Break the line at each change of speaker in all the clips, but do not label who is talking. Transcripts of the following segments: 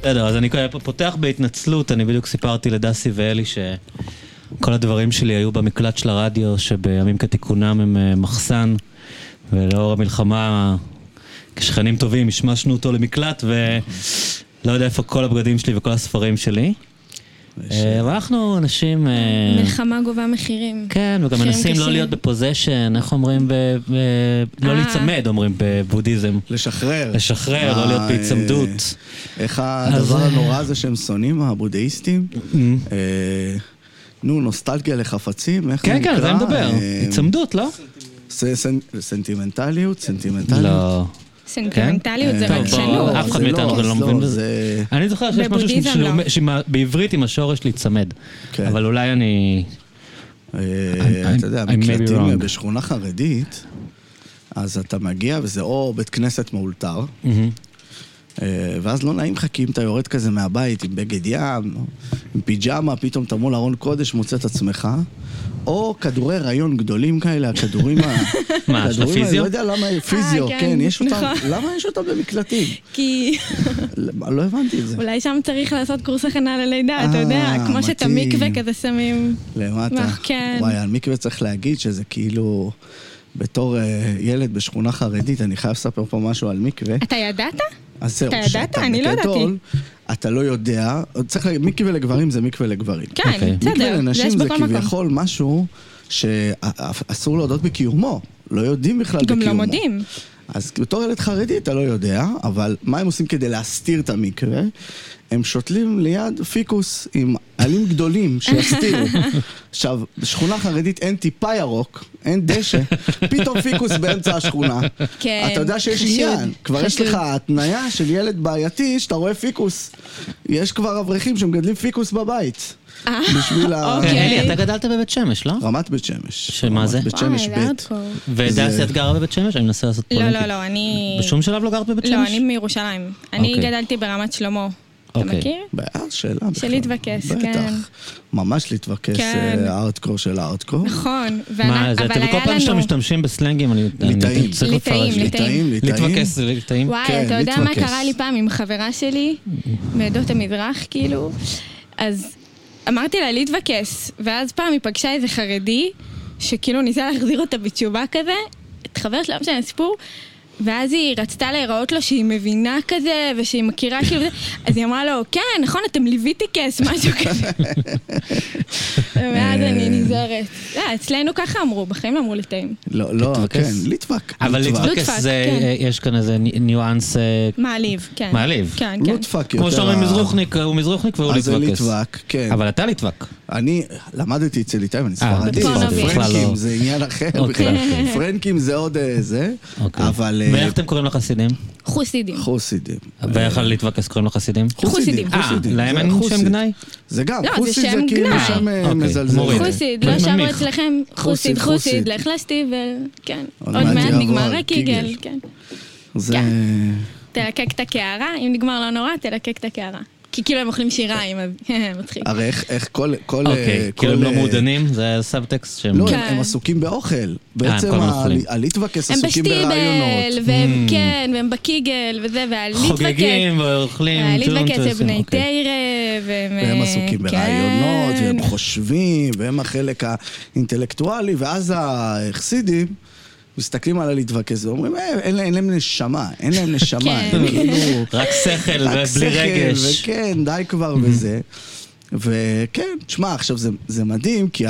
בסדר, אז אני פותח בהתנצלות, אני בדיוק סיפרתי לדסי ואלי שכל הדברים שלי היו במקלט של הרדיו, שבימים כתיקונם הם אה, מחסן, ולאור המלחמה, כשכנים טובים, השמשנו אותו למקלט, ולא יודע איפה כל הבגדים שלי וכל הספרים שלי. אה, אבל אנחנו אנשים... אה,
מלחמה גובה מחירים.
כן, וגם
מחירים
מנסים לא
קשים.
להיות בפוזיישן, איך אומרים ב... ב- לא
אה.
להיצמד, אומרים בבודהיזם.
לשחרר.
לשחרר, לא להיות
אה,
בהיצמדות.
אה, איך הדבר
אה,
הנורא הזה שהם שונאים, הבודהיסטים?
Mm.
אה, נו, נוסטלגיה לחפצים, איך זה
כן,
נקרא?
כן, על זה אני מדבר.
אה,
היצמדות, לא?
ס- סנ- סנטימנטליות, סנטימנטליות. אה, לא,
לא.
אוקיי.
סנטימנטליות זה
כן? טוב, בוא,
רגשנות.
אף אחד
זה
מאיתנו
לא,
לא
אז
מבין
לא,
בזה.
זה-
אני זוכר שיש משהו
בבודהיזם
שלאומי-
לא.
שמה- בעברית עם השורש להיצמד.
כן.
אבל אולי אני...
אה,
I'm-
אתה יודע,
I'm maybe wrong.
מקלטים בשכונה חרדית, אז אתה מגיע וזה או בית כנסת מאולתר,
כן,
אה, ואז לא נעים לך כי אם אתה יורד כזה מהבית עם בגד ים, עם פיג'מה, פתאום אתה מול ארון קודש מוצא את עצמך, או כדורי הריון גדולים כאלה, הכדורים ה...
מה, של
הכדורים ה-
הפיזיו?
לא יודע למה, פיזיו,
כן,
כן, יש אותם,
נכון.
למה יש אותם במקלטים?
כי
לא לא הבנתי את זה.
אולי שם צריך לעשות קורס הכנה ללידה, אתה יודע,
אה,
כמו שאת
מתאים.
המקווה כזה שמים.
למטה.
וואי, כן.
וואי, על מקווה צריך להגיד שזה כאילו... בתור אה, ילד בשכונה חרדית, אני חייב לספר פה משהו על מקווה.
אתה ידעת?
אז זהו,
אתה ידעת? אני לא
בגדול, אתה לא יודע, צריך להגיד, מקווה לגברים זה מקווה לגברים.
אוקיי.
כן, בסדר,
מקווה
זה
לנשים
יש
זה
בכל מקום.
כביכול משהו שאסור להודות בקיומו, לא יודעים בכלל
גם
בקיומו.
לא מודים.
אז בתור ילד חרדי אתה לא יודע, אבל מה הם עושים כדי להסתיר את המקווה? הם שותלים ליד פיקוס עם עלים גדולים שיסתירו. עכשיו, בשכונה חרדית אין טיפה ירוק, אין דשא, פתאום פיקוס באמצע השכונה.
כן,
אתה יודע שיש
חשוד,
עניין, כבר יש
חשוד.
לך התניה של ילד בעייתי שאתה רואה פיקוס. יש כבר אברכים שמגדלים פיקוס בבית.
אה,
בשביל ה...
אוקיי.
אלי, אתה גדלת בבית שמש, לא?
רמת בית שמש.
שמה
רמת
זה?
בית שמש
וואי, אה, זה
ב'.
הארדקור.
ודסי,
זה-
את גרה בבית שמש? אני מנסה לעשות
לא,
פולנטית.
לא, לא, אני...
בשום שלב לא גרת בבית שמש?
לא, אני מירושלים. אני
אוקיי.
גדלתי ברמת שלמה. אתה
אוקיי.
מכיר?
בעיה, שאלה בכלל.
להתבקש, כן.
בטח. ממש להתבקש
כן.
אה, הארדקור של הארדקור.
נכון.
מה
ואנ-
זה,
אבל
אתם כל
היה
פעם שאתם
לנו-
משתמשים בסלנגים, אני... אני-
ליטאים.
אני צריך
ליטאים,
לפרש לי.
ליטאים.
ליטאים, ליטאים.
להתווכס, זה ליטאים.
וואי,
כן,
אתה יודע מה
להתווכס.
קרה לי פעם עם חברה שלי, מעדות המזרח, כאילו? אז אמרתי לה להתווכס, ואז פעם היא פגשה איזה חרדי, שכאילו ניסה להחזיר אותה בתשובה כזה, את חבר שלה, לא משנה, סיפור. ואז היא רצתה להיראות לו שהיא מבינה כזה, ושהיא מכירה כאילו זה, אז היא אמרה לו, כן, נכון, אתם ליוויטיקס, משהו כזה. ואז אני נזהרת. לא, אצלנו ככה אמרו, בחיים לא אמרו לי טעים.
לא, לא,
להתווכס.
כן, ליטבק.
אבל
ליטבק.
להתווכס
לוטפק,
זה,
כן.
אה, יש כאן איזה ני- ניואנס, אה,
מעליב, כן.
מעליב.
לא
כן, כן.
לוטפק יותר...
כמו שאומרים
ה-
מזרוחניק, אה, הוא מזרוחניק והוא
אז זה
להתווכס.
ליטבק, כן.
אבל אתה ליטבק.
אני למדתי אצל ליטאים, אני ספרדי,
בפורנו
אה, בכלל לא.
פרנקים זה עניין אחר
אוקיי.
בכלל. פרנקים זה עוד אה, זה,
אוקיי.
אבל... אה,
ואיך אתם קוראים לחסידים?
חוסידים.
חוסידים. אה,
ואיך על להתווכס קוראים לחסידים?
חוסידים.
אה,
חוסידים,
להם
זה
אין
חוסיד.
שם גנאי?
זה גם,
לא, זה
חוסיד זה
שם
כאילו
גנאי.
שם אה,
אוקיי,
מזלזל.
מוריד.
חוסיד,
כן.
לא שרו
מנמיך.
אצלכם חוסיד,
חוסיד,
חוסיד,
חוסיד.
להחלשתי וכן.
עוד
עוד
מעט
מעט
יעבור
נגמר
הקיגל.
הקיגל, כן.
זה...
תלקק את הקערה, אם נגמר לא נורא, תלקק את הקערה. כי כאילו הם אוכלים שיריים, אז מצחיק.
הרי איך- איך כל... כל, אה,
אוקיי,
כל,
כאילו הם לא
אה,
מעודנים, אה, זה סאבטקסט שהם...
לא,
כן.
הם- הם עסוקים באוכל. בעצם
כל הזמן
ה-
אוכלים.
הליטבקס
הם
עסוקים ברעיונות. Hmm.
בשטיבל, והם כן, והם בקיגל, וזה, והליטבקס.
חוגגים ואוכלים.
הליטבקס
טום-טום,
אה, זה בני
אוקיי.
תרא, והם...
והם
אה,
עסוקים ברעיונות, והם חושבים, והם החלק האינטלקטואלי, ואז החסידים מסתכלים על הלהתווכס ואומרים, "אה, אין לה- אין להם נשמה, אין להם נשמה,
כן.
הם כאילו...
רק שכל
רק
ובלי
שכל,
רגש.
וכן, די כבר וזה. וכן, תשמע, עכשיו זה, זה מדהים, כי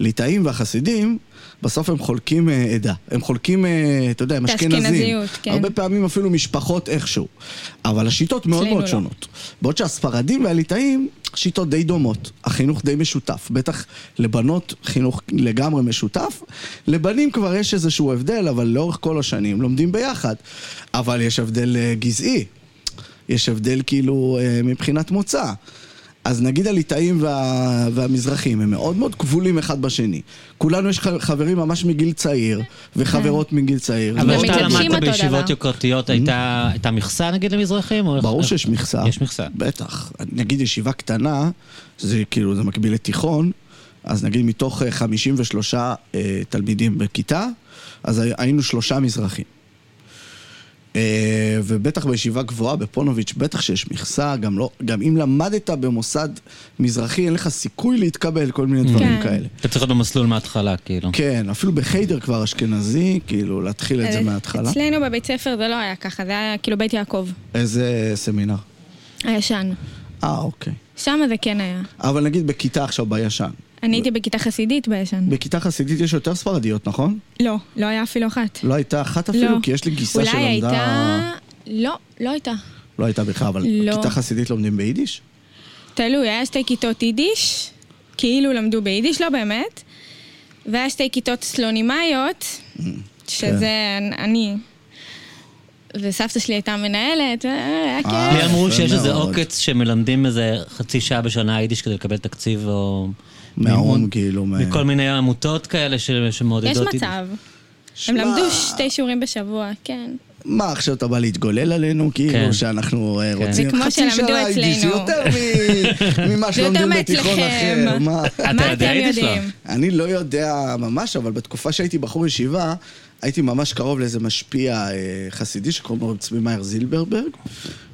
הליטאים והחסידים, בסוף הם חולקים אה, עדה. הם חולקים, אה, אתה יודע, הם
את
אשכנזים.
האשכנזיות, כן.
הרבה פעמים אפילו משפחות איכשהו. אבל השיטות מאוד
אצלנו
מאוד
לא.
שונות. בעוד שהספרדים והליטאים, שיטות די דומות. החינוך די משותף. בטח לבנות חינוך לגמרי משותף. לבנים כבר יש איזשהו הבדל, אבל לאורך כל השנים לומדים ביחד. אבל יש הבדל אה, גזעי. יש הבדל כאילו אה, מבחינת מוצא. אז נגיד הליטאים וה... והמזרחים, הם מאוד מאוד כבולים אחד בשני. כולנו יש ח- חברים ממש מגיל צעיר, וחברות מגיל צעיר.
אבל
והם
כשאתה
מתלבשים
למדת
אותו
בישיבות
דבר.
יוקרתיות, הייתה הייתה מכסה נגיד למזרחים? או איך-
Mm-hmm. ברור
איך-
שיש מכסה.
נכון. יש מכסה.
בטח. נגיד ישיבה קטנה, זה כאילו, זה מקביל לתיכון, אז נגיד מתוך אה, 53 אה, תלמידים בכיתה, אז הי- היינו שלושה מזרחים. אה, ובטח בישיבה גבוהה, בפונוביץ', בטח שיש מכסה, גם, לא, גם אם למדת במוסד מזרחי, אין לך סיכוי להתקבל, כל מיני דברים
כן.
כאלה.
אתה צריך להיות במסלול מההתחלה, כאילו.
כן, אפילו בחיידר כבר אשכנזי, כאילו, להתחיל
אה,
את זה מההתחלה.
אצלנו בבית ספר זה לא היה ככה, זה היה כאילו בית יעקב,
איזה סמינר.
הישן.
אה, אוקיי.
שם זה כן היה.
אבל נגיד בכיתה עכשיו בישן.
אני הייתי בכיתה חסידית בישן.
בכיתה חסידית יש יותר ספרדיות, נכון?
לא, לא היה אפילו אחת.
לא הייתה אחת אפילו, כי יש לי גיסה שלמדה...
אולי הייתה... לא, לא הייתה.
לא הייתה בכלל, אבל
לא.
כיתה חסידית לומדים ביידיש?
תלוי, היה שתי כיתות יידיש, כאילו למדו ביידיש, לא באמת, והיה שתי כיתות סלונימאיות,
Mm, כן.
שזה אני- אני, וסבתא שלי הייתה מנהלת, והיה
אה,
כיף.
לי אמרו
יפה
שיש איזה
מאוד.
עוקץ שמלמדים איזה חצי שעה בשנה יידיש כדי לקבל תקציב או...
מהאום,
מימון.
כאילו, מה-
מכל מיני עמותות כאלה ש-
יש
שמעודדות...
מצב. הם
שמע,
למדו שתי שיעורים בשבוע, כן.
מה, עכשיו אתה בא להתגולל עלינו? כאילו
כן.
שאנחנו אה,
כן.
רוצים
זה כמו
חצי
שלמדו
שעה יידיש,
אצלנו.
יותר מ- ממה
זה יותר
שלומדים בתיכון
מאצלכם.
אחר. מה?
מה
יודע
אתם
יידיש, לא?
יודעים?
אני לא יודע ממש, אבל בתקופה שהייתי בחור ישיבה, הייתי ממש קרוב לאיזה משפיע אה, חסידי שקוראים לו רב צבי מאיר זילברברג,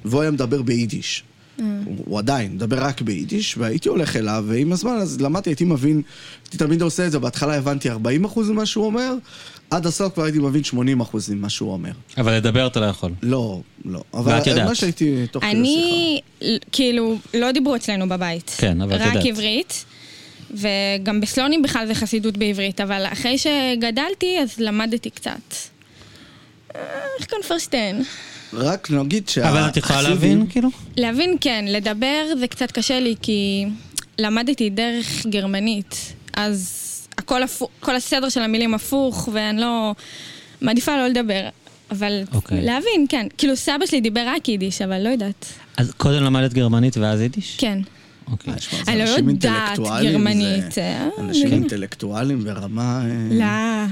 והוא היה מדבר ביידיש. הוא הוא עדיין מדבר רק ביידיש, והייתי הולך אליו, ועם הזמן אז למדתי, הייתי מבין, הייתי תמיד עושה את זה, בהתחלה הבנתי 40% ממה שהוא אומר, עד הסוף כבר הייתי מבין 80% ממה שהוא אומר.
אבל לדבר אתה לא יכול.
לא, לא. אבל
ואת יודעת.
מה שהייתי תוך כדי שיחה.
אני, ל- כאילו, לא דיברו אצלנו בבית.
כן, אבל את יודעת.
רק עברית. וגם בסלונים בכלל זה חסידות בעברית, אבל אחרי שגדלתי, אז למדתי קצת. אה, איך קונפרשטיין?
רק נגיד שה...
אבל את יכולה
החסידים-
להבין, כאילו?
להבין כן, לדבר זה קצת קשה לי, כי למדתי דרך גרמנית, אז הכל הפוך, כל הסדר של המילים הפוך, ואני לא... מעדיפה לא לדבר. אבל
אוקיי.
להבין, כן. כאילו, סבא שלי דיבר רק יידיש, אבל לא יודעת.
אז קודם למדת גרמנית ואז יידיש?
כן.
אוקיי.
אה, תשמע, זה
אני לא
אנשים
יודעת
אינטלקטואלים,
גרמנית,
זה
אה,
אנשים
אני-
אינטלקטואלים ברמה... אה,
לא,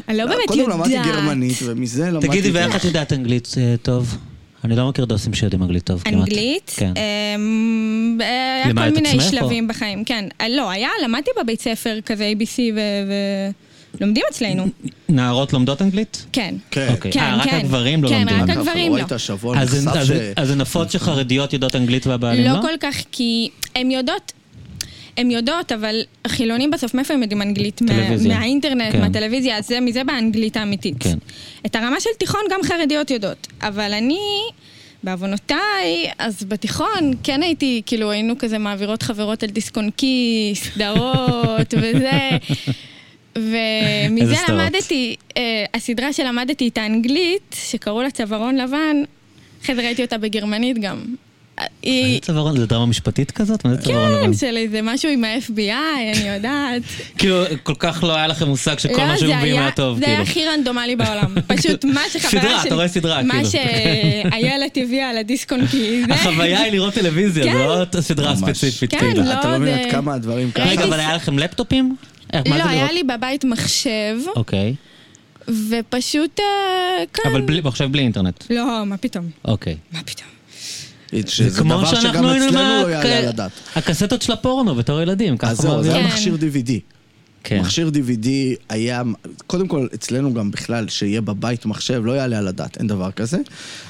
אני לא באמת יודעת.
קודם למדתי גרמנית, ומזה למדתי...
תגידי, ואיך
את...
את יודעת אנגלית אה, טוב? אני לא מכיר דוסים שיודעים אנגלית טוב כמעט.
אנגלית, אה.
כן.
אמ, היה
לימדת
כל מיני
עצמך, או?
שלבים בחיים, כן. אה, לא, היה, למדתי בבית ספר כזה ABC ו- ולומדים אצלנו.
נערות לומדות אנגלית?
כן.
כן.
אוקיי.
כן,
אה, רק
כן.
הגברים לא
כן,
לומדים.
רק
אגב,
הגברים
הוא
לא.
היית שבוע
אז זה-
נוסף
אז
ש...
זה- אז זה נפוץ שחרדיות יודעות אנגלית והבעלים לא?
לא כל כך, כי הן יודעות, הן יודעות, אבל חילונים בסוף, מאיפה הם יודעים אנגלית? מה-
טלוויזיה.
מהאינטרנט,
כן.
מהטלוויזיה, אז זה מזה באנגלית האמיתית.
כן.
את הרמה של תיכון גם חרדיות יודעות, אבל אני... בעוונותיי, אז בתיכון כן הייתי, כאילו היינו כזה מעבירות חברות על דיסקונקי, סדרות וזה.
איזה
ומזה
סדרות?
למדתי, אה, הסדרה שלמדתי איתה אנגלית, שקראו לה צווארון לבן, אחרי זה ראיתי אותה בגרמנית גם. אה,
מה
היא,
זה צווארון? זה דרמה משפטית כזאת? מה זה צווארון לבן?
כן, של איזה משהו עם ה-FBI, אני יודעת.
כאילו, כל כך לא היה לכם מושג שכל
לא,
מה
זה
שמביאים
היה-
היה טוב,
זה היה
כאילו.
הכי רנדומלי בעולם. פשוט מה שחברה שלי...
סדרה, אתה רואה סדרה,
מה
כאילו.
שאיילת הביאה על הדיסקונקי, זה...
החוויה היא לראות טלוויזיה, זה
כן.
לא סדרה
ממש.
ספציפית,
כן,
כאילו.
לא,
אתה לא מבין
זה-
עד כמה הדברים ככה.
רגע,
ראיתי
אבל
ס-
היה לכם לפטופים? איך, מה
לא,
זה
היה
לראות?
לי בבית מחשב,
אוקיי.
ופשוט... אה, כן.
אבל בלי- עכשיו בלי אינטרנט.
לא, מה פתאום?
אוקיי.
מה פתאום?
שזה דבר שגם
היינו עם
אצלנו לא
הק-
יעלה על הדעת.
הקסטות של הפורנו בתור ילדים, ככה
אז זהו, זה
מעבירים.
היה
כן.
מכשיר DVD.
כן.
מכשיר DVD היה, קודם כל, אצלנו גם בכלל, שיהיה בבית מחשב, לא יעלה על הדעת, אין דבר כזה.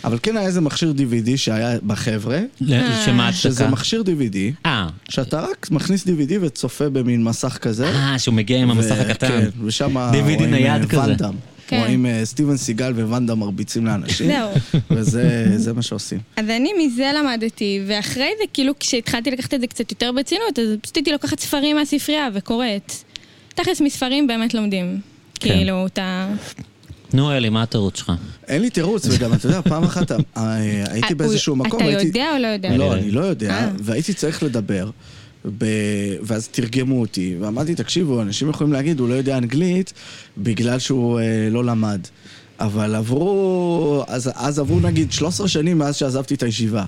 אבל כן היה איזה מכשיר DVD שהיה בחבר'ה,
אה.
ל- שמה
שזה
ההצדקה?
מכשיר DVD,
אה,
שאתה רק מכניס DVD וצופה במין מסך כזה.
אה, שהוא מגיע עם המסך
ו-
הקטן.
כן, ושם
DVD
רואים
נייד
אה,
כזה.
ואן דאם.
כן.
רואים אה, סטיבן סיגל וואן דאם מרביצים לאנשים.
זהו.
וזה זה מה שעושים.
אז אני מזה למדתי, ואחרי זה, כאילו, כשהתחלתי לקחת את זה קצת יותר ברצינות, אז פשוט הייתי לוקחת ספרים מהספרייה וקוראת. תכלס מספרים באמת לומדים.
כן.
כאילו, אתה...
נו, אלי, מה התירוץ שלך?
אין לי תירוץ, וגם אתה יודע, פעם אחת אה, אה, הייתי
אה,
באיזשהו
הוא-
מקום,
אתה
הייתי...
יודע או לא יודע?
לא,
אה.
אני לא יודע,
אה.
והייתי צריך לדבר. ב... ואז תרגמו אותי, ואמרתי, תקשיבו, אנשים יכולים להגיד, הוא לא יודע אנגלית בגלל שהוא אה, לא למד. אבל עברו, אז, אז עברו נגיד 13 שנים מאז שעזבתי את הישיבה.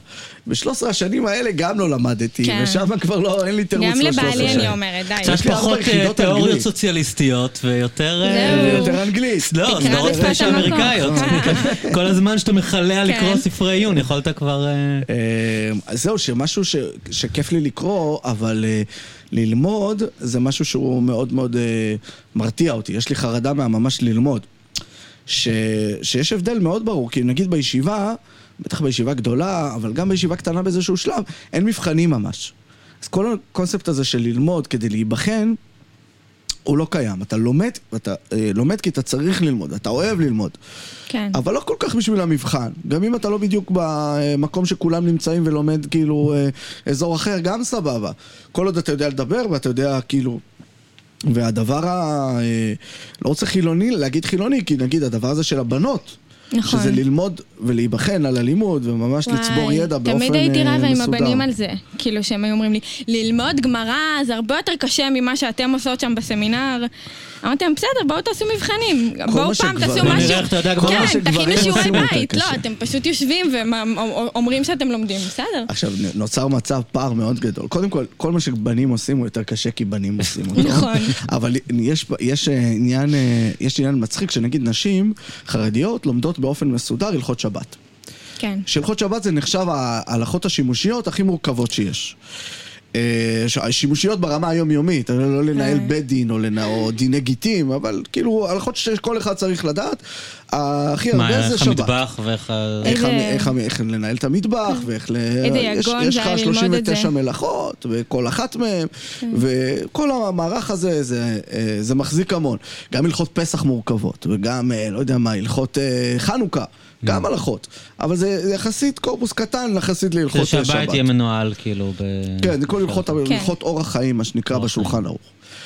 ב-13 השנים האלה גם לא למדתי,
כן.
ושם כבר לא, אין לי תירוץ
גם
ל-13
לבעלי אני
שנים.
אומרת, די.
קצת
יש לי ארבע
פחות אה,
יחידות
תיאוריות
אנגלית.
סוציאליסטיות ויותר... אה,
זהו.
ויותר אנגלית.
לא,
תקרא
סדרות
בשפת
פשע
המקור.
אמריקאיות.
אה.
כל הזמן שאתה מכלה לקרוא
כן.
ספרי עיון, יכולת כבר... אה,
אמ, אז זהו, שמשהו ש, שכיף לי לקרוא, אבל אה, ללמוד זה משהו שהוא מאוד מאוד אה, מרתיע אותי. יש לי חרדה מהממש ללמוד. ש, שיש הבדל מאוד ברור, כי נגיד בישיבה, בטח בישיבה גדולה, אבל גם בישיבה קטנה באיזשהו שלב, אין מבחנים ממש. אז כל הקונספט הזה של ללמוד כדי להיבחן, הוא לא קיים. אתה לומד, אתה אה, לומד כי אתה צריך ללמוד, אתה אוהב ללמוד.
כן.
אבל לא כל כך בשביל המבחן. גם אם אתה לא בדיוק במקום שכולם נמצאים ולומד כאילו אה, אזור אחר, גם סבבה. כל עוד אתה יודע לדבר ואתה יודע כאילו... והדבר ה... אה, לא רוצה חילוני, להגיד חילוני, כי נגיד הדבר הזה של הבנות.
נכון.
שזה ללמוד ולהיבחן על הלימוד וממש
וואי,
לצבור ידע באופן אה, מסודר.
תמיד הייתי רבה עם הבנים על זה. כאילו, שהם היו אומרים לי, ללמוד גמרא זה הרבה יותר קשה ממה שאתם עושות שם בסמינר. אמרתי להם, בסדר, בואו תעשו מבחנים.
כל
בואו
מה
פעם
שגברים-
תעשו
בוא
נראה
משהו.
איך אתה יודע גמרא.
כן,
כל
מה
תכינו
שגברים
שיעורי
עושים יותר
בית. לא,
קשה.
אתם פשוט יושבים ואומרים שאתם לומדים, בסדר.
עכשיו, נוצר מצב פער מאוד גדול. קודם כל, כל מה שבנים עושים הוא יותר קשה כי בנים עושים אותו.
נכון.
אבל יש, יש, אה, עניין, אה, יש עניין מצחיק שנגיד נשים חרדיות לומדות באופן מסודר הלכות שבת.
כן.
שהלכות שבת זה נחשב ההלכות השימושיות הכי מורכבות שיש. אה, ש- השימושיות ברמה היומיומית, אה, לא לנהל
אה.
בית דין או, לנה, או דיני גיטים, אבל כאילו הלכות שכל אחד צריך לדעת, הכי
מה,
הרבה זה
איך
שבת. אה,
המטבח ואיך ה...
איך, המ-
איזה- כן.
איך, המ- איך לנהל את המטבח, ואיך ל...
איזה
יש,
יגון
יש
זה
לך
היה ללמוד את
39
זה. כן.
מלאכות, וכל אחת מהן, וכל המערך הזה, זה, אה, זה מחזיק המון. גם הלכות פסח מורכבות, וגם, אה, לא יודע מה, הלכות אה, חנוכה,
Mm.
גם הלכות. אבל זה זה יחסית קורפוס קטן, יחסית להלכות
זה
אה, שבת.
שהבית יהיה מנוהל, כאילו, ב...
כן, זה כל הלכות,
כן.
הלכות אורח חיים, מה שנקרא,
אורח
בשולחן ערוך.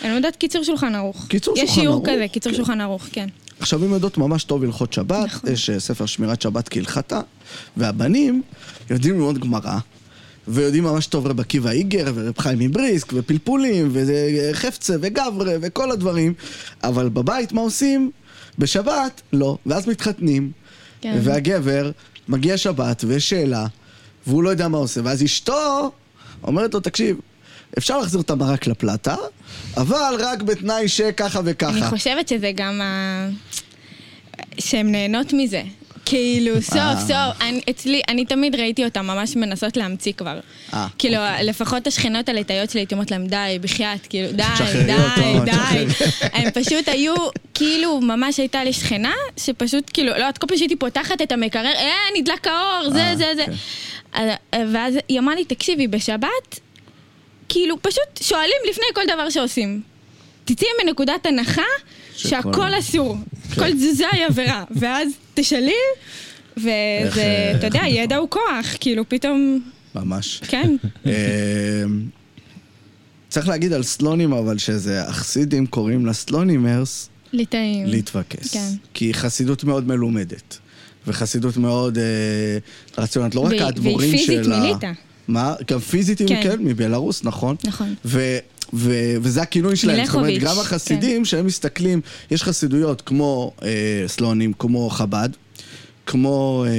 אני יודעת קיצור שולחן ערוך.
קיצור
יש
שולחן
שיעור
ערוך,
כזה, קיצור
כן.
שולחן ערוך, כן.
עכשיו, אם יודעות ממש טוב הלכות שבת,
נכון.
יש אה, ספר שמירת שבת כהלכתה, והבנים יודעים ללמוד גמרא, ויודעים ממש טוב רב עקיבא איגר, ורב חיים מבריסק, ופלפולים, וחפצה, וגברה, וכל הדברים, אבל בבית מה עושים? בשבת, לא. ואז מתחתנים,
כן.
והגבר, מגיע שבת, ויש שאלה, והוא לא יודע מה עושה, ואז אשתו אומרת לו, תקשיב, אפשר להחזיר את המרק לפלטה, אבל רק בתנאי שככה
אני
וככה.
חושבת שזה גם ה... שהן נהנות מזה.
אה.
כאילו, סוף סוף, אני- אצלי, אני תמיד ראיתי אותן ממש מנסות להמציא כבר.
אה,
כאילו, לפחות השכנות הליטאיות שלי, הייתי אומרת להן, די, בחייאת, כאילו, די,
תשחררי
די,
אותו,
די.
תשחררי.
הן פשוט היו, כאילו, ממש הייתה לי שכנה, שפשוט, כאילו, לא, את כל פעם שהייתי פותחת את המקרר, אה, נדלק האור, זה,
אה,
זה, זה.
כן.
אז- ואז היא אמרה לי, תקשיבי, בשבת, כאילו, פשוט שואלים לפני כל דבר שעושים. תצאי מנקודת הנחה
שכל- כן.
שהכל אסור, כל תזוזה היא עבירה, ואז תשאלי,
איך,
וזה,
אה,
אתה יודע, ידע הוא כוח, כאילו, פתאום,
ממש.
כן.
אמ, צריך להגיד על סלונים אבל שזה החסידים קוראים לסלונימרס
ליטאים.
להתווכס.
כן.
כי היא חסידות מאוד מלומדת. וחסידות מאוד אה, רציונלית, לא רק
והיא-
האדמו"רים
והיא
שלה.
פיזית מליטא.
מה? גם פיזית, היא-
כן.
כן, מבלארוס, נכון.
נכון.
ו... ו- וזה הכינוי שלהם, זאת אומרת,
מלכוביץ',
גם החסידים שהם מסתכלים, יש חסידויות כמו אה, סלונים, כמו חב"ד, כמו אה,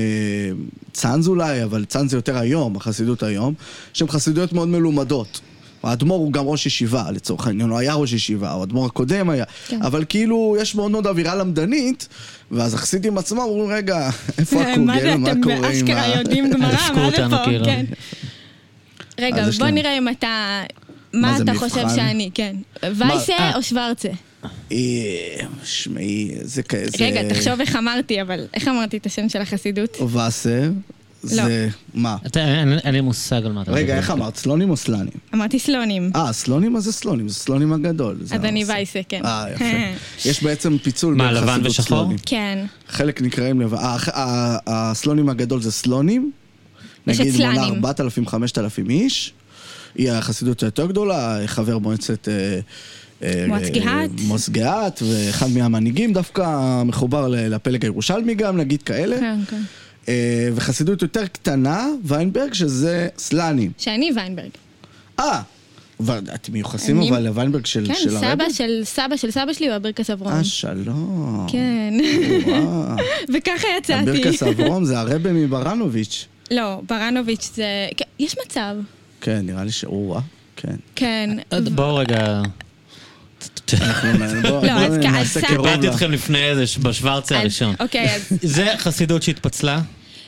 צאנז אולי, אבל צאנז זה יותר היום, החסידות היום, שהן חסידויות מאוד מלומדות. האדמו"ר הוא גם ראש ישיבה, לצורך העניין, הוא היה ראש ישיבה, או האדמו"ר הקודם היה.
כן.
אבל כאילו, יש מאוד מאוד אווירה למדנית, ואז החסידים עצמם אומרים, רגע, איפה הקוגל, מה
אתם
קורה עם ה...
באשכרה יודעים גמרא,
דפקו
מה זה
אותנו,
פה,
כאילו.
כן. רגע,
אז יש
בוא
לנו-
נראה אם אתה... מה
זה
אתה
מבחן?
חושב שאני, כן. וייסה
אה.
או שוורצה?
אה, שמעי, זה כזה...
רגע, תחשוב איך אמרתי, אבל איך אמרתי את השם של החסידות?
אה. וסר,
לא.
זה... מה?
אתה, אין אין לי מושג על מה אתה מדבר.
רגע, איך אמרת? סלונים או סלנים?
אמרתי סלונים.
אה, סלונים אז זה סלונים, זה סלונים הגדול. זה
אז אני
הנושא.
וייסה, כן.
אה, יפה. יש בעצם פיצול
מה,
בין
לבן
חסידות
ושחור?
סלונים.
כן.
חלק נקראים לבן. אה, הח- ה- הסלונים הגדול זה סלונים.
יש
נגיד
את
מונה
סלנים.
4,000-5,000 איש. היא החסידות היותר גדולה, חבר מועצת... אה, אה,
מועצת גהת.
מועצת גהת, ואחד מהמנהיגים דווקא מחובר ל- לפלג הירושלמי גם, נגיד כאלה.
כן, כן.
אה, וחסידות יותר קטנה, ויינברג, שזה סלנים.
שאני ויינברג.
אה, אבל אתם מיוחסים
אני-
אבל לוויינברג של
כן,
של הרבי?
סבא של סבא של סבא שלי הוא אבירקס אברום.
אה, שלום.
כן.
וואו.
וככה יצאתי.
אבירקס אברום זה הרבי מברנוביץ'.
לא, ברנוביץ' זה... כן, יש מצב.
כן, נראה לי שהוא רע. כן.
כן.
עוד- בואו רגע...
אנחנו- בוא-
לא,
בוא
אז כ-
נעשה
אז
קירוב
באתי
לה.
אתכם לפני איזה, ש- בשוורצה
אז-
הראשון.
אוקיי, אז
זה חסידות שהתפצלה?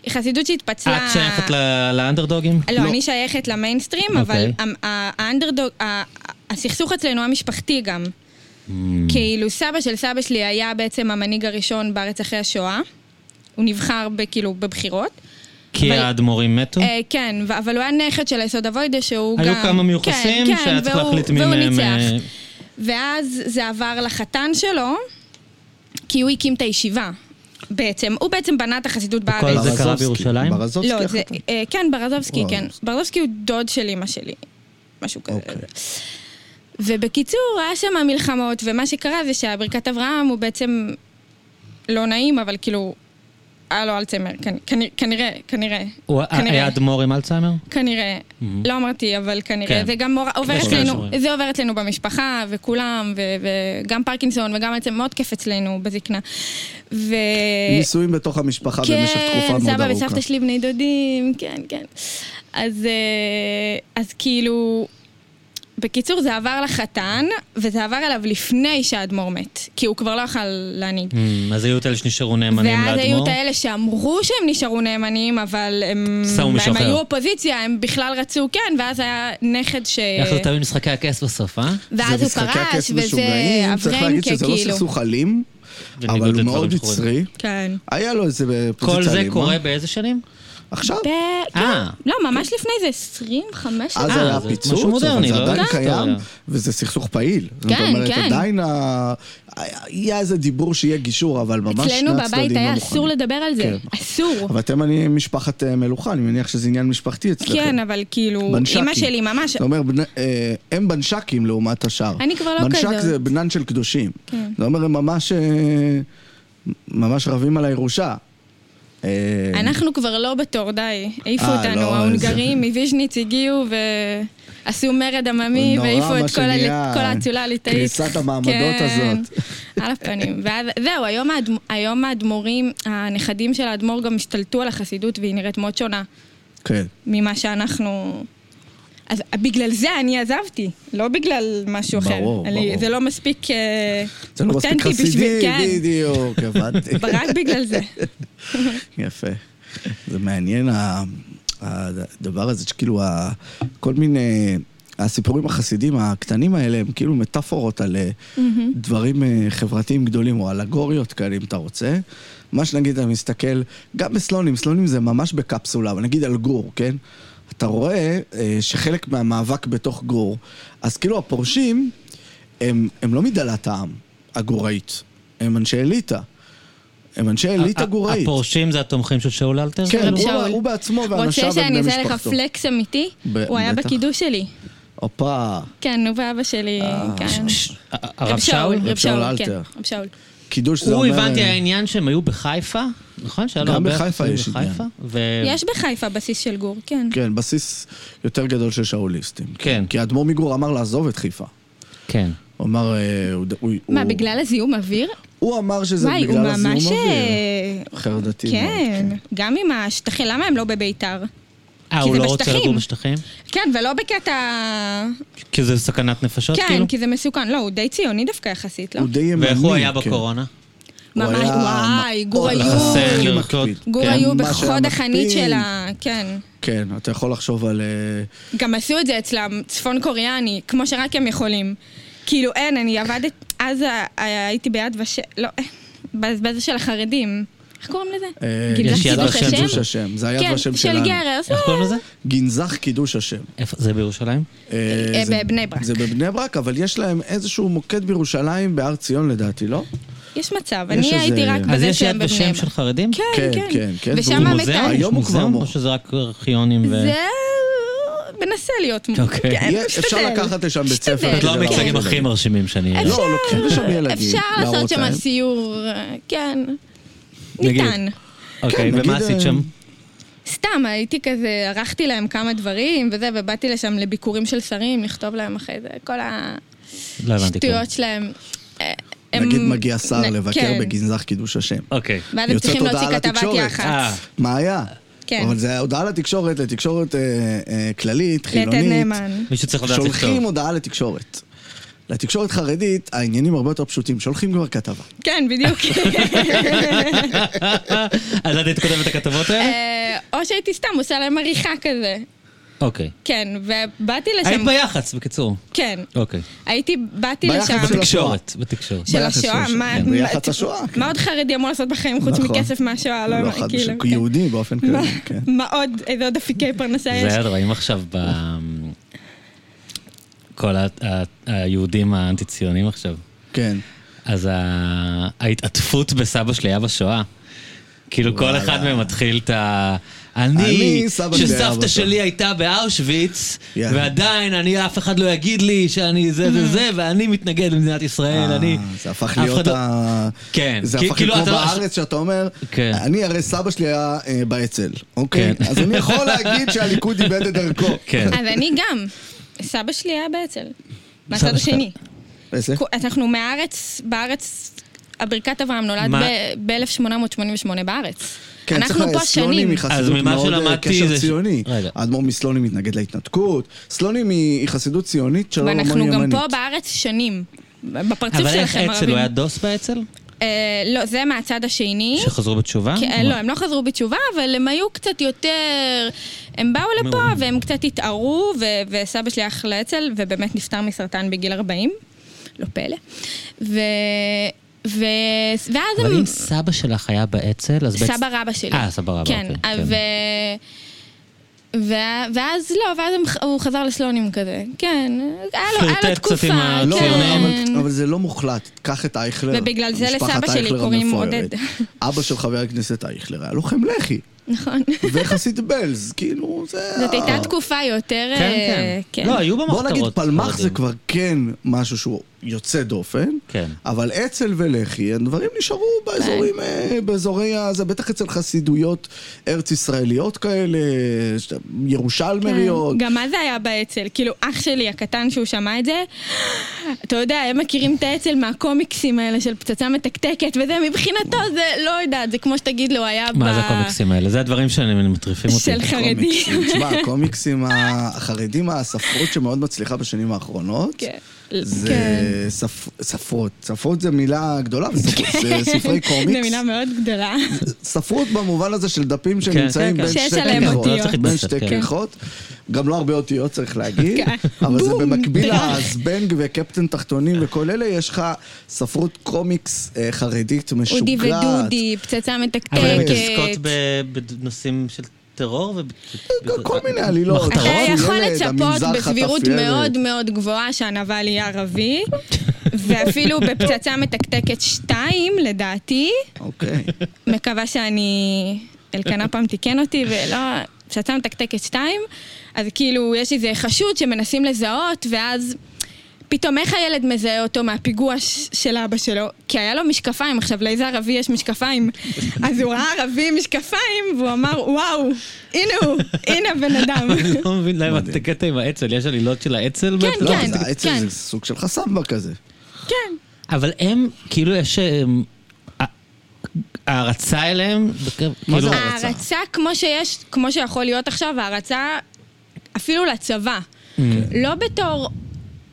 חסידות שהתפצלה...
את שייכת ל- לאנדרדוגים?
לא, אני שייכת למיינסטרים, אבל
אוקיי.
ה- ה- האנדרדוג... ה- ה- הסכסוך אצלנו היה משפחתי גם.
Mm.
כאילו, סבא של סבא שלי היה בעצם המנהיג הראשון בארץ אחרי השואה. הוא נבחר ב- כאילו בבחירות.
כי
אבל-
האדמו"רים מתו?
אה, כן, ו- אבל הוא היה נכד של היסוד אבוידה שהוא
היו
גם...
כמה מיוחסים
כן, כן,
שהיה צריך
והוא-
להחליט מי
והוא
מהם...
ניצח.
אה,
ואז זה עבר לחתן שלו, כי הוא הקים את הישיבה. בעצם, הוא בעצם בנה את החסידות בארץ.
כל זה קרה
ברזובסקי.
בירושלים?
ברזובסקי
לא, זה,
החתן.
אה, כן, ברזובסקי,
וואו.
כן. ברזובסקי הוא דוד של אמא שלי. משהו כזה.
אוקיי.
ובקיצור, היה שם מלחמות, ומה שקרה זה שהברכת אברהם הוא בעצם לא נעים, אבל כאילו, היה לו אלצהיימר, כנ- כנ- כנראה, כנראה,
הוא אה, היה
כנראה.
אדמו"ר עם אלצהיימר?
כנראה. לא אמרתי, אבל כנראה.
כן.
זה גם מור- עובר
יש
אצלנו,
משהו.
זה עובר אצלנו במשפחה, וכולם, ו- וגם פרקינסון, וגם בעצם מאוד כיף אצלנו בזקנה. ו...
נישואים בתוך המשפחה במשך תקופה מאוד ארוכה.
כן, אה, סבא וסבתא שלי בני דודים, כן, כן. אז, אה, אז כאילו... בקיצור, זה עבר לחתן, וזה עבר אליו לפני שהאדמו"ר מת, כי הוא כבר לא יכל להנהיג.
Hmm, אז היו את אלה שנשארו נאמנים לאדמו"ר?
ואז היו את האלה שאמרו שהם נשארו נאמנים, אבל הם,
שמו מישהו
הם
אחר.
היו אופוזיציה, הם בכלל רצו כן, ואז היה נכד ש...
איך זה תמיד משחקי הכס בסוף, אה?
ואז הוא
זה משחקי
פרש,
הכס
וזה
משוגעים, צריך להגיד
אברנקה,
שזה לא
כאילו.
סכסוך אלים,
בניגוד
אבל הוא
לדברים
מאוד
שקורים.
יצרי.
כן.
היה לו איזה פוזיציה
כל זה
אלימה.
קורה באיזה שנים?
עכשיו?
ב- כן.
אה.
לא, ממש לפני זה 25
אז
אה,
היה
זה
פיצוץ,
משהו
אבל
מודרני,
זה
לא?
עדיין
כן.
קיים, וזה סכסוך פעיל. זאת
כן,
אומרת,
כן.
עדיין ה- היה איזה דיבור שיהיה גישור, אבל ממש שני
אצלנו בבית
הצדדים לא
היה אסור
מוכנים.
לדבר על זה.
כן.
אסור.
אבל אתם אני משפחת אה, מלוכה, אני מניח שזה עניין משפחתי אצלכם.
כן, אבל כאילו,
בנשקים.
אימא שלי ממש...
זה אומר, בני- אה, הם בנשקים לעומת השאר.
אני כבר לא
בנשק
כזאת. כן.
זה בנן של קדושים. זה אומר, הם ממש אה, ממש רבים על הירושה. אה,
אנחנו כבר לא בתור, די. העיפו
אה,
אותנו,
לא,
ההונגרים מוויז'ניץ הגיעו ועשו מרד עממי
נורא
והעיפו
מה
את כל ה-
שנהיה,
כל האצולה הליטאית.
קריסת המעמדות
כן,
הזאת.
על הפנים. ואז- זהו, היום האדמ- היום האדמו"רים, הנכדים של האדמו"ר גם השתלטו על החסידות והיא נראית מאוד שונה
כן.
ממה שאנחנו... אז בגלל זה אני עזבתי, לא בגלל משהו אחר.
ברור,
אני-
ברור.
זה לא מספיק אה,
זה לא מספיק
אותנטי בשביל...
חסידי,
כן.
בדיוק, הבנתי.
רק בגלל זה.
יפה. זה מעניין ה- הדבר הזה, שכאילו ה- כל מיני... הסיפורים החסידים הקטנים האלה הם כאילו מטאפורות על אה, דברים אה, חברתיים גדולים או אלגוריות כאלה אם אתה רוצה. מה שנגיד אתה מסתכל, גם בסלונים, סלונים זה ממש בקפסולה, אבל נגיד על גור, כן? אתה רואה אה, שחלק מהמאבק בתוך גור, אז כאילו הפורשים הם, הם לא מדלת העם הגוראית, הם אנשי אליטה. הם אנשי אליטה
ה- ה-
גוראית.
הפורשים זה התומכים של שאול אלתר? כאילו?
כן,
רב
הוא-
שאול.
הוא בעצמו ואנשיו
רוצה שאני
ובני
אעשה לך
משפחתו.
פלקס אמיתי?
ב-
הוא היה
בטח.
בקידוש שלי.
הופה,
כן, הוא ואבא שלי,
אה,
כן.
ה- הרב שאול?
רב
שאול
שאול, כן.
אלתר.
רב שאול.
קידוש זה
הוא
אומר...
הבנתי היה עניין שהם היו בחיפה, נכון? שהיה לו
גם
הרבה
בחיפה
יחסים
יש עניין.
בחיפה, ו-
יש בחיפה בסיס של גור, כן.
כן, בסיס יותר גדול של שאוליסטים.
כן.
כי האדמו"ר מגור אמר לעזוב את חיפה.
כן.
הוא אמר... אה, הוא- הוא-
מה,
הוא-
בגלל הזיהום אוויר?
הוא אמר שזה
וואי, הוא
בגלל הזיהום
ממש...
אוויר.
אה,
חרדתי מאוד.
כן, גם עם השטחים, למה הם לא בביתר?
אה,
כי
הוא
זה
לא רוצה
בשטחים.
לגור בשטחים?
כן, ולא בקטע...
כי זה סכנת נפשות,
כן,
כאילו?
כי זה מסוכן. לא, הוא די ציוני דווקא יחסית, לא?
הוא די ימני.
ואיך הוא היה
כן.
בקורונה?
הוא
ממש,
היה
וואי, גור
מאוד
היו...
לחסן,
מקפיד.
לרקוד.
גור
כן.
היו
מה שהיה
בחוד החנית
מקפיד.
של ה... כן.
כן, אתה יכול לחשוב על... אה,
גם עשו את זה אצלם, צפון קוריאני, כמו שרק הם יכולים. כאילו, אין, אני עבדת, אז ה- ה- הייתי ביד ושם, לא, אה, בז- בזה של החרדים. איך קוראים לזה?
אה,
יש
גנזת
יד
קידוש
ושם,
השם?
קידוש השם. זה היה
כן,
בשם
של אה,
שלנו.
גרס.
איך קוראים לזה?
גנזך קידוש השם.
איפה- זה בירושלים?
אה,
אה,
זה-
בבני ברק.
זה בבני ברק, אבל יש להם איזשהו מוקד בירושלים, בהר ציון לדעתי, לא?
יש מצב,
יש
אני
איזה-
הייתי רק
אז
בזה
יש יד
שהם בבני
ושם
ברק.
של חרדים?
כן,
כן, כן,
כן.
כן,
ושם
והוא
הוא
מה
מוזיאון?
המקיים.
יש
היום הוא כבר
מוזיאון,
מור.
או שזה רק ארכיונים ו...
זה... מנסה להיות מ...
אוקיי.
כן,
יהיה- אפשר
משתדל.
לקחת לשם בית ספר.
משתדל,
את לא
כן.
המיצגים הכי מרשימים שאני...
לא, לוקחים לשם ילדים.
אפשר לעשות
להראות להם.
שם סיור, אה, כן.
נגיד.
ניתן.
אוקיי,
כן, נגיד,
ומה עשית
אה,
שם?
סתם, הייתי כזה, ערכתי להם כמה דברים וזה, ובאתי לשם לביקורים של שרים, לכתוב להם אחרי זה, כל
לא הבנתי כלום.
השטויות שלהם. אה, הם-
נגיד מגיע שר
נ-
לבקר
כן.
בגנזך קידוש השם.
אוקיי.
ואז הם
יוצאת
צריכים
הודעה
להוציא כתבת
לתקשורת.
אה,
יח"צ.
מה היה?
כן.
אבל זה הודעה לתקשורת, לתקשורת אה, אה, כללית,
לתת
חילונית.
נאמן.
מישהו צריך לדעת
שולחים
לכתוב.
הודעה לתקשורת. לתקשורת חרדית, העניינים הרבה יותר פשוטים. שולחים כבר כתבה.
כן, בדיוק.
אה, אז את היית כותבת את הכתבות האלה?
אה, או שהייתי סתם עושה להם עריכה כזה.
אוקיי.
כן, ובאתי לשם...
היית ביח"צ, בקיצור.
כן.
אוקיי.
הייתי, באתי
ביחד
לשם...
של
בתקשורת, בתקשורת.
של
ביחס
השואה,
של-
מה...
כן, ביחס
מה-
לשואה, כן.
מה עוד חרדי אמור לעשות בחיים חוץ
נכון.
מכסף מהשואה? לא,
לא
מה,
חד
כאילו...
משמעי.
כן.
יהודי באופן
מה-
כללי, כן.
מה עוד, איזה עוד אפיקי פרנסה יש?
זה רואים עכשיו ב... כל ה- ה- היהודים האנטי-ציונים עכשיו.
כן.
אז ה... ההתעטפות בסבא שלי היה בשואה. כאילו כל
וואלה.
אחד מהם מתחיל את ה... אני,
אני, סבא שלי היה
שסבתא
בשואה.
שלי הייתה באושוויץ,
יאללה. Mm.
ועדיין אני, אף אחד לא יגיד לי שאני זה זה זה, ואני מתנגד למדינת ישראל,
אה,
כן, אני...
זה הפך
אף
להיות
אחד לא-
ה...
כן,
זה
כי-
הפך
כאילו
להיות
אתה
כמו
לא-
בארץ שאתה אומר,
כן.
אני הרי סבא שלי היה אה, באצ"ל, אוקיי?
כן.
אז אני יכול להגיד שהליכוד איבד את דרכו.
כן.
אז אני גם. סבא שלי היה באצ"ל.
סבא
מהצד
שלך.
השני.
איזה?
כו- אנחנו מהארץ, בארץ, הברכת אברהם נולד
מה-
ב-1888 בארץ.
כן, צריך
אנחנו פה
לה- סלונים
שנים.
היא
אז
חסידות
ממה
מאוד אה,
שלמדתי
קשר
זה ש-
ציוני.
רגע.
האדמו"ר מסלונים מתנגד להתנתקות. סלונים היא היא חסידות ציונית שלא לומר
ואנחנו
ימנית.
גם פה בארץ שנים. בפרצוף
אבל איך
שלכם
אצל,
ערבים.
הוא היה דוס באצל?
אה, לא, זה מהצד השני.
שחזרו בתשובה?
כי- אה, לא, הם לא חזרו בתשובה, אבל הם היו קצת יותר... הם באו לפה
מעולים.
והם קצת התערו, ו- וסבא שלי הלך לאצ"ל, ובאמת נפטר מסרטן בגיל 40. לא פלא. ו... ו... ואז
אבל
הם...
אם סבא שלך היה באצל, אז בעצם...
סבא רבא שלי.
אה, סבא רבא,
כן.
אוקיי,
אה,
כן.
ו... ו- ואז לא, ואז הם ח- הוא חזר לסלונים כזה. כן, היה לו- היה לו
פלרטט קצת
תקופה.
עם ה-
כן.
לא,
הציונים.
אבל- אבל זה לא מוחלט. קח את אייכלר.
ובגלל זה
משפחת
לסבא שלי
אייכלר
קוראים
המפוארת.
עודד.
אבא של חבר הכנסת אייכלר היה לוחם לח"י.
נכון.
וחסיד בלז, כאילו, זה...
זאת
ה-
הייתה תקופה יותר... אה,
אה. כן, כן. לא, היו במחתרות.
בוא נגיד פלמח זה
חרדים.
כבר כן משהו שהוא יוצא דופן,
כן.
אבל אצ"ל ולח"י, הדברים נשארו באזורים, אה, באזורי ה... זה בטח אצל חסידויות ארץ ישראליות כאלה, ש- ירושלמריות.
כן, גם מה זה היה באצ"ל? כאילו, אח שלי הקטן שהוא שמע את זה, אתה יודע, הם מכירים את האצ"ל מהקומיקסים האלה של פצצה מתקתקת, וזה מבחינתו זה, לא יודעת, זה כמו שתגיד לו, היה ב...
מה זה הקומיקסים האלה? זה הדברים שאני מטריפים אותי.
של חרדים.
קומיקסים. תשמע, הקומיקסים החרדים, הספרות שמאוד מצליחה בשנים האחרונות.
כן.
זה
כן.
ספ... ספרות. ספרות זה מילה גדולה, אבל ספרות זה ספרי
זו
קומיקס.
מילה מאוד גדולה.
ספרות במובן הזה של דפים שנמצאים
כן,
בין
כן.
שתי
שיש עליהם
כריכות.
אותיות. לא צריך
להתבסס,
בין שתי
כן.
כריכות. גם לא הרבה אותיות צריך להגיד,
כן.
אבל זה
בום,
במקביל
דרך.
לזבנג וקפטן תחתונים וכל אלה, יש לך ספרות קומיקס אה, חרדית משוגעת.
אודי ודודי, פצצה
אבל הן
מתקתקת.
מתעסקות ב- בנושאים של טרור וב...
כל מיני עלילות.
אה, מחתרות?
אתה
הרוב
יכול
ילד,
לצפות
המנזר חטף
בסבירות
ילד.
מאוד מאוד גבוהה שהנבל יהיה ערבי, ואפילו בפצצה מתקתקת 2, לדעתי.
אוקיי.
מקווה שאני... אלקנה פעם תיקן אותי, ולא... פצצה מתקתקת 2, אז כאילו יש איזה חשוד שמנסים לזהות, ואז... פתאום איך הילד מזהה אותו מהפיגוע ש- של אבא שלו? כי היה לו משקפיים, עכשיו לאיזה ערבי יש משקפיים? אז הוא ראה ערבי עם משקפיים, והוא אמר, וואו, הנה הוא, הנה הבן אדם.
אני לא מבין למה את הקטע עם האצ"ל, יש עלילות של האצ"ל? בעצם?
לא,
כן,
אבל העצם
כן.
זה סוג של חסמבה כזה.
כן.
אבל הם, כאילו יש... אמ, ה- הערצה אליהם? בקרב-
מה
כאילו-
זה הערצה?
הערצה כמו שיש, כמו שיכול להיות עכשיו, הערצה אפילו לצבא.
כן.
לא בתור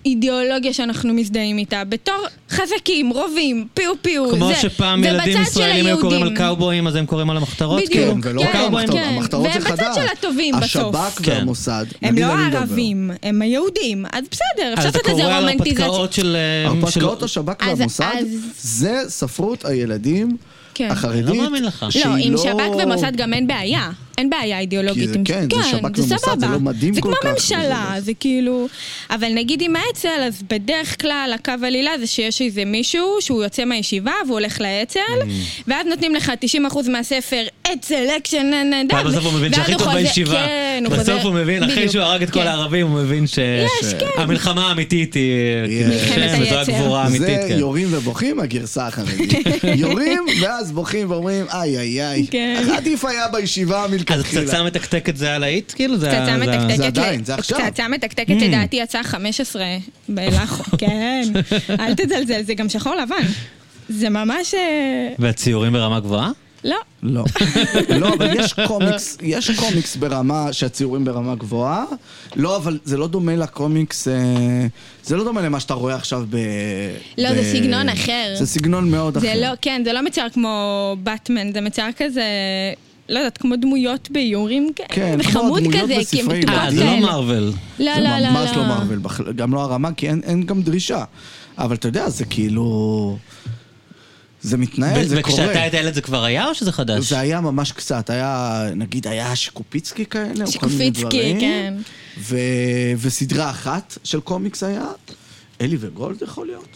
אידיאולוגיה שאנחנו מזדהים איתה, בתור חזקים, רובים, פיו פיו,
כמו
זה.
שפעם
ובצד
ילדים
של
ישראלים היו קוראים על
היהודים.
קאובויים, אז הם קוראים על המחתרות?
בדיוק.
כאילו?
כן, ולא
כן,
רק המחתרות,
כן.
המחתרות זה
והם
חדש.
בצד של הטובים בסוף.
השב"כ
כן.
והמוסד.
הם
נגיד
לא
אני מדבר.
ערבים, הם היהודים. אז בסדר, אפשר
אז אתה
לעשות איזה
קורא על
רומנטיזציה.
הרפתקאות של... אמ,
הרפתקאות
של-
השב"כ
אז-
והמוסד,
אז-
זה ספרות הילדים
כן.
החרדית.
אני לא מאמין לך.
לא,
שהיא
עם שב"כ ומוסד גם אין בעיה. אין בעיה
כי
אידיאולוגית.
זה-
עם-
כן, זה שב"כ ומוסד, זה
סבבה.
לא מדהים כל כך,
זה כמו
וזה
ממשלה,
לא-
זה כאילו... אבל נגיד עם האצ"ל, אז בדרך כלל הקו עלילה זה שיש איזה מישהו שהוא יוצא מהישיבה והוא הולך לאצ"ל, ואז נותנים לך 90% מהספר אצ"ל, אקשן, נה נה נה.
פעם בסוף הוא מבין
ואז
שהכי טוב
חוזר-
בישיבה.
כן, הוא חוזר-
בסוף הוא מבין, אחרי
בדיוק,
שהוא הרג את כל
כן.
הערבים, הוא מבין
יש, כן.
שהמלחמה האמיתית היא...
יש.
כאילו,
מלחמת
השם, וזו
היצר.
הגבורה האמיתית,
זה
כן.
יורים ובוכים, הגרסה החרדית. יורים, ואז בוכים ואומרים, איי, איי, איי.
כן.
עדיף היה בישיבה
אז
מלכתחילה.
פצצה מתקתקת זה הלהיט? כאילו זה...
פצצה
ה- זה ה-
מתקתקת,
זה עדיין,
ל-
זה עכשיו. Mm.
פצצה מתקתקת לדעתי יצאה 15 בלחו, כן. אל תזלזל, זה גם שחור לבן. זה ממש... אה,
והציורים ברמה גבוהה?
לא.
לא. לא, אבל יש קומיקס, יש קומיקס ברמה, שהציורים ברמה גבוהה. לא, אבל זה לא דומה לקומיקס, אה, זה לא דומה למה שאתה רואה עכשיו ב...
לא,
ב-
זה סגנון אחר.
זה סגנון מאוד אחר.
לא זה לא, כן, זה לא מצער כמו באטמן, זה מצער כזה לא יודעת, כמו דמויות ביורים
כן,
כאלה,
כמו
וחמוד
הדמויות
כזה, כי
בספרי
הם
ילדים.
אה,
מטופות
זה לא
כאלה.
מארוול.
לא,
זה
לא, לא.
ממש לא מארוול, בכלל, גם לא הרמה, כי אין, אין גם דרישה. אבל אתה יודע, זה כאילו... זה מתנהל,
ו-
אה, זה קורה.
וכשאתה היית ילד זה כבר היה או שזה חדש?
זה היה ממש קצת, היה, נגיד, היה שקופיצקי כאלה, או כל מיני
שקופיצקי,
דברים.
כן.
ו... וסדרה אחת של קומיקס היה, אלי וגולד יכול להיות.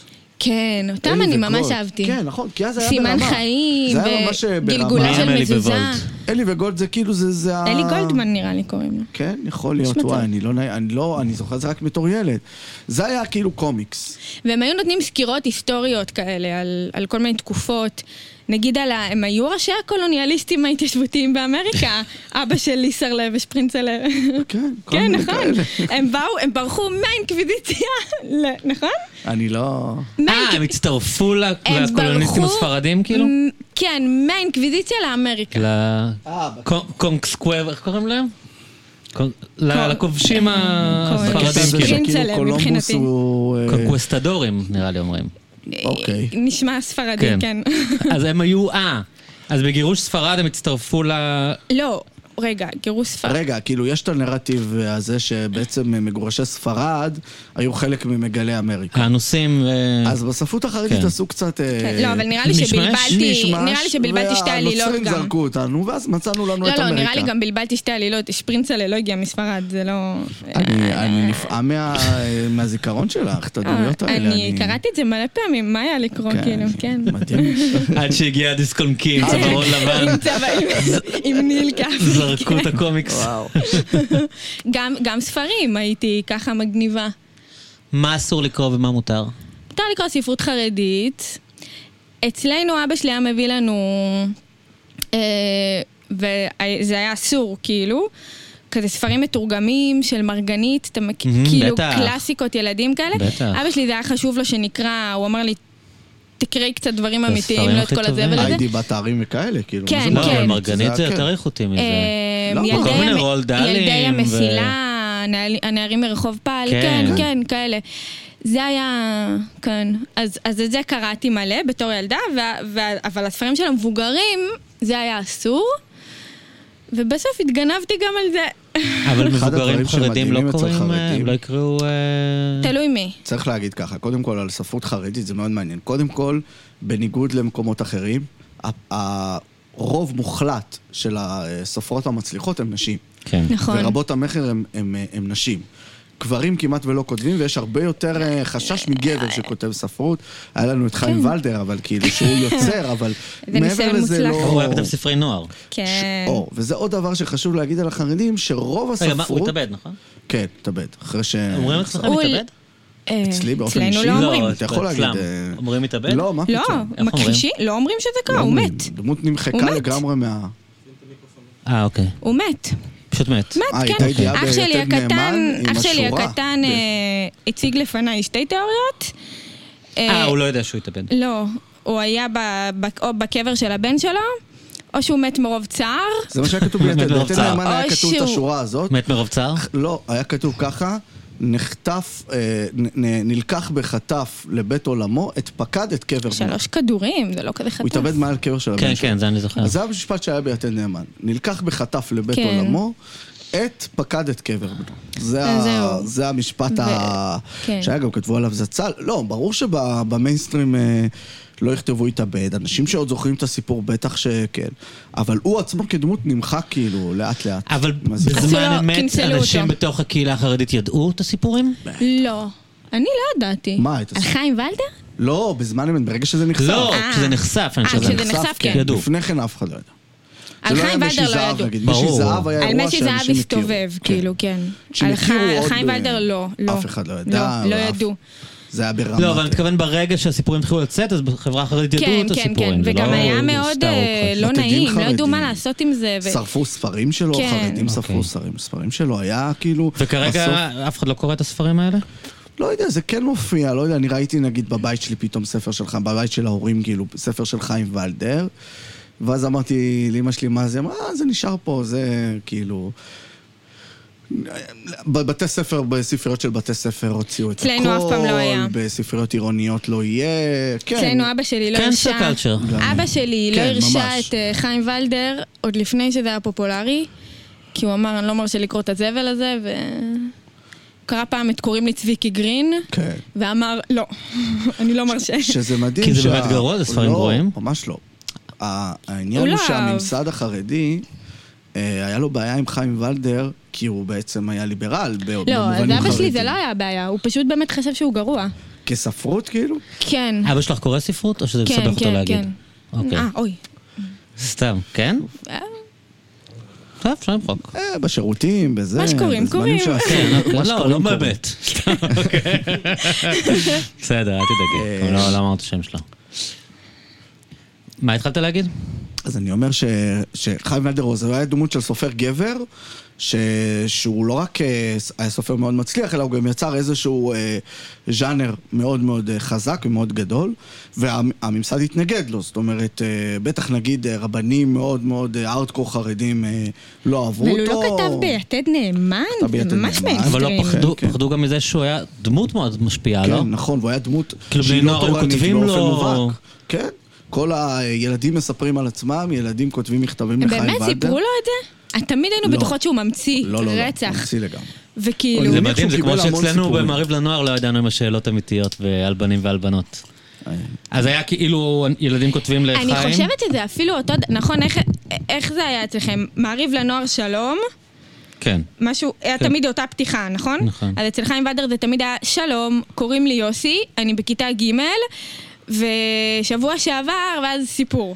כן, אותם
אלי
אני
וגולד.
ממש אהבתי.
כן, נכון, כי אז זה היה
סימן
ברמה.
חיים,
זה היה ממש אה, ברמה.
וגלגולה
מי הם
של
אלי
מזוזה.
וגולד?
אלי וגולד זה כאילו, זה... זה ה-
אלי גולדמן נראה לי קוראים לו.
כן, יכול להיות,
מצב.
וואי, אני לא, נע- אני לא, אני זוכר את זה רק בתור ילד. זה היה כאילו קומיקס.
והם היו נותנים סקירות היסטוריות כאלה על, על כל מיני תקופות. נגיד על ה... הם היו ראשי הקולוניאליסטים ההתיישבותיים באמריקה. אבא של ליסרלב ושפרינצלב.
כן, כל
כן,
מיני
נכון.
כאלה.
הם באו, הם ברחו מהאינקוויזיציה, ל- נכון?
אני
אה,
לא...
הם
מהאינק-
הצטרפו ל-
הם
לקולוניסטים
ברחו-
הספרדים כאילו?
מ- כן, מהאינקוויזיציה לאמריקה.
אה, בק-
לקונקסקוור, איך קוראים להם? קונ- ל- לכובשים
בקטע הזה
הספרדים כאילו.
קונקסקוור.
שכאילו
פרינצלב,
קולומבוס
מבחינתי.
הוא... אה,
קונקווסטדורים נראה לי אומרים.
אוקיי.
נשמע ספרדי,
כן.
כן.
אז הם היו, אה, אז בגירוש ספרד הם הצטרפו ל...
לא, רגע, גירוש ספרד.
רגע, כאילו, יש את הנרטיב הזה שבעצם מגורשי ספרד היו חלק ממגלי אמריקה.
הנוסעים ו...
אה.
אז בספרות החרדית
כן.
עשו קצת... אה,
כן, לא, אבל נראה לי
מישמש?
שבלבלתי,
מישמש,
נראה לי שבלבלתי שתי עלילות
והנוצרים
גם.
זרקו אותנו, ואז מצאנו לנו
לא,
את אמריקה.
לא, נראה לי גם בלבלתי שתי עלילות. שפרינצלה לא הגיע מספרד, זה לא...
אני, אני נפעם מה, מהזיכרון שלך, את הדמויות האלה.
אה, אני קראתי את זה מלא פעמים, מה היה לקרוא,
כן,
כאילו,
אני-
כן.
מדהים.
עד שהגיע הדיסק און קי עם
אה, כן.
צווארון לבן,
עם צבע- עם- עם ניל כף. כן.
זרקו את הקומיקס.
וואו.
גם- גם ספרים הייתי ככה מגניבה.
מה אסור לקרוא ומה מותר?
מותר לקרוא ספרות חרדית. אצלנו אבא שלי היה מביא לנו, אה, וזה היה אסור, כאילו, כזה ספרים מתורגמים של מרגנית, אתה מכ...
מהמם,
כאילו
בטח.
קלאסיקות ילדים כאלה.
בטח.
אבא שלי זה היה חשוב לו שנקרא, הוא אמר לי, תקראי קצת דברים
זה
אמיתיים,
הספרים
לא את
הכי
כל
טובים.
הזבל הזה.
היידי בת הערים וכאלה, כאילו.
כן,
מה זה
כן.
לא,
מגניב?
אבל
זה כן.
מרגנית זה
היה
יותר
כיף.
איכותי מזה.
אה,
למה?
ילדי
כל
מיני
המ-
רולד דהלים
ילדי
ו-
המסילה, הנעל- הנערים מרחוב פעל,
כן.
כן,
כן.
כן, כאלה. זה היה, כן. אז אז את זה קראתי מלא בתור ילדה, וה- וה- אבל הספרים של המבוגרים, זה היה אסור. ובסוף התגנבתי גם על זה.
אבל
אחד
מבוגרים
הדברים
חרדים לא
שמדהימים אצל
קוראים, אה,
חרדים-
הם לא יקראו... אה,
תלוי מי.
צריך להגיד ככה, קודם כל על ספרות חרדית זה מאוד מעניין. קודם כל, בניגוד למקומות אחרים, ה- הרוב מוחלט של הסופרות המצליחות הן נשים.
כן.
נכון.
ורבות המכר הם- הם הם נשים. גברים כמעט ולא כותבים, ויש הרבה יותר אה, חשש מגבר שכותב ספרות. היה לנו את חיים ולדר, אבל כאילו, שהוא יוצר, אבל מעבר
כן. ניסיון
לזה
מוצלח.
לא...
הוא היה כתב ספרי נוער.
כן.
ש- או, וזה עוד דבר שחשוב להגיד על החרדים, שרוב הספרות...
רגע, מה, הוא התאבד, נכון?
כן, התאבד. אחרי ש...
אומרים אצלכם
הוא-
מתאבד?
אה,
אצלי באופן
אצלנו
אישי?
לא
לא,
אומרים.
אתה יכול
אצלם.
להגיד, אה,
אומרים מתאבד?
לא, מה
לא,
פתאום?
איך אומרים?
מכחישים, לא אומרים שזה קרה, הוא
אומרים,
מת.
דמות נמחקה
הוא מת.
לגמרי מה...
אה, אוקיי.
הוא מת.
פשוט מת.
אה,
מת,
הייתה
כן.
ידיעה
אח שלי
ביתד
הקטן,
נאמן עם
אח שלי
השורה.
הקטן
ב-
אה, הציג לפניי שתי תיאוריות.
אה, הוא לא יודע שהוא התאבד.
לא, הוא היה ב- ב- או בקבר של הבן שלו, או שהוא מת מרוב צער.
זה מה שהיה כתוב ביתד.
מת מרוב
ביתד
צער.
נאמן
אוי,
היה כתוב את
שהוא-
השורה הזאת.
מת מרוב צער?
לא, היה כתוב ככה, נחטף, אה, נ- נ- נלקח בחטף לבית עולמו, את פקד את קבר בנו.
שלוש כדורים, זה לא כזה חטף.
הוא התאבד מעל קבר של הבן
כן,
שלו.
כן, זה אני זוכר.
אז זה המשפט שהיה ביתד נאמן. נלקח בחטף לבית
כן.
עולמו, את פקד את קבר בנו. זה,
אז
ה...
זהו.
זה המשפט
ו-
ה...
כן.
שהיה גם כתבו עליו זצ"ל. לא, ברור שבמיינסטרים אה, לא יכתבו התאבד. אנשים שעוד זוכרים את הסיפור בטח שכן. אבל הוא עצמו כדמות נמחק כאילו לאט לאט.
אבל
מה זה?
עשו
בזמן
לו-
אמת
קינסלו
אנשים
לא, אותו.
בתוך הקהילה החרדית ידעו את הסיפורים?
לא, אני לא ידעתי.
מה, את עשית?
חיים ולדר?
לא, בזמן אמת, ברגע שזה נחשף.
לא,
אה.
כשזה נחשף, אני
אה,
חושב.
כשזה נחשף, כן.
ידעו.
לפני כן אף אחד לא ידע.
על
זה לא היה
חיים
משי
ולדר לא
זהב,
ידעו.
נגיד. משי
ברור.
זהב היה
על
אירוע
משי
שאנשים
זהב
הכירו.
הסתובב,
כן.
כאילו, כן. על
שהכירו
חי-
עוד,
חיים
אה,
ולדר לא, לא.
אף אחד לא ידע.
לא, לא
ואף-
ידעו.
זה היה ברמת...
לא, אבל אני מתכוון ברגע שהסיפורים התחילו לצאת, אז בחברה החרדית ידעו
כן,
את
כן, כן,
הסיפורים. זה
וגם
לא
היה מאוד
סתם
אה,
הוכחה.
לא
חרדים.
נעים, לא ידעו מה
חרדים.
לעשות עם זה. ו-
שרפו ספרים שלו,
כן.
חרדים
אוקיי.
שרפו ספרים. ספרים שלו היה כאילו... בסוף-
וכרגע אף אחד לא קורא את הספרים האלה?
אה.
לא יודע, זה כן מופיע, לא יודע, אני ראיתי נגיד בבית שלי פתאום ספר שלך, בבית של ההורים, כאילו, ספר של חיים ולדר, ואז אמרתי לאמא שלי, מה זה? היא אמרה, אה, זה נשאר פה, זה כאילו... בבתי ספר, בספריות של בתי ספר הוציאו את הכל.
אצלנו אף פעם לא היה.
בספריות עירוניות לא יהיה. כן.
אצלנו אבא שלי לא
כן,
הרשה...
זה culture.
גם.
אבא שלי לא
כן,
הרשה
ממש.
את אה, חיים ולדר עוד לפני שזה היה פופולרי, כי הוא אמר, אני לא מרשה לקרוא את הזבל הזה, ו... הוא קרא פעם את קוראים לי צביקי גרין,
כן.
ואמר, לא, אני לא מרשה.
שזה מדהים
כי זה באמת גרוע, זה ספרים
לא,
גרועים?
ממש לא. ה-
הוא
העניין
לא
הוא
אהב.
שהממסד החרדי, אה, היה לו בעיה עם חיים ולדר, כי הוא בעצם היה ליברל ב- במובנים
לא, אז
חרדיים.
אבא שלי זה לא היה הבעיה, הוא פשוט באמת חשב שהוא גרוע.
כספרות, כאילו?
כן,
אבא שלך קורא ספרות, או שזה
כן,
מסבך אותו
כן,
להגיד?
כן.
אה, אוקיי.
אה, אוי.
סתם, כן?
אה,
טוב, אפשר למחוק.
אה, בשירותים, בזה.
מה שקוראים,
בזמנים
קוראים.
שעשו,
כן, אוקיי.
מה
לא,
שקוראים,
לא
קוראים.
בבית. סתם, אוקיי. בסדר, אל תדאגי.
אה.
גם לא לא אמרת שם שלו. מה התחלת להגיד?
אז אני אומר ש... שחיים ולדרוז, הוא היה דמות של סופר גבר, ש... שהוא לא רק אה, ס- היה סופר מאוד מצליח, אלא הוא גם יצר איזשהו אה, ז'אנר מאוד מאוד אה, חזק ומאוד גדול, והממסד התנגד לו, זאת אומרת, אה, בטח נגיד אה, רבנים מאוד מאוד אה, ארדקור חרדים אה, לא אהבו
אבל הוא לא
אותו.
כתב ביתד נאמן?
כתב
זה
ביתד
ממש
נאמן.
אבל לא
מיינסטרים.
כן,
פחדו,
כן.
פחדו גם מזה שהוא היה דמות מאוד משפיעה,
כן,
לא?
נכון, והוא היה דמות
כאילו,
שהיא
בני
לא
נוער היו
תורנית
כותבים
באופן
לו-
מובהק. כן, כל הילדים מספרים על עצמם, ילדים כותבים מכתבים
הם
לחיים ולדר.
באמת סיפרו לו את זה? תמיד היינו
לא.
בטוחות שהוא ממציא
לא, לא, לא,
רצח.
ממציא לגמרי.
וכאילו,
אני
זה
מניח
מדהים,
שהוא
זה כמו
קיבל המון
שאצלנו
סיפורים.
במעריב לנוער לא ידענו עם השאלות אמיתיות ועל בנים ועל בנות. אז היה כאילו ילדים כותבים לחיים.
אני חושבת שזה אפילו אותו... ד- נכון, איך- איך זה היה אצלכם? מעריב לנוער שלום,
כן.
משהו, היה
כן.
תמיד אותה פתיחה, נכון?
נכון.
אז אצל חיים ודר זה תמיד היה, שלום, קוראים לי יוסי, אני בכיתה ג' ושבוע שעבר, ואז סיפור.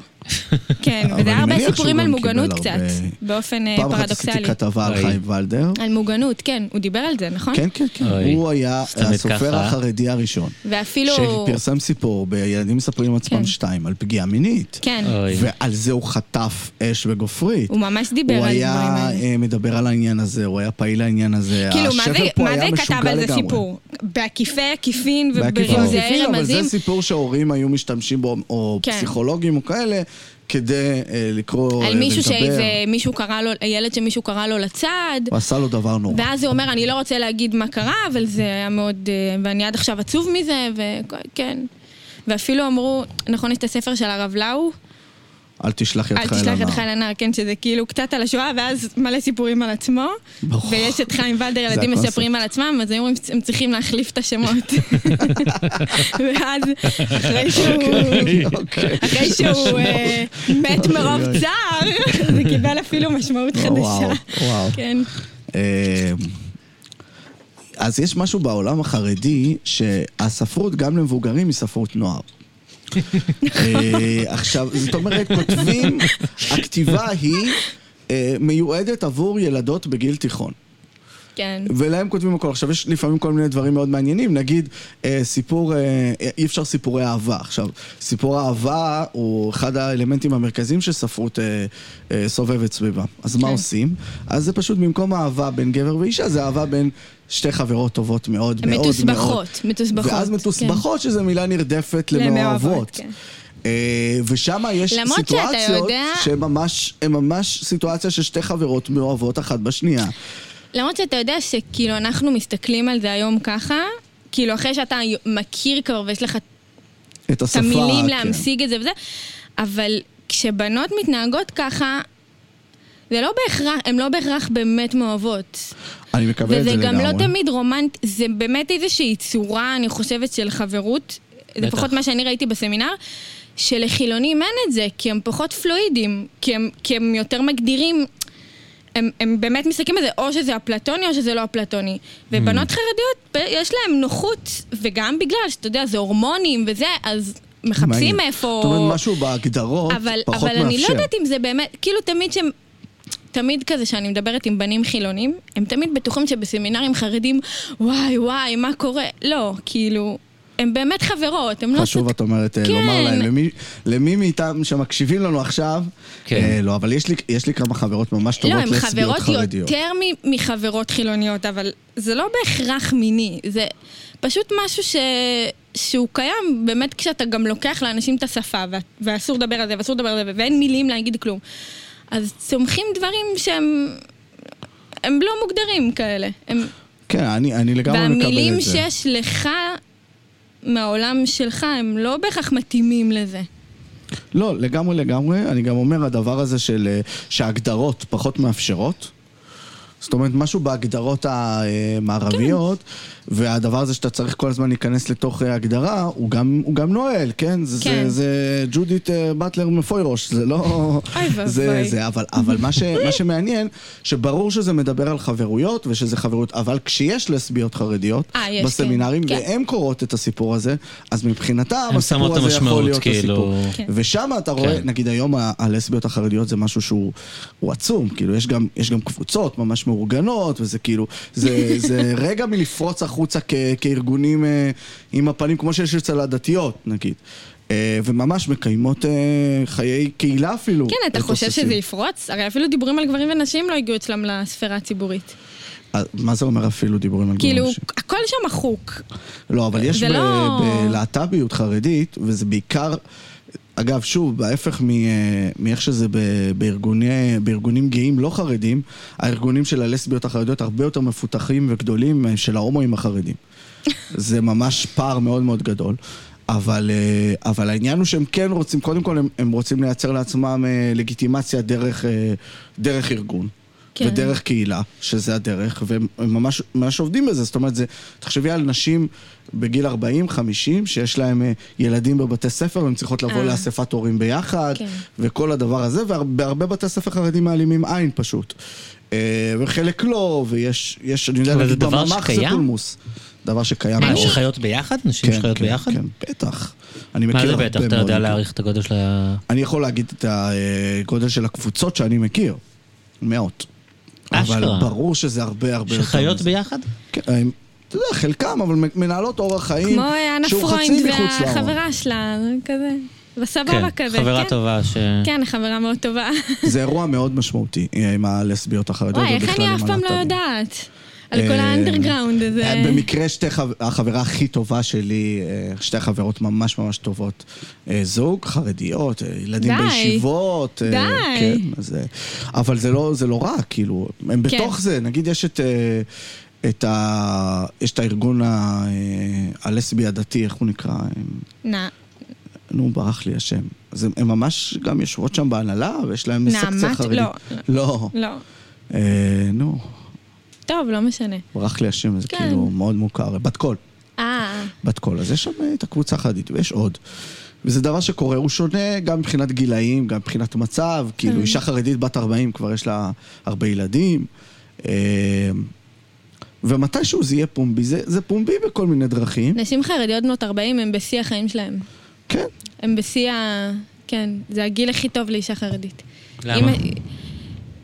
כן,
אבל
וזה היה
אני
הרבה
מניח
סיפורים
שהוא
על
גם קיבל
מוגנות
הרבה-
קצת, באופן אה,
פעם אחת עשיתי
פרדוקסלי.
כתבה על
אוי.
חיים ולדר.
על מוגנות, כן, הוא דיבר על זה, נכון?
כן, כן, כן.
אוי,
הוא היה
סתמית
הסופר
ככה.
החרדי הראשון.
ואפילו...
שפרסם סיפור בילדים מספרים על עצמם
לא. כן.
שתיים, על פגיעה מינית.
כן,
אוי.
ועל זה הוא חטף אש וגופרית.
הוא ממש דיבר על
הוא
הדברים
היה
האלה.
אה, מדבר על העניין הזה, הוא היה פעיל לעניין הזה.
כאילו, מה
השפל
זה-
אה, פה
מה
היה
זה כתב
משוגע
על זה
לגמרי.
סיפור? בעקיפי עקיפין
בעקיפה
וברמזי
עקיפין, אבל זה
רמזים?
סיפור שההורים היו משתמשים בו, או
כן.
פסיכולוגים או כאלה, כדי אה, לקרוא אה,
על מישהו
ולדבר.
שאיזה מישהו קרא לו, ילד שמישהו קרא לו לצד,
הוא עשה לו דבר נורא.
ואז הוא אומר, אני לא רוצה להגיד מה קרה, אבל זה היה מאוד, אה, ואני עד עכשיו עצוב מזה, וכן. ואפילו אמרו, נכון, יש את הספר של הרב לאו,
אל תשלח ידך
אל
אל
תשלח את
הנער.
חייל הנער, כן, שזה כאילו קצת על השואה, ואז מלא סיפורים על עצמו.
ברור.
ויש את חיים ולדר, ילדים
הקונספט.
מספרים על עצמם, אז היו אומרים, הם צריכים להחליף את השמות. ואז, אחרי שהוא...
אה,
אוקיי.
אחרי שהוא אה, מת מרוב צער, זה קיבל אפילו משמעות
וואו,
חדשה.
וואו.
כן.
אה, אז יש משהו בעולם החרדי שהספרות גם למבוגרים היא ספרות נוער. אה, עכשיו, זאת אומרת, כותבים, הכתיבה היא אה, מיועדת עבור ילדות בגיל תיכון.
כן.
ולהם כותבים הכל. עכשיו, יש לפעמים כל מיני דברים מאוד מעניינים, נגיד, אה, סיפור, אה, אי אפשר סיפורי אהבה. עכשיו, סיפור אהבה הוא אחד האלמנטים המרכזיים שספרות אה, אה, סובבת סביבה. אז מה
כן.
עושים? אז זה פשוט במקום אהבה בין גבר ואישה, זה אהבה בין שתי חברות טובות מאוד, מאוד, מאוד.
מתוסבכות, מתוסבכות.
ואז
כן.
מתוסבכות, שזו מילה נרדפת
למאוהבות,
למאוהבות.
כן.
אה, ושם יש
למרות שאתה
סיטואציות
יודע-
שהן ממש, הן ממש סיטואציה ששתי חברות מאוהבות אחת בשנייה.
למרות שאתה יודע שכאילו אנחנו מסתכלים על זה היום ככה, כאילו אחרי שאתה מכיר כבר ויש לך
את
את
השפה.
המילים
כן.
להמשיג את זה וזה, אבל כשבנות מתנהגות ככה, זה לא בהכרח, הן לא בהכרח באמת מאוהבות.
אני מקבל את זה
וזה
לגמרי.
גם לא תמיד רומנט, זה באמת איזושהי צורה, אני חושבת, של חברות. זה
בטח.
פחות מה שאני ראיתי בסמינר, שלחילונים אין את זה, כי הם פחות פלואידים, כי הם, כי הם יותר מגדירים, הם, הם באמת מסתכלים על זה, או שזה אפלטוני או שזה לא אפלטוני.
Mm.
ובנות חרדיות, ב- יש להן נוחות, וגם בגלל שאתה יודע, זה הורמונים וזה, אז מחפשים
מהיר.
איפה...
זאת אומרת, משהו בהגדרות
אבל,
פחות
אבל
מאפשר.
אני לא יודעת אם זה באמת, כאילו תמיד שהם... תמיד כזה שאני מדברת עם בנים חילונים, הם תמיד בטוחים שבסמינרים חרדים, וואי וואי, מה קורה? לא, כאילו, הם באמת חברות, הם לא...
חשוב,
סוד-
את אומרת, אה, לומר
כן.
להם, למי- למי מאיתם שמקשיבים לנו עכשיו,
כן.
אה, לא, אבל יש לי- יש לי כמה חברות ממש
לא,
טובות
הם
לסביות
חברות
חרדיות.
יותר מ- מחברות חילוניות, אבל זה לא בהכרח מיני, זה פשוט משהו ש... שהוא קיים באמת כשאתה גם לוקח לאנשים את השפה, ו... ואסור לדבר על זה, ואסור לדבר על זה, ואין מילים להגיד כלום. אז צומחים דברים שהם... הם לא מוגדרים כאלה. הם,
כן, אני, אני לגמרי מקבל את זה.
והמילים שיש לך מהעולם שלך, הם לא בהכרח מתאימים לזה.
לא, לגמרי לגמרי. אני גם אומר, הדבר הזה של... אה, שההגדרות פחות מאפשרות. זאת אומרת, משהו בהגדרות המערביות, כן. והדבר הזה שאתה צריך כל הזמן להיכנס לתוך אה, הגדרה, הוא גם, הוא גם נועל, כן? זה,
כן.
זה, זה ג'ודית אה, באטלר מפוירוש, זה לא...
אוי ואבוי.
זה, זה, אבל, אבל מה, ש, מה שמעניין, שברור שזה מדבר על חברויות, ושזה חברות, אבל כשיש לסביות חרדיות
אה, יש, כן.
בסמינרים,
כן.
והן קוראות את הסיפור הזה, אז מבחינתם
הן
הסיפור
שמות את
הזה יכול
המשמעות,
להיות
כאילו...
הסיפור.
כן.
ושם אתה רואה,
כן.
נגיד היום ה- הלסביות החרדיות זה משהו שהוא הוא עצום, כאילו יש גם, יש גם קבוצות ממש מאורגנות, וזה כאילו, זה, זה רגע מלפרוץ החוצה כ, כארגונים אה, עם הפנים, כמו שיש אצל הדתיות, נגיד. אה, וממש מקיימות אה, חיי קהילה אפילו.
כן, אתה חושב
מתבססים.
שזה יפרוץ? הרי אפילו דיבורים על גברים ונשים לא הגיעו אצלם לספירה הציבורית.
אה, מה זה אומר אפילו דיבורים על גברים
כאילו,
נשים?
הכל שם מחוק.
לא, אבל יש
זה
ב-
לא-
בלהט"ביות חרדית, וזה בעיקר, אגב, שוב, בהפך מ- אה, מאיך שזה ב- בארגוני, בארגונים גאים לא חרדים, הארגונים של הלסביות החרדיות הרבה יותר מפותחים וגדולים משל ההומואים החרדים. זה ממש פער מאוד מאוד גדול. אבל, אה, אבל העניין הוא שהם כן רוצים, קודם כל הם, הם רוצים לייצר לעצמם אה, לגיטימציה דרך, אה, דרך ארגון.
כן.
ודרך קהילה, שזה הדרך, והם הם ממש, ממש עובדים בזה. זאת אומרת, זה, תחשבי על נשים בגיל 40-50, שיש להם אה, ילדים בבתי ספר, והן צריכות לבוא
אה.
לאספת הורים ביחד,
כן.
וכל הדבר הזה, ובהרבה בתי ספר חרדים מעלימים עין פשוט. אה, וחלק לא, ויש, יש, אני יודע,
אבל זה
נגיד
דבר
בממ"ח זה
שקיים? אה,
פולמוס. דבר שקיים.
מה,
מאוד.
שחיות ביחד? נשים שחיות ביחד?
כן, בטח. אני מכיר
מה זה
הרבה
בטח? אתה
מאוד כן.
יודע
מקרים.
להעריך את הגודל של ה...
אני יכול להגיד את הגודל של הקבוצות שאני מכיר. מאות.
אשכרה.
אבל ברור שזה הרבה הרבה יותר.
שחיות
מזה.
ביחד?
כן, הם- אתה יודע, חלקם, אבל מנהלות אורח חיים
כמו אה, אנה
שהוא
פרוינד
חצי מחוץ לארון.
והחברה שלה, זה כזה. בסבבה כזה,
חברה
כן?
טובה ש...
כן, חברה מאוד טובה.
זה אירוע מאוד משמעותי אה, עם הלסביות החרדיות
וואי, איך
ובכלל עם
אני אף פעם לא
הלהט"בים.
יודעת? על כל
אה,
האנדרגראונד הזה.
אה, במקרה שתי חב... החברה הכי טובה שלי, אה, שתי חברות ממש ממש טובות. אה, זוג, חרדיות, אה, ילדים
די.
בישיבות. אה,
די.
כן, אז, אה, אבל זה לא, זה לא רע, כאילו, הם
כן.
בתוך זה, נגיד יש את... אה, את ה... יש את הארגון ה... אה, הלסבי הדתי, איך הוא נקרא? הם-
נע-
נו, ברח לי השם. אז הם, הם ממש גם יושבות שם בהנהלה, ויש להם סקציה
נעמת?
חרדית.
לא.
לא.
לא.
אה, נו,
טוב, לא משנה.
ברח לי השם, זה
כן.
כאילו מאוד מוכר. בת קול.
אה,
בת קול. אז יש שם אה, את הקבוצה החרדית, ויש עוד. וזה דבר שקורה, הוא שונה גם מבחינת גילאים, גם מבחינת מצב, כאילו אישה חרדית בת 40 כבר יש לה הרבה ילדים. אה, ומתישהו זה יהיה פומבי, זה, זה פומבי בכל מיני דרכים.
נשים חרדיות בנות 40 הן בשיא החיים שלהם.
כן,
הם בשיא ה... כן, זה הגיל הכי טוב לאישה חרדית.
למה?
אמא-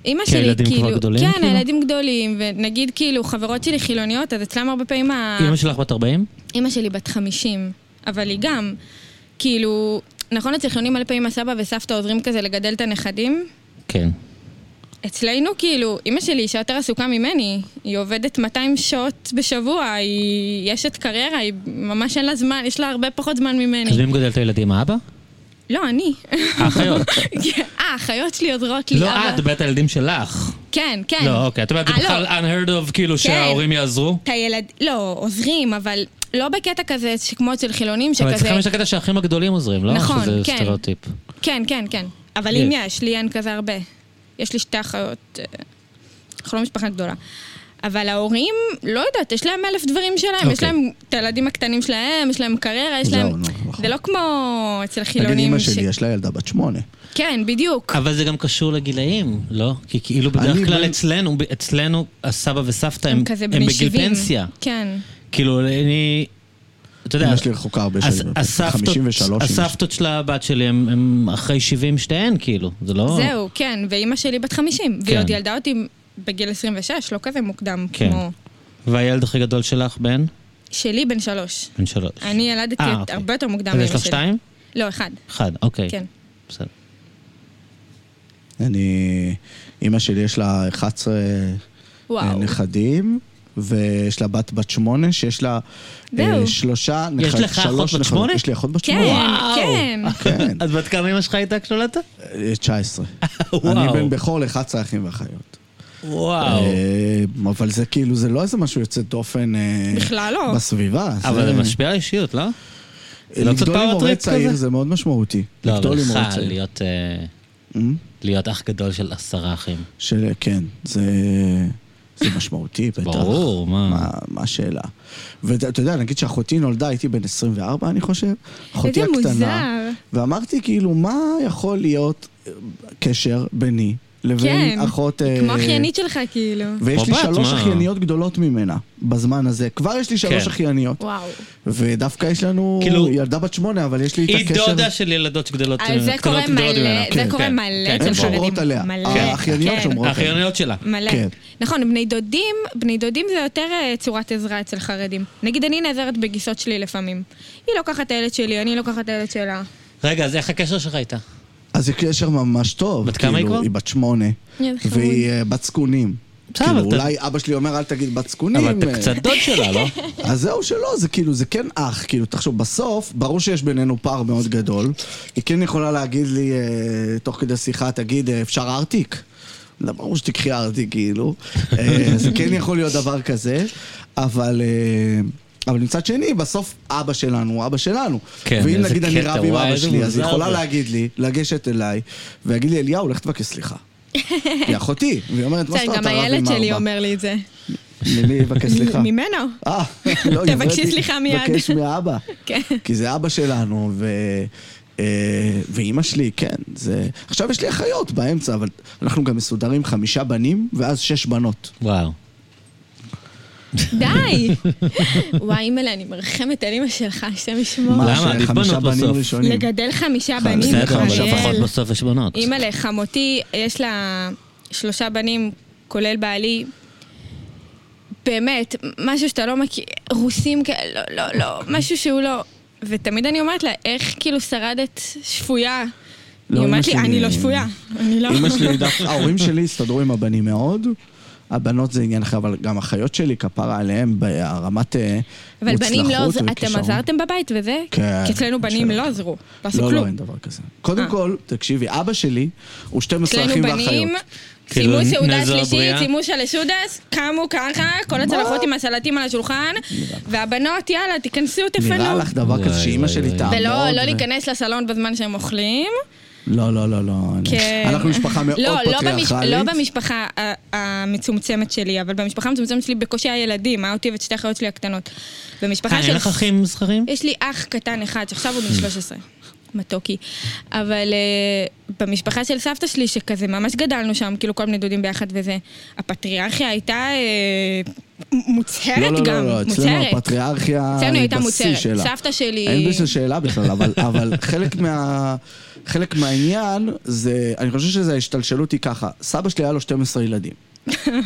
אמא
כי
שלי, כאילו...
הילדים כבר גדולים,
כן,
כאילו?
הילדים גדולים, ונגיד כאילו חברות שלי חילוניות, אז אצלם הרבה פעמים ה...
אימא שלך בת 40?
אימא שלי בת 50, אבל היא גם, כאילו, נכון אצל חילונים מלא פעמים הסבא וסבתא עוזרים כזה לגדל את הנכדים?
כן.
אצלנו, כאילו, אימא שלי אישה יותר עסוקה ממני, היא עובדת 200 שעות בשבוע, היא אשת קריירה, היא ממש אין לה זמן, יש לה הרבה פחות זמן ממני.
אז מי מגדל את הילדים? האבא?
לא, אני.
האחיות.
כן, אה, האחיות שלי עוזרות לי.
לא
אבל-
את, בית הילדים שלך.
כן, כן.
לא, אוקיי. את אומרת, זה
אה, לא. כן.
בכלל unheard of, כאילו שההורים יעזרו?
את הילד... לא, עוזרים, אבל לא בקטע כזה שכמו אצל חילונים,
אבל אצלכם
שכזה...
יש את הקטע שהאחים הגדולים עוזרים, לא?
נכון,
שזה
כן.
סטריאוטיפ.
כן, כן, כן. אבל אם
יש.
יש, לי אין כזה הרבה. יש לי שתי אחיות, אה, אנחנו לא משפחה גדולה. אבל ההורים, לא יודעת, יש להם אלף דברים שלהם, יש
אוקיי.
להם את הילדים הקטנים שלהם, יש להם קריירה, יש
זהו,
להם...
נו, נכון.
זה לא כמו אצל
נגיד
חילונים.
אימא
ש-
שלי, יש לה ילדה בת שמונה.
כן, בדיוק.
אבל זה גם קשור לגילאים, לא? כי כאילו בדרך
אני
כלל
בין-
אצלנו, אצלנו הסבא וסבתא הם
הם כזה
הם
בני
בגיל
70.
פנסיה.
כן.
כאילו, אני... אתה יודע...
אימא שלי רחוקה הרבה
הס-
שנים. אוקיי.
הסבתות-
53 אימא שלי.
הסבתות של הבת שלי הם- הם אחרי 70 שתיהן, כאילו. זה לא...
זהו, כן, ואימא שלי בת 50,
כן.
והיא עוד ילדה אותי בגיל 26, לא כזה מוקדם
כן.
כמו...
והילד הכי גדול שלך, בן?
שלי בן שלוש.
בן שלוש.
אני ילדתי
אה,
את-
אוקיי.
הרבה יותר מוקדם
אז
מאמא
יש
שלי.
לך שתיים?
לא, אחד,
אחד, אוקיי.
כן.
בסדר.
אני... אימא שלי יש לה 11
וואו.
נכדים, ויש לה בת בת שמונה, שיש לה
זהו.
אה, שלושה נכדים.
יש לך אחות בת שמונה?
יש לי אחות בת
כן,
שמונה.
כן.
כן.
אז בת כמה אמא שלך הייתה כשנולדת?
אה, 19.
וואו.
אני בן בכור ל-11 אחים ואחיות.
וואו.
אה, אבל זה כאילו, זה לא איזה משהו יוצא דופן... אה,
בכלל לא.
בסביבה.
אבל זה משפיע על האישיות, לא? זה לא קצת
לגדול עם הורה
פאוורטריפ
צעיר
כזה?
זה מאוד משמעותי.
לא,
לגדול
אבל
עם הורה
לך
צעיר.
להיות, אה,
אמ?
להיות אח גדול של עשרה אחים.
של- כן, זה... זה משמעותי, בטח.
ברור, מה?
מה, מה השאלה? ואתה יודע, נגיד שאחותי נולדה, הייתי בן 24, אני חושב. אחותי
איזה
הקטנה.
מוזר.
ואמרתי, כאילו, מה יכול להיות אה, קשר ביני לבין
כן.
אחות... אה,
כמו אחיינית שלך, כאילו.
ויש
כמו
לי
בת,
שלוש
מה?
אחייניות גדולות ממנה בזמן הזה. כבר יש לי שלוש
כן.
אחייניות.
וואו.
ודווקא יש לנו
כאילו-
ילדה בת שמונה, אבל יש לי את
היא
הקשר...
דודה של ילדות שגדלות,
אה, זה
אה,
קורה
קטנות גדולות
מלא,
ממנה.
זה
כן,
קורה
כן,
מלא
כן,
אצל
הן
הן
חרדים.
שומרות עליה.
מלא.
האחייניות
כן.
שומרות עליה.
האחייניות שלה.
מלא.
כן.
נכון, בני דודים, בני דודים זה יותר אה, צורת עזרה אצל חרדים. נגיד, אני נעזרת בגיסות שלי לפעמים. היא לוקחת את הילד שלי, אני לוקחת את הילד שלה.
רגע, אז איך הקשר שלך איתה?
אז זה קשר ממש טוב.
בת כמה היא
כאילו,
כבר?
היא בת שמונה.
יא, זה
והיא אה, בת זקונים.
בסדר,
כאילו,
אבל אתה-
אולי אבא שלי אומר, אל תגיד בת זקונים.
אבל אתה
אה,
קצת דוד שלה, לא?
אז זהו שלא, זה כאילו, זה כן אח, כאילו, תחשוב, בסוף, ברור שיש בינינו פער מאוד גדול. היא כן יכולה להגיד לי, אה, תוך כדי שיחה, תגיד, אה, אפשר ארטיק? לא, ברור שתקחי ארטיק, כאילו. אה, זה כן יכול להיות דבר כזה, אבל... אה, אבל מצד שני, בסוף אבא שלנו הוא אבא שלנו.
כן,
ואם
איזה
נגיד אני
קטע,
רב עם
וואי,
אבא
איזה
שלי, אז היא
מוזר
יכולה
זה.
להגיד לי, לגשת אליי, ולהגיד לי, אליהו, לך תבקש סליחה. היא אחותי, והיא אומרת, מה זאת
בסדר,
אומרת,
כן, גם
אתה רב עם ארבע?
הילד שלי אומר לי את זה.
ממי יבקש סליחה?
ממנו.
אה, לא,
תבקשי
הבנתי.
סליחה מיד.
בקש מאבא.
כן.
כי זה אבא שלנו, ו... אה, ואימא שלי, כן, זה... עכשיו יש לי אחיות באמצע, אבל אנחנו גם מסודרים חמישה בנים, ואז שש בנות.
וואו.
די! וואי, אימא'לה, אני מרחמת על אימא שלך, השם ישמור.
מה,
למה? עדיף
שחמישה
בנות
בנים
בסוף.
ראשונים.
לגדל חמישה בנים,
בסדר, אבל
אריאל.
לפחות בסוף יש בנות.
אימא'לה, חמותי, יש לה שלושה בנים, כולל בעלי. באמת, משהו שאתה לא מכיר, רוסים כאלה, לא, לא, לא, משהו שהוא לא... ותמיד אני אומרת לה, איך כאילו שרדת שפויה?
לא,
היא אומרת לי,
אמא שלי-
אני לא שפויה. אני לא...
אימא שלי, דווקא- ההורים שלי הסתדרו עם הבנים מאוד. הבנות זה עניין אחר, אבל גם אחיות שלי, כפרה עליהן ברמת אה,
אבל
מוצלחות
בנים לא, עוז- אתם
וכישרון.
עזרתם בבית וזה?
כן,
כי אצלנו בנים
שאלה.
לא עזרו, לא עשו
לא, לא,
כלום.
אין דבר כזה. קודם
אה.
כל, תקשיבי, אבא שלי הוא 12
אצלנו
אחים ואחיות.
בנים,
כאילו,
סיימו סעודה
נזו
שלישית,
הבריאה.
סיימו שלשודס, קמו ככה, כל
אה?
הצלחות עם הסלטים על השולחן, והבנות, יאללה, תיכנסו,
נראה
תפנו.
לך דבר כזה
וואי,
שאימא
וואי,
שלי
וואי.
תעמוד?
ולא לא
ו-
להיכנס לסלון בזמן שהם אוכלים.
לא, לא, לא, לא. אני-
כן.
אנחנו משפחה מאוד
לא, לא במש-
פטריארכלית.
לא במשפחה ה- המצומצמת שלי, אבל במשפחה המצומצמת שלי בקושי היה ילדים, היה אותי ואת שתי החיות שלי הקטנות.
אה,
במשפחה
אין
של...
לך אחים זכרים?
יש לי אח קטן אחד, שעכשיו
Hmm.
הוא בן 13. מתוקי. אבל uh, במשפחה של סבתא שלי, שכזה ממש גדלנו שם, כאילו כל מיני דודים ביחד וזה, הפטריארכיה הייתה uh, מוצהרת
לא, לא,
גם.
לא, לא, אצלנו
מוצהרת.
הפטריארכיה
אצלנו
היא
הייתה
בשיא
מוצהרת.
שלה.
סבתא שלי...
אין בזה שאלה בכלל, אבל- אבל חלק מה... חלק מהעניין זה, אני חושב שזה ההשתלשלות היא ככה, סבא שלי היה לו 12 ילדים,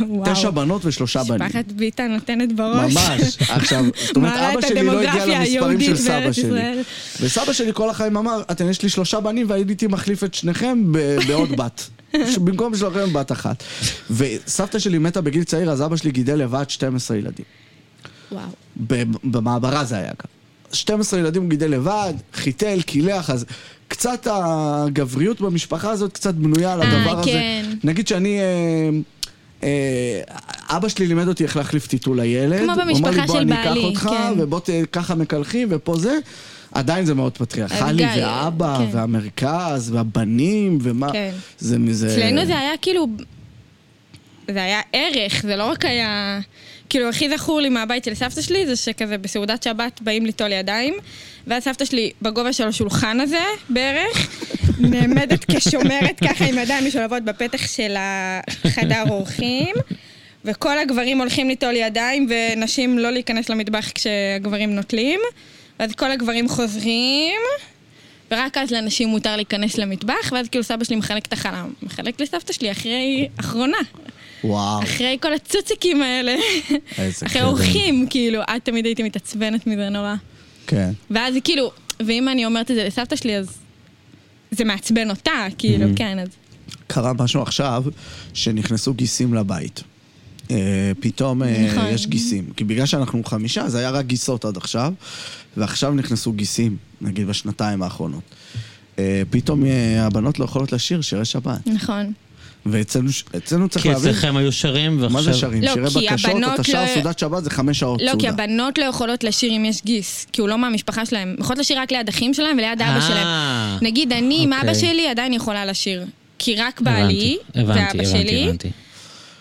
וואו.
תשע בנות ושלושה בנים.
משפחת ביטן נותנת בראש.
ממש, עכשיו, זאת אומרת,
מעלה את
אבא שלי לא הגיע
הדמוגרפיה
למספרים של
היהודית
סבא
בארץ
שלי.
ישראל.
וסבא שלי כל החיים אמר, אתם, יש לי שלושה בנים והייתי מחליף את שניכם ב- בעוד בת. ש- במקום שלכם בת אחת. וסבתא שלי מתה בגיל צעיר, אז אבא שלי גידל לבד 12 ילדים.
וואו.
ב- במעברה זה היה גם. 12 ילדים הוא גידל לבד, חיתל, קילח, אז קצת הגבריות במשפחה הזאת קצת בנויה על
אה,
הדבר הזה.
כן.
נגיד שאני... אה, אה, אבא שלי לימד אותי איך להחליף טיטול לילד.
כמו במשפחה של
הוא אמר לי, בוא אני
בעלי",
אקח אותך,
כן.
ובוא ת- ככה מקלחים, ופה זה. עדיין זה מאוד פטריארכלי,
אביגיל,
והאבא,
כן.
והמרכז, והבנים, ומה...
כן.
זה מזה...
אצלנו זה היה כאילו... זה היה ערך, זה לא רק היה... כאילו, הכי זכור לי מהבית של סבתא שלי, זה שכזה בסעודת שבת באים ליטול ידיים, ואז סבתא שלי בגובה של השולחן הזה בערך, נעמדת כשומרת ככה עם ידיים משולבות בפתח של החדר אורחים, וכל הגברים הולכים ליטול ידיים, ונשים לא להיכנס למטבח כשהגברים נוטלים, ואז כל הגברים חוזרים, ורק אז לנשים מותר להיכנס למטבח, ואז כאילו סבא שלי מחלק את החלם. מחלק לסבתא שלי אחרי אחרונה.
וואו,
אחרי כל הצוציקים האלה.
איזה
אחרי
קרן.
אורחים, כאילו, את תמיד הייתי מתעצבנת מזה נורא.
כן.
ואז היא כאילו, ואם אני אומרת את זה לסבתא שלי, אז זה מעצבן אותה, כאילו,
Mm-hmm.
כן, אז...
קרה משהו עכשיו, שנכנסו גיסים לבית. אה, פתאום אה,
נכון.
יש גיסים. כי בגלל שאנחנו חמישה, אז היה רק גיסות עד עכשיו, ועכשיו נכנסו גיסים, נגיד בשנתיים האחרונות. אה, פתאום אה, הבנות לא יכולות לשיר שירי שבת.
נכון.
ואצלנו אצלנו צריך
כי
להבין,
אצלכם היו שרים, ועכשיו...
מה זה שרים?
לא,
שירי
כי
בקשות,
הבנות
אתה שר
לא-
סעודת שבת זה חמש שעות
לא, כי
סעודה.
הבנות לא יכולות לשיר אם יש גיס, כי הוא לא מהמשפחה שלהם. הן יכולות לשיר רק ליד אחים שלהם וליד אבא
אה,
שלהם. נגיד, אני עם אבא
אוקיי.
שלי עדיין יכולה לשיר. כי רק בעלי
הבנתי,
ואבא
הבנתי, הבנתי,
שלי,
הבנתי.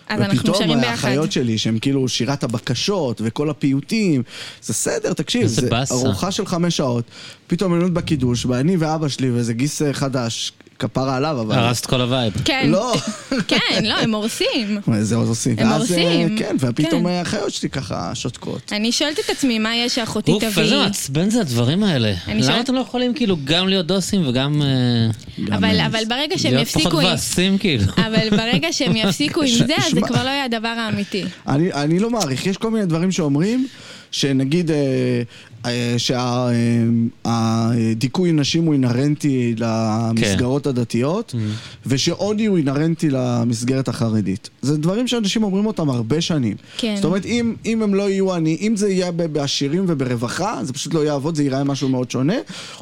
אז אנחנו שרים
ופתאום
ביחד.
האחיות שלי, שהן כאילו שירת הבקשות וכל הפיוטים, זה סדר, תקשיב,
איזה
זה
באסה.
ארוחה של חמש שעות, פתאום אני עומד בקידוש, ואני ואבא שלי ואיזה גיס אה, חדש, כפרה עליו, אבל...
הרסת כל הווייב.
כן,
לא.
כן, לא, הם הורסים.
זה עוד עושים.
הם
ואז, אה,
הורסים.
כן, ופתאום
כן.
האחיות שלי ככה שותקות.
אני שואלת את עצמי, מה יש שאחותי
אוף,
תביא?
איזה מעצבן זה הדברים האלה. למה
שואלת-
אתם לא יכולים כאילו גם להיות דוסים וגם אה,
אבל, אבל ברגע שהם
להיות פחות
יפסיקו אה, עם...
דבסים כאילו?
אבל ברגע שהם יפסיקו עם זה, אז זה
שמע.
כבר לא יהיה הדבר האמיתי.
אני, אני לא מעריך, יש כל מיני דברים שאומרים, שנגיד אה, אה, שהדיכוי נשים הוא אינהרנטי למסגרות כן. הדתיות,
Mm-hmm.
ושעוני הוא אינהרנטי למסגרת החרדית. זה דברים שאנשים אומרים אותם הרבה שנים.
כן.
זאת אומרת, אם, אם הם לא יהיו עניים, אם זה יהיה ב- בעשירים וברווחה, זה פשוט לא יעבוד, זה ייראה משהו מאוד שונה,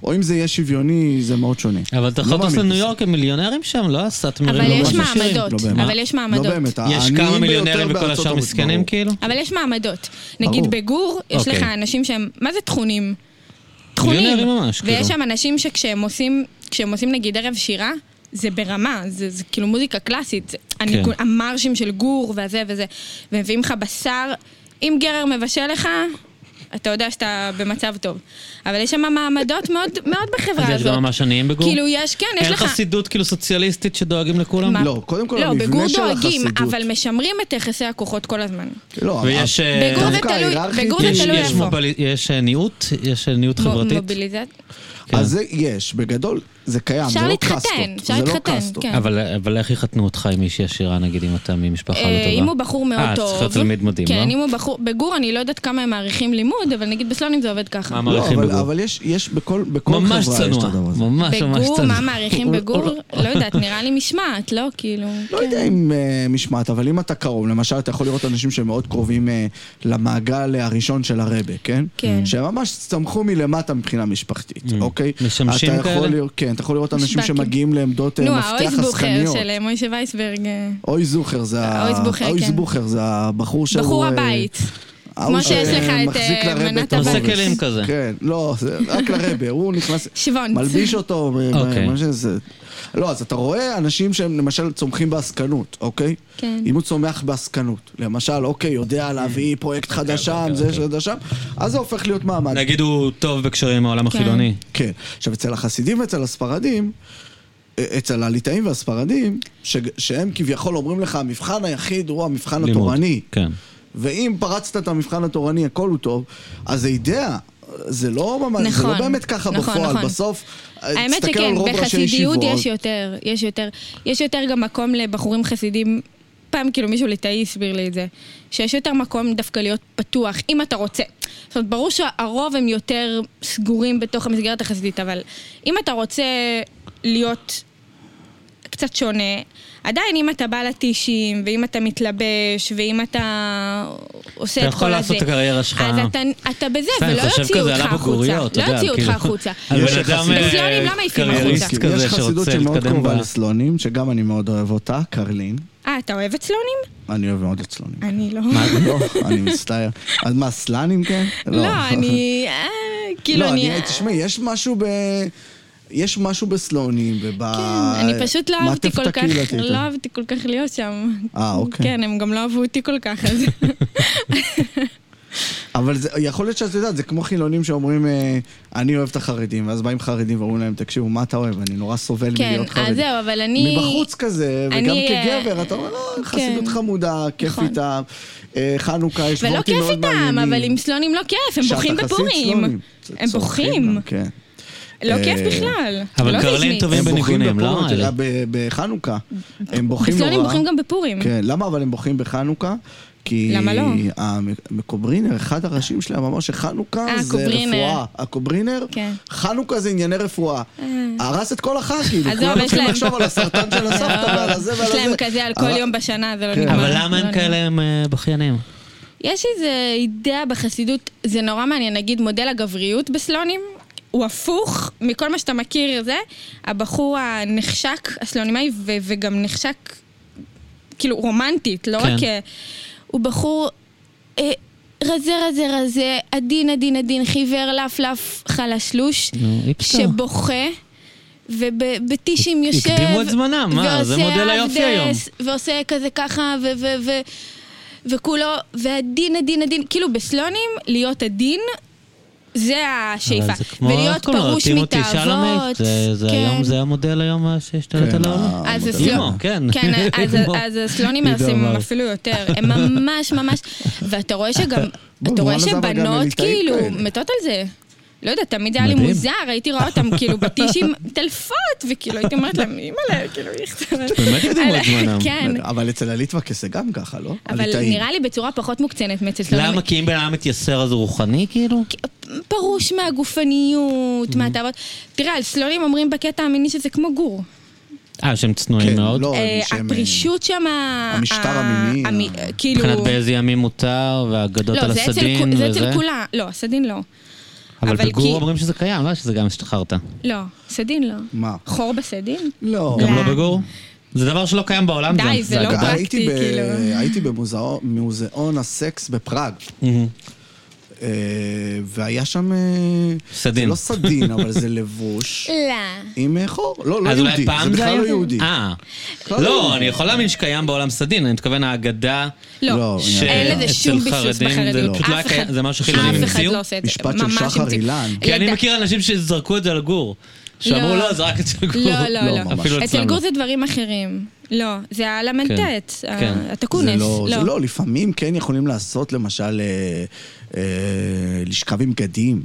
או אם זה יהיה שוויוני, זה מאוד שונה.
אבל אתה יכול
לא
לטוס
מאמין
לניו
בזה.
יורק, הם מיליונרים שם, לא הסאטמרים.
אבל
לא
יש
משהו
ממש.
שהם.
מעמדות.
לא באמת.
אבל יש מעמדות.
לא באמת,
יש
העניים
כמה
ביותר
מיליונרים וכל
בארצות
השאר
הברית,
מסכנים
ברור.
כאילו?
אבל יש מעמדות. נגיד
ברור.
בגור, יש
אוקיי.
לך אנשים שהם, מה זה תכונים? תכונים.
מיליונרים ממש, כאילו.
ויש שם אנשים שכשהם עושים, כשהם עושים נגיד ערב שירה, זה ברמה, זה, זה כאילו מוזיקה קלאסית. זה
כן.
הניגון- המרשים של גור והזה וזה. ומביאים לך בשר, אם גרר מבשל לך... אתה יודע שאתה במצב טוב. אבל יש שם מעמדות מאוד, מאוד בחברה
אז
הזאת.
יש גם ממש עניים בגור?
כאילו יש, כן, יש
אין
לך...
חסידות כאילו סוציאליסטית שדואגים לכולם?
מה?
לא, קודם כל
לא,
המבנה
בגור
של
דואגים,
החסידות.
אבל משמרים את יחסי הכוחות כל הזמן.
לא,
ויש... אה,
בגור זה
דווקא
תלוי-
ההיררכית
בגור זה
יש-
תלוי
יש
איפה.
מובלי- יש אה, ניעות? יש אה,
לא,
ניעות חברתית?
מוביליזציה.
כן.
אז זה יש, בגדול, זה קיים, זה
אפשר
לא
להתחתן,
קאסטות.
אפשר
זה לא
להתחתן,
קאסטות.
כן.
אבל, אה, אבל איך יחתנו אותך עם מישהי עשירה, נגיד, אם אתה ממשפחה לא
אה,
טובה?
אם הוא בחור מאוד
אה,
טוב.
צריך להיות תלמיד מדהים,
כן,
לא?
אם הוא בחור... בגור אני לא יודעת כמה הם מעריכים לימוד, אבל נגיד בסלונים זה עובד ככה.
מה
לא,
מעריכים
אבל,
בגור?
אבל יש, יש בכל, בכל חברה
ממש
יש את
צנוע,
הדבר הזה.
ממש ממש
בגור,
צנוע.
מה מעריכים
הוא-
בגור?
הוא-
לא יודעת, נראה לי משמעת, לא? כאילו...
לא
כן.
יודע אם uh, משמעת, אבל אם אתה קרוב, למשל, אתה יכול לראות אנשים שמאוד קרובים uh, למעגל הראשון של הרבה, כן?
כן.
שממש צמחו מלמטה מבחינה משפחתית, אוקיי?
Mm. משמשים
אתה יכול
כאלה?
לראות- כן, אתה יכול לראות אנשים
משב"קים.
שמגיעים לעמדות אה,
נו,
מפתח
האויזבוכר
חסכניות.
של אה, מוישה וייסברג. אה,
אוי זוכר זה ה-
האויזבוכר, כן.
האויזבוכר זה הבחור שהוא...
בחור
אה,
הבית.
ההוא
כמו שיש לך את,
שמחזיק
אה,
לרבה
מנת
את
הבית.
הבורס.
עושה כלים כזה.
כן, לא, זה רק לרבה, הוא נכנס...
שוונץ.
מלביש אותו, ב-
אוקיי.
מה שזה. לא, אז אתה רואה אנשים שהם למשל צומחים בעסקנות, אוקיי?
כן.
אם הוא צומח בעסקנות, למשל, אוקיי, יודע להביא פרויקט חדש שם, זה חדש שם, אז זה הופך להיות מעמד.
אוקיי, נגיד הוא טוב בקשרים עם העולם
כן.
החילוני.
כן. עכשיו, אצל החסידים ואצל הספרדים, א- אצל הליטאים והספרדים, ש- שהם כביכול אומרים לך, המבחן היחיד הוא המבחן
לימוד.
התורני.
כן.
ואם פרצת את המבחן התורני, הכל הוא טוב, אז זה אידאה. זה לא ממש, זה
נכון,
לא באמת ככה
נכון,
בפועל.
נכון.
בסוף,
האמת
אה, תסתכל על
שכן,
רוב ראשי
בחסידיות
ישיבות.
יש יותר, יש יותר. יש יותר גם מקום לבחורים חסידים. פעם כאילו מישהו ליטאי הסביר לי את זה. שיש יותר מקום דווקא להיות פתוח, אם אתה רוצה. זאת אומרת, ברור שהרוב הם יותר סגורים בתוך המסגרת החסידית, אבל אם אתה רוצה להיות קצת שונה, עדיין אם אתה בא לטישים, ואם אתה מתלבש, ואם אתה עושה
אתה
את כל הזה,
יכול לעשות את הקריירה שלך.
אז אתה, אתה בזה,
סתם,
ולא
אני חושב
לא יוציאו
כזה על
אותך החוצה.
הבוגרויות, אתה
לא
יודע,
יוציאו אותך
כאילו.
החוצה.
על
יש
בן
לך
אדם
חסידות.
אה,
בסלונים למה מעיפים
קרייריסט
החוצה?
כזה
יש חסידות
שרוצה
שמאוד
להתקדם
קרובה
ב...
לסלונים, שגם אני מאוד אוהב אותה, קרלין.
אה, אתה אוהב את סלונים?
אני אוהב מאוד את סלונים.
אני לא.
לא, אני מצטער. אז מה, סלנים כן?
לא, אני... אה, כאילו,
לא,
אני...
אני... תשמעי, יש משהו ב... יש משהו בסלונים וב...
כן, אני פשוט לא אהבתי כל
אה, מעטפת
כך,
הקהילתית.
לא אהבתי כל כך להיות שם.
אה, אוקיי.
כן, הם גם לא אהבו אותי כל כך, אז...
אבל זה, יכול להיות שאת יודעת, זה כמו חילונים שאומרים, אה, אני אוהב את החרדים, ואז באים חרדים ואומרים להם, תקשיבו, מה אתה אוהב? אני נורא סובל
כן,
מלהיות חרדי.
אז זהו, אבל אני...
מבחוץ כזה, וגם
אני, אה,
כגבר, אתה אומר, "אה, חסידות
כן.
חמודה, כיף
נכון.
איתם, אה, חנוכה, יש
ולא
וורטים
כיף
מאוד
איתם,
מעניינים.
אבל עם סלונים לא כיף, הם
שאתה
בוכים
חסיד
בפורים.
סלונים.
הם
צורכים
בוכים.
גם, כן.
לא
אה,
כיף בכלל.
אבל
לא
קרלין
דיסני.
טובים.
הם בוכים
בניגונים, לא?
בפורים, אתה יודע,
אלה.
ב- בחנוכה. הם בוכים נורא.
בסלונים בוכים גם בפורים.
כן, למה אבל הם בוכים בחנוכה? כי...
למה לא?
הקוברינר, אחד הראשים שלהם אמר שחנוכה
אה,
זה
הקוברינר.
רפואה. הקוברינר,
כן. אה.
חנוכה זה ענייני רפואה. הרס את כל הח"כים,
עזוב,
כולם
יש
מתחילים
להם-
לחשוב על הסרטן של הסבתא ועל הזה ועל
יש
הזה.
להם כזה על כל
אבל-
יום בשנה, זה לא
כן.
נגמר.
אבל למה הם
לא נגמר.
כאלה הם אה, בכיינים?
יש איזו אידאה בחסידות, זה נורא מעניין, נגיד מודל הגבריות בסלונים, הוא הפוך מכל מה שאתה מכיר זה, הבחור הנחשק, הסלונימאי, ו- וגם נחשק כאילו רומנטית, לא
כן.
רק... אה, הוא בחור אה, רזה רזה רזה, עדין עדין עדין, חיוור לפלף חלשלוש,
נו, היפסטר.
שבוכה, ובטישים יושב...
הקדימו את זמנם, מה? זה
ועושה
מודל היופי היום.
אבדס, ועושה כזה ככה, ו... ו, ו וכולו, ועדין, עדין, עדין, כאילו בסלונים, להיות עדין, זה השאיפה.
אבל זה כמו, איך
ולהיות
קוראים לו?
פרוש
טימותי
מתאהבות.
שלומט? זה- זה
כן.
היום, זה המודל היום אה, שהשתלט
כן,
על העולם?
ה-
אז
המודל.
הסלונים,
אימו, כן.
כן, אז-
אימו.
אז הסלונים
עידו
מנסים
אמר.
אפילו יותר, הם ממש ממש, ואתה רואה שגם, אתה רואה
במובן הזה, אבל גם
שבנות
לליטאים
כאילו
כאלה.
מתות על זה. לא יודעת, תמיד היה לי
מדהים.
מוזר, הייתי רואה אותם כאילו בטישים מטלפות, וכאילו הייתי אומרת להם, אימא'לה, כאילו, איך זה...
באמת הקדימו את זמנם.
כן,
אבל אצל הליטווקס זה גם ככה, לא?
אבל
הליטאים.
נראה לי בצורה פחות מוקצנת מאצל סלונים.
למה? כי אם בן אדם מתייסר אז הוא רוחני כאילו?
פרוש
Mm-hmm.
מהגופניות, מהתאוות. תראה, על סלונים אומרים בקטע המיני שזה כמו גור.
אה, שהם צנועים
כן,
מאוד?
לא,
אה,
הם שם-
הפרישות שם... ה-
המשטר
ה-
המיני, אה.
המי-
ה-
כאילו...
מבחינת באיזה ימים מותר, והאגדות על
לא, זה אצל
הסדין
כו- זה
וזה?
אצל כולם. לא, סדין לא.
אבל
אבל
בגור
כי-
אומרים שזה קיים, לא שזה גם השתחררת.
לא, סדין לא.
מה?
חור בסדין?
לא.
גם
לא.
לא בגור? זה דבר שלא קיים בעולם
די,
גם.
זה
אגב.
לא פרקטי,
הייתי ב-
כאילו. Mm-hmm.
הייתי במוזיאון הסקס בפראג. אה, והיה שם... אה,
סדין.
זה לא סדין, אבל זה לבוש
לא.
עם אה, חור. לא, לא
אז
יהודי.
אולי פעם
זה
זה
בכלל
היה?
לא יהודי.
אה.
בכלל לא
לא,
יהודי.
אני יכול להאמין שקיים בעולם סדין, אני מתכוון האגדה.
לא,
לא,
ש-
אין
אצל
לזה שום ביסוס
חרדים
בחרדים.
זה פשוט לא היה
אף
קיים,
אחד-
זה משהו חילונים
אף אחד
המציאו?
לא עושה את זה.
משפט של
ממש
שחר
המציאו.
אילן.
כי אני
ידע-
מכיר אנשים שזרקו את זה על גור. שאמרו
לא.
לא, זה רק אצל גור.
לא, לא,
לא, ממש.
אפילו
אצל גור
אצלנו.
זה דברים אחרים. לא, זה הלמלטט,
כן.
ה-
זה
הטקונס.
לא, זה
לא.
לא, לפעמים כן יכולים לעשות למשל אה, אה, לשכב עם בגדים.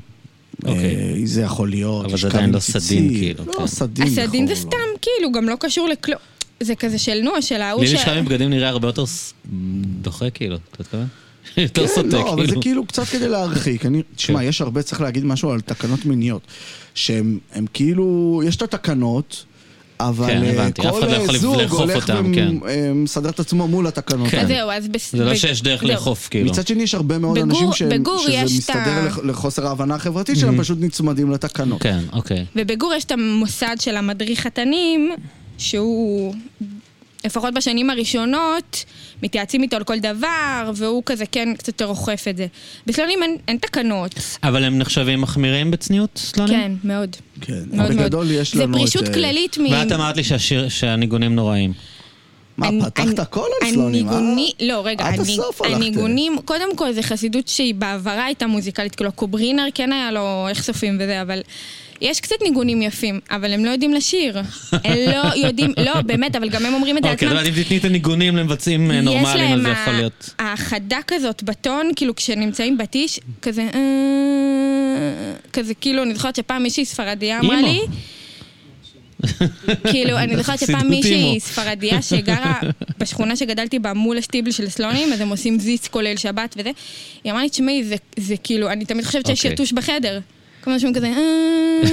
אוקיי.
אה, זה יכול להיות,
אבל זה
לשכב
עדיין
עם
לא
ציצית.
סדין, כאילו, כן.
לא, סדין.
הסדין זה
לכאורה, לא.
סתם, כאילו, גם לא קשור לכלום. זה כזה של נוע, של ההוא
לי
ש...
לשכב עם בגדים נראה הרבה יותר ס- דוחה כאילו, אתה מתכוון? יותר סוטה
כן,
כאילו.
לא, אבל זה כאילו קצת כדי להרחיק. אני, תשמע,
כן.
יש הרבה, צריך להגיד משהו על תקנות מיניות. שהן הן כאילו, יש את התקנות, אבל
כן,
אה,
הבנתי. אף
כל
אחד לא יכול
אה, זוג
לאכוף
הולך
אותם, כן.
ומסדר את עצמו מול התקנות.
כן.
אז
האלה.
זהו, אז... בס-
זה לא
ב-
שיש דרך
זהו.
לאכוף כאילו.
מצד שני, יש הרבה מאוד
בגור-
אנשים שהם,
בגור יש
שזה
את
מסתדר
ה-
לח- לחוסר ההבנה החברתית, שהם פשוט נצמדים לתקנות.
Mhm. כן, אוקיי.
ובגור יש את המוסד של המדריך התנים, שהוא, לפחות בשנים הראשונות, מתייעצים איתו על כל דבר, והוא כזה כן קצת יותר אוכף את זה. בסלונים אין, אין תקנות.
אבל הם נחשבים מחמירים בצניעות, סלונים?
כן, מאוד.
כן,
מאוד מאוד.
בגדול יש לנו
זה
את...
פרישות
אה,
כללית מ...
ואת אמרת לי שהשיר- שהניגונים נוראים.
מה,
אני-
פתחת
אני-
הכל על סלונים, אה?
הניגוני- לא, רגע,
עד
הניג-
הסוף הלכת.
הניגונים, קודם כל זה חסידות שהיא בעברה הייתה מוזיקלית, כאילו הקוברינר כן היה לו איכסופים וזה, אבל יש קצת ניגונים יפים, אבל הם לא יודעים לשיר. הם לא יודעים, לא, באמת, אבל גם הם אומרים את זה
אוקיי,
לעצמם.
זאת אומרת, אם תתני את הניגונים למבצעים אה,
יש
נורמליים, אז
להם
זה
ה-
יכול להיות...
החדה כזאת בטון, כאילו כשנמצאים בטיש, כזה... אה, כזה כאילו, אני זוכרת שפעם מישהי ספרדיה אמרה
אימו.
לי... כאילו, אני זוכרת שפעם
חסידות אימו.
מישהי ספרדיה שגרה בשכונה שגדלתי בה מול השטיבל של סלונים, אז הם עושים זיץ כולל שבת וזה, היא אמרה לי, תשמעי, זה- זה כאילו, אני תמיד חושבת שיש
אוקיי.
יתוש בחדר. כמו שהם כזה... "אה,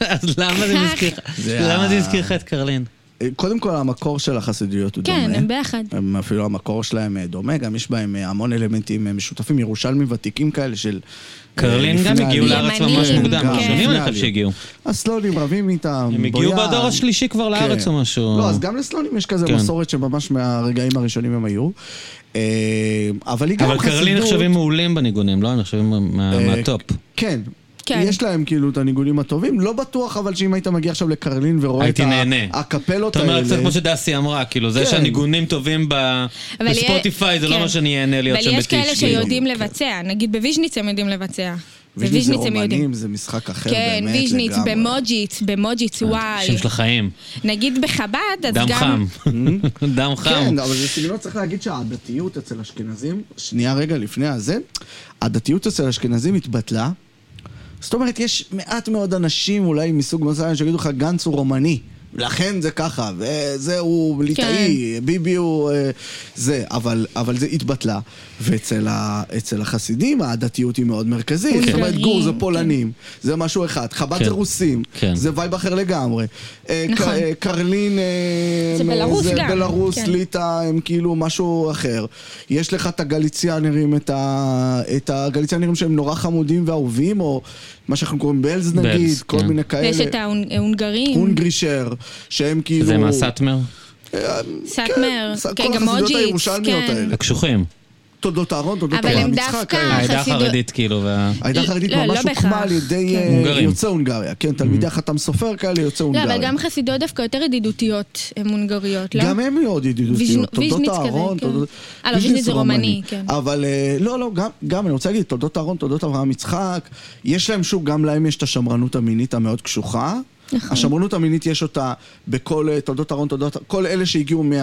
אז למה זה
כך.
הזכיר לך-
זה
למה
ה-
זה הזכיר לך את קרלין?
אה, קודם כל, המקור של החסידויות הוא
כן,
דומה.
הם ביחד.
הם אפילו המקור שלהם אה, דומה, גם יש בהם אה, המון אלמנטים אה, משותפים, ירושלמים ותיקים כאלה של... אה,
קרלין
לפני
גם הגיעו
העלייה.
לארץ
ימנים,
ממש מוקדם,
כן.
ראשונים
לפני
אני חושב
העלייה.
שהגיעו.
הסלונים רבים איתם,
הם הגיעו
בויאן.
בדור השלישי כבר לארץ או משהו.
כן. לא, אז גם לסלונים יש כזה
כן.
מסורת שממש מהרגעים הראשונים הם היו. אה, אבל היא גם
אבל
חסידות...
קרלין נחשבים מעולים בניגונים, לא? הם נחשבים מה-
אה,
מהטופ.
כן.
כן.
יש להם כאילו את הניגונים הטובים, לא בטוח אבל שאם היית מגיע עכשיו לקרלין ורואה את
הייתי
ה-
נהנה.
הקפלות
אתה
האלה...
אומר קצת כמו שדסי אמרה, כאילו, זה
כן.
שהניגונים טובים ב-
אבל יהיה-
בספוטיפיי, זה לא
כן.
אומר שאני אהנה להיות שם
אבל יש
בטיש.
כאלה
כאילו.
שיודעים לבצע, נגיד בוויז'ניץ הם יודעים לבצע.
ויז'ניץ זה
בוויז'ניץ הם יודעים.
אומנים, זה משחק אחר
כן,
באמת לגמרי.
ויז'ניץ, במוג'יץ, במוג'יץ, וואי.
אה, שם של החיים.
נגיד בחב"ד, אז
דם
גם...
חם. דם חם.
כן, אבל זה סגנון, צריך להגיד שהדתיות אצל אשכנזים, שנייה רגע לפני הזה, הדתיות אצל אשכנזים התבטלה. זאת אומרת, יש מעט מאוד אנשים, אולי מסוג מסוים, שיגידו לך, גנץ הוא רומני. לכן זה ככה, וזה הוא ליטאי,
כן.
ביבי הוא אה, זה, אבל, אבל זה התבטלה. ואצל ה, אצל החסידים הדתיות היא מאוד מרכזית. זאת אומרת,
כן.
גור זה פולנים, זה משהו אחד, חב"ד
כן.
זה רוסים,
כן.
זה וייב אחר לגמרי. אה,
נכון.
ק- אה, קרלין... אה,
זה בלרוס
זה
גם,
בלרוס,
כן.
ליטא, הם כאילו משהו אחר. יש לך את הגליציאנרים, את, ה... את הגליציאנרים שהם נורא חמודים ואהובים, או מה שאנחנו קוראים בלז נגיד,
בלז,
כל
כן.
מיני כאלה.
ויש את ההונגרים.
הונגרישר, שהם כאילו...
זה מהסאטמר?
אה,
סאטמר,
כן,
כן,
כל
גם
החסידויות
מוג'יץ,
הירושלמיות
כן.
האלה.
הקשוחים.
תולדות אהרון, תולדות
אבל
אברהם
הם
יצחק.
דווקא
האלה.
העדה
החסידות-
החרדית, כאילו, וה...
העדה
לא,
החרדית
לא,
ממש
לא
הוקמה
בהכרח.
על ידי אה,
הונגרים. Mm-hmm.
יוצאי הונגריה, כן, תלמידי החתם סופר כאלה יוצאי
לא,
הונגריה.
אבל גם חסידות דווקא יותר ידידותיות, הן הונגריות, לא?
גם הם מאוד
ויז'נו-
ידידותיות, תולדות
ויז'ניץ כזה,
אהרון,
כן.
תולדות...
אה, לא, ויז'ניץ זה רומני, כן.
אבל אה, לא, לא, גם- גם אני רוצה להגיד, תולדות אהרון, תולדות אברהם יצחק, יש להם שוב, גם להם יש את השמרנות המינית המאוד קשוחה.
נכון.
השמרנות המינית יש אותה בכל אה, תולדות אהרון, תולדות... כל אלה שהגיעו אה,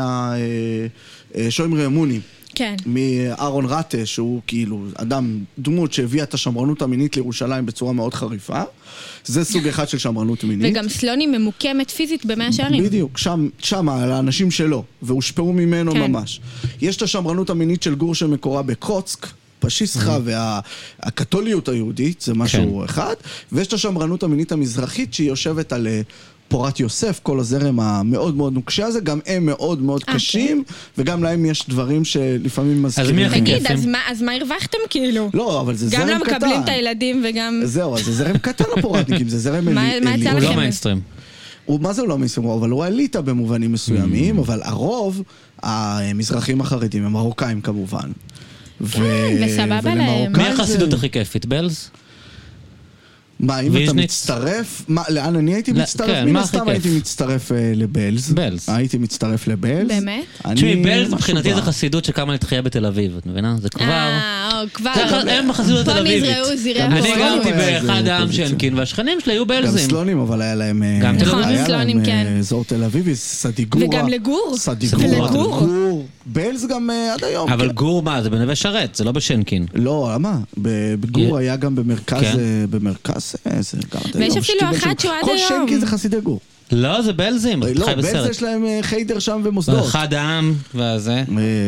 מהשוהים רעמונים.
כן.
מאהרון רטה, שהוא כאילו אדם, דמות שהביאה את השמרנות המינית לירושלים בצורה מאוד חריפה. זה סוג אחד של שמרנות מינית.
וגם סלוני ממוקמת פיזית במאה שערים.
בדיוק, שם, שם, על האנשים שלו, והושפעו ממנו
כן.
ממש. יש את השמרנות המינית של גור שמקורה בקרוצק. פשיסחה
Mm-hmm.
והקתוליות היהודית, זה
כן.
משהו אחד, ויש את השמרנות המינית המזרחית שהיא יושבת על אה, פורת יוסף, כל הזרם המאוד מאוד נוקשה הזה, גם הם מאוד מאוד
אה,
קשים, וגם להם יש דברים שלפעמים מזכירים.
מי הכי
תגיד,
יפים.
אז מה- אז מה הרווחתם כאילו?
לא, אבל זה זרם
גם
קטן.
לא מקבלים את הילדים וגם...
זהו, אז זה זרם קטן הפורטניקים, זה זרם
מה-
אלי-
מה יצא
הוא
עליון.
לכם?
לא מיינסטרים.
הוא- מה זה הוא לא מסוימו? אבל הוא האליטה במובנים
Mm.
מסוימים, אבל הרוב, המזרחים החרדים הם מרוקאים כמובן. ו-
כן, וסבבה להם.
ולמרוקאים
מי
זה-
החסידות הכי כיפית? בלז?
מה, אם אתה
ויז'ניץ?
מצטרף? מה, לאן אני הייתי
לא,
מצטרף?
כן,
מן
מה הכי
הסתם
כיף?
הייתי מצטרף אה, לבלז.
בלז.
הייתי מצטרף לבלז.
באמת?
אני-
תשמעי, בלז
משהו
מבחינתי זה
בה.
חסידות שקמה לתחייה בתל אביב, את מבינה? זה כבר...
אה, או, כבר.
זה כבר- הם בחסידות
פה
התל אביבית.
נזרעו זרעי
גם
אני
סלונים
הפורענות.
גרתי
היה איזה
באחד העם
פוזיציה.
שינקין, והשכנים שלי היו
גם
בלזים.
סלונים, אבל היה להם... אה,
גם תל
נכון,
אביב.
היה
סלונים,
להם
כן.
אה, אזור תל אביבי, סדיגורה.
וגם לגור.
סדיגורה.
ולגור.
גור. בלז גם אה, עד היום.
אבל
כן.
גור מה? זה בנווה שרת, זה לא בשינקין.
לא, למה? בגור
אה,
היה גם במרכז,
כן.
אה, במרכז, אה, זה גם עד היום.
אפילו
שטיבל
אחת
שם.
שהוא עד
כל
היום.
שנקי זה חסידי גור.
לא, זה בלזים, את
לא,
חי
בלז
בסרט.
יש להם אה, חיידר שם ומוסדות.
אחד העם והזה,
אה,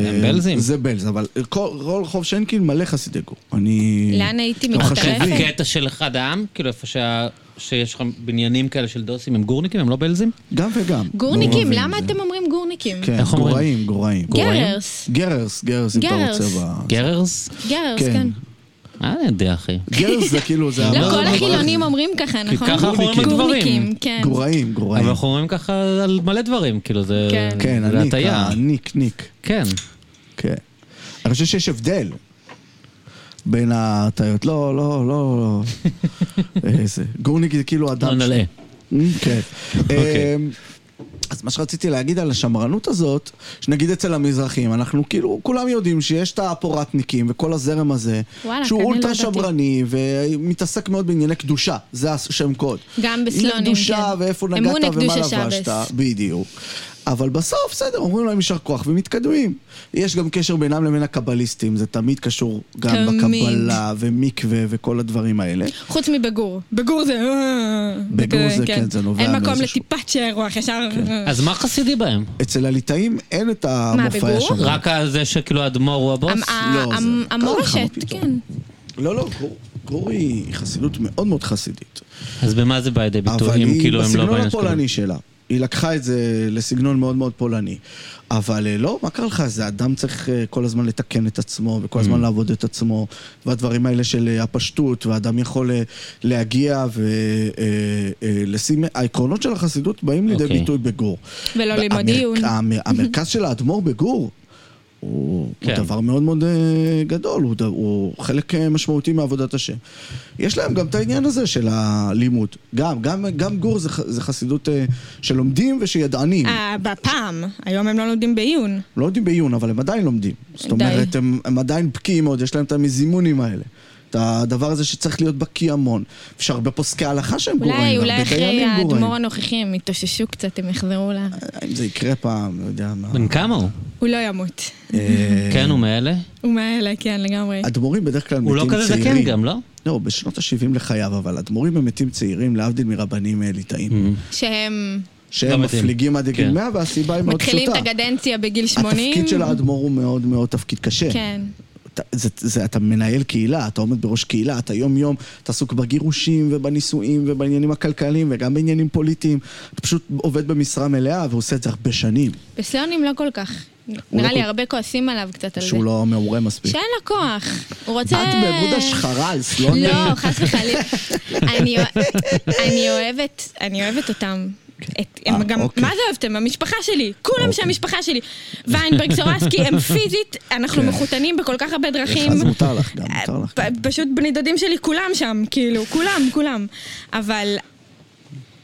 הם בלזים.
זה בלז, אבל כל כל רחוב שנקין מלא חסידי גור. אני...
לאן הייתי
לא
מצטרפת?
חשוב לי.
הקטע כן, של אחד העם, כאילו איפה שה- שיש לך בניינים כאלה של דוסים, הם גורניקים, הם לא בלזים?
גם וגם. לא
גורניקים,
מבין
למה
זה.
אתם אומרים גורניקים?
כן,
איך אומרים?
גוראים, גוראים.
גררס.
גררס, גררס, אם אתה
גררס.
רוצה ב...
כן. גררס?
גררס,
כן.
כן.
אה, אני יודע, אחי.
גררס זה כאילו, זה...
לא,
המון-
כל החילונים אומרים ככה, נכון?
ככה אנחנו אומרים על דברים.
גורניקים, כן.
גוראים, גוראים.
אבל אנחנו אומרים ככה על מלא דברים, כאילו זה...
כן.
כן,
זה
הניק,
הטעיה.
הניק, ניק.
כן.
כן. אני חושב שיש הבדל בין הטעיות. לא, לא, לא, לא. איזה. גורניק זה כאילו אדם...
לא
ש-
נלאה.
אמ, כן.
אוקיי.
אמ, אז מה שרציתי להגיד על השמרנות הזאת, שנגיד אצל המזרחים, אנחנו כאילו, כולם יודעים שיש את הפורטניקים וכל הזרם הזה,
וואלה,
שהוא
כן, אני לא
אולטרה
ידעתי.
שמרני ומתעסק מאוד בענייני קדושה, זה השם קוד.
גם בסלונים,
עניין קדושה
כן.
ואיפה
אמונה,
נגעת ומה
קדושה,
לבשת,
שבס.
בדיוק. אבל בסוף, בסדר, אומרים להם יישר כוח ומתקדמים. יש גם קשר בינם לבין הקבליסטים, זה תמיד קשור גם
תמיד.
בקבלה ומקווה וכל הדברים האלה.
חוץ מבגור. בגור זה... אה,
בגור זה, כן, זה נובע
אין מקום
מאיזשהו- כן.
לטיפת שאר רוח, ישר... אה.
אז מה חסידי בהם?
אצל הליטאים אין את המופעי
בגור?
השמרנות.
רק על זה שכאילו האדמו"ר הוא הבוס?
המ- ה-
לא, זה-
המ-
ככה,
המורשת,
מה פתאום?
כן.
לא, לא, גור, גור היא חסידות מאוד מאוד חסידית.
אז במה זה בא לידי
אבל
ביטוי, אם
היא,
כאילו הם לא
בסגנון
בעניין
הפולני שלה, היא לקחה את זה לסגנון מאוד מאוד פולני. אבל אה, לא, מה קרה לך? זה אדם צריך אה, כל הזמן לתקן את עצמו, וכל
Mm.
הזמן לעבוד את עצמו, והדברים האלה של אה, הפשטות, והאדם יכול אה, להגיע ולשים... העקרונות של החסידות באים לידי
אוקיי.
ביטוי בגור.
ולא ללמוד
והמר-
עיון.
המ- המרכז של האדמו"ר בגור הוא, כן.
כן.
הוא דבר מאוד מאוד אה, גדול, הוא, ד- הוא חלק אה, משמעותי מעבודת השם. יש להם גם את העניין הזה של הלימוד. גם, גם, גם גור זה, ח- זה חסידות אה, שלומדים ושידענים.
אה, בפעם, היום הם לא לומדים בעיון.
הם לא לומדים בעיון, אבל הם עדיין לומדים. זאת
די.
אומרת, הם, הם עדיין בקיאים מאוד, יש להם את המזימונים האלה. את הדבר הזה שצריך להיות בקיא המון. יש הרבה פוסקי הלכה שהם
אולי,
גוראים,
אולי
הרבה
אחרי
דיינים גוראים.
האדמו"ר הנוכחי הם יתאוששו קצת, הם יחזרו ל...
אם זה יקרה פעם, לא יודע מה.
בן כמה הוא?
הוא לא ימות.
אה,
כן, הוא מאלה?
הוא מאלה, כן, לגמרי.
אדמו"רים בדרך כלל מתים
הוא לא
צעירים.
כזה זקן גם, לא?
לא, הוא בשנות ה-70 לחייו, אבל אדמו"רים הם מתים צעירים, להבדיל מרבנים אה, ליטאים.
שהם
שהם
לא Mm-hmm. מתים.
מפליגים עד לגיל
כן.
100, והסיבה היא מאוד פשוטה.
מתחילים את הגדנציה בגיל 80.
התפקיד של האדמו"ר הוא מאוד מאוד תפקיד קשה.
כן.
אתה- זה, זה, אתה מנהל קהילה, אתה עומד בראש קהילה, אתה יום-יום, אתה עסוק בגירושים ובנישואים ובעניינים הכלכליים וגם בעניינים פוליטיים. אתה פשוט עובד במשרה מלאה ועושה את זה הרבה שנים,
בסלונים לא כל כך.
לא
נראה לי
כל-
הרבה כועסים עליו קצת על זה.
שהוא לא מעורה מספיק.
שאין לו כוח. הוא
את
רוצה...
בעמוד השחרה לא על סלונים.
לא, חס וחלילה. אני אוה- אני אוהבת, אני אוהבת אותם. את- הם
אה,
גם,
אוקיי.
מה זה אהבתם? המשפחה שלי, כולם שהמשפחה שלי. ויינברג, סורסקי, הם פיזית,
כן.
אנחנו מחותנים בכל כך הרבה דרכים.
אז מותר לך גם, מותר לך. כן.
פ- פשוט בני דודים שלי כולם שם, כאילו, כולם, כולם. אבל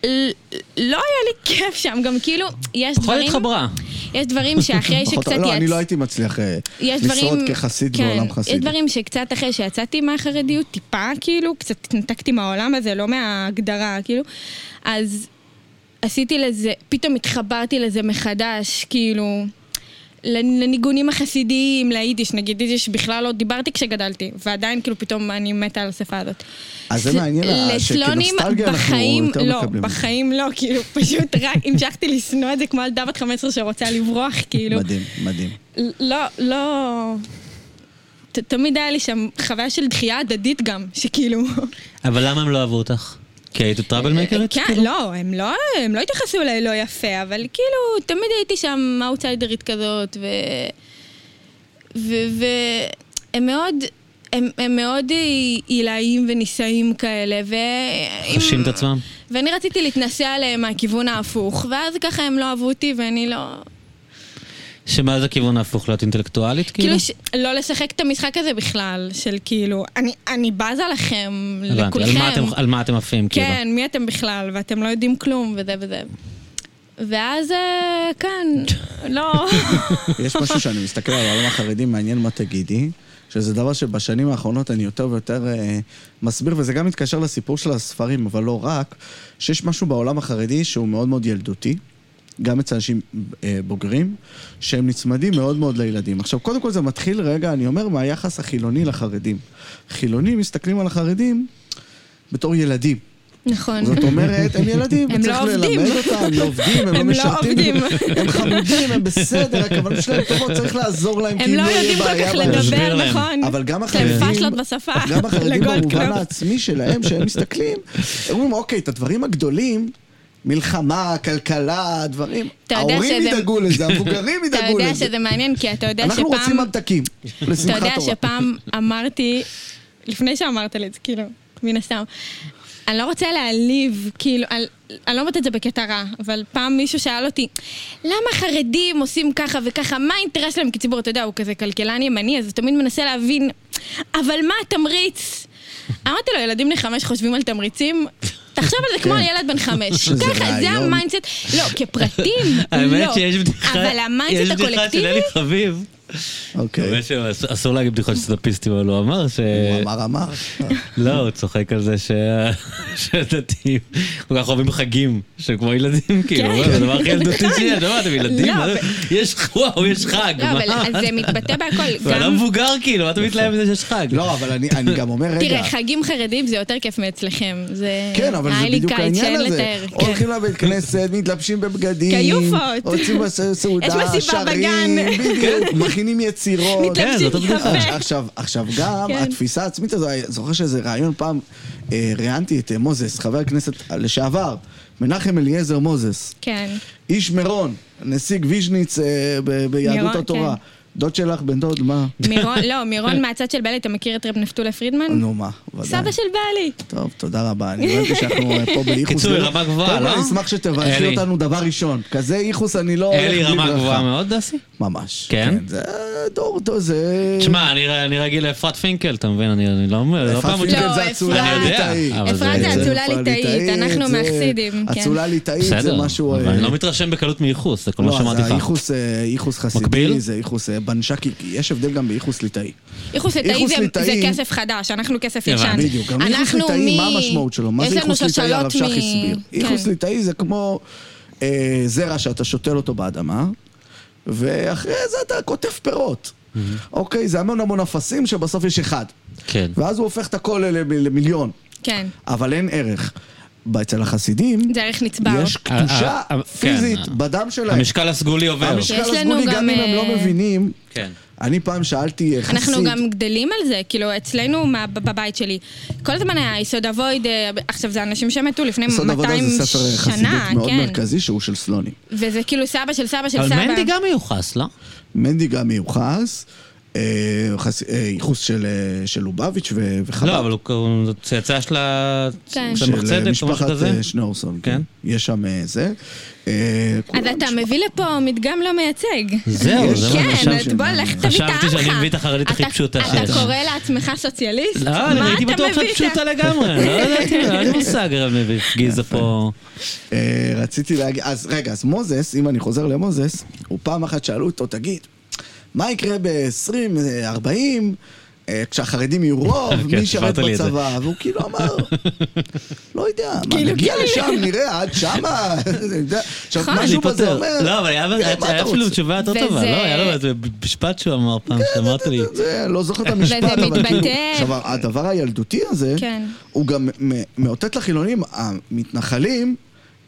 ל- לא היה לי כיף שם, גם כאילו, יש
פחות
דברים...
התחברה.
יש דברים שאחרי
פחות-
שקצת יצ...
לא, אני לא הייתי מצליח אה,
יש
לשרוד
דברים-
כחסיד
כן,
בעולם
יש
חסידי.
דברים שקצת אחרי שיצאתי מהחרדיות, טיפה כאילו, קצת התנתקתי מהעולם הזה, לא מההגדרה, כאילו, אז עשיתי לזה, פתאום התחברתי לזה מחדש, כאילו, לנ- לניגונים החסידיים, ליידיש, נגיד יידיש בכלל לא דיברתי כשגדלתי, ועדיין כאילו פתאום אני מתה על השפה הזאת.
אז זה מעניין, אה,
לסלונים
שכנוסטלגיה אנחנו
בחיים
יותר
לא,
מקבלים.
בחיים לא, כאילו, פשוט רק המשכתי לשנוא את זה כמו ילדה בת 15 שרוצה לברוח, כאילו.
מדהים, מדהים.
לא, לא... ת, תמיד היה לי שם חוויה של דחייה הדדית גם, שכאילו...
אבל למה הם לא אהבו אותך? כי היית טראבל מייקרית?
כן, לא, הם לא, הם לא התייחסו אליי לא יפה, אבל כאילו, תמיד הייתי שם אאוטסיידרית כזאת, ו... ו... ו... הם מאוד... הם, הם מאוד עילאיים ונישאים כאלה, ו...
חשים את עצמם?
ואני רציתי להתנסה עליהם מהכיוון ההפוך, ואז ככה הם לא אהבו אותי ואני לא...
שמה זה הכיוון ההפוך? להיות אינטלקטואלית כאילו?
כאילו, ש... לא לשחק את המשחק הזה בכלל, של כאילו, אני, אני בזה לכם,
הבנתי. על
לכולכם.
מה אתם- על מה אתם עפים כאילו?
כן, מי אתם בכלל, ואתם לא יודעים כלום, וזה וזה. ואז אה, כאן, לא.
יש משהו שאני מסתכל על העולם החרדי, מעניין מה תגידי, שזה דבר שבשנים האחרונות אני יותר ויותר אה, מסביר, וזה גם מתקשר לסיפור של הספרים, אבל לא רק, שיש משהו בעולם החרדי שהוא מאוד מאוד ילדותי. גם אצל אנשים אה, בוגרים, שהם נצמדים מאוד מאוד לילדים. עכשיו, קודם כל זה מתחיל רגע, אני אומר, מהיחס החילוני לחרדים. חילונים מסתכלים על החרדים בתור ילדים.
נכון.
זאת אומרת, הם ילדים,
הם
וצריך
לא עובדים.
ללמד אותם, הם לא עובדים, הם לא
הם לא עובדים.
משרתים, הם חמודים, הם בסדר, הכוונות שלהם טובות, צריך לעזור להם,
הם
כי אם
לא
לא יהיה
יודעים כל
בעיה
כך
בהם.
להסביר
לדבר,
להם.
נכון.
אבל גם
יש להם
החרדים,
פשלות בשפה.
גם החרדים
לגולדקנופ.
במובן העצמי שלהם, שהם מסתכלים, הם אומרים, אוקיי, את הדברים הגדולים, מלחמה, כלכלה, דברים,
אתה יודע
ההורים
שזה-
ידאגו לזה, המבוגרים
אתה
ידאגו
יודע
לזה.
שזה מעניין, כי אתה יודע
אנחנו רוצים
שפעם...
ממתקים,
אתה
לשמחת
יודע
תורה.
שפעם אמרתי, לפני שאמרת לי את זה, כאילו, מן הסתם, אני לא רוצה להעליב, כאילו, אני, אני לא אומרת את זה בקטע רע, אבל פעם מישהו שאל אותי, למה חרדים עושים ככה וככה, מה האינטרס שלהם כציבור? אתה יודע, הוא כזה כלכלן ימני, אז הוא תמיד מנסה להבין, אבל מה התמריץ? אמרתי לו, ילדים בני חמש חושבים על תמריצים? תחשוב על זה כמו על
כן.
ילד בן חמש.
שזה
ככה, זה
רעיון.
המיינדסט. לא, כפרטים, לא.
האמת שיש בדיחה,
אבל
יש
המיינדסט
בדיחה של
הקולקטיבי...
אלי חביב.
אוקיי,
באמת שאסור- אסור להגיד בדיחות של סטאפיסטים, אבל הוא אמר ש...
הוא אמר אמר.
לא, הוא צוחק על זה ש- שהדתיים כל כך אוהבים חגים, שכמו ילדים, כאילו,
כן,
זה הדבר הכי ילדותי
נכון.
שלי, אתה אומר, אתם ילדים,
לא,
מה זה- יש וואו, יש חג,
לא,
מה?
אבל אז זה מתבטא בהכל.
אתה
גם...
אדם מבוגר כאילו, מה אתה מתלהב מזה שיש חג?
לא, אבל אני- אני גם אומר, רגע.
תראה, חגים חרדים זה יותר כיף מאצלכם. זה...
כן, אבל זה
היה לי
בדיוק
קיץ
העניין
שאין
הזה. אוקיי.
לתאר, כן.
הולכים לבית כנסת, מתלבשים בבגדים.
כיופות.
עושים בס- סעודה,
מסיבה
שרים,
בגן.
בדיוק, מכינים יצירות.
כן, זאת
מתלבשים
הבדיחה.
יפה.
עכשיו, עכשיו גם
כן.
התפיסה העצמית הזו, אני זוכר שאיזה ראיון פעם, אה, ראיינתי את אה, מוזס, חבר הכנסת לשעבר, מנחם אליעזר מוזס.
כן.
איש מירון, נסיג ויז'ניץ אה, ב- ביהדות
מירון, כן.
התורה. דוד שלך, בן דוד, מה?
מירון, לא, מירון מהצד של בעלי, אתה מכיר את רב נפתולה פרידמן?
כן. נו מה, ודאי.
סבא של בעלי.
טוב, תודה רבה, אני הבנתי שאנחנו אה, פה בייחוס.
קיצור,
גדול.
רמה גבוהה,
קודם כל,
לא?
אני אשמח שתברכי
אלי.
אותנו דבר ראשון. כזה ייחוס אני לא...
אלי
הולך בלי
רמה
ברכה.
גבוהה מאוד, דסי?
ממש.
כן?
זה דור, דור, זה...
תשמע, אני אני רגיל לאפרת פינקל, אתה מבין? אני אני לא אומר, לא
אפרת
פעם...
פינקל
לא,
זה אצולה
אפרת.
ליטאית.
אני יודע, אבל אפרת זה- זה
אצולה
אפרת
ליטאית, אנחנו
זה-
מהחסידים, כן.
אצולה ליטאית זה
בסדר,
משהו...
אבל
אה,
אני לא מתרשם בקלות מייחוס, זה כל מה
לא,
שאמרתי
זה
לך.
הייחוס, אה, ייחוס חסידי,
מקביל?
זה ייחוס אה, בנשקי, כי יש הבדל גם בייחוס ליטאי.
ייחוס ליטאי
ייחוס
זה- זה
ליטאי-
כסף חדש, אנחנו כסף
הבנתי.
ישן.
בדיוק, גם ייחוס
אנחנו
ליטאי,
מ-
מה המשמעות שלו? מה
יש
זה
לנו
ייחוס ליטאי? הרב
שושלות
שך
מ-
הסביר. ייחוס
כן.
ליטאי זה כמו אה, זרע שאתה שותל אותו באדמה, ואחרי זה אתה קוטף פירות.
Mm-hmm.
אוקיי, זה המון המון אפסים שבסוף יש אחד.
כן.
ואז הוא הופך את הכל למ- למיליון,
כן,
אבל אין ערך. אצל החסידים,
זה ערך נצבר.
יש
ה- ה-
קדושה
ה-
פיזית
אה, כן.
בדם שלהם.
המשקל הסגולי עובר.
המשקל
יש לנו
הסגולי, גם
גם,
אם הם לא
אה,
מבינים,
כן.
אני פעם שאלתי אה, חסיד,
אנחנו גם גדלים על זה, כאילו, אצלנו מה- בב- בבית שלי, כל הזמן היה יסוד אבויד, אה, עכשיו זה אנשים שמתו לפני
יסוד עבודה
200
זה ספר אה, חסידות
שנה,
מאוד
כן.
מרכזי שהוא של סלונים.
וזה כאילו סבא של סבא של
אבל
סבא.
מנדי גם מיוחס, לא?
מנדי גם מיוחס. אה, חס- אה, ייחוס של, אה, של לובביץ' ו- וחב"ד.
לא, אבל הוא- הוא זו צאצא של ה-
כן.
של
של
מחצדק או
אה,
משהו
משפחת
כזה?
אה, שניאורסון, כן.
כן.
יש שם אה, זה. אה, כולם
אז אתה
משפחה-
מביא לפה מדגם לא מייצג.
זהו,
יש.
זה מה
כן,
שחשבתי.
אז בוא, לך תביא את העם
חשבתי
שלך.
שאני מביא את החרדית הכי
אתה-
פשוטה שיש.
אתה קורא לעצמך סוציאליסט?
לא, אני הייתי בטוח שאת פשוטה לגמרי, לא ידעתי, לא היה לי מושג, הרב מביך, גיזה פה.
אה, רציתי להגיד, אז רגע, אז מוזס, אם אני חוזר למוזס, הוא פעם אחת שאלו אותו, תגיד, מה יקרה ב-20, 40, אה, כשהחרדים יהיו רוב, מי
כן,
ישרת
סיפרת לי את זה.
בצבא? והוא כאילו אמר, לא יודע, מה,
כאילו,
נגיע
כן.
לשם, נראה, עד שמה, אני יודע." עכשיו,
נכון.
משהו בזה
להיפטר.
אומר,
לא, אבל היה-
"אה, מה
היה
אתה
אפילו
רוצה?" כן,
תשובה יותר
וזה-
טובה, לא? היה לו איזה משפט שהוא אמר פעם, שאמרת לי.
זה, לא זוכר את המשפט,
וזה
אבל
מתבטא.
כאילו... עכשיו, הדבר הילדותי הזה,
כן.
הוא גם מ- מאותת לחילונים, המתנחלים,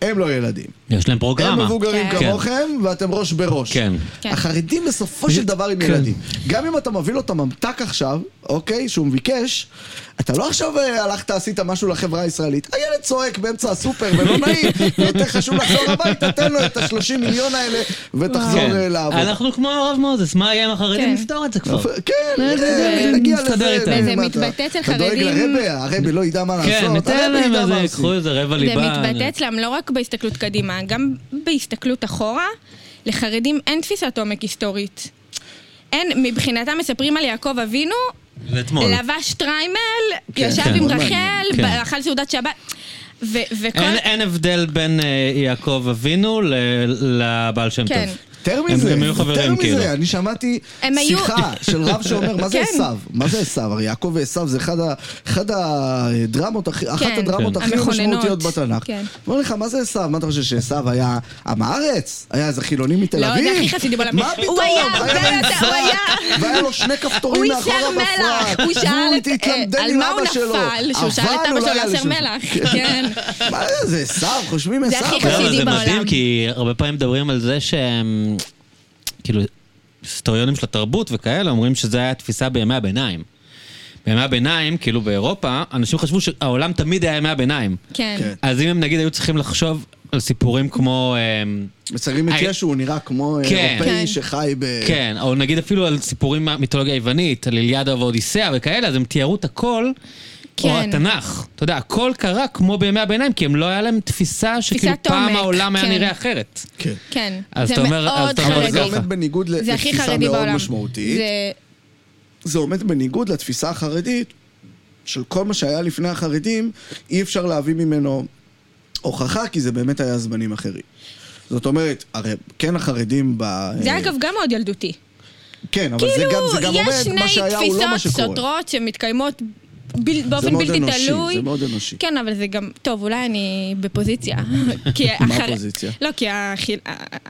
הם לא ילדים.
יש להם
הם
פרוגרמה.
מבוגרים
כן.
כמוכם, ואתם ראש בראש.
כן.
כן.
החרדים בסופו של דבר הם
כן.
ילדים. גם אם אתה מביא לו את הממתק עכשיו, אוקיי, שהוא מביקש, אתה לא עכשיו אה, הלכת עשית משהו לחברה הישראלית. הילד צועק באמצע הסופר ולא נעים, לא יותר חשוב לחזור הביתה, תן לו את השלושים מיליון האלה ותחזור
כן.
אה, לעבוד.
אנחנו כמו הרב מוזס, מה יהיה עם החרדים?
כן.
נפתור את זה כבר.
כן,
זה-
נגיע לזה.
נסתדר איתם.
אה, וזה
מה,
מתבטא
אתה-
אצל
אתה דואג
חרדים-
לרבה, הרבה לא ידע מה לעשות.
כן, ניתן
הרבה
להם
ידע מה
איזה,
עושים.
ייקחו איזה רבע
זה
ליבה.
מתבטא אצלם לא רק בהסתכלות קדימה, גם בהסתכלות אחורה. לחרדים אין תפיסת עומק היסטורית. אין, מבחינתם מספרים על יעקב אבינו,
זה אתמול.
לבש טריימל, ישב
כן,
עם
מאוד
מעניין.
רחל,
כן.
ב- אכל סעודת שבת. ו- וכל...
אין- אין הבדל בין אה, יעקב אבינו ל- לבעל שם
כן.
טוב.
יותר
הם
מזה,
גם היו
יותר
חברים, כאילו.
מזה, אני שמעתי
הם היו-
שיחה של רב שאומר, מה זה
כן.
עשו? מה זה עשו? הרי יעקב ועשו זה אחד ה- אחד הדרמות, הכי- אחת
כן.
הדרמות
כן.
הכי
המכוננות.
משמעותיות בתנ"ך.
כן.
אומר לך, מה זה עשו? מה אתה חושב שעשו היה עם הארץ? היה איזה חילוני מתל
לא,
אביב?
זה הכי חסידי בעולם.
מה
הוא
פתאום?
היה הרבה
היה-
יותר, הוא היה...
והיה לו שני כפתורים
הוא
מאחורה
ייצר מלח,
בפרק.
הוא שאל את-
התלמדן
אה, על
עם
מה הוא
אבא שלו.
נפל, שהוא שאל את
אבל
אבא
הוא לא
שלו
היה
לייצר
לשם.
מלח, כן.
מה זה עשו? חושבים עשו.
זה הכי
לא, אבל
חסידי
זה מדהים,
בעולם.
כי הרבה פעמים מדברים על זה שהם, כאילו, היסטוריונים של התרבות וכאלה, אומרים שזו הייתה התפיסה בימי הביניים. בימי הביניים, כאילו באירופה, אנשים חשבו שהעולם תמיד היה ימי הביניים.
כן.
כן.
אז אם הם נגיד היו צריכים לחשוב על סיפורים כמו... אמ,
מציירים את
הי-
ישו, הוא נראה כמו אה,
כן.
אירופאי
כן.
שחי ב...
כן, או נגיד אפילו על סיפורים מהמיתולוגיה היוונית, על איליאדה ואודיסאה וכאלה, אז הם תיארו את הכל,
כן.
או התנ"ך. אתה יודע, הכל קרה כמו בימי הביניים, כי הם לא היה להם תפיסה שכאילו
תפיסת
פעם
עומק,
העולם היה
כן.
נראה אחרת.
כן.
כן.
אז
זה
אתה אומר- אז
מאוד
אתה אומר,
אבל זה
ככה.
חרדי.
עומד בניגוד
זה הכי
לתפיסה
חרדי
מאוד
בעולם.
משמעותית.
זה-
זה עומד בניגוד לתפיסה החרדית של כל מה שהיה לפני החרדים, אי אפשר להביא ממנו הוכחה, כי זה באמת היה זמנים אחרים. זאת אומרת, הרי כן החרדים ב... אה.
זה אגב גם מאוד ילדותי.
כן, אבל זה גם,
כאילו,
זה גם
יש
עומד, מה שהיה
שני
הוא לא מה
תפיסות
שקורה.
סותרות שמתקיימות בל-
זה
באופן
מאוד
בלתי
אנושי,
תלוי.
זה מאוד אנושי.
כן, אבל זה גם... טוב, אולי אני בפוזיציה. כי
מה
החל-
הפוזיציה?
לא, כי החיל-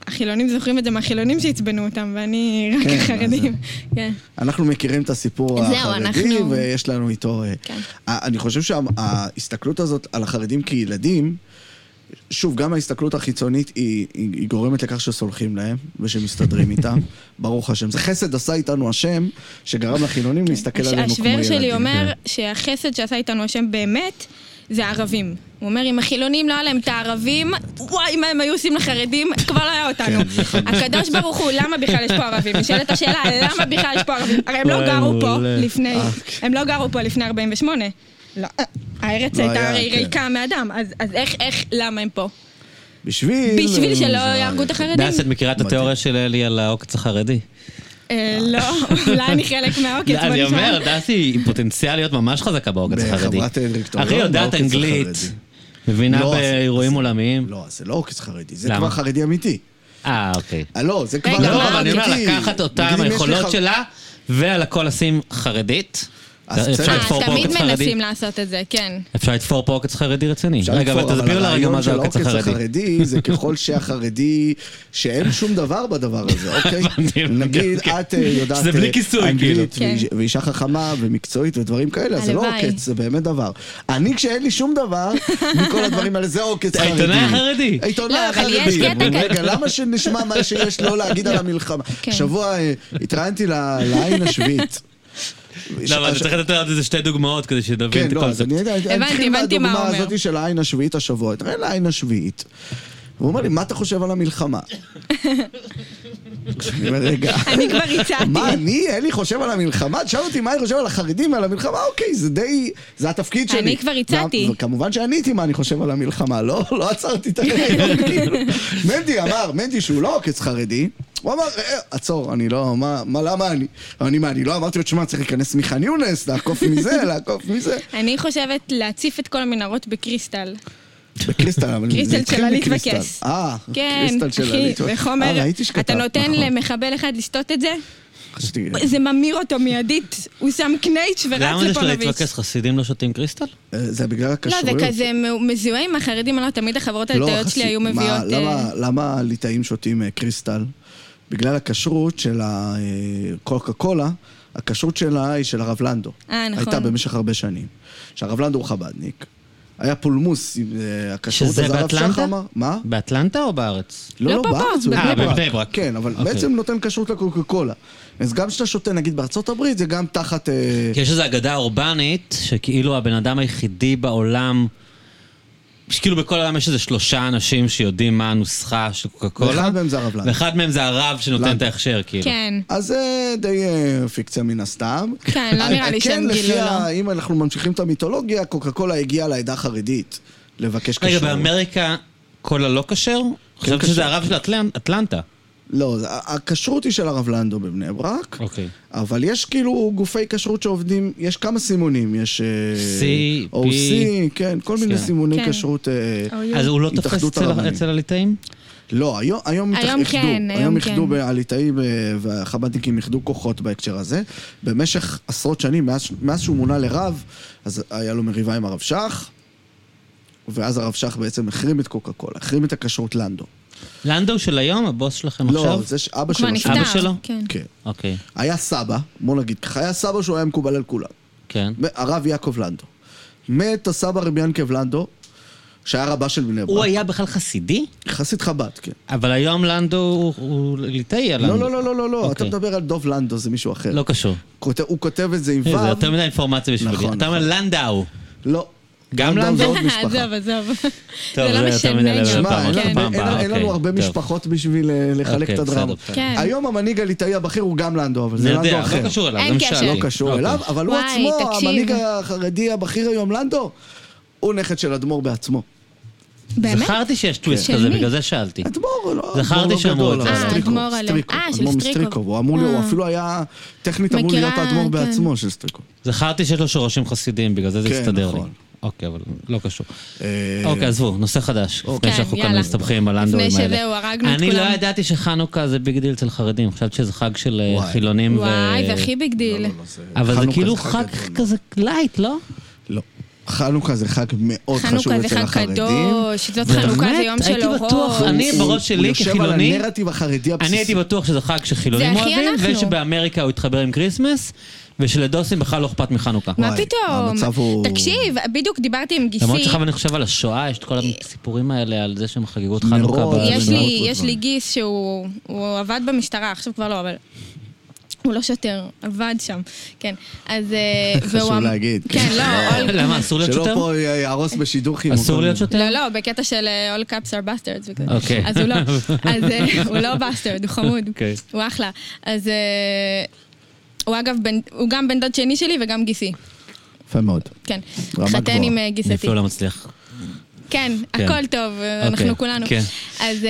החילונים זוכרים את זה מהחילונים שעצבנו אותם, ואני רק
כן,
החרדים. כן.
אנחנו מכירים את הסיפור
זהו,
החרדי,
אנחנו-
ויש לנו איתו... אה,
כן.
ה- אני חושב שההסתכלות הזאת על החרדים כילדים, שוב, גם ההסתכלות החיצונית היא, היא, היא גורמת לכך שסולחים להם ושמסתדרים איתם, ברוך השם. זה חסד עשה איתנו השם, שגרם לחילונים להסתכל עלינו כמו ילדים. כן.
השוור כן. שלי אומר שהחסד שעשה איתנו השם באמת, זה הערבים. הוא אומר, אם החילונים לא היה להם את הערבים, וואי, מה הם היו עושים לחרדים, כבר לא
כן,
היה אותנו. הקדוש ברוך הוא, למה בכלל יש פה ערבים? נשאלת השאלה, למה בכלל יש פה ערבים? הרי הם לא
וואי,
גרו פה
מעולה.
לפני,
אה,
הם לא גרו פה לפני 48. לא, הארץ
לא
הייתה
היה,
הרי
כן.
ריקה מאדם, אז- אז איך, איך, למה הם פה?
בשביל...
בשביל שלא יהרגו את החרדים?
דס, את מכירה את
מדהים.
התיאוריה של אלי על העוקץ החרדי? לא,
אה, לא, אולי אני חלק מהעוקץ, בוא
אני
נשמע.
אומר, דסי היא פוטנציאל להיות ממש חזקה בעוקץ החרדי.
בחברת דירקטוריון,
אחי יודעת
בעוקץ
אנגלית,
החרדי.
מבינה
לא, אז-
באירועים
אז-
עולמיים.
לא, זה לא עוקץ חרדי, זה
למה?
כבר חרדי אמיתי.
אה, אוקיי.
אה, לא, זה כבר...
רגע,
לא,
מה?
אבל אני אומר,
אמיתי.
לקחת אותה
נגיד אם יש לי
מהיכולות
ח-
שלה, ועל הכל לשים חרדית.
אז בסדר.
אפשר
אה,
לתפור פה
תמיד
עוקץ חרדי.
מנסים לעשות את זה, כן.
אפשר לתפור פה עוקץ חרדי רציני.
אפשר
רגע,
לבחור,
אבל תסביר לה רגע
הרעיון
מה זה
של
העוקץ החרדי.
החרדי זה ככל שהחרדי, שאין שום דבר בדבר הזה, אוקיי?
הבנתי,
נגיד,
אוקיי.
את אה, יודעת
שזה בלי
אה,
כיסוי,
אנגלית
כאילו.
ואיש-
כן.
ואישה חכמה ומקצועית ודברים כאלה, זה לא
הלוואי.
עוקץ, זה באמת דבר. אני, כשאין לי שום דבר, מכל הדברים האלה, זה עוקץ חרדי.
העיתונאי החרדי.
העיתונאי
לא, אבל
החרדי.
יש קטע כזה.
רגע, למה שנשמע מה שיש לא להגיד על המלחמה?
כן.
השבוע אה, התראיינתי ל- לעין השביעית.
לא, אבל אתה צריך לתת לה עוד איזה שתי דוגמאות כדי שנבין
כן,
את
לא,
כל
אז
זה.
אני יודע, אני
הבנתי,
אתחיל
הבנתי מה
מהדוגמה
הוא אומר.
הזאת של העין השביעית השבוע. תראה לעין השביעית. והוא אומר לי, מה אתה חושב על המלחמה? אני אומר, רגע.
אני כבר הצעתי.
מה אני? אלי חושב על המלחמה? תשאל אותי מה אני חושב על החרדים ועל המלחמה? אוקיי, זה די... זה התפקיד שלי.
אני כבר הצעתי.
וה- וכמובן שעניתי מה אני חושב על המלחמה, לא לא עצרתי את הרעיון, כאילו. מנדי אמר, מנדי שהוא לא עוקץ חרדי, הוא אמר, "אה, עצור, אני לא, מה, מה, למה אני? אני מה, אני לא אמרתי לו, תשמע, צריך להיכנס מחאן יונס, לעקוף מזה, לעקוף מזה.
אני חושבת להציף את כל המנהרות בקריסטל.
בקריסטל, אבל
קריסטל
זה התחיל
של עלית
מקריסטל.
וקס.
אה,
כן,
קריסטל של
אחי,
עלית וקס.
זה
אה,
חומר.
ראיתי שכתבת,
אתה נותן
נכון.
למחבל אחד לשתות את זה,
חשבתי-
זה ממיר אותו מיידית. הוא שם קנייץ'
למה זה
ורץ
שלא
לפונוביץ'.
להתווכס? חסידים לא שותים קריסטל?
אה, זה בגלל
לא,
הכשרויות.
זה כזה מ- מזוהה עם החרדים, אני לא תמיד החברות הדתיות
חסיד-
שלי היו
מה,
מביאות... אה,
למה- למה הליטאים שותים אה, קריסטל? בגלל הכשרות של הקוקה קולה, הכשרות שלה היא של הרב לנדו.
אה, נכון.
הייתה במשך הרבה שנים. שהרב לנדו הוא חבדניק. היה פולמוס עם אה, הכשרות,
שזה
אז הרב
באטלנטה?
שחר אמר... מה?
באטלנטה או בארץ?
לא,
לא
לא,
פה, פה,
בארץ,
בבני
אה, ברק. בבני ברק.
כן, אבל
אוקיי.
בעצם נותן כשרות לקוקה קולה. אז גם כשאתה שותה, נגיד בארצות הברית, זה גם תחת... אה,
כי יש איזו אגדה אורבנית, שכאילו הבן אדם היחידי בעולם, שכאילו בכל העולם יש איזה שלושה אנשים שיודעים מה הנוסחה של קוקה קולה.
ואחד מהם זה הרב לנדו.
ואחד מהם זה הרב שנותן
לנדו.
את ההכשר, כאילו.
כן.
אז זה די אה, פיקציה מן הסתם.
כן, לא
אה,
נראה לי שהם גילו
כן, לפי
לו.
ה- אם אנחנו ממשיכים את המיתולוגיה, קוקה קולה הגיעה לעדה החרדית לבקש
רגע,
כשרות.
באמריקה קולה לא כשר? חשבתי
כן, כשר.
שזה הרב של אטלנ- אטלנטה.
לא, זה- הכשרות היא של הרב לנדו בבני ברק,
אוקיי.
אבל יש כאילו גופי כשרות שעובדים, יש כמה סימונים, יש... אה,
C,
OC,
P.
כן, כל מיני
כן.
סימוני
כן.
כשרות. אה,
אוי,
אז הוא לא תופס
התאחדות
אצל ה-
הרבנים.
אצל הליטאים?
לא, היום, היום,
היום
איחדו,
כן,
היום
היום
איחדו
כן.
הליטאים אה, והחב"דניקים איחדו כוחות בהקשר הזה. במשך עשרות שנים, מאז, מאז שהוא מונה לרב, אז היה לו מריבה עם הרב שך, ואז הרב שך בעצם החרים את קוקה קולה, החרים את הכשרות לנדו.
לנדו של היום, הבוס שלכם עכשיו?
לא, זה שאבא
הוא כבר
שלו...
נפטר.
אבא שלו?
כן.
כן.
אוקיי,
היה סבא, בוא נגיד ככה, היה סבא שהוא היה מקובל על כולם.
כן.
הרב יעקב לנדו. מת הסבא רבי ינקב לנדו, שהיה רבה של בני ברק.
הוא היה בכלל חסידי?
חסיד חב"ד, כן.
אבל היום לנדו הוא- הוא ליטאי, הלנדו.
לא, לא, לא, לא, לא, לא, אתה
אוקיי.
מדבר על דוב לנדו, זה מישהו אחר.
לא קשור.
כותב- הוא כותב את זה עם
אה, זה יותר
ו',
מדי אינפורמציה בשבילי.
נכון,
אתה אומר
נכון.
לנדאו.
לא.
גם
לנדאו זה
לנדאו?
עוד משפחה.
עזוב, עזוב. זה
טוב, זה
לא
יותר מדי לב
משנה. גם.
פעם,
שמע, אין-
אוקיי.
כן.
אין-
פעם
אין-
הבאה,
אין לנו
אוקיי,
הרבה
טוב.
משפחות בשביל אה, לחלק
אוקיי,
את הדרמה.
בסדר, בסדר.
כן.
היום המנהיג הליטאי הבכיר הוא גם לנדו, אבל
זה
זה לנדו
יודע,
אחר.
לא קשור אליו,
אין
זה
קשר.
משאלי.
לא קשור
אוקיי.
אליו, אבל הוא
וואי,
עצמו,
תקשיב.
המנהיג החרדי הבכיר היום, לנדו, הוא נכד של אדמו"ר בעצמו.
באמת?
זכרתי
כן.
שיש טוויסט
של
כזה,
מי?
בגלל זה שאלתי.
אדמו"ר, לא...
זכרתי
אדמו"ר לא
שאמרו
גדול,
את זה.
אבל
אה,
סטריקוב,
אדמו"ר עליו.
סטריקוב,
אה, של
אדמו"ר
סטריקוב.
מסטריקוב. הוא אמור להיות,
אה.
הוא אפילו היה, טכנית אמור
מכירה,
להיות האדמו"ר
כן.
בעצמו של סטריקוב.
זכרתי שיש לו שורשים חסידים, בגלל זה זה
כן,
הסתדר לי.
נכון.
אוקיי, אבל לא קשור.
אה,
אוקיי, עזבו, נושא חדש. לפני
אוקיי.
שאנחנו
כן,
כאן
יאללה.
מסתבכים עם הלנדואים האלה.
לפני שזהו, הרגנו את
אני לא
כולם.
ידעתי שחנוכה זה ביג דיל אצל חרדים, חשבתי שזה חג של אה,
וואי.
חילונים ו...
וואי, זה הכי ביג דיל.
לא, לא, זה-
אבל זה
חנוכה
כאילו
חג
חג
גדול.
כזה לייט, לא?
לא. חנוכה זה חג מאוד חשוב
חנוכה זה
אצל החרדים.
חג קדוש, זאת חנוכה זה יום
באמת?
של
הייתי בטוח,
אורות.
אני בראש שלי
הוא יושב על
כחילוני,
הנרטיב החרדי הבסיסי.
אני הייתי בטוח שזה חג שחילונים
זה הכי
אוהבים,
אנחנו.
ושבאמריקה הוא התחבר עם כריסמס, ושלדוסים בכלל לא אכפת מחנוכה.
מה
וואי,
פתאום?
המצב הוא-
תקשיב, בדיוק דיברתי עם גיסי.
למרות שכמה אני חושב על השואה, יש את כל הסיפורים האלה על זה שהם חגגו את חנוכה.
נרות,
בארץ.
אה, יש
מאוד
לי,
מאוד
יש
דברים.
לי גיס שהוא הוא עבד במשטרה, עכשיו כבר לא, אבל... הוא לא שוטר, עבד שם, כן. אז... אה,
חשוב
והוא אמ-
להגיד.
כן, לא, all-
למה, אסור להיות
שלא
שוטר?
פה יהרוס בשידור חימום.
אסור להיות שוטר?
לא, לא, בקטע של אה, All Cups are Bastards. וכזה.
אוקיי.
אז הוא לא, אז אה, הוא לא בסטרד, הוא חמוד.
אוקיי.
הוא אחלה. אז אה, הוא אגב, בן- הוא גם בן דוד שני שלי וגם גיסי.
יפה מאוד.
כן.
רמה
התחתן
גבוהה.
עם אה,
אני
גיסתי.
אפילו לא מצליח.
כן,
כן.
הכל טוב, אה,
אוקיי,
אנחנו כולנו.
כן.
אז אה,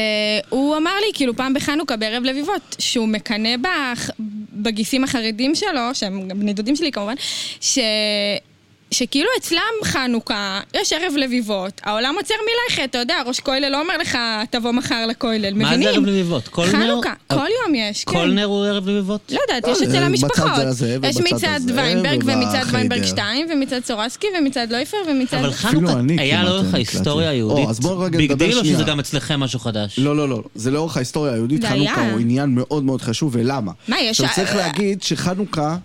הוא אמר לי, כאילו, פעם בחנוכה, בערב לביבות, שהוא מקנא בח- בגיסים החרדים שלו, שהם גם בני דודים שלי כמובן, ש... שכאילו אצלם חנוכה, יש ערב לביבות, העולם עוצר מלכת, אתה יודע, ראש כולל לא אומר לך, תבוא מחר לכולל,
מה זה
מבינים?
ערב לביבות? קולנר?
חנוכה,
אה,
כל יום יש, כן.
קולנר הוא ערב לביבות?
לא יודעת,
לא,
יש
זה
אצל המשפחות.
בצד הזה
יש
ובצד
מצעד
הזה,
ויינברג ומצעד
ובחיידר.
ויינברג 2, ומצעד סורסקי ומצעד לויפר ומצעד...
אבל
אפילו
חנוכה
אני
היה
כמעט
לאורך
נקלעתי.
ההיסטוריה
או,
היהודית
אז בואו רגע
ביג
נדבר
דיל, או
שנייה.
שזה גם אצלכם משהו חדש?
לא, לא, לא. זה לאורך ההיסטוריה היהודית,
זה
חנוכה
היה.
הוא עניין מאוד מאוד חשוב, ולמה?
מה, יש-
עכשיו צריך להגיד שחנוכה...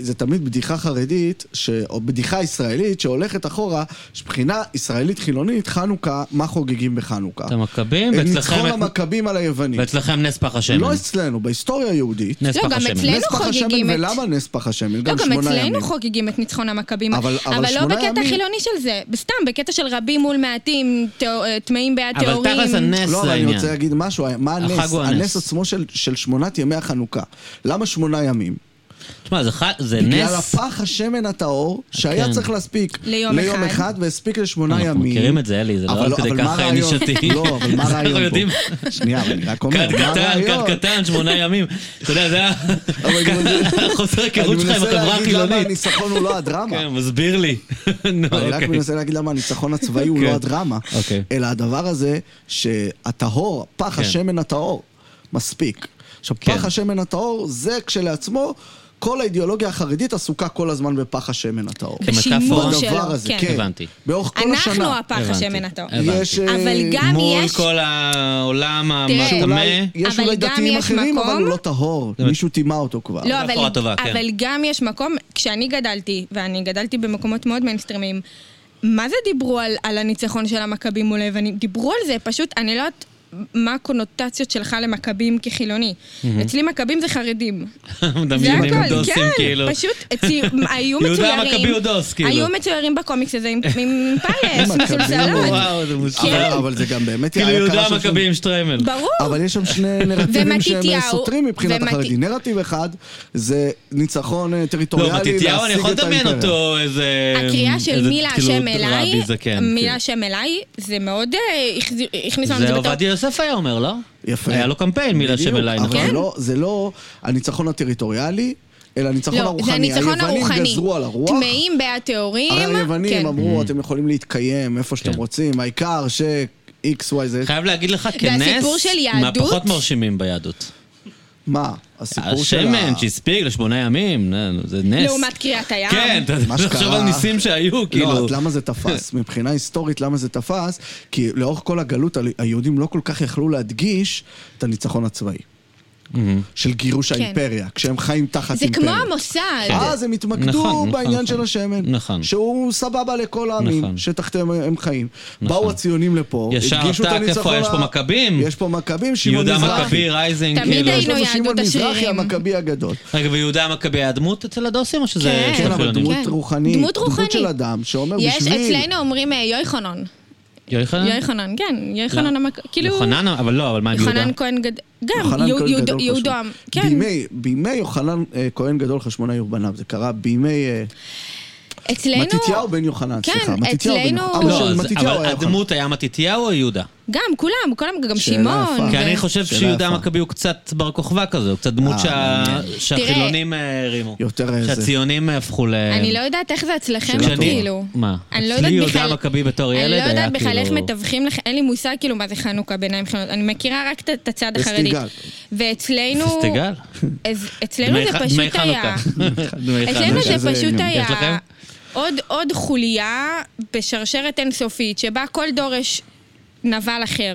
זה תמיד בדיחה חרדית, ש... או בדיחה ישראלית שהולכת אחורה, שמבחינה ישראלית חילונית, חנוכה, מה חוגגים בחנוכה?
את המכבים, ואצלכם...
ניצחון
את-
המכבים על היוונים.
ואצלכם נס פח השמן.
לא אצלנו, בהיסטוריה היהודית.
נס
לא,
פח
גם
השמן.
אצלנו.
נס פח השמן,
חוגגים את-
ולמה נס פח השמן?
לא,
גם
גם
שמונה
אצלנו
ימים.
חוגגים את ניצחון המכבים,
אבל- אבל
אבל לא
שמונה
בקטע
ימים-
חילוני של זה, סתם, בקטע של רבים מול מעטים, טהו- אה, טמאים בעד
אבל
טהורים.
תכלס הנס
לא, אבל אני
לעניין.
רוצה להגיד משהו, מה
החג
הנס?
הוא הנס.
הנס עצמו של, של שמונת ימי החנוכה. למה שמונה ימים?
תשמע, זה ח- זה
בגלל
נס...
הפח השמן הטהור, שהיה
כן.
צריך להספיק
ליום
ליום
אחד.
אחד, והספיק לשמונה ימים.
אנחנו מכירים את זה, אלי, זה לא
אבל
עד כדי
אבל מה
ככה
הרעיון?
נישתי.
לא, אבל מה
אנחנו
הרעיון
יודעים.
פה? שנייה, אבל אני רק אומר,
כד
מה
קטן,
הרעיון?
כד קטן, שמונה ימים. אתה יודע, זה
אבל גם
ה- חוסר היכרות
אני
שלך עם
מנסה
החברה
להגיד למה
החילונית.
הניצחון הוא לא הדרמה.
כן, מסביר לי. נו,
אני רק
אוקיי.
מנסה להגיד למה הניצחון הצבאי הוא לא
כן.
הדרמה,
אוקיי.
אלא הדבר הזה שהטהור, פח
כן.
השמן הטהור, מספיק. עכשיו,
כן.
פח השמן הטהור זה כשלעצמו, כל האידיאולוגיה החרדית עסוקה כל הזמן בפח השמן הטהור.
כן,
בשימור
במטאפורה.
שלו,
בדבר הזה, כן.
כן.
הבנתי.
באורך כל
אנחנו
השנה.
הפח
הבנתי.
השמן הטהור.
הבנתי.
יש... אה,
אבל גם
מול
יש...
כל העולם
תראה,
המטמא.
אולי, יש
אבל
אולי
גם
דתיים
יש
אחרים, אבל
מקום-
הוא לא טהור. מישהו טימא אותו כבר.
לא,
זו
אבל,
הבשורה הטובה, כן.
אבל גם יש מקום, כשאני גדלתי, ואני גדלתי במקומות מאוד מיינסטרימיים, מה זה דיברו על, על הניצחון של המכבים מול היוונים? דיברו על זה, פשוט אני לא יודעת מה הקונוטציות שלך למכבים כחילוני. אצלי מכבים זה חרדים.
מדמיינים
הכל,
דוסים
כן,
כאילו.
פשוט הצי- היו
יהודה
מצוירים,
המכבי הוא דוס, כאילו.
היו מצוירים בקומיקס הזה עם- עם פייס,
מכבים,
מסולסלות,
וואו, זה
אבל-
מוזר.
כן.
אבל זה גם באמת...
כאילו
היה קרה
יהודה
שם-
המכבי עם שטריימל.
ברור.
אבל יש שם שני נרטיבים שהם אה,
ומתתיהו-
סותרים מבחינת
ומת-
החרדים. נרטיב אחד זה ניצחון אה,
לא,
טריטוריאלי להשיג את
מתתיהו, אני יכול לדמיין
האינטרס.
אותו איזה...
הקריאה של
אה, איזה,
מי
כאילו,
להשם אליי,
רבי זקן,
מי
כאילו.
להשם אליי, זה מאוד אה, החזיר- הכניס לנו את
זה
זה בתור...
עובדיה יוסף היה אומר, לא?
יפה.
היה לו קמפיין מי להשם
בדיוק,
אליי,
אבל
נכון?
כן.
לא, זה לא הניצחון הטריטוריאלי, אלא הניצחון
לא,
הרוחני.
זה הניצחון
היוונים
הרוחני.
גזרו על הרוח.
טמאים בעד טהורים.
הרי
כן.
היוונים אמרו, אתם יכולים להתקיים איפה שאתם
Mm. כן.
רוצים, העיקר ש... איקס, וואי, זה...
חייב להגיד לך,
והסיפור
כנס
של יהדות?
מהפחות מרשימים ביהדות.
מה? הסיפור של ה...
השמן שהספיק לשמונה ימים, נו, זה נס.
לעומת קריאת הים.
כן, אתה
מה
תחשוב
שקרה-
על ניסים שהיו,
לא,
כאילו.
אז למה זה תפס? מבחינה היסטורית, למה זה תפס? כי לאורך כל הגלות ה- היהודים לא כל כך יכלו להדגיש את הניצחון הצבאי.
Mm-hmm.
של גירוש האימפריה, כשהם חיים תחת
כן. זה כמו
אימפריה. אה,
המוסד.
אז הם התמקדו
נכון,
בעניין
נכון,
של השמן.
נכון.
שהוא סבבה לכל העמים
נכון.
שתחתיהם הם חיים. באו הציונים לפה,
ישר
הדגישו את
טאק, איפה?
הניצחון
יש פה
ה-
מכבים?
יש פה מכבים, שמעון
יהודה
מזרחי.
המכבי, רייזינג,
תמיד
כאילו.
היינו
יש לנו שמעון
יהדות
מזרחי
עשירים.
המכבי הגדול.
רגע, ויהודה המכבי היה דמות אצל הדוסים, או שזה...
כן.
של
כן, אבל
החילונים?
דמות
כן.
רוחנית.
דמות רוחנית.
של אדם שאומר
יש,
בשביל...
אצלנו אומרים אה, יוי חנון.
יואי חנן?
יוי חנון, כן. יוי
אה? לא.
חנון המק... כאילו...
יוחנן, אבל לא, אבל מה עם יהודה?
יוחנן כהן גדול.
יוחנן
גם,
כהן
יהודו-
גדול
יהודו...
חשמונאי.
כן.
בימי- בימי יוחנן אה, כהן גדול חשמונאי יורבנם, זה קרה בימי... אה,
אצלנו...
מתתיהו בן יוחנן,
כן,
סליחה. מתתיהו בן
אצלנו-
יוחנן. אבא
לא,
של
אז-
מתתיהו
אבל
היה יוחנן.
הדמות היה מתתיהו או יהודה?
גם, כולם, כולם, גם
שאלה
שמעון.
יפה.
כי
ו-
כן, אני חושב
שאלה
שיהודה
יפה.
המכבי הוא קצת בר כוכבא כזה, הוא קצת דמות
אה,
שה-
מעניין.
שהחילונים אה, הרימו.
יותר איזה.
שהציונים הפכו ל...
אני לא יודעת איך זה אצלכם,
כשאני-
כאילו.
מה?
אני לא
אצלי
יודעת
יהודה
בכלל...
המכבי בתור ילד
אני לא
היה
יודעת בכלל
כאילו-
איך מתווכים לך, אין לי מושג כאילו מה זה חנוכה בעיניים חילוניות. אני מכירה רק את- את הצד
פסטיגל.
החרדי. ואצלנו...
פסטיגל?
אז אצלנו
דמי
זה
ח-
פשוט
דמי חנוכה.
היה...
דמי
אצלנו
חנוכה.
זה
שזה
פשוט
עניין.
היה
יש לכם?
עוד, עוד חוליה בשרשרת אינסופית, שבה כל דור יש נבל אחר.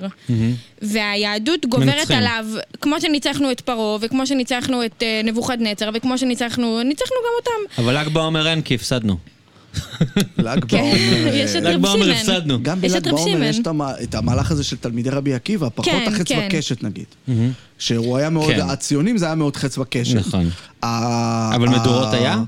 והיהדות גוברת
מנצחים.
עליו, כמו שניצחנו את פרעה, וכמו שניצחנו את אה, נבוכדנצר, וכמו שניצחנו, ניצחנו גם אותם.
אבל ל"ג בעומר אין, כי הפסדנו.
ל"ג
כן,
בעומר.
יש את
ל"ג
רב
בעומר
שמען.
הפסדנו.
גם
יש
בל"ג
את רב
בעומר
שמען.
יש את המה- את המהלך הזה של תלמידי רבי עקיבא, פחות
כן,
החץ
כן.
בקשת נגיד. שהוא היה מאוד,
כן.
הציונים זה היה מאוד חץ בקשת.
נכון.
ה-
אבל
ה-
מדורות היה?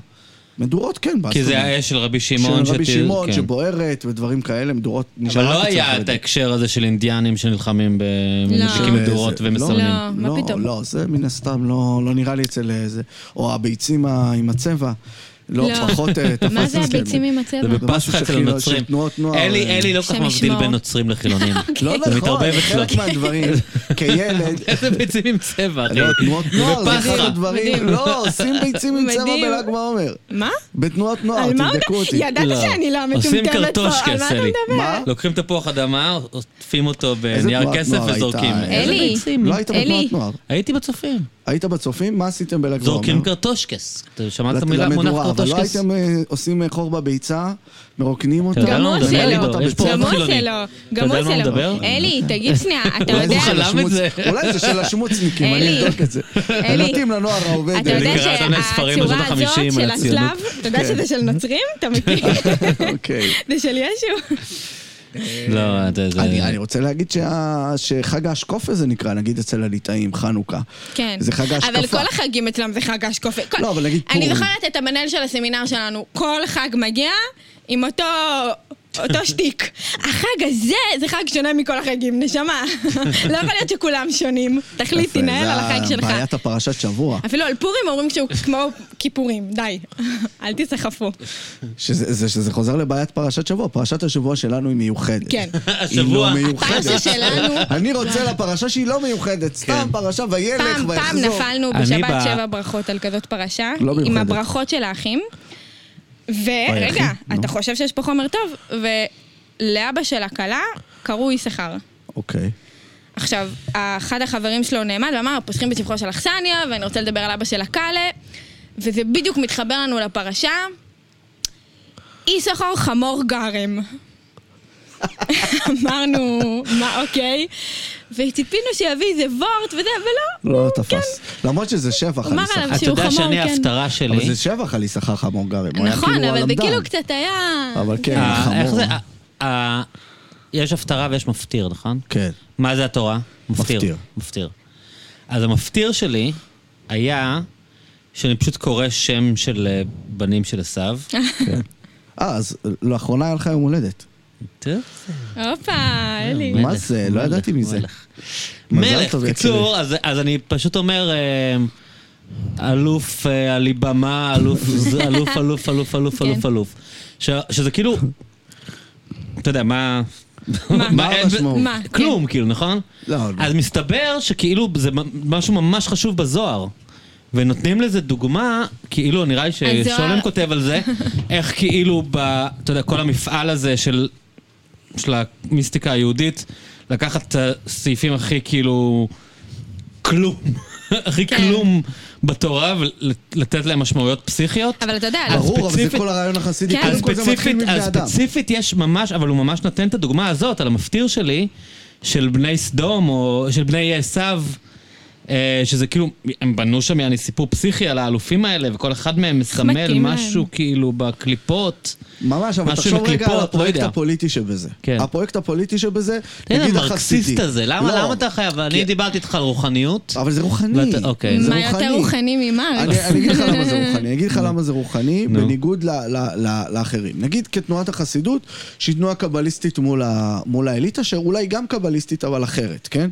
מדורות, כן.
כי זה
באסטרונומיה.
האש של רבי שמעון.
של רבי
שתיר-
שמעון
כן.
שבוערת ודברים כאלה, מדורות
אבל
נשארה
לא
רק אצל
היה את
החרדים.
ההקשר הזה של אינדיאנים שנלחמים במדליקים
לא.
מדורות
אה, זה-
ומסמנים.
לא. מה פתאום?
לא, לא, זה מן הסתם לא, לא נראה לי אצל אה, זה. או הביצים ה- עם הצבע. לא,
לא.
פחות אה, תפס
מה זה
אצלנו.
הביצים עם הצבע?
זה בפסחא
משהו
אצל
שחילו-
הנוצרים.
של תנועות נוער. אה,
אלי, אלי לא כל כך
השם
מבדיל
ישמור.
בין נוצרים לחילונים.
אוקיי.
לא
זה
נכון,
מתערבב אצלו.
חלק מהדברים.
כן.
כילד...
איזה ביצים עם צבע, אחי.
לא, תנועות נוער, זה אחד
בפסחא.
הדברים.
מדהים.
לא, עושים ביצים עם צבע
מדהים.
בל"ג בעומר.
מה?
בתנועות נוער,
על מה הוא
לא, תבדקו
מדבר?
אותי.
ידעת
לא.
שאני לא המטומטמת פה,
עושים קרטושקס,
על מה אתה
אלי.
מדבר?
מה?
לוקחים תפוח אדמה, עוטפים אותו בנייר
תנועת
כסף
נוער הייתה?
וזורקים.
איזה
אלי.
ביצים?
לא היית
אלי.
בתנועות נוער.
הייתי בצופים.
היית בצופים? מה עשיתם בל"ג בעומר?
זורקים קרטושקס. אתה שמעת את
לא. לת-
המילה מונח
למדורה, אבל לא
קרטושקס?
הייתם אה, עושים אה, חור בביצה, מרוקנים אותה?
אתה יודע
גם
למה
הוא
הוא מדבר?
שלו,
לידו, יש פה
גם לא.
אף
הוא
חילוני.
שלו,
אתה
גם
יודע
הוא
על מה הוא
שלו.
מדבר?
אלי, לא- תגיד שנייה, אתה
אולי זה
יודע...
הוא
של
חלם את
השמוצ-
זה.
אולי זה של השמוצניקים, אני
אלי.
אבדוק את זה. לא
אלי.
מתאים לנוער העובד.
אתה יודע
אני קראתי להם ספרים בשנות
שהצורה הזאת
החמישים
של
על הציונות.
הצלב, אתה יודע שזה של נוצרים? אתה מכיר?
אוקיי.
זה של ישו. אה,
לא, זה... זה-
אני, אני רוצה להגיד שה, שחג האשקופה זה נקרא, נגיד אצל הליטאים, חנוכה.
כן.
זה חג ההשקפה.
אבל כל החגים אצלם זה חג האשקופה. כל-
לא, אבל נגיד
אני
פורים.
זוכרת את המנהל של הסמינר שלנו, כל חג מגיע עם אותו... אותו שטיק. החג הזה זה חג שונה מכל החגים, נשמה. לא יכול להיות שכולם שונים. תחליט,
יפה,
תנהל
זה
על החג שלך.
בעיית הפרשת שבוע,
אפילו על פורים אומרים שהוא כמו כיפורים, די. אל תיסחפו.
שזה, זה, שזה חוזר לבעיית פרשת שבוע. פרשת השבוע שלנו היא מיוחדת.
כן.
היא
השבוע.
לא מיוחדת.
הפרשה שלנו,
אני רוצה לפרשה שהיא לא מיוחדת,
כן.
סתם פרשה וילך
פעם,
ויחזור.
פעם נפלנו
אני
בשבת
ב-
שבע ברכות על כזאת פרשה,
לא
עם
מיוחדת.
הברכות של האחים.
אוי,
ורגע,
אחי, נו.
אתה חושב שיש פה חומר טוב, ולאבא של הכלה קראו יששכר.
אוקיי.
עכשיו, אחד החברים שלו נעמד ואמר, פותחים בשבחו של אכסניה, ואני רוצה לדבר על אבא של הקאלה, וזה בדיוק מתחבר לנו לפרשה. יששכר חמור גרם. אמרנו, מה אוקיי? וציפינו שיביא איזה וורט וזה, ולא.
לא תפס. למרות שזה שבח על
כן. אמר
יששכר.
עליו
אה, אתה
שהוא
יודע
חמור,
שאני
כן.
ההפטרה שלי.
אבל זה שבח על יששכר חמור גרם. הוא היה
נכון,
כאילו
אבל זה
הלמדן.
כאילו קצת היה...
אבל כן,
אה,
חמור.
איך זה? אה, אה, יש הפטרה ויש מפטיר, נכון?
כן.
מה זה התורה?
מפטיר.
מפטיר. אז המפטיר שלי היה שאני פשוט קורא שם של אה, בנים של עשיו.
אה, אז לאחרונה היה לך יום הולדת.
טוב,
הופה, אלי.
מלך,
מה זה? לא
מלך,
ידעתי מזה.
מלך.
מזל
מלך,
טוב,
קיצור, אז, אז אני פשוט אומר, אה, אלוף אה, עליבמה, אלוף, ז- אלוף, אלוף, אלוף, אלוף,
כן.
אלוף, אלוף. ש- שזה כאילו, אתה יודע, מה...
מה
אין-
המשמעות?
מה? כן.
כלום, כאילו, נכון?
לא,
אז מסתבר שכאילו זה מ- משהו ממש חשוב בזוהר. ונותנים לזה דוגמה, כאילו נראה לי
הזוהר-
ששולם כותב על זה, איך כאילו, ב, אתה יודע, כל המפעל הזה של, של המיסטיקה היהודית, לקחת את הסעיפים הכי כאילו, כלום, הכי
כן.
כלום בתורה, ולתת להם משמעויות פסיכיות.
אבל אתה יודע,
אז
ברור, אבל זה
ספציפית-
כל הרעיון החסידי.
כן.
אז
קודם כל זה מתחיל
ספציפית,
מבני
אז
אדם.
ספציפית יש ממש, אבל הוא ממש נותן את הדוגמה הזאת על המפטיר שלי, של בני סדום או של בני עשיו, אה, שזה כאילו, הם בנו שם יעני סיפור פסיכי על האלופים האלה, וכל אחד מהם מסמל
מתאים להם.
משהו כאילו בקליפות.
ממש, אבל
משהו
תחשוב
עם
רגע על
קליפות, לא
הפרויקט
יודע.
הפוליטי שבזה.
כן.
הפרויקט הפוליטי שבזה,
תן
נגיד
המרקסיסט
החסידי.
הזה, למה
לא,
למה אתה חייב? אני דיברתי איתך על רוחניות.
אבל זה רוחני.
ואתה- אוקיי, זה
מה יותר רוחני ממרקס?
אני אני אגיד לך למה זה רוחני, אני אגיד לך למה זה רוחני,
נו.
בניגוד ל- ל- ל- לאחרים. נגיד כתנועת החסידות, שהיא תנועה קבליסטית מול ה- מול האליטה, שאולי גם קבליסטית אבל אחרת, כן?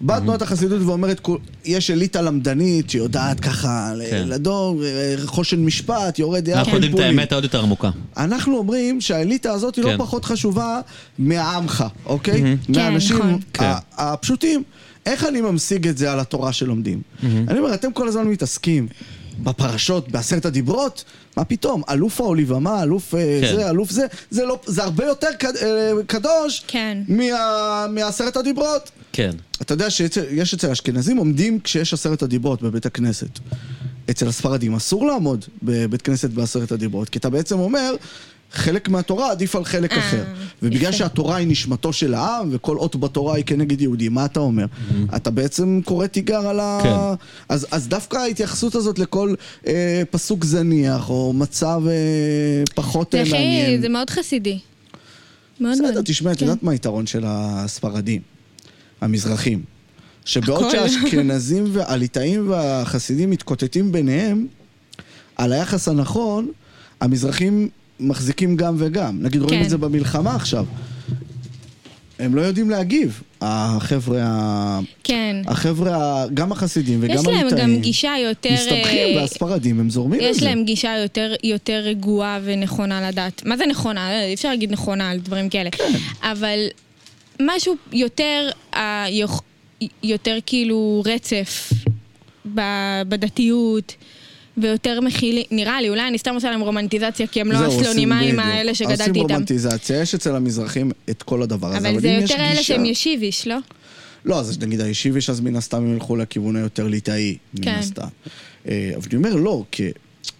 באה תנועת החסידות ואומרת, "כול- יש אליטה למדנית שיודעת ככה ל-
כן.
לדור, אה, חושן משפט, יורד
כן,
יד
אנחנו יודעים את האמת העוד יותר עמוקה.
אנחנו אומרים שהאליטה הזאת היא
כן.
לא פחות חשובה מהעמך, אוקיי? מהאנשים
נכון.
ה-
כן.
הפשוטים. איך אני ממשיג את זה על התורה שלומדים? אני אומר, אתם כל הזמן מתעסקים בפרשות, בעשרת הדיברות, מה פתאום? אלוף העוליבמה, אלוף אה,
כן.
זה, אלוף זה, זה לא, זה הרבה יותר קד- אה, קדוש
כן.
מה- מעשרת הדיברות.
כן.
אתה יודע שיש אצל האשכנזים עומדים כשיש עשרת הדיברות בבית הכנסת. אצל הספרדים אסור לעמוד בבית כנסת בעשרת הדיברות, כי אתה בעצם אומר, חלק מהתורה עדיף על חלק
אה,
אחר. ובגלל
יפה.
שהתורה היא נשמתו של העם, וכל אות בתורה היא כנגד יהודים, מה אתה אומר? אתה בעצם קורא תיגר על ה...
כן.
אז, אז דווקא ההתייחסות הזאת לכל אה, פסוק זניח, או מצב אה, פחות
זה
אה, מעניין.
הכי, זה מאוד חסידי. מאוד מאוד.
בסדר, תשמע, את
כן.
יודעת מה היתרון של הספרדים, המזרחים? שבעוד
הכל.
שהאשכנזים והליטאים והחסידים מתקוטטים ביניהם על היחס הנכון, המזרחים מחזיקים גם וגם. נגיד רואים
כן.
את זה במלחמה עכשיו. הם לא יודעים להגיב, החבר'ה, ה-
כן.
החבר'ה, ה- גם החסידים וגם
יש
הליטאים.
להם גם גישה יותר...
מסתבכים,
אה,
והספרדים, הם זורמים
יש
את זה.
להם גישה יותר, יותר רגועה ונכונה לדעת. מה זה נכונה? לא, אי אפשר להגיד נכונה על דברים כאלה.
כן.
אבל משהו יותר, אה, יוכ- יותר כאילו רצף ב- בדתיות. ויותר מכילים, נראה לי, אולי אני סתם עושה להם רומנטיזציה, כי הם לא
זהו, עושים
הסלונימאים
בדיוק.
האלה שגדלתי
עושים
איתם.
רומנטיזציה, יש אצל המזרחים את כל הדבר הזה,
אבל
אבל
זה
אם יש
יותר אלה
גישה-
שהם ישיביש, לא?
לא, אז נגיד הישיביש, אז מן הסתם הם ילכו לכיוון היותר ליטאי, מן
כן.
הסתם. אה, אבל אני אומר, לא, כי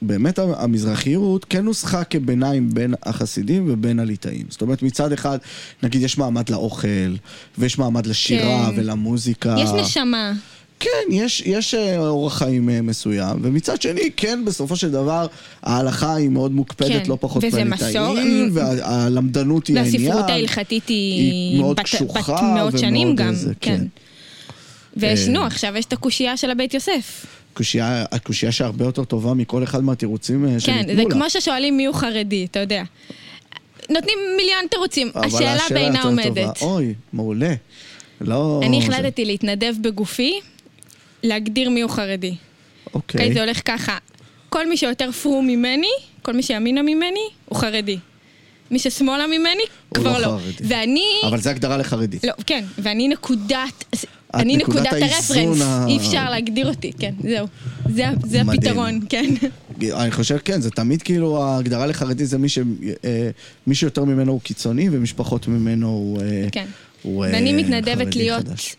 באמת ה- המזרחיות כן נוסחה כביניים בין החסידים ובין הליטאים. זאת אומרת, מצד אחד, נגיד יש מעמד לאוכל, ויש מעמד לשירה
כן.
ולמוזיקה.
יש נשמה.
כן, יש, יש אה, אורח חיים אה, מסוים, ומצד שני, כן, בסופו של דבר, ההלכה היא מאוד מוקפדת,
כן,
לא פחות
וזה
מהליטאים,
מסור-
והלמדנות היא העניין.
והספרות לא, ההלכתית היא
מאוד
בת- בת
קשוחה
מאות שנים
ומאוד
גם,
איזה,
כן.
כן.
ויש,
אה,
נו, עכשיו יש את הקושייה של הבית יוסף.
קושייה, הקושייה שהרבה יותר טובה מכל אחד מהתירוצים אה, שניתנו
כן,
לה.
זה כמו ששואלים מיהו חרדי, אתה יודע. נותנים מיליון תירוצים,
אבל
השאלה בעינה
יותר טובה.
עומדת.
אוי, מעולה. לא...
אני
זה-
החלטתי להתנדב בגופי, להגדיר מיהו חרדי. אוקיי,
אוקיי.
זה הולך ככה. כל מי שיותר פרום ממני, כל מי שימינה ממני, הוא חרדי. מי ששמאלה ממני,
הוא
כבר
לא
לא.
חרדי.
ואני...
אבל זה הגדרה לחרדי.
לא, כן, ואני נקודת...
את
אני
נקודת
נקודת
האיזון
הרפרנס,
ה-
אי אפשר להגדיר אותי, כן, זהו. זה- זה
מדהים.
הפתרון, כן.
אני חושב, כן, זה תמיד כאילו, ההגדרה לחרדי זה מי, ש... אה, מי שיותר ממנו הוא קיצוני ומשפחות ממנו הוא, אה,
כן.
הוא אה,
ואני מתנדבת
חרדי
להיות...
חדש.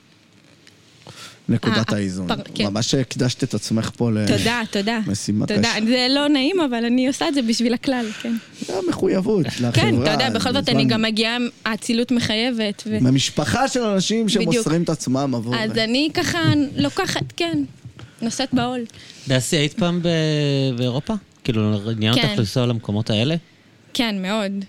נקודת
ה-
האיזון.
הפר- כן.
ממש הקדשת את עצמך פה ל...
תודה, תודה.
אה, משימה
תודה.
קשה.
זה לא נעים, אבל אני עושה את זה בשביל הכלל, כן.
זה המחויבות לחברה.
כן, אתה יודע, בכל זאת אני
בזמן-
גם מגיעה, האצילות מחייבת. ו-
מהמשפחה של אנשים
בדיוק.
שמוסרים את עצמם עבור...
אז אני ככה לוקחת, כן, נושאת בעול.
דסי, היית פעם ב- באירופה? כאילו, עניין
כן.
אותך לנסוע למקומות האלה?
כן, מאוד.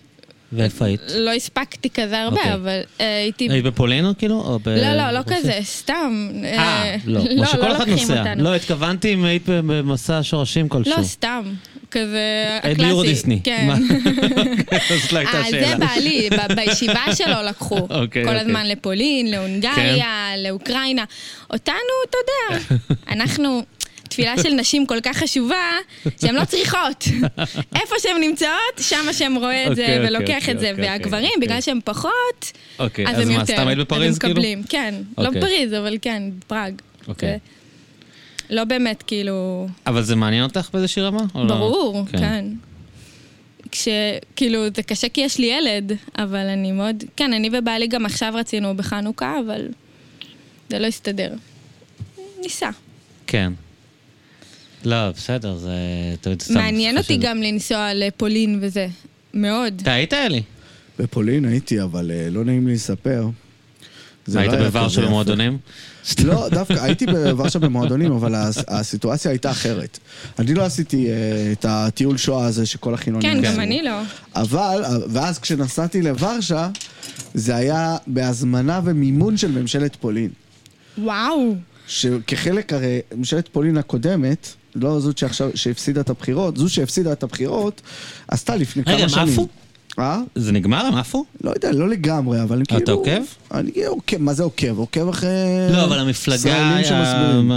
ואיפה היית?
לא הספקתי כזה
אוקיי.
הרבה, אבל אה, הייתי...
היית בפולין או כאילו? או ב-
לא, לא, לא
ברוסיה?
כזה, סתם.
אה, לא, כמו שכל אחד
לוקחים
נוסע.
אותנו.
לא, התכוונתי אם היית במסע שורשים כלשהו.
לא, סתם. כזה
היית
הקלאסי.
ביורו אה, דיסני.
כן.
מה? אוקיי, אז לא הייתה
אה, זה
שאלה.
בעלי, ב- בישיבה שלו לקחו.
אוקיי,
כל
אוקיי. כן.
הזמן לפולין, להונגריה, לאוקראינה. אותנו, אתה יודע, אנחנו, תפילה של נשים כל כך חשובה, שהן לא צריכות. איפה שהן נמצאות, שם השם רואה את
אוקיי,
זה
אוקיי,
ולוקח
אוקיי,
את זה.
אוקיי,
והגברים,
אוקיי.
בגלל שהם פחות,
אוקיי,
אז
אז
הם
מה,
יותר.
סתם היית בפריז,
אז הם
כאילו?
מקבלים, כן. לא
אוקיי.
בפריז, אבל כן, בפראג.
אוקיי.
זה לא באמת, כאילו...
אבל זה מעניין אותך באיזושהי רמה? או לא?
ברור, כן. כש... כאילו, זה קשה כי יש לי ילד, אבל אני מאוד... כן, אני ובעלי גם עכשיו רצינו בחנוכה, אבל זה לא הסתדר. ניסע.
כן. לא, בסדר, זה... אתה יודע, סתם
מעניין
חשבתי.
אותי גם לנסוע לפולין וזה. מאוד.
אתה היית, אלי?
בפולין הייתי, אבל אה, לא נעים לי לספר. זה
מה, היית
לא היה
בוורשה
כזה יפה.
במועדונים?
לא, דווקא הייתי בוורשה במועדונים, אבל הס- הסיטואציה הייתה אחרת. אני לא עשיתי אה, את הטיול שואה הזה שכל החילונים...
כן, גם
עשו.
אני לא.
אבל, אה, ואז כשנסעתי לוורשה, זה היה בהזמנה ומימון של ממשלת פולין.
וואו.
שכחלק, הרי ממשלת פולין הקודמת, לא זאת שעכשיו, שהפסידה את הבחירות, זו שהפסידה את הבחירות, עשתה לפני
רגע,
כמה
הם
שנים.
עפו?
אה?
זה נגמר? הם עפו?
לא יודע, לא לגמרי, אבל כאילו...
עוקב?
אני עוקב, מה זה עוקב? עוקב אחרי...
לא, אבל המפלגה
ישראלים שמסבירים.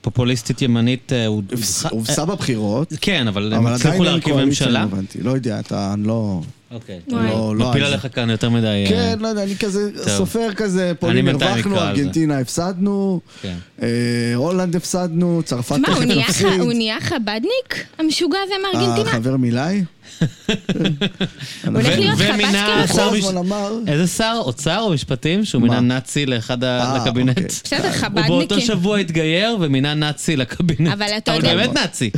הפופוליסטית ימנית... אה, הוד-
הובסה בבחירות,
אה, כן, אבל הם
אבל עדיין
הצליחו
אין
להרכיב
קואליציה, לא
ממשלה.
הבנתי. לא יודע, אתה אני לא...
אוקיי.
וואי.
לא, לא
מפיל
על זה.
עליך כאן יותר מדי... אה,
כן, לא יודע, אני כזה סופר כזה, פולין
בינתיים
הרווחנו,
אקרא על זה.
ארגנטינה הפסדנו,
כן.
אה, הולנד הפסדנו, צרפת
מה, הוא
תכף
נהיה ח-
נפסיד.
הוא נהיה חבדניק? המשוגע הזה
אה,
מארגנטינה?
חבר מילאי?
הוא הולך
ו-
להיות
ומינה
חב"ד
שר
כאילו?
כל
מש-
הזמן אמר...
איזה שר? אוצר או משפטים? שהוא מינה
מה?
נאצי לאחד
אה,
ה- לקבינט.
אוקיי.
בסדר,
הוא אה, באותו
חבדניקים.
שבוע התגייר ומינה נאצי לקבינט.
אבל אתה יודע-
אבל באמת נאצי.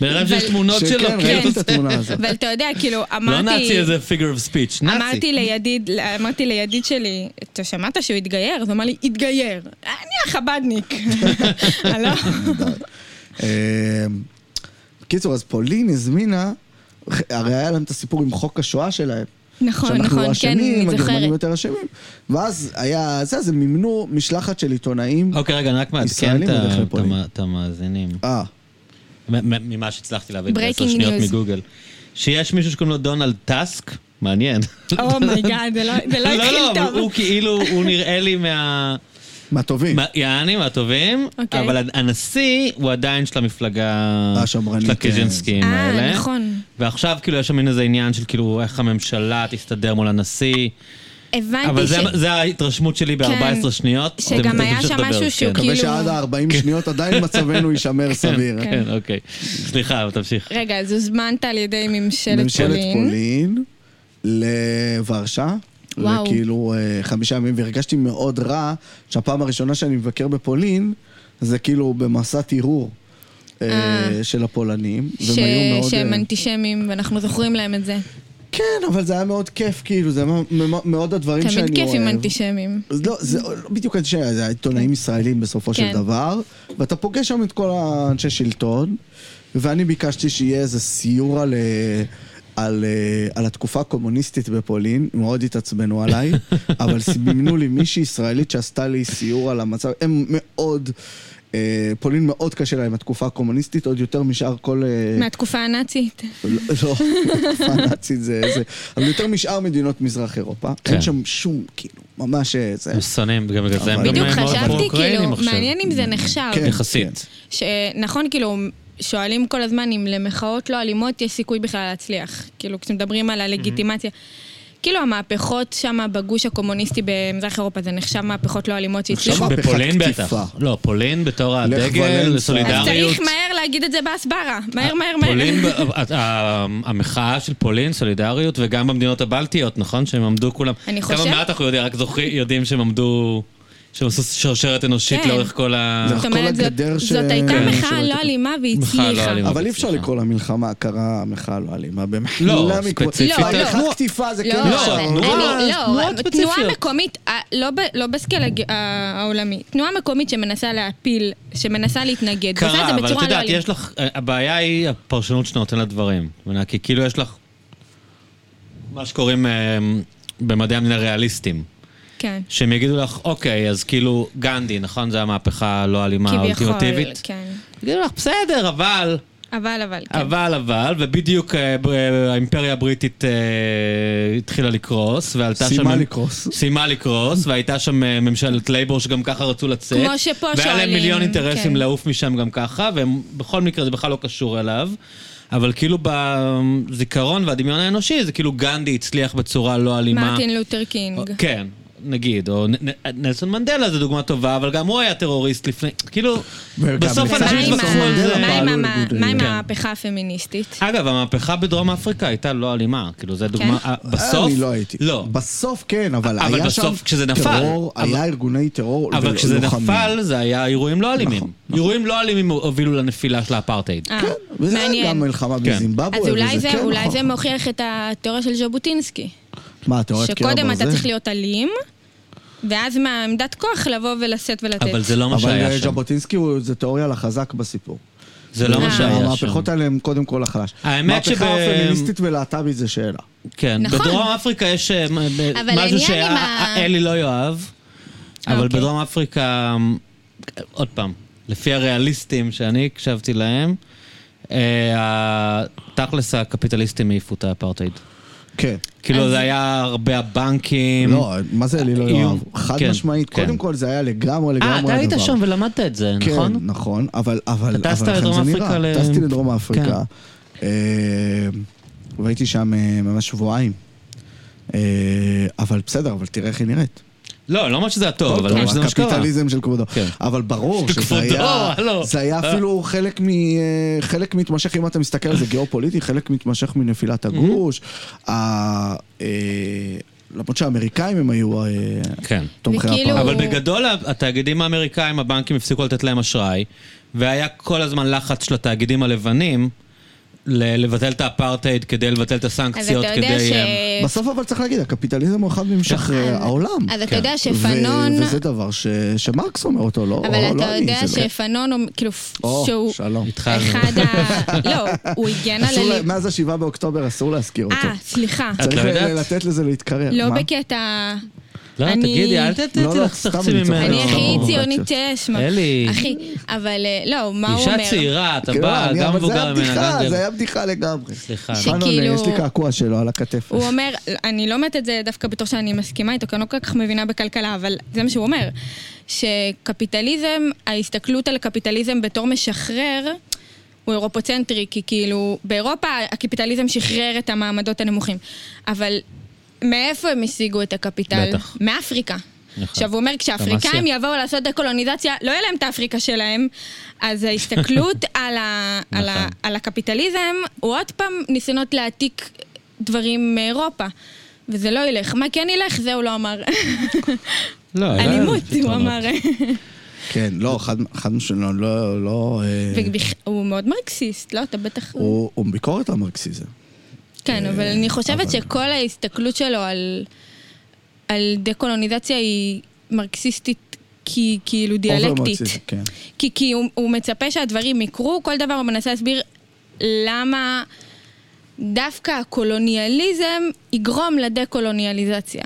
בן אדם שיש
אבל-
תמונות שלו,
שכן,
כאילו,
ראיתי את התמונה הזאת.
אבל אתה יודע, כאילו,
לא
אמרתי...
נאצי איזה figure of speech, נאצי.
אמרתי לידיד, אמרתי לידיד שלי, אתה שמעת שהוא התגייר? אז הוא אמר לי, התגייר. אני החבדניק. לא- הלו? כן.
אה, בקיצור, אז פולין הזמינה, הרי היה להם את הסיפור עם חוק השואה שלהם.
נכון, נכון, כן,
שאנחנו לא
אני
אשמים, הגרמנים
זוכרת.
יותר אשמים. ואז היה זה, אז הם מימנו משלחת של עיתונאים.
אוקיי, רגע, אני רק מעדכן
ישראלים אה.
את
בדרך
ה- את
לפולין.
המ- את המאזינים.
אה,
מ- מ- ממה שהצלחתי להבין בעשר
Breaking
שניות
news.
מגוגל. שיש מישהו שקוראים לו דונלד טאסק, מעניין.
אומייגאד, זה לא זה לא
לא,
התחיל
לא, אבל הוא
טוב.
כאילו, הוא נראה לי מה...
מהטובים.
מה- יעני מהטובים,
אוקיי.
אבל הנ- הנשיא הוא עדיין של המפלגה...
השמרנית,
של הקיז'ינסקים
אה,
האלה.
נכון.
ועכשיו כאילו יש שם מין איזה עניין של כאילו איך הממשלה תסתדר מול הנשיא. אבל
הבנתי
זה-
ש- כן.
זה ההתרשמות שלי ב-14 שניות. אתם-
שגם
אתם
היה
תמשיך
שם
לדבר,
משהו שהוא
כן.
מקווה
כאילו-
שעד ה-40 שניות עדיין מצבנו יישמר סביר.
כן, אוקיי. סליחה, אבל תמשיך.
רגע, אז הוזמנת על ידי ממשלת
ממשלת
פולין.
פולין לוורשה,
וואו.
וכאילו אה, חמישה ימים, והרגשתי מאוד רע שהפעם הראשונה שאני מבקר בפולין, זה כאילו במסע טיהור אה,
אה.
של הפולנים.
ש...
והם היו מאוד,
שהם
אה,
אנטישמים, ואנחנו זוכרים להם את זה.
כן, אבל זה היה מאוד כיף, כאילו, זה היה מ- מ- מאוד הדברים שאני אוהב.
תמיד כיף עם אנטישמים.
אז לא, זה לא בדיוק אנשי, זה עיתונאים ישראלים בסופו
כן.
של דבר, ואתה פוגש שם את כל האנשי שלטון, ואני ביקשתי שיהיה איזה סיור על... אה, על, אה, על התקופה הקומוניסטית בפולין, מאוד התעצבנו עליי, אבל סימנו לי מישהי ישראלית שעשתה לי סיור על המצב, הם מאוד, אה, פולין מאוד קשה להם, התקופה הקומוניסטית, עוד יותר משאר כל... אה,
מהתקופה הנאצית.
לא, לא, התקופה הנאצית זה, זה, אבל יותר משאר מדינות מזרח אירופה,
כן.
אין שם שום, כאילו, ממש אה, זה.
הם שונאים, גם בגלל זה הם
אבל-
גם
בדיוק
מאוד
חשבתי, כאילו,
פרו-אוקראינים עכשיו.
מעניין אם זה נחשב.
כן.
יחסית.
שנכון, כאילו, שואלים כל הזמן אם למחאות לא אלימות יש סיכוי בכלל להצליח. כאילו, כשמדברים על הלגיטימציה. כאילו, המהפכות שם בגוש הקומוניסטי במזרח אירופה, זה נחשב מהפכות לא אלימות שהצליחו.
נחשב מהפכת
בפולין בטח.
תקיפה.
לא, פולין בתור הדגל,
ולנסה.
אז
לסולידריות.
צריך מהר להגיד את זה בהסברה. מהר, מהר, מהר.
פולין, ב- ה- ה- המחאה של פולין, סולידריות, וגם במדינות הבלטיות, נכון? שהם עמדו כולם.
אני חושב-
כמה מעט אנחנו יודעים, רק זוכרים, יודעים שהם עמדו, שהם עשו שרשרת אנושית
כן.
לאורך כל ה...
זה-
זאת
כל
אומרת, זאת-
הגדר ש-
זאת הייתה
כן,
מחאה
שלא
לא
הייתה.
אלימה והיא
מחאה לא
הצליחה.
אלימה.
אבל אי אפשר
סליחה.
לקרוא לה מלחמה, קרא מחאה לא אלימה.
לא,
במחילה מכל-
ספציפית.
לא, לא.
מהפכת קטיפה זה כן
לא,
נחשב.
אבל-
אני-
תנועה- תנועות
לא, תנועה
ספציפיות.
מקומית, אה, לא ב- לא בסקל הג- ה- העולמי, תנועה מקומית שמנסה להפיל, שמנסה להתנגד, ועושה את
קרה,
זה
אבל את
בצורה לא
יודעת,
אלימה.
יש לך... הבעיה היא הפרשנות שאתה נותן לדברים. מבינה? כי כאילו יש לך מה שקוראים אה, במדעי המדינה ריאליסטים.
כן.
שהם יגידו לך, אוקיי, אז כאילו, גנדי, נכון? זה המהפכה הלא אלימה, האולטימטיבית.
כן.
יגידו לך, בסדר, אבל...
אבל, אבל, כן.
אבל אבל, ובדיוק אה, ב- אה, האימפריה הבריטית אה, התחילה לקרוס, ועלתה שם...
סיימה לקרוס.
סיימה לקרוס, והייתה שם אה, ממשלת לייבור שגם ככה רצו לצאת.
כמו שפה
והיה להם
שואלים,
מיליון אינטרסים
כן.
לעוף משם גם ככה, ובכל מקרה זה בכלל לא קשור אליו. אבל כאילו בזיכרון והדמיון האנושי, זה כאילו גנדי הצליח בצורה לא אלימה.
מרטין לותר קינג.
כן, נגיד, או נ- נ- נלסון מנדלה זו דוגמה טובה, אבל גם הוא היה טרוריסט לפני, כאילו,
וגם
בסוף
לצד
מה
אנשים
עם
התווכחו
ה-
על זה.
מה עם
פעלו
המה-
לגודל.
מה עם
כן.
המהפכה
כן,
הפמיניסטית?
אגב, המהפכה בדרום אפריקה הייתה לא אלימה, כאילו, זו דוגמה...
כן?
אה, בסוף...
אני לא הייתי.
לא.
בסוף כן, אבל
אבל
היה שם
בסוף כשזה נפל.
טרור,
אבל-
היה ארגוני טרור
אבל כשזה
ולוחמים.
נפל, זה היה אירועים לא אלימים.
נכון,
אירועים לא אלימים הובילו לנפילה של האפרטהייד.
אה,
וזה היה
מעניין.
גם מלחמה בזימבבואה,
אז אולי
וזה
זה-
כן,
אולי
נכון.
זה מוכיח את התיאוריה של ז'בוטינסקי.
מה, התיאוריית קיר
שקודם אתה
הברזל?
צריך להיות אלים, ואז מעמדת כוח לבוא ולשאת ולתת.
אבל זה לא מה
אבל אה,
שהיה שם.
ז'בוטינסקי הוא- זה תיאוריה לחזק בסיפור.
זה לא מה
אה.
שהיה שם.
המהפכות האלה הן קודם כל החלש.
האמת שב-
מהפכה פמיניסטית ולהט"בית זה שאלה.
כן,
נכון.
בדרום אפריקה יש אה, מ- ב-
אבל
משהו
העניין עם ה-
שאלי לא יאהב, אבל
אוקיי.
בדרום אפריקה, אה, עוד פעם, לפי הריאליסטים שאני הקשבתי להם, אה, תכלס הקפיטליסטים העיפו את האפרטהייד.
כן.
כאילו זה היה הרבה הבנקים.
לא, מה זה אלי לא
איום.
יאהב? חד
כן,
משמעית.
כן.
קודם כל זה היה לגמרי לגמרי
אה,
הדבר.
אתה היית שם ולמדת את זה,
כן,
נכון?
נכון, אבל, אבל,
אתה טסת
אבל לכן זה
לדרום
נראה.
אפריקה ל- כן.
טסתי לדרום אפריקה. אה, והייתי שם אה, ממש שבועיים. אה, אבל בסדר, אבל תראה איך היא נראית.
לא, לא אומר שזה הטוב, אבל
טוב,
אני אומר שזה מה שקרה.
אוקיי. הקפיטליזם של כבודו.
כן.
אבל ברור
של
שזה
כבודו,
היה,
הלו.
זה היה
אה.
אפילו חלק מ- אה, חלק מתמשך, אם אתה מסתכל על זה גיאופוליטי, חלק מתמשך
Mm-hmm.
מנפילת הגוש. ה- אה, למרות שהאמריקאים הם היו אה,
כן.
תומכי
וכאילו-
הפעם.
אבל בגדול התאגידים האמריקאים, הבנקים הפסיקו לתת להם אשראי, והיה כל הזמן לחץ של התאגידים הלבנים ל- לבטל את האפרטהייד כדי לבטל את
אז אתה
הסנקציות,
יודע
כדי...
ש...
אה,
בסוף אבל צריך להגיד, הקפיטליזם הוא אחד ממשחררי העולם.
נכון. אז אתה
כן.
יודע
ו-
שפנון...
וזה דבר ש- שמרקס אומר אותו, לא
אבל
לא
אתה
אני,
יודע
זה לא-
שפנון, הוא- כאילו,
או,
שהוא
שלום.
התחלנו.
אחד ה... לא, הוא הגן על...
אסור לה-
הלי-
מאז השבעה באוקטובר אסור להזכיר אותו.
אה, סליחה.
את
צריך
לא יודעת?
ל- לתת לזה להתקרר.
לא
מה?
בקטע...
לא,
אני-
תגידי, אל ת-
לא, לא,
ת-
סתם
תחצי
אני צוחק.
ממנו.
אני הכי
לא.
ציונית שיש, מה?
אלי.
הכי, אבל אה, לא, מה הוא אומר?
אישה צעירה, אתה
כן,
בא,
אני-
גם
אבל זה
מבוגר
היה
ממנה, גם
בדיחה, זה
גבר.
היה בדיחה לגמרי.
סליחה.
ש-
חנון, אה,
שכאילו-
יש לי קעקוע שלו על הכתף.
הוא אומר, אני לא אומרת את זה דווקא בתור שאני מסכימה איתו, כי אני לא כל כך מבינה בכלכלה, אבל זה מה שהוא אומר. שקפיטליזם, ההסתכלות על הקפיטליזם בתור משחרר, הוא אירופוצנטרי, כי כאילו, באירופה הקפיטליזם שחרר את המעמדות הנמוכים. אבל מאיפה הם השיגו את הקפיטל?
בטח.
מאפריקה.
נכון.
עכשיו, הוא אומר, כשהאפריקאים
מאסיה.
יבואו לעשות דקולוניזציה, לא יהיה להם את האפריקה שלהם. אז ההסתכלות על, ה, על, ה,
נכון.
על הקפיטליזם הוא עוד פעם ניסיונות להעתיק דברים מאירופה. וזה לא ילך. מה כן ילך? זה הוא לא אמר.
לא, היה לנו
אלימות, הוא
פתרונות.
אמר.
כן, לא, חד חד משמעית, לא, לא, לא... אה,
והוא מאוד מרקסיסט, לא? אתה בטח...
הוא הוא ביקורת המרקסיזם.
כן, אבל אני חושבת
אבל-
שכל ההסתכלות שלו על, על דה-קולוניזציה היא מרקסיסטית, כי כאילו דיאלקטית.
אובר-מרקסיזם, כן.
כי, כי הוא, הוא מצפה שהדברים יקרו, כל דבר הוא מנסה להסביר למה דווקא הקולוניאליזם יגרום לדה-קולוניאליזציה.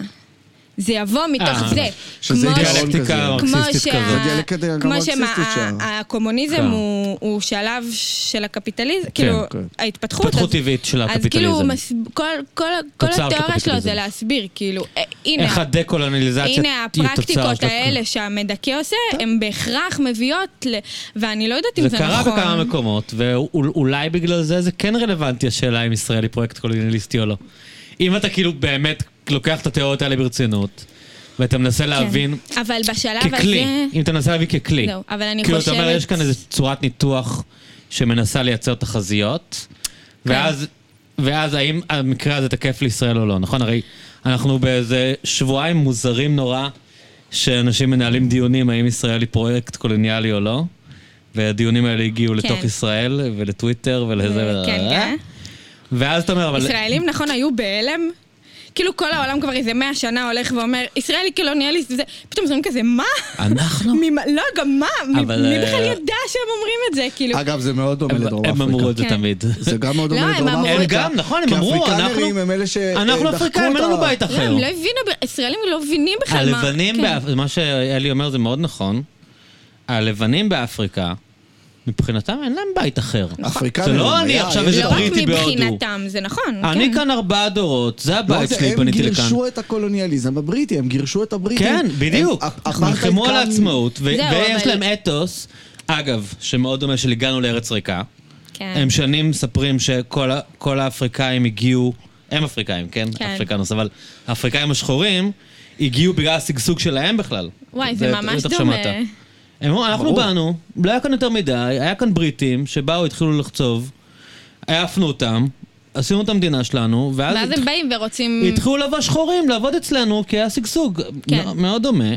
זה יבוא מתוך
אה,
זה.
שזה
כמו ש-
היגיון
דיאלקטיקה
כזה.
כמו
מרקסיסטית
שה...
כזאת.
הדיאלקט גם
כמו
מרקסיסטית שם.
שהקומוניזם
כן.
הוא, הוא שלב של הקפיטליזם, כאילו
כן.
ההתפתחות,
התפתחות
אז
טבעית של
אז כאילו, הוא
הקפיטליזם.
מס... כל, כל, כל
תוצר של
התיאוריה שלו
הקפיטליזם.
זה להסביר, כאילו, אה, הנה,
איך הדקולוניזציה
הנה
היא תוצאה
הפרקטיקות
של-
האלה שהמדכא עושה, הן בהכרח מביאות ל... ואני לא יודעת אם
זה
זה
קרה
נכון.
בכמה מקומות, ואולי בגלל זה זה כן רלוונטי השאלה אם ישראל היא פרויקט קולוניאליסטי או לא. אם אתה כאילו באמת לוקח את התיאוריות האלה ברצינות, ואתה מנסה להבין
כן. אבל בשלב
ככלי,
הזה...
אם אתה מנסה להבין ככלי.
זהו, אבל אני
כאילו,
חושבת...
אתה אומר, יש כאן איזו צורת ניתוח שמנסה לייצר תחזיות,
כן.
ואז, ואז האם המקרה הזה תקף לישראל או לא, נכון? הרי אנחנו באיזה שבועיים מוזרים נורא, שאנשים מנהלים דיונים האם ישראל היא פרויקט קולוניאלי או לא, והדיונים האלה הגיעו
כן.
לתוך ישראל, ולטוויטר, ולזה,
כן, כן.
ואז אתה אומר, אה? אבל...
ישראלים, נכון, היו בהלם? כאילו כל העולם כבר איזה מאה שנה הולך ואומר, ישראל היא קולוניאליסט וזה, פתאום זוכרים כזה, מה?
אנחנו?
ממה- לא, גם מה? מ-
אבל,
מי בכלל
אה,
ידע שהם אומרים את זה? כאילו,
אגב, זה מאוד דומה
הם-
לדרום אפריקה.
הם אמרו את זה
כן.
תמיד.
זה גם מאוד
לא,
דומה
הם
לדרום
אמרו-
אפריקה.
הם גם, נכון, הם
כי
אמרו, אנחנו...
האפריקנרים הם אלה שדחקו אותה.
אנחנו אפריקאים, אין לנו בית
לא,
אחר.
הם לא הבינו, ב- ישראלים לא מבינים בכלל מה...
הלבנים,
כן.
באפ- מה שאלי אומר זה מאוד נכון. הלבנים באפריקה, מבחינתם אין להם בית אחר.
אפריקנים,
זה לא
הם
אני
היה,
עכשיו
יש
איזה
לא
שם.
רק
בריטי בהודו. אה,
מבחינתם, זה נכון.
אני
כן.
כאן ארבעה דורות, זה
לא,
הבית
זה-
שלי, פניתי
הם
לכאן.
גירשו את הקולוניאליזם הבריטי, הם גירשו את הבריטים.
כן, בדיוק.
הם- אפרטהייד
נלחמו על
כאן-
העצמאות, ו-
זהו,
ויש
אבל-
להם אתוס, אגב, שמאוד דומה של הגענו לארץ ריקה.
כן.
הם שנים מספרים שכל ה- כל האפריקאים הגיעו, הם אפריקאים, כן?
כן.
אפריקנוס, אבל האפריקאים השחורים הגיעו בגלל השגשוג שלהם בכלל.
וואי, זה ממש
בטח
דומה.
שמעת. הם אמרו, אנחנו
ברור.
באנו, לא היה כאן יותר מדי, היה כאן בריטים שבאו, התחילו לחצוב, העפנו אותם, עשינו את המדינה שלנו, ואז
ואז
התח-
הם באים ורוצים...
התחילו לבוא שחורים לעבוד אצלנו, כי היה שגשוג.
כן.
מ- מאוד דומה.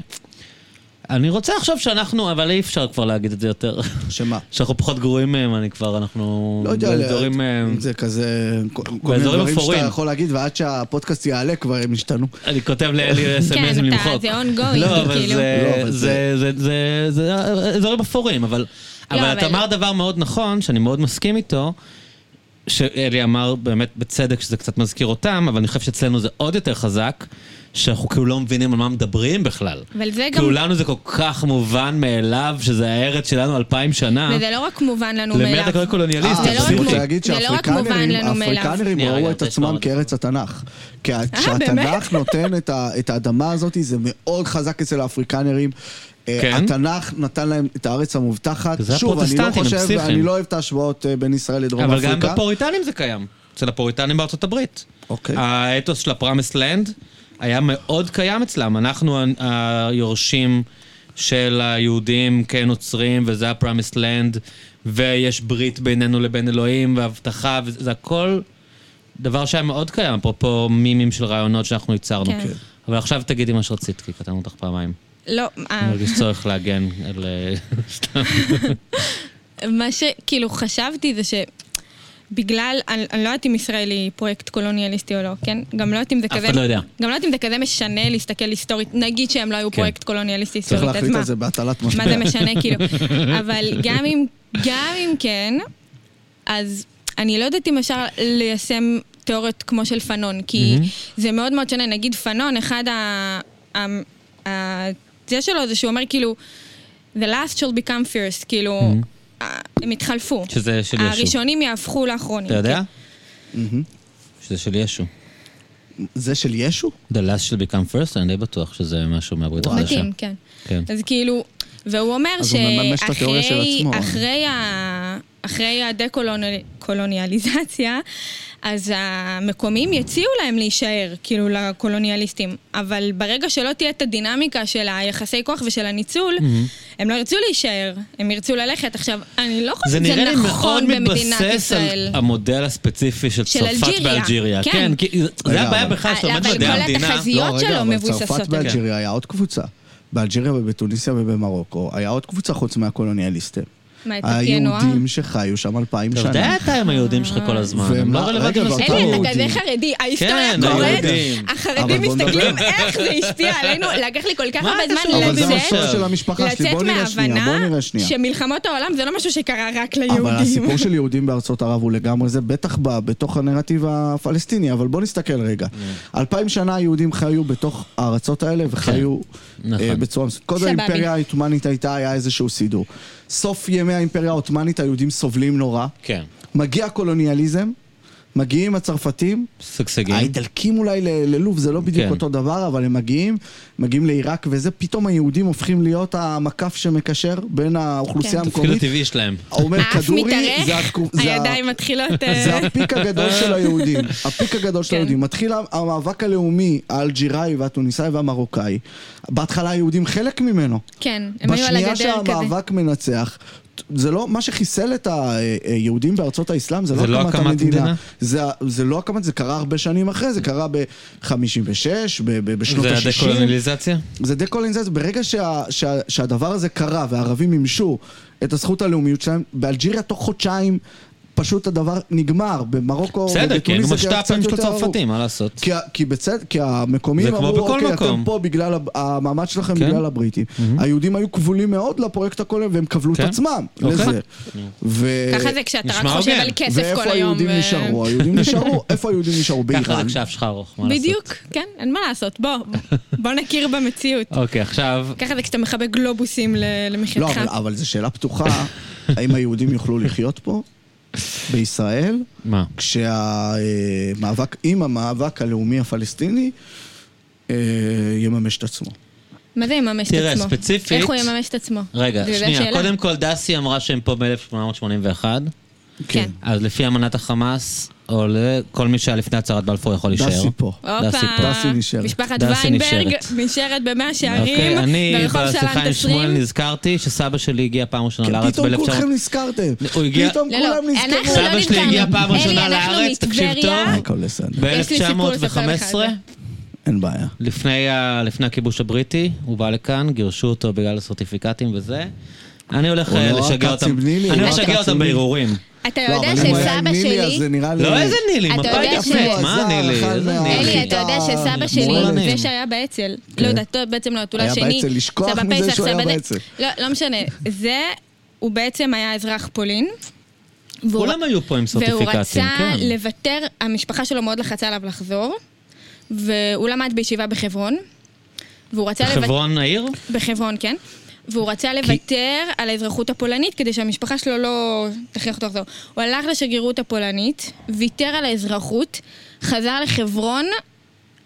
אני רוצה עכשיו שאנחנו, אבל אי אפשר כבר להגיד את זה יותר.
שמה?
שאנחנו פחות גרועים מהם, אני כבר, אנחנו...
לא יודע,
באזורים, אה,
זה כזה, כל כל מיני
באזורים
דברים שאתה
אפורים.
יכול להגיד, ועד שהפודקאסט יעלה כבר הם השתנו.
אני כותב לאלי
כן,
אס.אם.אס
אתה-
למחוק.
זה ongoing,
לא, אבל
כאילו.
זה-
לא, אבל
זה- זה- זה- זה אזורים אפורים, אבל... אבל את
לא, אבל-
אמרת דבר מאוד נכון, שאני מאוד מסכים איתו, שאלי אמר באמת בצדק שזה קצת מזכיר אותם, אבל אני חושב שאצלנו זה עוד יותר חזק, שאנחנו כאילו לא מבינים על מה מדברים בכלל.
אבל זה גם...
כאילו לנו זה כל כך מובן מאליו, שזה הארץ שלנו אלפיים שנה.
וזה לא רק מובן לנו
למי
מאליו.
אתה קורא קולוניאליסט?
אה, זה לא רק
תפסיק
אני
לי.
רוצה
מובן-
להגיד
זה לא רק מובן
שהאפריקנרים
לנו מאליו.
האפריקנרים
שנייה,
ראו
רגע, אה, אני
את
רוצה לשמוע
עצמם
עוד.
כארץ התנ"ך. כי כשהתנ"ך נותן את ה- את האדמה הזאת, זה מאוד חזק אצל האפריקנרים. אה,
כן?
התנ"ך נתן להם את הארץ המובטחת.
זה
שוב, אני לא
הפרוטסטנטים, הם
חושב,
פסיכים.
אני לא אוהב את ההשוואות אה, בין ישראל לדרום
אבל
אפריקה.
גם בפוריטנים זה קיים. אצל הפוריטנים בארצות הברית.
אוקיי.
אה, האתוס של הפרמס לנד היה מאוד קיים אצלם. אנחנו ה- היורשים של היהודים כנוצרים, וזה הפרמס לנד, ויש ברית בינינו לבין אלוהים, והבטחה, וזה הכל דבר שהיה מאוד קיים, אפרופו מימים של רעיונות שאנחנו ייצרנו.
כן. כן.
אבל עכשיו תגידי מה שרצית, כי קטענו אותך פעמיים.
לא,
אני
אה,
מרגיש צורך להגן על... אה, סתם.
מה שכאילו חשבתי זה ש... בגלל, אני, אני לא יודעת אם ישראל היא פרויקט קולוניאליסטי או לא, כן? גם לא יודעת אם זה
אף
כזה...
אחד לא יודע.
גם לא יודעת אם זה כזה משנה להסתכל היסטורית. נגיד שהם לא היו
כן.
פרויקט קולוניאליסטי
צריך
היסטורית, אז מה?
להחליט על זה בהטלת משמעות.
מה זה משנה, כאילו. אבל גם אם, גם אם כן, אז אני לא יודעת אם אפשר ליישם תיאוריות כמו של פנון, כי זה מאוד מאוד שונה. נגיד פנון, אחד ה... ה... ה... זה שלו זה שהוא אומר כאילו, The last shall become first, כאילו, ה- הם התחלפו.
שזה של ישו.
הראשונים יהפכו לאחרונים. כן.
אתה יודע?
מהמם.
שזה של ישו.
זה של ישו?
The last של become first, אני די בטוח שזה משהו מהברית
כן.
החדשה.
מתאים, כן.
כן.
אז כאילו, והוא אומר
אז הוא מממש את התיאוריה של
שאחרי
עצמו.
אחרי ה- אחרי הדה-קולוניאליזציה, אז המקומיים יציעו להם להישאר, כאילו, לקולוניאליסטים. אבל ברגע שלא תהיה את הדינמיקה של היחסי כוח ושל הניצול, הם לא ירצו להישאר, הם ירצו ללכת. עכשיו, אני לא
זה
חושבת
נראה
שזה
לי מאוד
נכון במדינת
מתבסס
ישראל.
על המודל הספציפי של
של
צרפת
אלג'יריה.
באלג'יריה.
כן.
כן, כי זה
רגע,
הבעיה
אבל-
בכלל, שאתה עומד
אבל
מדעי
כל
המדינה.
התחזיות-
לא, רגע,
שלו
אבל
מבוססות,
צרפת
כן.
באלג'יריה היה עוד קבוצה. באלג'יריה ובתוניסיה ובמרוקו היה עוד קבוצה חוץ מהקולוניאליסטים.
מה, את הקיינוע?
היהודים שחיו שם אלפיים
אתה
שנה.
יודע אתה עם היהודים שלך כל הזמן, הם לא
ומה-
רלוונטיים
רגע,
לסיפור.
אלי, אתה
יהודים.
כזה חרדי, ההיסטוריה
כן,
קורית,
היהודים.
אבל
החרדים
בוא נדבר.
מסתכלים איך זה השפיע עלינו, לקח לי כל כך
מה
הרבה
אתה
זמן
שואל?
אבל זה
לצאת-
המסורת
לצאת,
של המשפחה שלי,
לצאת
בואו נראה שנייה, בואו
מההבנה
נראה שנייה.
שמלחמות העולם זה לא משהו שקרה רק ליהודים.
אבל הסיפור של יהודים בארצות ערב הוא לגמרי זה, בטח ב- בתוך הנרטיב הפלסטיני, אבל בואו נסתכל רגע. אלפיים שנה היהודים חיו בתוך הארצות האלה וחיו
נכון.
אה, בצורה מסוימת. קודם
סבבי.
האימפריה העות'מאנית הייתה, היה איזשהו סידור. סוף ימי האימפריה העות'מאנית היהודים סובלים נורא.
כן,
מגיע הקולוניאליזם, מגיעים הצרפתים,
שגשגים.
האיטלקים אולי ל- ללוב זה לא בדיוק
כן.
אותו דבר, אבל הם מגיעים, מגיעים לעיראק וזה, פתאום היהודים הופכים להיות המקף שמקשר בין האוכלוסייה
כן.
התפקיד
המקומית.
הטבעי שלהם.
אומר
האף
כדורי, זה
מתארך,
התקו- זה ה-
הידיים מתחילות... אה,
זה הפיק הגדול
אה.
של היהודים, הפיק הגדול של
כן.
היהודים. מתחיל המאבק הלאומי האלג'יראי והתוניסאי והמרוקאי. בהתחלה היהודים חלק ממנו.
כן, הם היו על
בשנייה
הגדר כזה.
שהמאבק מנצח, זה לא, מה שחיסל את היהודים בארצות האסלאם, זה
זה לא
לא הקמת
הקמת
המדינה.
מדינה?
זה זה לא הקמת, זה קרה הרבה שנים אחרי, זה קרה ב-56, בשנות
זה
ה-60.
הדקולוניאליזציה?
זה דקולוניזציה, ברגע שה, שה, שהדבר הזה קרה והערבים מימשו את הזכות הלאומיות שלהם, באלג'יריה תוך חודשיים פשוט הדבר נגמר, במרוקו
בסדר, כן,
ובתוניס
הוא
זה היה קצת
משת"פים של
יותר כן,
הצרפתים, מה לעשות?
כי, ה- כי, בצד, כי המקומיים
זה כמו
אמרו,
בכל
אוקיי, אתם
מקום."
פה בגלל הב- המעמד שלכם,
כן.
בגלל הבריטים. היהודים היו כבולים מאוד לפרויקט הכולל, והם כבלו את
כן.
עצמם
אוקיי.
לזה. ו-
ככה זה כשאתה רק
נשמע
חושב
הוגן.
על כסף
אה, ואיפה
כל היום. אה.
היהודים
ו-
נשארו? היהודים נשארו, איפה היהודים נשארו?
ככה זה
באיראן.
כשאף שלך ארוך, מה לעשות?
בדיוק, כן, אין מה לעשות, בוא, בוא נכיר במציאות.
אוקיי, עכשיו,
ככה זה כשאתה מכבה גלובוסים ל-
לא,
למחייתך.
אבל, אבל זו שאלה פתוחה, האם היהודים יוכלו לחיות פה, בישראל,
מה?
כשהמאבק, אם המאבק הלאומי הפלסטיני אה, יממש את עצמו.
מה זה יממש את עצמו?
תראה, ספציפית-
איך הוא יממש את עצמו?
רגע,
זה
שנייה,
השאלה.
קודם כל דסי אמרה שהם פה ב-1881,
כן.
אז לפי אמנת החמאס, עולה, כל מי שהיה לפני הצהרת בלפור יכול להישאר.
דסי פה.
הופה,
דסי פה.
דסי נשארת.
משפחת
דסי
ויינברג
נשארת.
נשארת במאה שערים,
אוקיי, אני
ברחוב
בשיחה
שלן
עם שמואל
תסרים.
נזכרתי שסבא שלי הגיע פעם ראשונה
כן,
לארץ
פתאום
ב-1900.
כולכם נזכרתם.
הוא הגיע-
פתאום
לא, לא,
כולם
אנחנו
נזכרו.
לא
סבא שלי הגיע
נזכרנו.
פעם ראשונה
אלי, אנחנו
לארץ, תקשיב
מטבריה.
טוב,
הכל בסדר,
יש לי סיפור לספר לך
ב-1915,
על זה.
אין בעיה.
לפני, ה- לפני הכיבוש הבריטי, הוא בא לכאן, גירשו אותו בגלל הסרטיפיקטים וזה. אני הולך
הוא
אה,
לא
לשגע
הקצב
אותם,
נילי, הוא
אני
לא
הולך לשגע
הקצב
אותם
נילי.
בערעורים.
אתה
לא,
יודע
אבל אם הוא היה
שסבא
נילי, אז
שלי...
זה נראה לי...
לא איזה נילי,
אתה
מפאי
יודע
דפנט,
שהוא-
מה הנילי? איזה נילי?
אלי,
אתה יודע שסבא שלי,
שמאלנים.
זה שהיה באצ"ל, לא יודעת, טוב, בעצם לא, אולי
כן. היה
שני,
באצ"ל, לשכוח
סבא
מזה
פסח,
שהוא היה
סבא זה-
באצ"ל.
לא, לא משנה, זה, הוא בעצם היה אזרח פולין. והוא-
כולם היו פה עם
והוא רצה
סרטיפיקטים, כן.
לוותר, המשפחה שלו מאוד לחצה עליו לחזור, והוא למד בישיבה בחברון, והוא רצה לוותר...
חברון העיר?
בחברון, כן. והוא רצה לוותר על האזרחות הפולנית כדי שהמשפחה שלו לא תכריח אותו לחזור. הוא הלך לשגרירות הפולנית, ויתר על האזרחות, חזר לחברון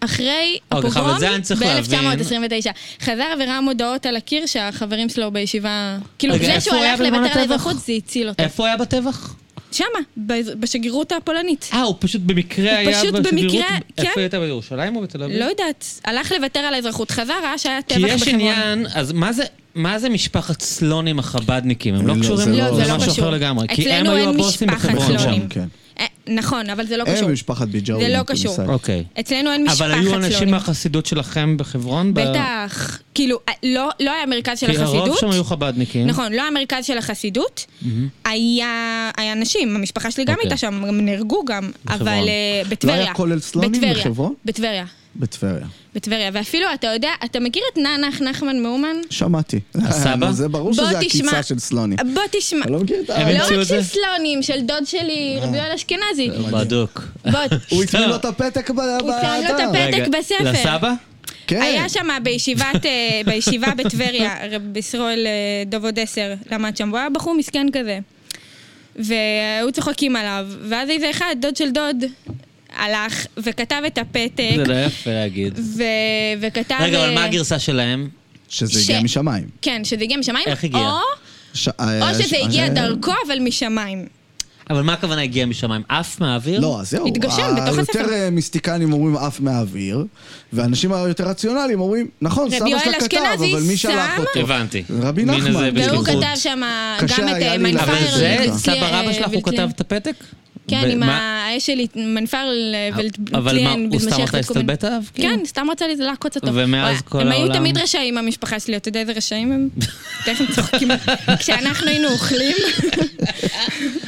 אחרי
אוקיי,
הפוגרום
אבל זה אני צריך
ב-1929. חזר וראה מודעות על הקיר שהחברים שלו בישיבה... כאילו,
רגע,
זה
אוקיי, איפה
שהוא
הוא היה
הלך
בזמן
לוותר על
הטבח?
האזרחות, זה הציל אותו.
איפה הוא היה בטבח?
שמה, באז- בשגרירות הפולנית.
אה, הוא פשוט במקרה היה
פשוט
בשגרירות?
במקרה, כן.
איפה היא הייתה, בירושלים או בתל אביב?
לא יודעת, הלך לוותר על האזרחות, חזר, ראה שהיה טבח
אוקיי. כי
בחברון.
יש עניין, אז מה זה... מה זה משפחת סלונים החבדניקים? הם לא
לא,
קשורים
זה לא-
לזה,
זה לא
משהו
קשור.
אחר לגמרי. כי הם
אצלנו
היו
אין
הבוסים
משפחת
בחברון שם.
סלונים.
כן.
אה, נכון, אבל זה לא קשור.
הם משפחת ביג'אווי.
זה לא
אנחנו
קשור.
ניסע.
אוקיי.
אצלנו אין משפחת
אבל
סלונים.
היו אנשים מהחסידות שלכם בחברון? ב-
בטח. כאילו, לא, לא היה מרכז של
כי הרוב
החסידות.
שם היו חבדניקים.
נכון, לא היה מרכז של החסידות. היה, היה אנשים, המשפחה שלי גם
אוקיי.
הייתה שם, הם נהרגו גם,
בחברון.
אבל אה, בטבריה.
לא היה כולל סלונים
בטבריה,
בחברון?
בטבריה,
בטבריה.
בטבריה. ואפילו, אתה יודע, אתה מכיר את נח נחמן מאומן?
שמעתי. אה,
הסבא?
זה ברור
בוא
שזה
תשמע.
עקיצה של סלונים.
בוא תשמע.
אני לא מכיר אה. את ה...
הם
לא
המציאו
רק
את
של
זה?
סלונים, של דוד שלי, רבי יואל אשכנזי.
אה.
בדוק.
בוא,
הוא הטמין
לא.
לו את הפתק ב- באדם.
הוא שם לו את הפתק בספר.
לסבא?
כן.
היה שם בישיבת, אה, בישיבה בטבריה, רבי ישראל אה, דובוד עשר למד שם, והוא היה בחור מסכן כזה. והיו צוחקים עליו, ואז איזה אחד, דוד של דוד, הלך וכתב את הפתק,
זה לא יפה להגיד.
ו... וכתב...
רגע,
אה,
אבל מה הגרסה שלהם?
שזה
ש-
הגיע משמיים.
כן, שזה הגיע משמיים.
איך הגיע? אה,
או,
ש-
או שזה הגיע
אה,
דרכו, אבל משמיים.
אבל מה הכוונה הגיע משמיים? עף מהאוויר?
לא, אז זהו.
התגשם בתוך הספר.
היותר אה, מיסטיקנים אומרים עף מהאוויר, ואנשים היותר רציונליים אומרים, נכון,
רבי
סבא
יואל
שלה כתב,
אשכנזי
אבל מי שלח
שם-
אותו?
הבנתי.
רבי
מין
נחמן.
הזה
והוא
בשליחות.
כתב שם
קשה
גם את
היה
אה,
לי
מנפר.
להבין
אבל
פארל
זה,
ולטלי,
סבא רבא
אה,
שלך, הוא
ולטלי.
כתב את הפתק?
כן, עם
ומה-
האש שלי, מנפר ולטליין,
אבל מה, הוא סתם רצה להסתלבט עליו? כאילו?
כן,
כאילו.
סתם רצה לי לעקוץ אותו.
ומאז
הוא-
כל
הם היו
העולם-
תמיד רשעים, המשפחה שלי, אתה יודע איזה רשעים הם? תכף הם צוחקים. כשאנחנו היינו אוכלים,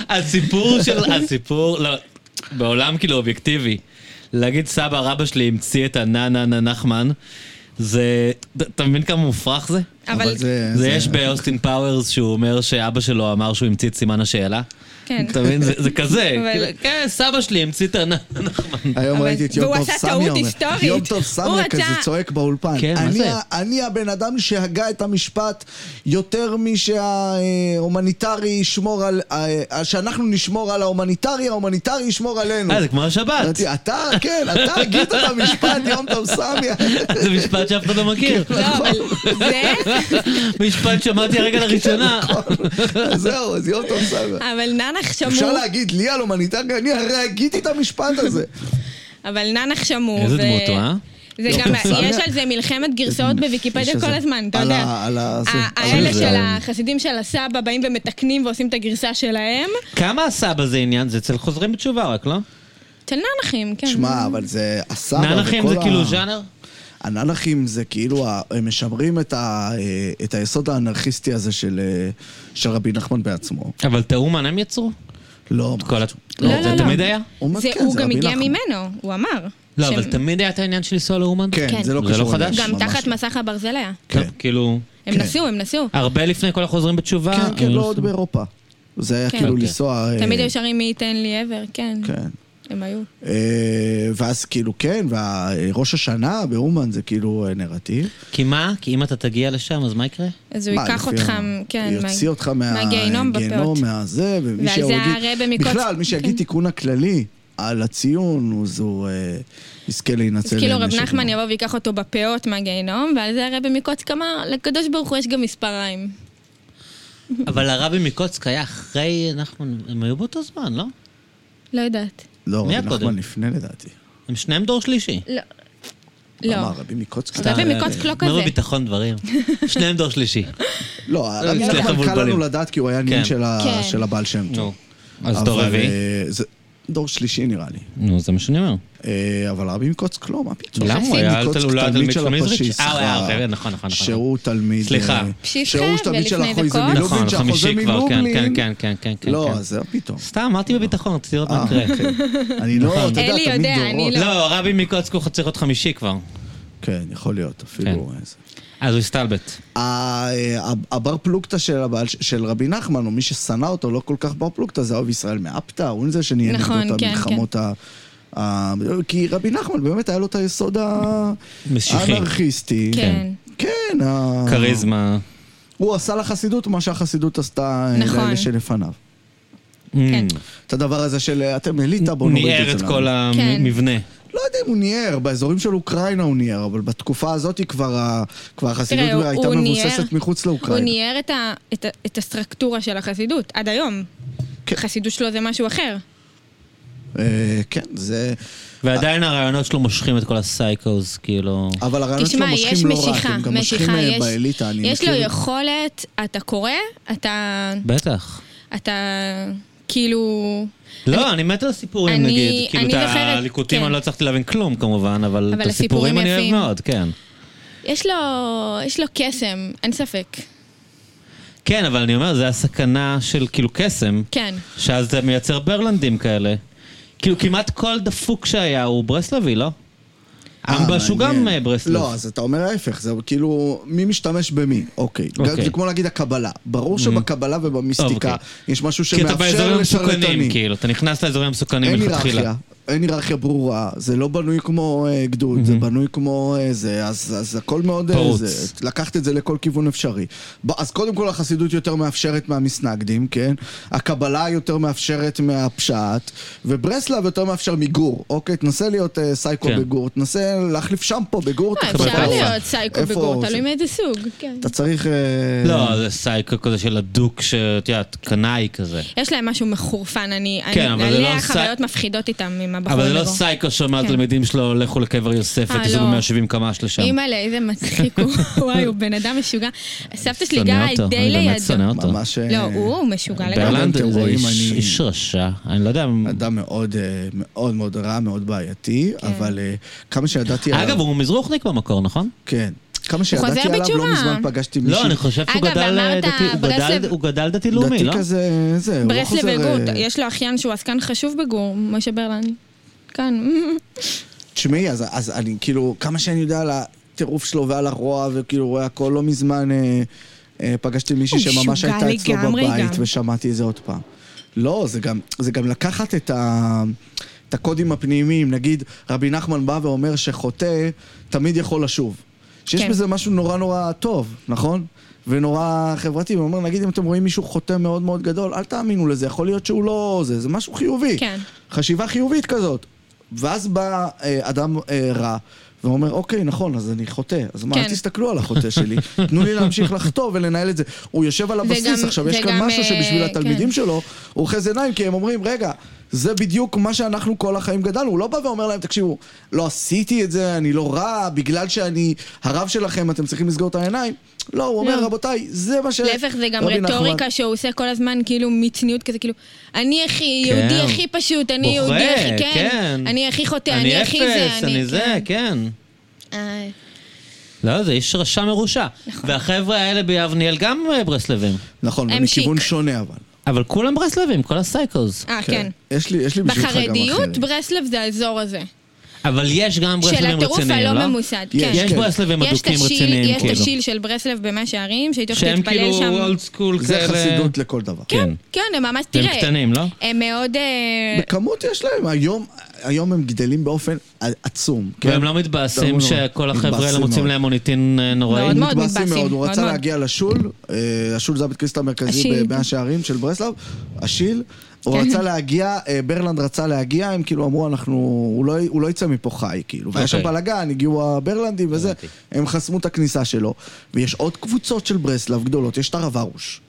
הסיפור של... הסיפור, לא, בעולם כאילו אובייקטיבי. להגיד סבא רבא שלי המציא את הנה נה נה נחמן, זה... אתה מבין כמה מופרך זה?
אבל...
זה,
אה, זה יש באוסטין פאוורס שהוא אומר שאבא שלו אמר שהוא המציא את סימן השאלה.
כן.
אתה מבין? זה- זה כזה.
אבל-
כאילו, כן, סבא שלי המציא את הנה נה נחמן.
היום
אבל-
ראיתי את יום
והוא
טוב
עשה
סמיה
טעות
אומר.
היסטורית.
יום טוב
הוא
סמיה
רצה-
כזה צועק באולפן.
כן, מה
אני
זה?
ה- אני הבן אדם שהגה את המשפט יותר משההומניטרי ישמור על... אה, שאנחנו נשמור על ההומניטרי, ההומניטרי ישמור עלינו.
אה, זה כמו השבת.
אמרתי, אתה, כן, אתה הגית את המשפט, יום טוב סמיה.
זה משפט שאף אחד לא מכיר.
לא, אבל זה...
משפט שמעתי הרגע לראשונה.
זהו, אז יום טוב סמיה.
אבל ננח
אפשר
שמור,
להגיד לי על הומניטרי, אני הרי הגיתי את המשפט הזה.
כן. אבל ננח שמור.
איזה
ו-
דמות הוא, אה?
זה גם, יש על זה מלחמת גרסאות
לא, יש
בוויקיפדיה
על
כל
זה.
הזמן, אתה
על
יודע.
ה- על ה- זה.
ה-
על
האלה
זה.
של החסידים של הסבא באים ומתקנים ועושים את הגרסה שלהם.
כמה הסבא זה עניין? זה אצל חוזרים בתשובה רק, לא?
של ננחים, כן.
שמע, אבל זה הסבא
ננחים
וכל
זה
ה-
כאילו ז'אנר?
הננחים זה כאילו, ה- הם משמרים את, ה, אה, את היסוד האנרכיסטי הזה של, אה, של רבי נחמן בעצמו.
אבל תאומן הם יצרו?
לא,
כל ה-
לא, לא,
זה
לא.
תמיד היה?
הוא אומר,
זה,
כן,
הוא
זה
גם
רבי
הגיע
נחמן.
ממנו, הוא אמר.
לא,
שהם-
אבל תמיד היה את העניין של לנסוע לאומן?
כן,
כן.
זה לא
זה
קשור.
לא
אליהם,
חדש?
גם
ממש
תחת
לא.
מסך הברזל היה.
כן.
כן.
כאילו,
הם
כן.
נסעו, הם נסעו.
הרבה לפני כל החוזרים בתשובה.
כן, כן,
הם
לא
עשו-
עוד באירופה. זה היה
אה, כן.
כאילו
אוקיי.
לנסוע... אה,
תמיד היו שרים מי ייתן לי עבר, כן.
כן.
הם היו.
אה, ואז כאילו, כן, וראש השנה באומן זה כאילו אה, נרטיב.
כי מה? כי אם אתה תגיע לשם, אז מה יקרה?
אז הוא
מה,
ייקח
לפי
אותך,
ה-
כן.
יוציא
מה-
אותך מה-
מהגיהינום בפאות.
גיהינום, מהזה, ומי
ועל זה
שיגיד...
הרבי מקוצק-
בכלל, מי שיגיד
כן.
תיקון הכללי על הציון, אז הוא אה, יזכה להינצל.
אז כאילו רב
לנשק
נחמן
נורא.
יבוא וייקח אותו בפאות מהגיהינום, ועל זה הרבי מקוצק אמר, לקדוש ברוך הוא יש גם מספריים.
אבל הרבי מקוצק היה אחרי, אנחנו, הם היו באותו זמן, לא?
לא יודעת.
לא,
מי
רבי
היה קודם?
נחמן לפני לדעתי.
הם שניהם דור שלישי.
לא. לא.
אמר רבי מקוצק.
הרבי מקוצק לא
אומר
כזה.
בביטחון דברים. שניהם דור שלישי.
לא, רבי
אה, סליחה,
נחמן קל
מבולבלים.
לנו לדעת כי הוא היה נין
כן.
של ה-
כן.
של הבעל שם
נו.
טוב.
אז דור
אבל,
רביעי?
אה, זה- דור שלישי נראה לי.
נו, זה מה שאני אומר.
אה, אבל רבי מקוצק לא, מה פתאום?
למה? הוא היה
מקוצק
תל- הוא לא היה תלמיד של מזריץ'?
הפשיסט,
אה, הוא היה,
סליחה.
אוקיי, נכון, נכון, נכון.
שהוא תלמיד...
סליחה.
אה,
פשיסטה
שהוא תלמיד של
ולפני
החויזה
דקות.
מלובלין,
נכון,
שהחוזה
חמישי כבר, כן, כן,
מלובלין-
כן, כן, כן, כן.
לא,
כן.
אז זה פתאום.
סתם, אמרתי בביטחון, רציתי לראות מה
אה,
יקרה.
אוקיי. אני
נכון.
לא, אתה יודע,
אלי
תמיד
יודע, אני
דורות.
לא.
לא, הרבי מקוצק הוא צריך להיות חמישי כבר.
כן, יכול להיות, אפילו... אה,
כן.
איזה.
אז הוא הסתלבט.
ה- אה, הבר פלוגתא של, הבעל- של רבי נחמן, או מי ששנא אותו, לא כל כך בר פלוגתא, זה אוהב ישראל מאפתא, הוא זה שניהל נגדו
נכון,
את
כן,
המלחמות ה... ה- כי רבי נחמן באמת היה לו את היסוד ה-
משיחי.
האנרכיסטי.
כן.
כן. ה-
כריזמה.
הוא עשה לחסידות מה שהחסידות עשתה אה,
נכון.
לאלה שלפניו.
כן.
את הדבר הזה של אה, אתם אליטה, בואו נוריד את זה.
ניער את
לנו.
Mm. כל
כן.
המבנה.
לא יודע אם הוא ניער, באזורים של אוקראינה הוא ניער, אבל בתקופה הזאת היא כבר ה-
תראה,
כבר
הוא-
החסידות הייתה
הוא ניער-
מבוססת מחוץ
הוא
לאוקראינה.
ניער את ה- את ה- את הסטרקטורה של החסידות, עד היום.
כן.
החסידות שלו זה משהו אחר.
אה, כן, זה...
ועדיין
אה.
הרעיונות שלו מושכים את כל הסייקוס, כאילו...
אבל הרעיונות שלו
תשמע, יש
מושכים לא רק,
משיכה,
הם גם מושכים
משיכה,
אה,
יש...
באליטה, אני
יש לו
מכיר.
יכולת, אתה קורא, אתה...
בטח.
אתה... כאילו...
לא, אני מת על הסיפורים,
אני-
נגיד. כאילו,
אני
את
זוכרת-
הליקוטים
כן.
אני לא הצלחתי להבין כלום, כמובן, אבל
אבל
את הסיפורים
הסיפורים
אני אוהב
יפים.
מאוד, כן.
יש לו... יש לו קסם, אין ספק.
כן, אבל אני אומר, זה הסכנה של כאילו קסם,
כן.
שאז אתה מייצר ברלנדים כאלה. כאילו, כמעט כל דפוק שהיה הוא ברסלבי, לא?
אה,
אמבש הוא
מעניין.
גם אה, ברסלב.
לא, אז אתה אומר ההפך, זה כאילו, מי משתמש במי? אוקיי.
אוקיי.
זה כמו להגיד הקבלה. ברור שבקבלה ובמיסטיקה
אוקיי.
יש משהו
כי אתה
שמאפשר
באזורים
לשרלטנים.
מסוכנים, כאילו, אתה נכנס לאזורים מסוכנים
אין
מלכתחילה.
היררכיה, אין היררכיה ברורה, זה לא בנוי כמו אה, גדוד, זה בנוי כמו אה, זה, אז, אז הכל מאוד... אה,
Mhm. פרוץ.
זה, לקחת את זה לכל כיוון אפשרי. ב- אז קודם כל החסידות יותר מאפשרת מהמסנגדים, כן? הקבלה יותר מאפשרת מהפשט, וברסלב יותר מאפשר מגור. אוקיי, תנסה להיות אה, סייקו
כן.
בגור, תנסה להחליף שמפו בגור.
אה,
תחפש
חבר'ה,
אפשר
אותה.
להיות סייקו
איפה
בגור,
זה?
תלוי מאיזה סוג. כן.
אתה צריך... אה,
לא, זה סייקו כזה של הדוק, שאת יודעת, קנאי כזה.
יש להם משהו מחורפן, אני...
כן,
אני-
אבל זה לא
עליה
סי-
חוויות מפחידות איתם עם הבחור
אבל זה לא
בגור.
סייקו שאומר
כן.
לתלמידים שלו, לכו לקבר יוסף
אה,
ותזוגו
לא.
170 קמ"ש לשם.
אימא'לה, איזה מצחיק הוא, וואי, הוא בן אדם משוגע. סבתא שלי גרה
אותו,
די
אני
לידו.
באמת שונא אותו.
ממש... אה,
לא, הוא משוגע לגמרי.
ברלנד
אתם
זה
רואים,
איש-
אני-
איש רשע, אני לא יודע...
אדם מאוד אה, מאוד מאוד רע, מאוד בעייתי,
כן.
אבל אה, כמה שידעתי עליו...
אגב, הוא מזרוחניק במקור, נכון?
כן. כמה
חוזר
שידעתי עליו, לא
בתשובה.
מזמן פגשתי מישהו.
לא, אני חושב שהוא
אגב,
גדל אה,
אמרת
דתי, הוא גדל-
ברסלב-
הוא גדל דתי-לאומי, לא?
דתי כזה, זה, הוא לא
ברסלב
חוזר...
וגור,
אה,
יש לו אחיין שהוא עסקן חשוב בגור, משה ברלנד. כאן.
תשמעי, אז, אז אני כאילו, כמה שאני יודע על הטירוף שלו ועל הרוע, וכאילו רואה הכל, לא מזמן אה, אה, פגשתי מישהי
הוא
שממש
משוגע
הייתה אצלו
לגמרי
בבית,
גם.
ושמעתי את זה עוד פעם. לא, זה גם, זה גם לקחת את, ה, את הקודים הפנימיים, נגיד, רבי נחמן בא ואומר שחוטא תמיד יכול לשוב. שיש
כן.
בזה משהו נורא נורא טוב, נכון? ונורא חברתי, הוא אומר, נגיד אם אתם רואים מישהו חוטא מאוד מאוד גדול, אל תאמינו לזה, יכול להיות שהוא לא זה, זה משהו חיובי.
כן.
חשיבה חיובית כזאת. ואז בא אה, אדם אה, רע, ואומר, אוקיי, נכון, אז אני חוטא. אז מה,
כן.
אל תסתכלו על החוטא שלי. תנו לי להמשיך לחטוא ולנהל את זה. הוא יושב על הבסיס,
גם-
עכשיו יש
זה
כאן
גם,
משהו
אה,
שבשביל
כן.
התלמידים שלו, הוא אוחז עיניים, כי הם אומרים, רגע, זה בדיוק מה שאנחנו כל החיים גדלנו. הוא לא בא ואומר להם, תקשיבו, לא עשיתי את זה, אני לא רע, בגלל שאני הרב שלכם, אתם צריכים לסגור את העיניים. לא, הוא אומר,
לא.
רבותיי, זה מה ש...
להפך, זה גם
רבי נחמן-
רטוריקה שהוא עושה כל הזמן, כאילו, מצניעות כזה, כאילו, אני הכי,
כן.
יהודי הכי פשוט, אני יהודי הכי,
בוחר,
כן, אני הכי חוטא, אני הכי זה,
אפס, אני זה, כן.
אה,
לא, זה איש רשע מרושע.
נכון.
והחבר'ה האלה ביבניאל גם אה, ברסלבים.
נכון,
הם
ומכיוון
שיק.
שונה אבל.
אבל כולם ברסלבים, כל הסייקוז.
אה, כן.
יש לי, יש לי בשבילך גם אחרת.
בחרדיות, ברסלב זה האזור הזה.
אבל יש גם
של
ברסלבים
הטירוף
רציניים, לא?
הלא ממוסד,
יש,
כן.
יש
כן.
ברסלבים
יש את
אדוקים
השיל,
רציניים,
יש את
כאילו.
השיל של ברסלב במאה שערים, שהייתי הולכת
שהם
להתפלל
כאילו
שם.
אולד סקול
זה
כאלה.
חסידות לכל דבר.
כן.
כן, הם ממש,
והם
תראה.
קטנים, לא?
הם מאוד... אה,
כן. בכמות יש להם, היום, היום הם גדלים באופן עצום. כן?
והם לא מתבאסים
נורא.
שכל החבר'ה האלה
מתבאסים
מוצאים
מאוד.
להם מוניטין אה, נוראי.
מאוד מאוד
מתבאסים
מתבאסים,
מאוד, הוא
מאוד
רצה
מאוד.
להגיע לשול, אה, השול זה הבית כנסת המרכזי
השיל.
במאה שערים של ברסלב, השיל, הוא
כן.
רצה להגיע, אה, ברלנד רצה להגיע, הם כאילו אמרו, אנחנו, הוא לא, הוא לא יצא מפה חי, כאילו, והיה שם
אוקיי.
בלאגן, הגיעו הברלנדים וזה,
הבנתי.
הם חסמו את הכניסה שלו, ויש עוד קבוצות של ברסלב גדולות, יש את הרב ארוש.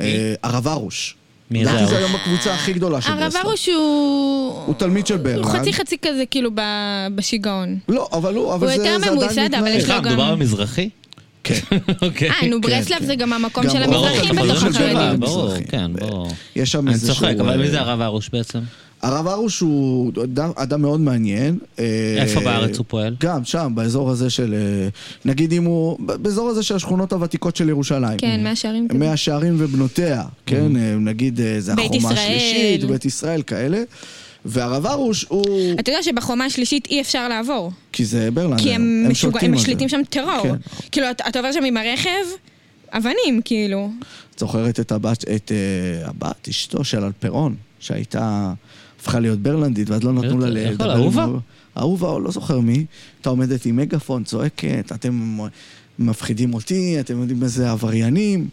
אה, הרב ארוש.
מי זה
לדעתי זה
ארוש?
היום הקבוצה הכי גדולה של
הרב
ברסלב.
ארוש הוא...
הוא תלמיד של ברלנד.
הוא חצי חצי כזה, כאילו, ב- בשיגעון.
לא, אבל הוא, אבל
הוא
זה, זה
יותר
עדיין מתנהל.
ממוסד, אבל יש לו
סליחה,
גם-
מדובר במזרחי?
כן.
אוקיי.
אה, נו,
כן,
ברסלב
כן.
זה גם המקום
גם
של
ברור,
המזרחים
גם
בתוך
ברור,
החרדים.
ברור,
המזרחים.
כן, ברור.
אה, יש שם
אני
איזשהו...
צוחק, אבל מי
אה,
זה הרב הרוש בעצם?
הרב ארוש הוא אדם, אדם מאוד מעניין. אה,
איפה בארץ הוא פועל?
גם, שם, באזור הזה של... אה, נגיד אם הוא... ב- באזור הזה של השכונות הוותיקות של ירושלים.
כן, מהשערים כזה.
מאה שערים ובנותיה, כן?
Mm-hmm.
אה, נגיד אה, זה
בית
החומה
ישראל.
השלישית, בית ישראל, כאלה. והרב ארוש הוא...
אתה יודע שבחומה השלישית אי אפשר לעבור.
כי זה ברלנד.
כי
היום,
הם משוגעים, הם
אה, לא, שולטים על זה.
משליטים שם טרור.
כן.
כאילו, אתה אתה עובר שם עם הרכב, אבנים, כאילו.
את זוכרת את הבת, את אה, הבת, אשתו של אלפרון, שהייתה, הפכה להיות ברלנדית, ואז לא נתנו לה
איך
ל-
קוראים לה?
עם
אהובה?
ההוא. אהובה, או לא זוכר מי, הייתה עומדת עם מגאפון, צועקת, אתם מפחידים אותי, אתם יודעים איזה עבריינים,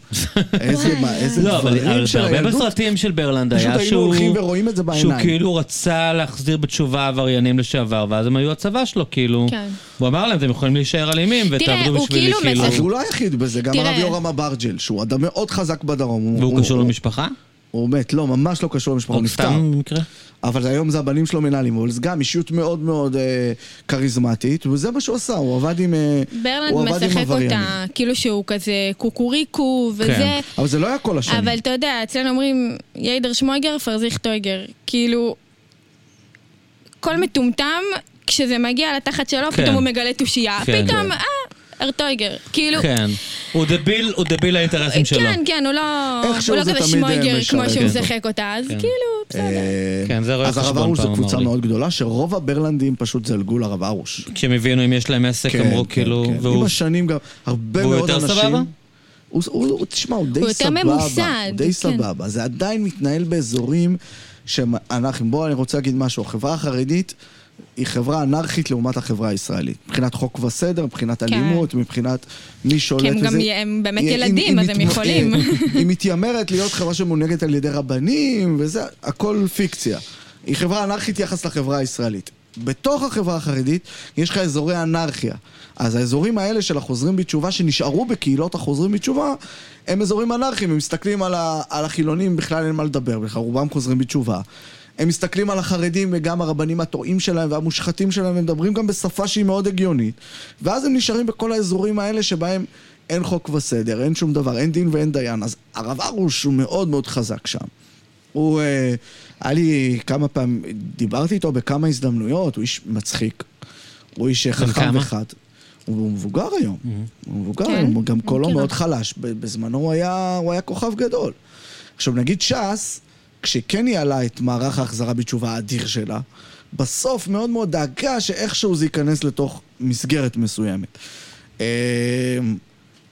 איזה מה- איזה
לא, אבל
דברים
אבל
של
בהרבה
הילדות.
בסרטים של ברלנד
פשוט
היה
היינו
שהוא...
הולכים ורואים את זה
שהוא
בעיניים.
כאילו רצה להחזיר בתשובה עבריינים לשעבר, ואז הם היו הצבא שלו, כאילו.
כן.
הוא אמר להם, אתם יכולים להישאר אלימים,
תראה,
ותעבדו
הוא
בשבילי,
כאילו
כאילו...
מצח-
אז הוא לא היחיד בזה, גם
תראה.
הרב יורם אברג'ל, שהוא אדם מאוד חזק בדרום. הוא-
והוא
הוא-
קשור
הוא-
למשפחה?
הוא מת, לא, ממש לא קשור למשפחה, הוא
או
נפטר.
סתם במקרה?
אבל היום זה הבנים שלו מנהלים, אבל זה גם אישיות מאוד מאוד אה, כריזמטית, וזה מה שהוא עשה, הוא עבד עם אה,
ברלנד
הוא עבד עם
משחק
עבריינים.
אותה, כאילו שהוא כזה קוקוריקו וזה.
כן.
אבל זה לא היה כל השנים.
אבל אתה יודע, אצלנו אומרים, יידר שמויגר, פרזיך טויגר. כאילו, כל מטומטם, כשזה מגיע לתחת שלו,
כן.
פתאום הוא מגלה תושייה.
כן.
פתאום, אה, ארטויגר. כאילו,
כן. הוא דביל, הוא דביל לאינטרסים שלו.
כן, כן, הוא לא
איכשהו
הוא לא
זה
כזה
תמיד, אה,
שמויגר
משרת
כמו שהוא
אותו.
משחק אותה, אז
כן.
כאילו, בסדר.
אה,
כן, זה רואה
אז הרב
חשבון
ארוש זו
פעם אמר
קבוצה
לי.
מאוד גדולה, שרוב הברלנדים פשוט זלגו לרב ארוש.
כשהם הבינו אם יש להם עסק, אמרו כאילו...
כן, עם
והוא-
השנים גם, הרבה
והוא
מאוד
יותר
אנשים...
סבבה?
הוא, הוא, הוא, תשמע, הוא די
הוא יותר
סבבה.
ממוסד,
הוא די
כן.
סבבה. זה עדיין מתנהל באזורים שהם אנרכיים. בואו, אני רוצה להגיד משהו. החברה החרדית היא חברה אנרכית לעומת החברה הישראלית. מבחינת חוק וסדר, מבחינת
כן.
אלימות, מבחינת מי שולט
כי הם גם
וזה.
הם באמת
היא-
ילדים,
היא
אז הם
מתמ- אה,
יכולים.
היא מתיימרת להיות חברה שמונהגת על ידי רבנים, וזה הכל פיקציה. היא חברה אנרכית יחס לחברה הישראלית. בתוך החברה החרדית יש לך אזורי אנרכיה. אז האזורים האלה של החוזרים בתשובה, שנשארו בקהילות החוזרים בתשובה, הם אזורים אנרכיים, הם מסתכלים על, ה, על החילונים, בכלל אין מה לדבר, בכלל רובם חוזרים בתשובה. הם מסתכלים על החרדים וגם הרבנים הטועים שלהם והמושחתים שלהם, הם מדברים גם בשפה שהיא מאוד הגיונית. ואז הם נשארים בכל האזורים האלה שבהם אין חוק וסדר, אין שום דבר, אין דין ואין דיין. אז הרב ארוש הוא מאוד מאוד חזק שם. הוא, אה, היה לי כמה פעמים, דיברתי איתו בכמה הזדמנויות, הוא איש מצחיק. הוא איש חכם
כמה?
וחד. הוא מבוגר היום, הוא מבוגר
כן,
היום, הוא גם
אני
קולו
מכירה.
מאוד חלש. ב- בזמנו הוא היה, הוא היה כוכב גדול. עכשיו נגיד ש"ס, כשכן ניהלה את מערך ההחזרה בתשובה האדיר שלה, בסוף מאוד מאוד דאגה שאיכשהו זה ייכנס לתוך מסגרת מסוימת. אה,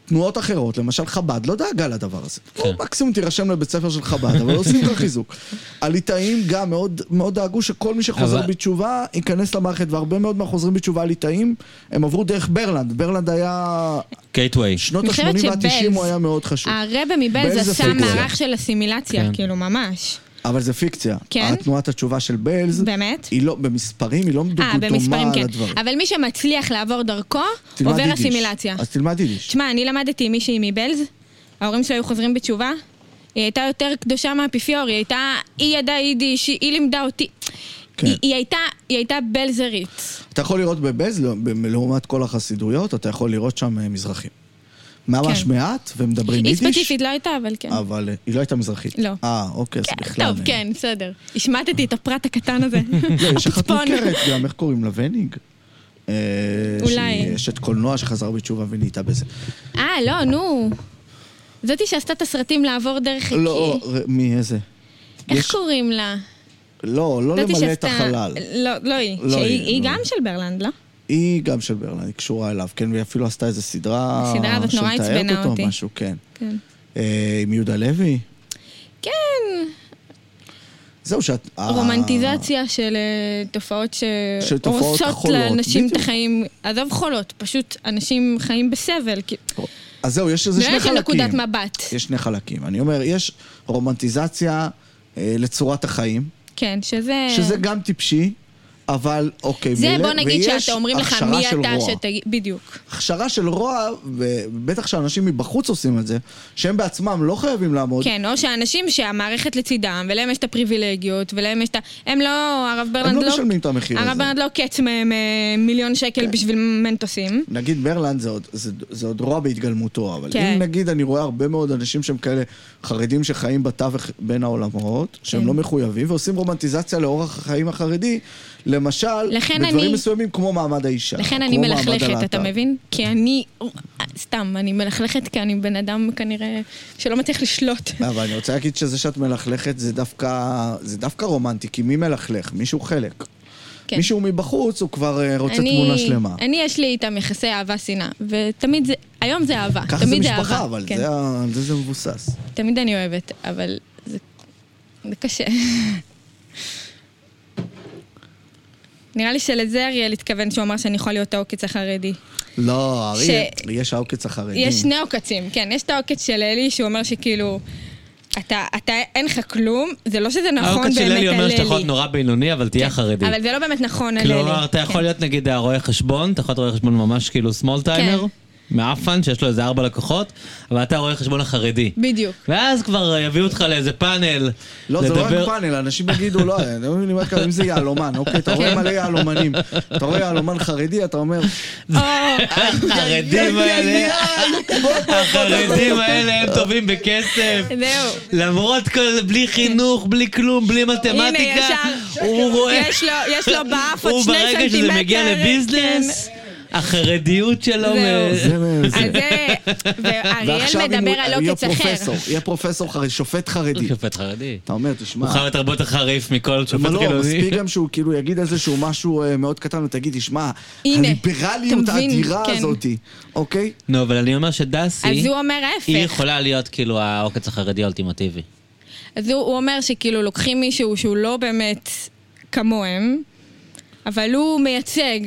תנועות אחרות, למשל חב"ד, לא דאגה לדבר הזה. לא, מקסימום תירשם לבית ספר של חב"ד, אבל עושים לך חיזוק. הליטאים גם מאוד, מאוד דאגו שכל מי שחוזר
אבל-
בתשובה ייכנס למערכת, והרבה מאוד מהחוזרים בתשובה הליטאים, הם עברו דרך ברלנד. ברלנד היה...
גייטווי.
שנות
אני חושבת
ה-80 וה-90
שבלז- אה,
הוא היה מאוד חשוב.
הרבה
בלז
מבלז
זה
עשה
פיקציה.
מערך של אסימילציה,
כן.
כאילו, ממש.
אבל זה פיקציה.
כן?
תנועת התשובה של בלז,
באמת?
היא לא, במספרים היא לא
אה, במספרים
דומה
כן.
לדברים.
אבל מי שמצליח לעבור דרכו,
תלמד
עובר
יידיש.
אסימילציה.
אז תלמד יידיש.
תשמע, אני למדתי עם מישהי מבלז, ההורים שלה היו חוזרים בתשובה, היא הייתה יותר קדושה מהאפיפיור, היא הייתה, היא ידעה יידיש, היא- היא לימדה אותי.
כן.
היא, היא, הייתה, היא הייתה בלזרית.
אתה יכול לראות בבלז, לא- ב- לעומת כל החסידויות, אתה יכול לראות שם אה, מזרחים. ממש
כן.
מעט, ומדברים
היא
יידיש.
ספציפית לא הייתה, אבל כן.
אבל אה, היא לא הייתה מזרחית.
לא.
אה, אוקיי, אז
כן,
בכלל...
טוב,
אה,
כן, בסדר. השמטתי את הפרט הקטן הזה.
לא, יש אחת
הפצפון.
מוכרת גם, איך קוראים לה? וניג? אה,
אולי.
שהיא- יש את קולנוע שחזר בתשובה ונהייתה בזה.
אה, לא, נו. זאתי שעשתה את הסרטים לעבור דרך חיקי.
לא, ר- מי איזה?
איך
יש-
קוראים לה?
לא, לא
זאתי
למלא את
שעשתה-
החלל.
לא, לא היא.
לא
שהיא-
היא,
היא
לא.
גם של ברלנד, לא?
היא גם של ברלנד, היא קשורה אליו, כן, והיא אפילו עשתה איזו סדרה...
הסדרה הזאת נורא
שמתארת
עצבנה אותי.
משהו, כן.
כן.
אה, עם יהודה לוי?
כן.
זהו, שאת... אה,
רומנטיזציה של אה, תופעות
של תופעות
שהורסות
חולות,
לאנשים את
בדיוק.
החיים. עזוב חולות, פשוט אנשים חיים בסבל. כי-
אה, אז זהו, יש איזה
זה
שני
לא
חלקים.
נקודת מבט.
יש שני חלקים. אני אומר, יש רומנטיזציה אה, לצורת החיים,
כן, שזה...
שזה גם טיפשי, אבל אוקיי,
זה
מילא,
בוא נגיד
ויש
שאתה אומרים לך
הכשרה
מי
של
אתה
רוע.
שתגיד... בדיוק.
הכשרה של רוע, ובטח שאנשים מבחוץ עושים את זה, שהם בעצמם לא חייבים לעמוד.
כן, או שהאנשים שהמערכת לצידם, ולהם יש את הפריבילגיות, ולהם יש את ה... הם לא... הרב
הם
ברלנד
לא
לא...
משלמים את המחיר הזה. כן.
הרב ברנד לא קץ מהם אה, מיליון שקל בשביל מנטוסים.
נגיד ברלנד זה עוד, זה, זה עוד רוע בהתגלמותו, אבל
כן.
כן. אם נגיד אני רואה הרבה מאוד אנשים שהם כאלה חרדים שחיים בתווך בין העולמות, שהם
כן.
לא מחויבים, ועושים רומנטיזציה לאורח החיים החרדי, למשל,
לכן
בדברים
אני-
מסוימים כמו מעמד האישה.
לכן
או
אני
כמו מעמד
מלכלכת, אתה
הלהט"ב.
מבין? כי אני... סתם, אני מלכלכת כי אני בן אדם כנראה שלא מצליח לשלוט.
אה, אבל אני רוצה להגיד שזה שאת מלכלכת זה דווקא, זה דווקא רומנטי, כי מי מלכלך? מישהו חלק.
כן.
מישהו מבחוץ, הוא כבר אה, רוצה תמונה שלמה.
אני, יש לי איתם יחסי אהבה-שנאה, ותמיד זה... היום זה אהבה.
ככה זה
תמיד זה
משפחה,
אהבה,
אבל
כן.
זה ה- על זה זה מבוסס.
תמיד אני אוהבת, אבל זה, זה קשה. נראה לי שלזה אריאל התכוון שהוא אמר שאני יכולה להיות העוקץ החרדי.
לא, אריה,
ש-
יש העוקץ החרדים.
יש שני עוקצים, כן, יש את העוקץ של אלי, שהוא אומר שכאילו, אתה, אתה, אין לך כלום, זה לא שזה נכון
העוקץ
באמת על
של
אלי.
אלי אוקיי, אומר שאתה יכול להיות נורא בינוני, אבל תהיה חרדי.
אבל זה לא באמת נכון על אלי.
כלומר, אתה יכול להיות נגיד הרואה חשבון, אתה יכול להיות רואה חשבון ממש כאילו small
כן.
timer, מעפן, שיש לו איזה ארבע לקוחות, אבל אתה רואה חשבון החרדי.
בדיוק.
ואז כבר יביאו אותך לאיזה פאנל,
לא, זה לא רק
לדבר-
פאנל, אנשים יגידו, לא, אני לא מבין מה קרה, אם זה יהלומן, אוקיי, אתה רואה
כן.
מלא יהלומנים. אתה רואה יהלומן חרדי, אתה אומר,
או,
החרדים האלה, החרדים האלה הם טובים בכסף.
זהו.
למרות כל, בלי חינוך, בלי כלום, בלי
הנה,
מתמטיקה,
ישר.
הוא רואה,
יש לו- יש לו באף עוד
הוא
שני
ברגע שזה מגיע
סנטימטר, כן.
לביזנס, החרדיות שלו,
זהו.
מ-
זה מ-
אז
זה.
זה, ואריאל
אם
מדבר
הוא-
על לא
יהיה
עוקץ אחר.
פרופסור, יהיה פרופסור חרדי, שופט חרדי.
שופט אוקיי. חרדי.
אתה אומר,
הוא
תשמע,
חייב להיות הרבה יותר חריף מכל שופט
אבל לא,
חילוני.
מספיק גם שהוא כאילו יגיד איזשהו משהו אה, מאוד קטן, ותגיד, תשמע,
הנה,
הליברליות
אתה מבין,
האדירה
כן.
הזאתי, אוקיי?
נו, אבל אני אומר שדסי,
אז הוא אומר
היא
ההפך.
יכולה להיות כאילו העוקץ החרדי האולטימטיבי.
אז הוא, הוא אומר שכאילו לוקחים מישהו שהוא לא באמת כמוהם, אבל הוא מייצג,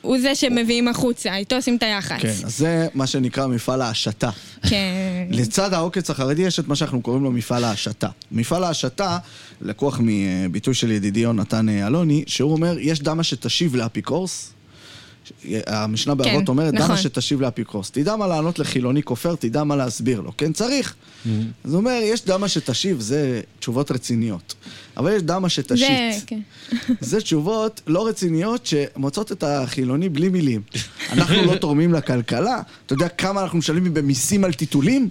הוא זה שמביאים החוצה, איתו עושים את היח"צ.
כן, אז זה מה שנקרא מפעל ההשתה.
כן.
לצד העוקץ החרדי יש את מה שאנחנו קוראים לו מפעל ההשתה. מפעל ההשתה, לקוח מביטוי של ידידי יונתן אה, אלוני, שהוא אומר, יש דמה שתשיב לאפיקורס. ש- המשנה באבות אומרת,
נכון.
דמה שתשיב לאפיקורס. תדע מה לענות לחילוני כופר, תדע מה להסביר לו. כן, צריך. אז הוא אומר, יש דמה שתשיב, זה תשובות רציניות. אבל יש דמה שתשית.
זה, כן.
זה תשובות לא רציניות שמוצאות את החילוני בלי מילים. אנחנו לא תורמים לכלכלה, אתה יודע כמה אנחנו משלמים במיסים על טיטולים?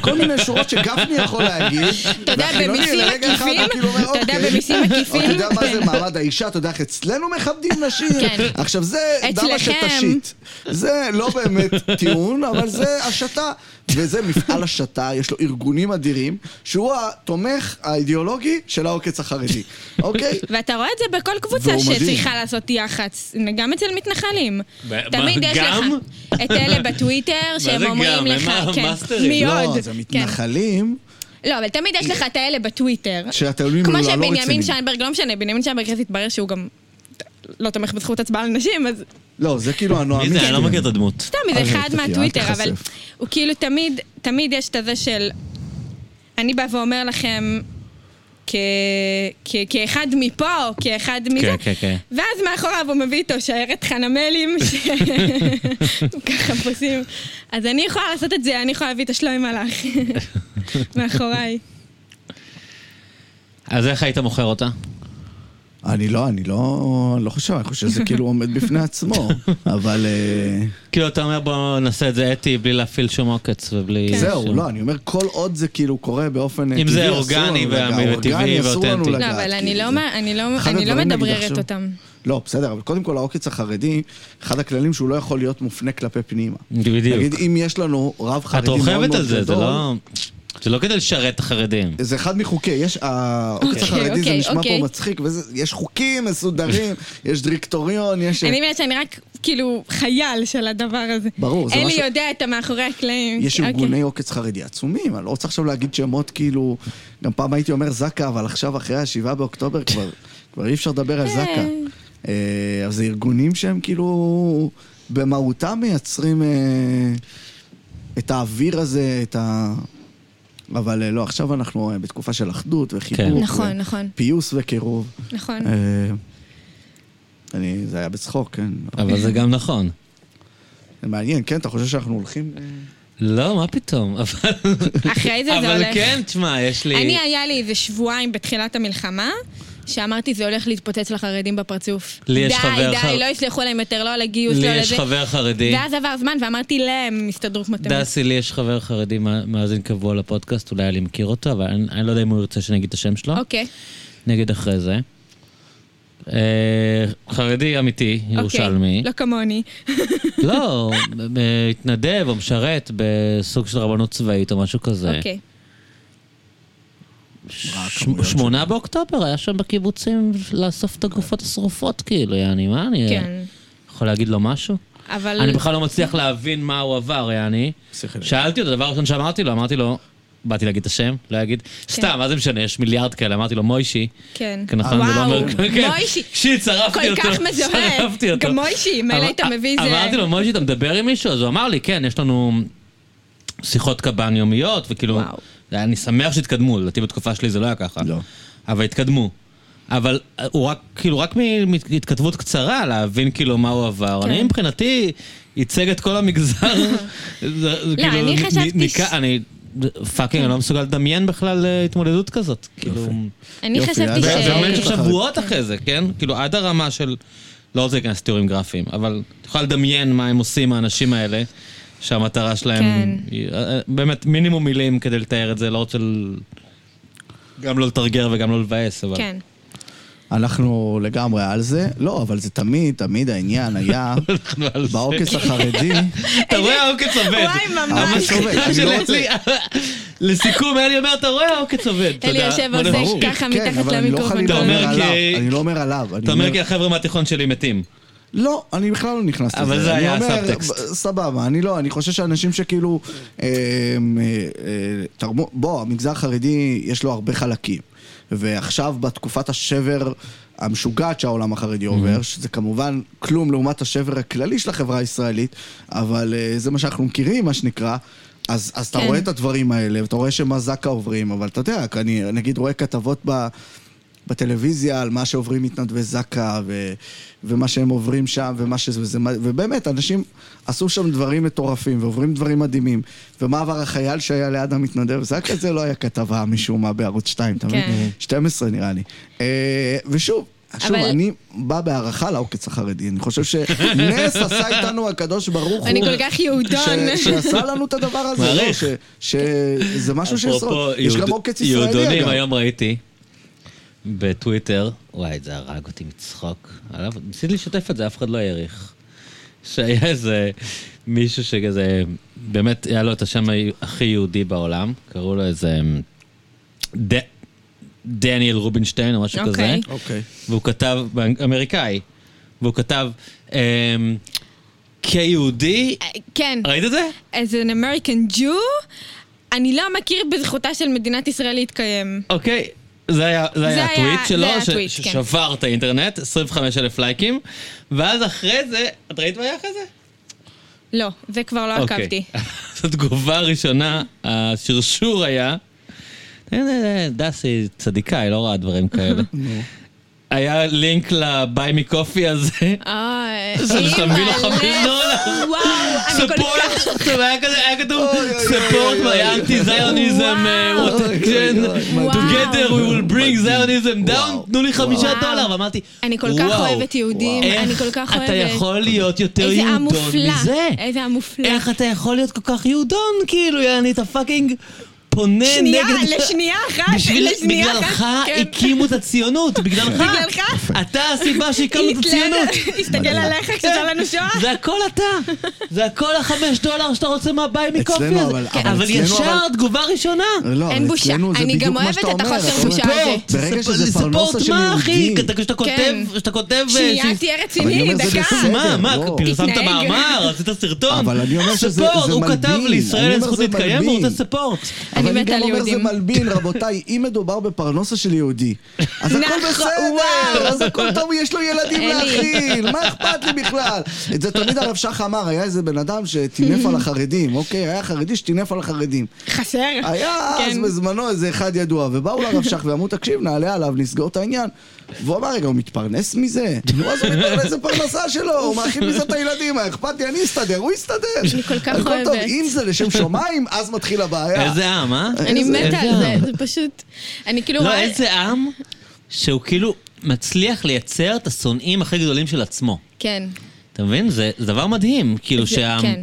כל מיני שורות שגפני יכול להגיד.
אתה יודע,
והחילוני
במיסים
לרגע אחד
עקיפים,
כאילו אומר,
אתה יודע,
"אוקיי."
במיסים
או, אתה יודע
עקיפים.
מה זה מעמד האישה, אתה יודע איך אצלנו מכבדים נשים?
כן.
עכשיו זה דמה
אצלכם.
שתשית. זה לא באמת טיעון, אבל זה השתה. וזה מפעל השתה, יש לו ארגונים אדירים, שהוא התומך האידיאולוגי של העוקץ החרדי, אוקיי?
ואתה רואה את זה בכל קבוצה
והוא מדהים.
שצריכה לעשות יח"צ, גם אצל מתנחלים.
ב-
תמיד
מה,
יש לך
גם?
את אלה בטוויטר שהם
זה
אומרים
גם?
לך,
הם
כן,
המאסטרים.
מי עוד?
לא, זה
כן.
מתנחלים
לא, אבל תמיד יש לך את האלה בטוויטר.
שהטיעונים
כמו
לא רציניים.
שבנימין שיינברג, לא משנה, בנימין שיינברג אז התברר שהוא גם לא תומך בזכות הצבעה לנשים, אז
לא, זה כאילו הנואמים.
מי זה? אני לא
שלהם.
מכיר את הדמות.
סתם איזה
אל
אחד
תחשפי, אל
מהטוויטר, אבל
תיחשף.
הוא כאילו תמיד, תמיד יש את הזה של... אני בא ואומר לכם, כ- כ- כאחד מפה, או כאחד מזה,
כן, כן, כן.
ואז מאחוריו הוא מביא איתו שיירת חנמלים, שככה פוסים. אז אני יכולה לעשות את זה, אני יכולה להביא את השלוי מלאך מאחוריי.
אז איך היית מוכר אותה?
אני לא, אני לא, לא חושב, אני חושב שזה כאילו עומד בפני עצמו, אבל אה,
כאילו, אתה אומר, בוא נעשה את זה אתי בלי להפעיל שום עוקץ
כן.
ובלי...
זהו,
שום-
לא, אני אומר, כל עוד זה כאילו קורה באופן אה,
כן. אם
טבעי,
זה
אסור
אורגני
לנו
וה-
לגעת.
וטבעי
אורגני, אסור לנו
ואותנטי. לא,
לא,
לגעת,
אבל אני
כאילו,
לא
זה-
מה- אני לא-
אחד
אני לא
הדברים, נגיד,
מדבררת
עכשיו-
אותם.
לא, בסדר, אבל קודם כל העוקץ החרדי, אחד הכללים שהוא לא יכול להיות מופנה כלפי פנימה.
בדיוק.
נגיד, אם יש לנו רב
את
חרדי מאוד מאוד גדול...
רוכבת על זה, זה לא... זה לא כדי לשרת את החרדים.
זה אחד מחוקי, יש, אה, העוקץ
אוקיי,
החרדי זה
אוקיי,
נשמע פה
אוקיי.
מצחיק, וזה- יש חוקים מסודרים, יש דירקטוריון, יש...
אני מבינה שאני רק כאילו חייל של הדבר הזה.
ברור, זה
אלי
משהו-
יודע את המאחורי הקלעים.
יש
אוקיי.
ארגוני עוקץ חרדי עצומים, אני לא רוצה עכשיו להגיד שמות כאילו... גם פעם הייתי אומר זק"א, אבל עכשיו אחרי השבעה באוקטובר כבר, כבר אי אפשר לדבר על זק"א. אה, אבל זה ארגונים שהם כאילו במהותם מייצרים אה, את האוויר הזה, את ה... אבל אה, לא, עכשיו אנחנו אה, בתקופה של אחדות וחיבור.
נכון, נכון,
פיוס וקירוב.
נכון.
אה, אני, זה היה בצחוק, כן.
אבל זה גם נכון.
זה מעניין, כן? אתה חושב שאנחנו הולכים... אה,
לא, מה פתאום, אבל...
אחרי זה זה
אבל
הולך.
כן, תשמע, יש לי...
אני, היה לי איזה שבועיים בתחילת המלחמה, שאמרתי, זה הולך להתפוצץ לחרדים בפרצוף.
לי יש חבר
די,
חר-
די, לא יסלחו להם יותר, לא על הגיוס,
לי
לא על
יש
זה.
חבר חרדי.
ואז עבר זמן ואמרתי להם, הם יסתדרו כמו תמיד.
דסי, לי יש חבר חרדי מא- מאזין קבוע לפודקאסט, אולי אני מכיר אותו, אבל אני אני לא יודע אם הוא ירצה שנגיד את השם שלו.
אוקיי.
נגיד אחרי זה. אה, חרדי אמיתי, ירושלמי.
אוקיי, לא כמוני.
לא, ב- ב- התנדב או משרת בסוג של רבנות צבאית או משהו כזה.
אוקיי.
ש- שמונה באוקטובר היה שם בקיבוצים לאסוף את הגופות השרופות, כאילו, יעני, מה אני...
כן.
יכול להגיד לו משהו?
אבל...
אני בכלל לא מצליח להבין מה הוא עבר, יעני.
שכל.
שאלתי אותו, דבר ראשון שאמרתי לו, אמרתי לו, באתי להגיד את השם, לא אגיד, סתם, מה זה משנה, יש מיליארד כאלה, אמרתי לו, מוישי.
כן.
כן, נכון, זה לא
וואו,
אומר... כן.
מוישי.
שיט, שרפתי
כל
אותו.
כך מזוהה.
שרפתי אותו.
גם מוישי, מילא
אמר-
היית מביא איזה-
אמרתי לו, מוישי, אתה מדבר עם מישהו? אז הוא אמר לי, כן, יש לנו שיחות קב"ן יומיות, וכאילו...
וואו.
אני שמח שהתקדמו, לדעתי בתקופה שלי זה לא היה ככה.
לא.
אבל התקדמו. אבל אה, הוא רק, כאילו, רק מהתכתבות קצרה, להבין כאילו מה הוא עבר.
כן.
אני מבחינתי ייצג את כל המגזר. זה- זה כאילו,
לא, אני
נ-
חשבתי
נ-
ש-
ניקה- אני פאקינג, אני לא מסוגל לדמיין בכלל אה, התמודדות כזאת. כאילו...
אני
יופי,
חשבתי
אז-
זה
ש...
זה עומד
אוקיי.
עכשיו שבועות אחרי זה, כן? כאילו, עד הרמה של... לא רוצה להיכנס לתיאורים גרפיים, אבל את יכולה לדמיין מה הם עושים האנשים האלה, שהמטרה שלהם...
כן.
היא- אה, אה, באמת, מינימום מילים כדי לתאר את זה, לא רוצה... ל- גם לא לתרגר וגם לא לבאס, אבל...
כן.
אנחנו לגמרי על זה. לא, אבל זה תמיד, תמיד העניין היה
אנחנו על זה.
בעוקץ החרדי.
כן. אתה רואה העוקץ עובד.
וואי, ממש.
העוקץ עובד,
המסקנה
אני
של
לא רוצה-
אלי... לסיכום, אלי אומר, אתה רואה העוקץ עובד. אתה
אלי
יודע, לא
יושב
בוא
על זה
נ-
ברור.
ככה
כן,
מתחת
אבל אני לא
למיקרופון.
חלילה
אתה
כל
אומר
הזמן.
כי-
עליו, אני לא אומר עליו. אני
אתה אומר כי החבר'ה מהתיכון שלי מתים.
לא, אני בכלל לא נכנס לזה.
אבל זה
אני
היה
אומר,
הסאבטקסט.
ב- סבבה, אני לא, אני חושב שאנשים שכאילו... אה, אה, אה, תרמו... בוא, המגזר החרדי, יש לו הרבה חלקים. ועכשיו, בתקופת השבר המשוגעת שהעולם החרדי
Mm-hmm.
עובר, שזה כמובן כלום לעומת השבר הכללי של החברה הישראלית, אבל אה, זה מה שאנחנו מכירים, מה שנקרא. אז, אז אתה
כן.
רואה את הדברים האלה, ואתה רואה שמזקה עוברים, אבל אתה יודע, אני נגיד רואה כתבות ב... בטלוויזיה על מה שעוברים מתנדבי זק"א ו- ומה שהם עוברים שם ומה שזה, וזה, מה- ובאמת, אנשים עשו שם דברים מטורפים ועוברים דברים מדהימים. ומה עבר החייל שהיה ליד המתנדב זק"א? זה לא היה כתבה משום מה בערוץ 2, אתה מבין?
כן.
12 נראה לי. אה, ושוב, שוב,
אבל-
אני בא בהערכה לעוקץ החרדי, אני חושב שנס עשה איתנו הקדוש ברוך הוא.
אני כל כך יהודון.
ש- שעשה לנו את הדבר הזה, לא?
מעריך.
ש- שזה משהו שישרוד. יש גם עוקץ ישראלי,
יהודונים
אגב.
היום ראיתי בטוויטר, וואי, זה הרג אותי מצחוק. עליו- ניסיתי לשתף את זה, אף אחד לא העריך. שהיה איזה מישהו שכזה, באמת, היה לו את השם ה- הכי יהודי בעולם, קראו לו איזה ד- דניאל רובינשטיין או משהו כזה.
אוקיי.
אוקיי.
והוא כתב, באנג- אמריקאי, והוא כתב, אמ, כיהודי,
כן.
ראית את זה?
as an American Jew, אני לא מכיר בזכותה של מדינת ישראל להתקיים.
אוקיי, זה היה, זה היה
היה-
הטוויט
זה
שלו,
היה
ש-
הטוויט, כן.
ששבר את האינטרנט, 25 אלף לייקים, ואז אחרי זה, את ראית מה היה אחרי זה?
לא, זה כבר לא
אוקיי.
עקבתי.
אז התגובה הראשונה, השרשור היה, "אה, אה, דסי צדיקה, היא לא רואה דברים כאלה. היה לינק לביי מי קופי הזה.
אה,
שאתה מביא לו
אימא'לה.
50 דולר.
וואו, אני כל כך...
ספורט, היה כזה, היה כתוב,
אוי, אוי,
ספורט,
אוי,
היה
אוי,
אנטי זיוניזם,
וואו.
אה, what
אוי,
action,
אוי, אוי,
וואו.
together we will bring זיוניזם
וואו.
down, תנו לי חמישה
וואו.
דולר, ואמרתי,
אני כל כך
וואו,
אוהבת יהודים,
איך
אני כל כך אוהבת...
אתה יכול להיות יותר
איזה עם
יהודון
מופלא.
מזה?
איזה עם מופלא.
איך אתה יכול להיות כל כך יהודון, כאילו, יעני, אתה פאקינג פונה
שנייה,
נגד...
לשנייה אחת,
בשביל-
לשנייה אחת.
בגללך
כן.
הקימו את הציונות, בגללך.
בגללך.
אתה הסיבה
אה,
שהקמנו כאילו את הציונות.
היטלר הסתכל עליך כשהייתה לנו שואה.
כן. זה הכל אתה, זה הכל החמש דולר שאתה רוצה מהביי מקופי
אצלנו,
הזה.
אבל-
כן,
אבל
אבל
אצלנו,
ישר
אבל-
תגובה ראשונה.
לא,
אין
אבל
בושה.
אצלנו זה
אני
בדיוק
גם
מה
אוהבת
שאתה
את
אומר,
החוסר
אתה אומר,
בושה
אה,
הזה.
ברגע שזה
ספורט,
פרנסה של
מה, אחי?
יהודים.
אתה- כשאתה כותב,
כן.
כשאתה כותב...
שנייה,
שיש-
תהיה
אבל אני
רציני,
אומר, זה
דקה.
בסדר.
מה, מה,
לא.
פרסמת
תתנהג.
מאמר, עשית סרטון.
אבל אני אומר שזה-
ספורט,
זה
הוא כתב
מלבין.
לישראל
אני
אין
אומר,
זכות
זה
להתקיים, הוא
מלבין.
רוצה ספורט.
אני
אבל
מתה על
גם אומר, זה
יהודים.
מלבין, רבותיי, אם מדובר בפרנסה של יהודי, אז הכל
נכון,
בסדר,
וואו.
אז הכל טוב, יש לו ילדים
אלי.
להכיל, מה אכפת לי בכלל? את זה תמיד הרב שך אמר, היה איזה בן אדם שטינף על החרדים, אוקיי? היה חרדי שטינף על החרדים.
חסר.
היה אז
כן.
בזמנו איזה אחד ידוע, ובאו לרב שך ואמרו, תקשיב, נעלה עליו, נסגור את העניין. והוא אמר, רגע, הוא מתפרנס מזה? נו, אז הוא מתפרנס, זה פרנסה שלו, הוא מאכיל מזה את הילדים, מה אכפת לי, אני אסתדר, הוא יסתדר.
אני כל כך
הכל טוב,
אוהבת.
אם זה לשם שמיים, אז מתחיל הבעיה.
איזה עם, אה?
אני
איזה-
מתה על
איזה
זה,
עם.
זה פשוט... אני כאילו
לא,
רואה...
איזה עם שהוא כאילו מצליח לייצר את השונאים הכי גדולים של עצמו.
כן.
אתה מבין? זה זה דבר מדהים, כאילו
זה-
שה...
כן.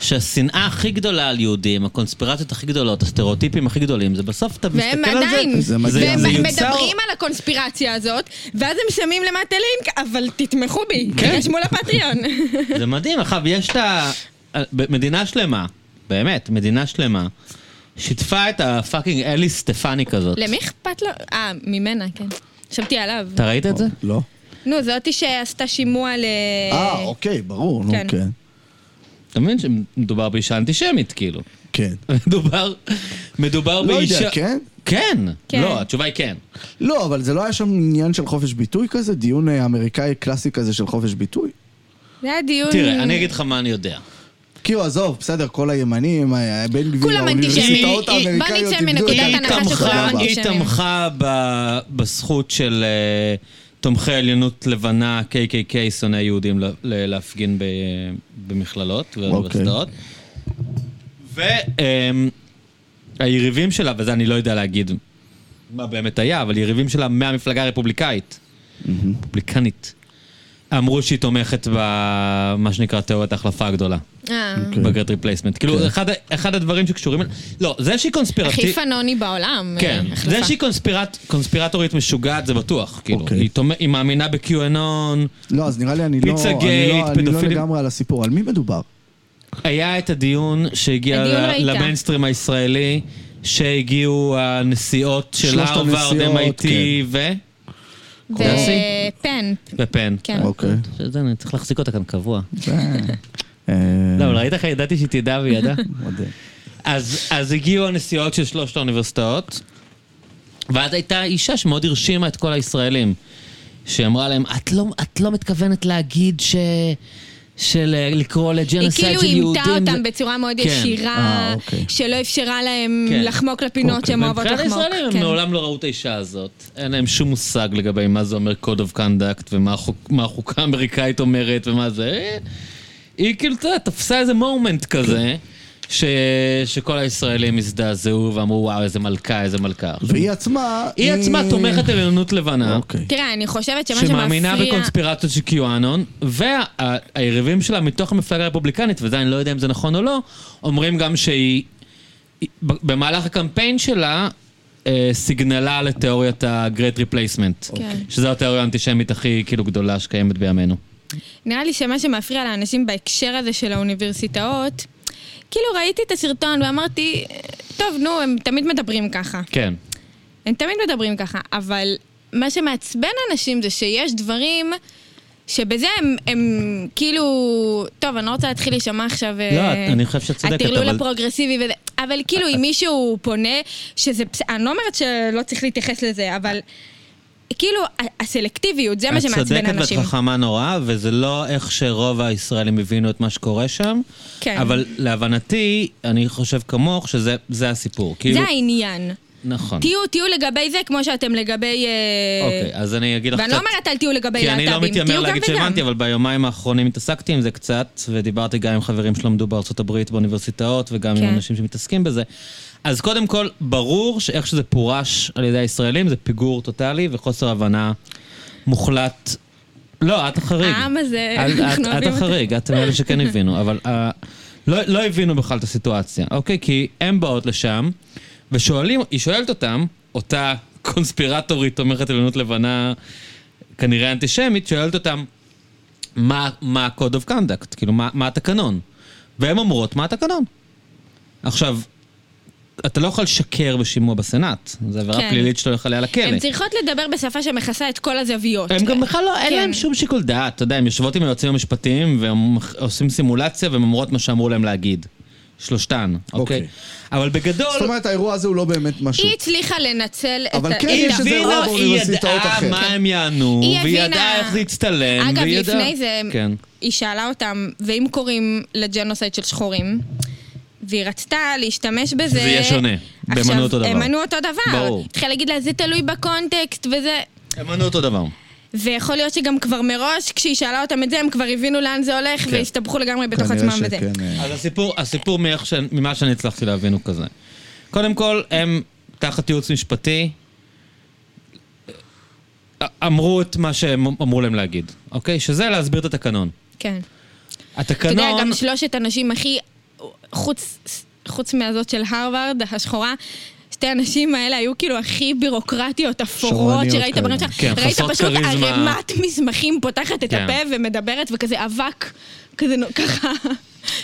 שהשנאה הכי גדולה על יהודים, הקונספירציות הכי גדולות, הסטריאוטיפים הכי גדולים, זה בסוף אתה מסתכל
והם
על זה.
עדיין,
זה מדהים.
והם
זה יוצר-
מדברים על הקונספירציה הזאת, ואז הם שמים למטה לינק, אבל תתמכו בי,
כן.
תירשמו לפטריון.
זה מדהים, עכשיו יש את ה... מדינה שלמה, באמת, מדינה שלמה, שיתפה את הפאקינג אלי סטפני כזאת.
למי אכפת לו? אה, ממנה, כן. חשבתי עליו.
אתה ראית את זה?
לא.
נו, זאתי שעשתה שימוע ל...
אה, אוקיי, ברור, נו,
כן.
כן.
אתה מבין שמדובר באישה אנטישמית, כאילו.
כן.
מדובר, מדובר
לא
באישה...
יודע, כן?
כן.
כן.
לא, התשובה היא כן.
לא, אבל זה לא היה שם עניין של חופש ביטוי כזה? דיון אה, אמריקאי קלאסי כזה של חופש ביטוי? אוקיי.
זה היה דיון...
תראה, אני אגיד לך מה אני יודע.
כאילו, עזוב, בסדר, כל הימנים, ה- בן גביר,
כולם אנטישמים.
האוניברסיטאות
היא- היא-
האמריקאיות
בוא נצא
איבדו את
מנקודת
היא
הנחה
ה-
שכולם
תמכה-
סבבה.
היא
אנטישמים.
תמכה ב- בזכות של אה, תומכי עליונות לבנה, KKK, שונאי יהודים, ל- ל- להפגין ב- במכללות ובאוניברסיטאות. והיריבים אמ, שלה, וזה אני לא יודע להגיד מה באמת היה, אבל יריבים שלה מהמפלגה הרפובליקאית, רפובליקנית, אמרו שהיא תומכת במה שנקרא תיאוריית ההחלפה הגדולה.
אה,
כן.
בגרד ריפלייסמנט. כאילו, אחד ה- אחד הדברים שקשורים... אל- לא, זה שהיא
הכי
קונספירטיבית...
פנוני בעולם.
כן.
אה, החלפה.
זה שהיא קונספירט- קונספירטורית משוגעת, זה בטוח. כאילו,
אוקיי.
היא תומ- היא מאמינה ב-QAnon,
לא, אז נראה לי אני לא...
פיצה
אני
גייט,
לא- אני לא
פדופילים.
לגמרי על הסיפור. על מי מדובר?
היה את הדיון שהגיע
הדיון
ל-
ראית.
למיינסטרים הישראלי, שהגיעו הנסיעות של
שלושת
הרווארד, כן.
הנסיעות,
MIT ו... דסי?
ופן.
ופן.
כן.
אוקיי.
שזה, אני צריך להחזיק אותה כאן קבוע.
זה- אה,
לא, אבל ראית איך ידעתי שהיא תדע והיא ידעה?
מודה.
אז, אז הגיעו הנסיעות של שלושת האוניברסיטאות, ואז הייתה אישה שמאוד הרשימה את כל הישראלים, שאמרה להם, את לא, את לא מתכוונת להגיד ש... של אה, לקרוא
היא
לג'נוסייד
כאילו
של יהודים.
אימתה
זה-
אותם בצורה מאוד
כן.
ישירה,
אה, אוקיי.
שלא אפשרה להם
כן.
לחמוק לפינות שהם אוהבות
ומבחינת
לחמוק.
הישראלים
כן.
הם מעולם לא ראו את האישה הזאת. אין להם שום מושג לגבי מה זה אומר code of conduct, ומה החוק, מה החוקה האמריקאית אומרת, ומה זה. אה, היא כאילו, אתה יודע, תפסה איזה מומנט כזה, ש, שכל הישראלים הזדעזעו ואמרו, וואו, איזה מלכה, איזה מלכה. עכשיו,
והיא עצמה...
היא עצמה תומכת עליונות לבנה.
אוקיי.
תראה, אני חושבת שמה
שמאמינה
שמפריע...
בקונספירציות של קיואנון, והיריבים שלה מתוך המפלגה הרפובליקנית, וזה אני לא יודע אם זה נכון או לא, אומרים גם שהיא, היא- ב- במהלך הקמפיין שלה, אה, סיגנלה לתיאוריית ה-Great Replacement.
כן.
שזו התיאוריה האנטישמית הכי כאילו גדולה שקיימת בימינו.
נראה לי שמה שמפריע לאנשים בהקשר הזה של האוניברסיטאות, כאילו ראיתי את הסרטון ואמרתי, טוב, נו, הם תמיד מדברים ככה.
כן.
הם תמיד מדברים ככה, אבל מה שמעצבן אנשים זה שיש דברים שבזה הם, הם כאילו... טוב, אני לא רוצה להתחיל להישמע עכשיו... אה,
לא, את- אני חושב שאת צודקת,
הטרלול
אבל-
הפרוגרסיבי וזה, אבל כאילו אם מישהו פונה, שזה... פס- אני לא אומרת שלא צריך להתייחס לזה, אבל... כאילו, ה- הסלקטיביות, זה מה שמעצבן
את צודקת
אנשים.
ואת חכמה נורא, וזה לא איך שרוב הישראלים הבינו את מה שקורה שם.
כן.
אבל להבנתי, אני חושב כמוך שזה זה הסיפור. כאילו,
זה העניין.
נכון.
תהיו, תהיו לגבי זה כמו שאתם לגבי... אה,
אוקיי, אז אני אגיד לך
ואני
קצת...
לא אומרת אל תהיו לגבי
כי אני לא
להט"בים,
מתיימר
תהיו גם
להגיד
וגם.
שהבנתי, אבל ביומיים האחרונים התעסקתי עם זה קצת, ודיברתי גם עם חברים שלמדו בארצות הברית באוניברסיטאות, וגם עם
כן.
אנשים שמתעסקים בזה. אז קודם כל, ברור שאיך שזה פורש על ידי הישראלים, זה פיגור טוטאלי וחוסר הבנה מוחלט. לא, את החריג.
העם הזה,
את- את-
אנחנו
את
אוהבים אותו.
החריג, את מאלה שכן הבינו, אבל אה, לא לא הבינו בכלל את הסיטואציה, אוקיי? כי הן באות לשם, ושואלים, היא שואלת אותם, אותה קונספירטורית תומכת עליונות לבנה, כנראה אנטישמית, שואלת אותם, מה מה ה-code of conduct? כאילו, מה מה התקנון? והן אומרות, מה התקנון? עכשיו, אתה לא יכול לשקר בשימוע בסנאט, זו עבירה
כן.
פלילית שאתה הולך עליה לכלא.
הן צריכות לדבר בשפה שמכסה את כל הזוויות.
הם אה. גם בכלל לא, אין
כן.
להם שום שיקול דעת, אתה יודע, הם יושבות עם היועצים המשפטיים והם עושים סימולציה והם אומרות מה שאמרו להם להגיד. שלושתן, אוקיי?
אוקיי.
אבל בגדול,
זאת אומרת, האירוע הזה הוא לא באמת משהו.
היא הצליחה לנצל את ה...
אבל כן,
היא
את
יש
ה-
איזה
הבינה,
אירוע
היא
באוניברסיטאות
ידעה
אחרת.
מה הם יענו,
היא
והיא ידעה
הבינה-
איך להצטלם,
אגב,
והיא ידעה...
לפני זה,
כן.
היא שאלה אותם, ואם קוראים לג'נוסייד של שחורים, והיא רצתה להשתמש בזה...
זה יהיה שונה. והם ענו אותו דבר.
עכשיו, הם ענו אותו דבר.
ברור.
התחילה להגיד לה, זה תלוי בקונטקסט, וזה...
הם ענו אותו דבר.
ויכול להיות שגם כבר מראש, כשהיא שאלה אותם את זה, הם כבר הבינו לאן זה הולך,
כן.
והסתבכו לגמרי בתוך
כנראה
עצמם וזה.
שכן, אה,
אז הסיפור, הסיפור מאיך ש... ממה שאני הצלחתי להבין הוא כזה. קודם כל, הם תחת ייעוץ משפטי, אה, אמרו את מה שהם אמרו להם להגיד, אוקיי? שזה להסביר את התקנון.
כן. אתה
התקנון...
יודע, גם שלושת הנשים הכי, חוץ, חוץ מהזאת של הרווארד, השחורה, שתי הנשים האלה היו כאילו הכי בירוקרטיות אפורות
שרוניות
שראית
כאלה.
ברמת שלך.
כן,
ראית
חסרות
פשוט
כריזמה.
ערימת מסמכים פותחת את
כן.
הפה ומדברת וכזה אבק, כזה נו- ככה,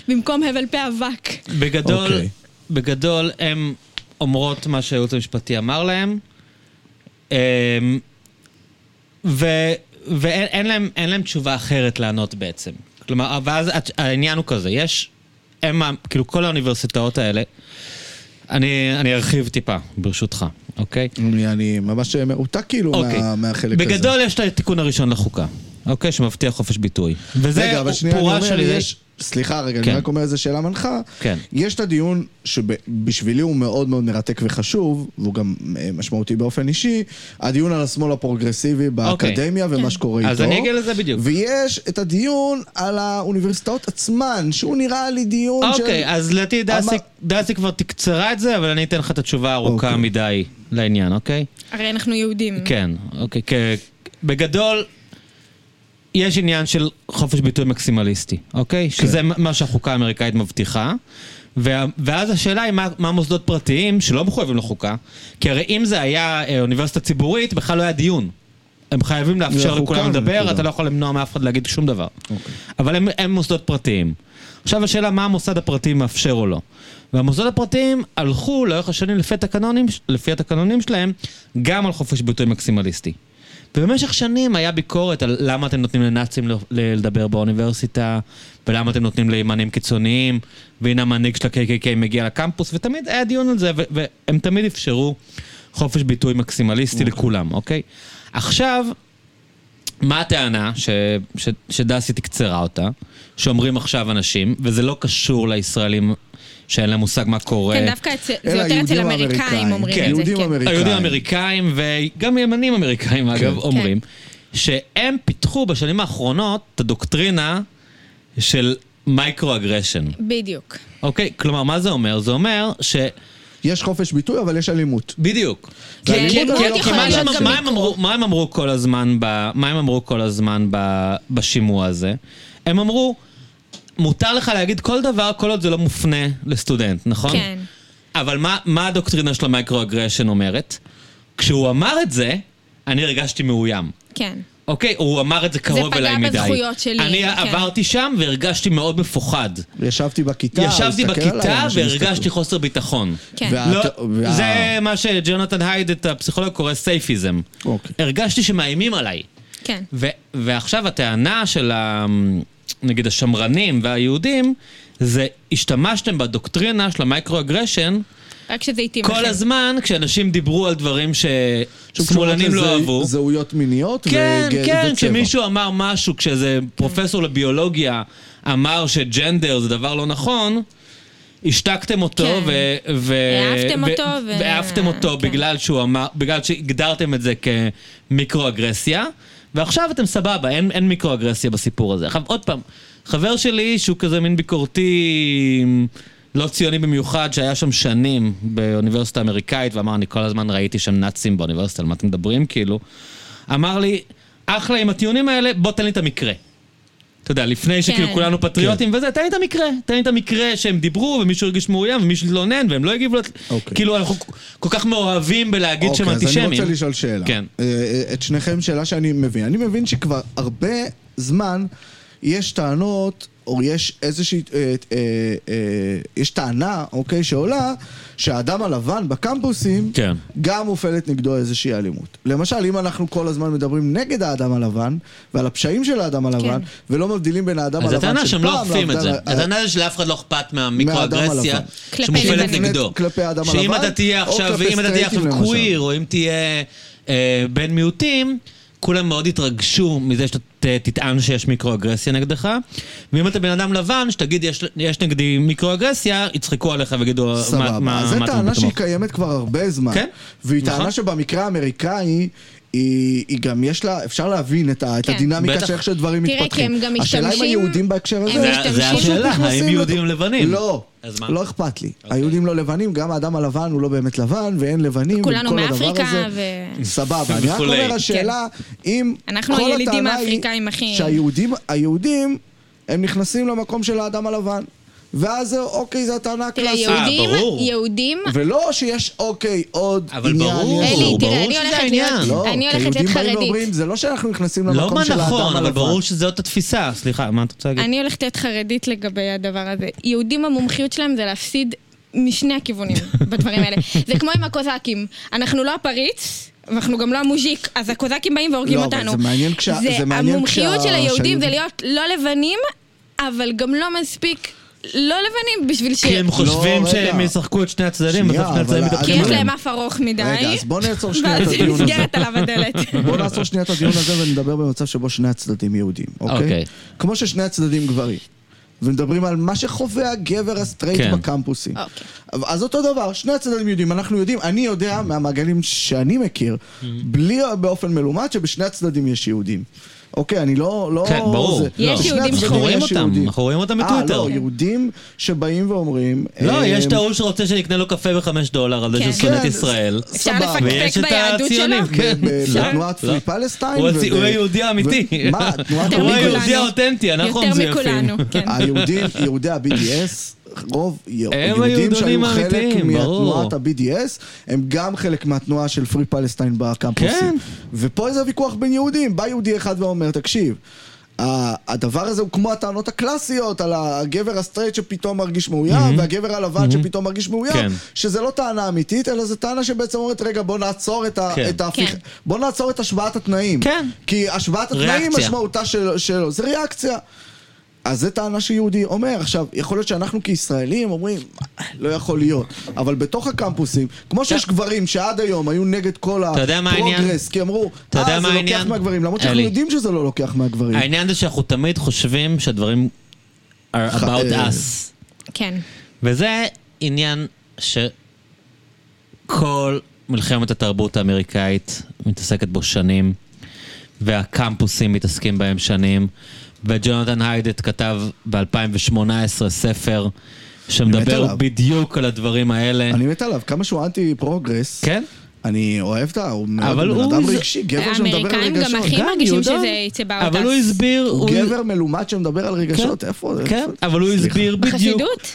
במקום הבל פה אבק.
בגדול,
אוקיי.
okay. בגדול הם אומרות מה שהייעוץ המשפטי אמר להם, אמ, ו, ואין אין להם, אין להם תשובה אחרת לענות בעצם. כלומר, ואז הת- העניין הוא כזה, יש, הם, ה- כאילו כל האוניברסיטאות האלה, אני, אני ארחיב טיפה, ברשותך, אוקיי?
אני- אני ממש מרותק כאילו
אוקיי.
מה- מהחלק הזה.
בגדול יש את התיקון הראשון לחוקה, אוקיי? שמבטיח חופש ביטוי. וזה
רגע, אבל
הוא
שנייה, אני
פורש
אומר,
על ידי-
יש... סליחה רגע,
כן.
אני רק אומר איזה שאלה מנחה.
כן.
יש את הדיון שבשבילי הוא מאוד מאוד מרתק וחשוב, והוא גם אה, משמעותי באופן אישי, הדיון על השמאל הפרוגרסיבי באקדמיה ומה שקורה איתו.
אוקיי. אז אני אגיע לזה בדיוק.
ויש את הדיון על האוניברסיטאות עצמן, שהוא נראה לי דיון של...
אוקיי, אז לדעתי דסי-
אמר-
דסי כבר תקצרה את זה, אבל אני אתן לך את התשובה הארוכה
אוקיי. Mm-hmm.
מדי לעניין, אוקיי?
הרי אנחנו יהודים.
כן, אוקיי. כ- בגדול, יש עניין של חופש ביטוי מקסימליסטי, אוקיי?
כן.
שזה מה שהחוקה האמריקאית מבטיחה. וה- ואז השאלה היא מה, מה מוסדות פרטיים שלא מחויבים לחוקה, כי הרי אם זה היה אה, אוניברסיטה ציבורית, בכלל לא היה דיון. הם חייבים לאפשר
החוקה,
לכולם לדבר,
נקודה.
אתה לא יכול למנוע מאף אחד להגיד שום דבר. אבל הם, הם מוסדות פרטיים. עכשיו השאלה מה המוסד הפרטי מאפשר או לא. והמוסדות הפרטיים הלכו לאורך השנים לפי התקנונים, לפי התקנונים שלהם גם על חופש ביטוי מקסימליסטי. ובמשך שנים היה ביקורת על למה אתם נותנים לנאצים ל- ל- לדבר באוניברסיטה, ולמה אתם נותנים לימנים קיצוניים, והנה המנהיג של ה-KKK מגיע לקמפוס, ותמיד היה דיון על זה, ו- והם תמיד אפשרו חופש ביטוי מקסימליסטי לכולם, אוקיי? עכשיו, מה הטענה ש, ש, שדסי תקצרה אותה, שאומרים עכשיו אנשים, וזה לא קשור לישראלים שאין להם מושג מה קורה.
כן, דווקא אצל- זה
אלא
יותר אצל
יהודים
אמריקאים
אמריקאים.
אומרים
כן.
את זה.
יהודים
כן.
אמריקאים.
היהודים האמריקאים, וגם ימנים אמריקאים אגב, אומרים, שהם פיתחו בשנים האחרונות את הדוקטרינה של מייקרו-אגרשן,
בדיוק.
אוקיי? כלומר, מה זה אומר? זה אומר ש...
יש חופש ביטוי, אבל יש אלימות.
בדיוק.
זה
כי-
אלימות,
כי-
אבל
כי-
לא
כי
חייב
מה
להיות
שהם-
גם
מה הם אמרו- מה הם אמרו כל הזמן ב- מה הם אמרו כל הזמן ב- בשימוע הזה? הם אמרו, מותר לך להגיד כל דבר כל עוד זה לא מופנה לסטודנט, נכון?
כן.
אבל מה, מה הדוקטרינה של המייקרו-אגרשן אומרת? כשהוא אמר את זה, אני הרגשתי מאוים.
כן.
אוקיי, הוא אמר את זה קרוב
פגע
אליי מדי.
בזכויות שלי,
אני
כן.
עברתי שם והרגשתי מאוד מפוחד.
ישבתי בכיתה,
ישבתי
אה, הסתכל עליי, אה,
בכיתה
אנשים
והרגשתי
הסתכלו.
חוסר ביטחון.
כן.
וה-
לא,
וה-
זה מה שג'ונתן הייד, את הפסיכולוג, קורא סייפיזם.
אוקיי.
הרגשתי שמאיימים עליי.
כן.
ו- ועכשיו הטענה של ה... נגיד השמרנים והיהודים, זה השתמשתם בדוקטרינה של המייקרו-אגרשן
רק שזה התאים לכם.
כל הזמן כשאנשים דיברו על דברים ששמאלנים לא
זה-
אהבו.
זהויות מיניות
כן,
וגזע
כן,
וצבע.
כשמישהו אמר משהו, כשאיזה פרופסור לביולוגיה אמר שג'נדר זה דבר לא נכון, השתקתם אותו
כן.
ו... ו-
העפתם
ו-
אותו ו-
והעפתם אותו
כן.
בגלל שהוא אמר, בגלל שהגדרתם את זה כמיקרואגרסיה, ועכשיו אתם סבבה, אין, אין מיקרואגרסיה בסיפור הזה. עכשיו, עוד פעם, חבר שלי שהוא כזה מין ביקורתי... לא ציוני במיוחד, שהיה שם שנים באוניברסיטה האמריקאית, ואמר, אני כל הזמן ראיתי שם נאצים באוניברסיטה, על מה אתם מדברים, כאילו? אמר לי, אחלה עם הטיעונים האלה, בוא תן לי את המקרה. אתה יודע, לפני שכאילו
כן.
כולנו פטריוטים וזה, תן לי את המקרה. תן לי את המקרה שהם דיברו, ומישהו הרגיש מאוים, ומישהו התלונן, והם לא הגיבו... לת-
אוקיי.
כאילו, אנחנו כל כך מאוהבים בלהגיד שהם
אז אני
אנטישמים.
רוצה לשאול שאלה.
כן.
אה, אה, את שניכם שאלה שאני מבין. אני מבין שכבר הרבה זמן יש טענות, או יש איזושהי... אה, אה, אה, יש טענה, אוקיי, שעולה, שהאדם הלבן בקמפוסים,
כן.
גם מופעלת נגדו איזושהי אלימות. למשל, אם אנחנו כל הזמן מדברים נגד האדם הלבן, ועל הפשעים של האדם הלבן, ולא מבדילים בין האדם
אז
הלבן של פעם...
הטענה שהם לא אוכפים את זה.
לאדם ה-
הטענה זה שלאף אחד לא אכפת
מהאדם
מהמיקרואגרסיה
הלבן.
כלפי
שמופעלת
לבנים.
נגדו.
כלפי האדם
שאם
הלבן,
אתה תהיה
או
עכשיו,
כלפי
אם אתה תהיה
סטרייטים,
עכשיו
למשל.
קוויר, או אם תהיה אה, בן מיעוטים, כולם מאוד יתרגשו מזה שאתה ת- תטען שיש מיקרואגרסיה נגדך. ואם אתה בן אדם לבן, שתגיד יש- יש נגדי מיקרואגרסיה, יצחקו עליך ויגידו "מה-
סבבה,
מה
אז זו
מה אתה
טענה שהיא
מתמוך?"
קיימת כבר הרבה זמן.
כן,
והיא
נכון.
טענה שבמקרה האמריקאי, היא, היא גם יש לה, אפשר להבין את, ה, את
כן.
הדינמיקה
בטח.
שאיך שדברים
תראה, כי
מתפתחים.
הם גם
השאלה אם
משתמשים-
היהודים בהקשר הזה,
הם
זה- זה
משתמשים-
השאלה, האם
נכנסים
יהודים
לתוך-
לבנים?
לא,
אז מה? אוקיי.
לא אכפת לי. היהודים לא לבנים, גם האדם הלבן הוא לא באמת לבן, ואין לבנים,
כולנו
וכל הדבר
מאפריקה,
הזה.
ו-
סבבה, אני רק
וכולי.
אומר, השאלה, אם
אנחנו
כל
הילידים
הטענה היא
האפריקאים הכי-
שהיהודים, היהודים, הם נכנסים למקום של האדם הלבן. ואז אוקיי, זו הטענה
תראה,
הקלאסית.
יהודים,
אה, ברור.
יהודים...
ולא שיש, אוקיי, עוד
אבל
עניין.
ברור,
יש
אלי,
עוד.
תראה,
ברור
אני
שזה
הולכת
העניין.
להיות-
לא,
אני
כי
הולכת להיות
יהודים באים
חרדית.
ואומרים, זה לא שאנחנו נכנסים
לא
למקום
מה
של האדם הלבן.
נכון, אבל ברור שזאת התפיסה. סליחה, מה אתה רוצה להגיד?
אני הולכת להיות חרדית לגבי הדבר הזה. יהודים המומחיות שלהם זה להפסיד משני הכיוונים בדברים האלה. זה כמו עם הקוזאקים. אנחנו לא הפריץ. ואנחנו גם לא המוז'יק, אז הקוזאקים באים והורגים
לא, אבל
אותנו.
זה מעניין כשה- זה מעניין
המומחיות
כשה-
של היהודים
שהיו-
זה להיות לא לבנים, אבל גם לא מספיק לא לבנים בשביל ש...
כי הם חושבים
לא, רגע.
שהם ישחקו את שני הצדדים,
שנייה,
בסוף שני הצדדים
אבל
כי
מתהפכים
יש
עליהם.
להם אף ארוך מדי.
רגע, אז בוא נעצור שנייה את
ואז
הדיון הזה.
נסגרת עליו הדלת.
בואו נעצור שנייה את הדיון הזה ונדבר במצב שבו שני הצדדים יהודים,
אוקיי.
אוקיי? כמו ששני הצדדים גברים. ומדברים על מה שחווה הגבר הסטרייט
כן.
בקמפוסים.
אוקיי.
אבל- אז אותו דבר, שני הצדדים יודעים, אנחנו יודעים, אני יודע מהמעגלים שאני מכיר, בלי באופן מלומד, שבשני הצדדים יש יהודים. אוקיי, אני לא... לא
כן, ברור.
זה-
יש
בשני
יהודים
הצדדים
שחורים.
רואים
יש
אותם,
יהודים.
אנחנו רואים אותם בטוויטר.
אה, לא, יהודים שבאים ואומרים...
לא,
אה,
יש את ההוא שרוצה שנקנה לו קפה בחמש דולר על זה
כן.
שהוא שונא את
כן,
ישראל.
אפשר
סבבה.
לפקפק
ויש את
ביהדות
הציונים,
שלו?
כן.
ב-
לא,
בתנועת
לא.
פרי פלסטיין.
הוא
וב-
הצי- הוא היהודי האמיתי.
ו- מה, תנועת
הוא
יותר מכולנו.
היהודי האותנטי, אנחנו
יותר
המזויפים.
מכולנו, כן.
היהודים, יהודי ה-BDS, רוב
היהודונים
יהודים שהיו חלק
האמיתיים, ברור.
מתנועת ה-BDS, הם גם חלק מהתנועה של פרי פלסטיין בקמפוסים.
כן.
ופה זה ויכוח בין יהודים. בא יהודי אחד ואומר, תקשיב, ה- הדבר הזה הוא כמו הטענות הקלאסיות על הגבר הסטרייט שפתאום מרגיש מאוים, והגבר הלבן שפתאום מרגיש
כן.
מאוים, שזה לא טענה אמיתית, אלא זו טענה שבעצם אומרת, רגע, בוא נעצור את ה-
כן.
את ההפיך...
כן.
בוא נעצור את השוואת התנאים.
כן.
כי השוואת התנאים
ריאקציה.
משמעותה של- שלו, זה ריאקציה. אז זו טענה שיהודי אומר. עכשיו, יכול להיות שאנחנו כישראלים אומרים, "מה, לא יכול להיות. אבל בתוך הקמפוסים, כמו שיש גברים שעד היום היו נגד כל
אתה יודע מה העניין?
הפרוגרס, כי אמרו,
אתה יודע
אה,
מה
זה לוקח
העניין?
מהגברים, למרות שאנחנו
אלי.
יודעים שזה לא לוקח מהגברים.
העניין זה שאנחנו תמיד חושבים שהדברים are
ח-
about
אה.
us.
כן.
וזה עניין שכל מלחמת התרבות האמריקאית מתעסקת בו שנים, והקמפוסים מתעסקים בהם שנים, וג'ונתן היידט כתב ב-2018 ספר
אני מת
שמדבר
עליו.
בדיוק על הדברים האלה.
אני מת עליו, כמה שהוא אנטי פרוגרס.
כן?
אני אוהב את ה... הוא
אבל
מאוד בן
הוא
אדם
זה-
רגשי, גבר שמדבר על
האמריקאים גם
רגשות.
הכי
גם,
מרגישים
יהודה.
שזה it's about us.
כן, אבל הוא הסביר...
הוא גבר מלומד שמדבר על רגשות,
כן,
איפה?
כן,
איפה-
אבל הוא
סליחה.
הסביר בדיוק...
בחסידות?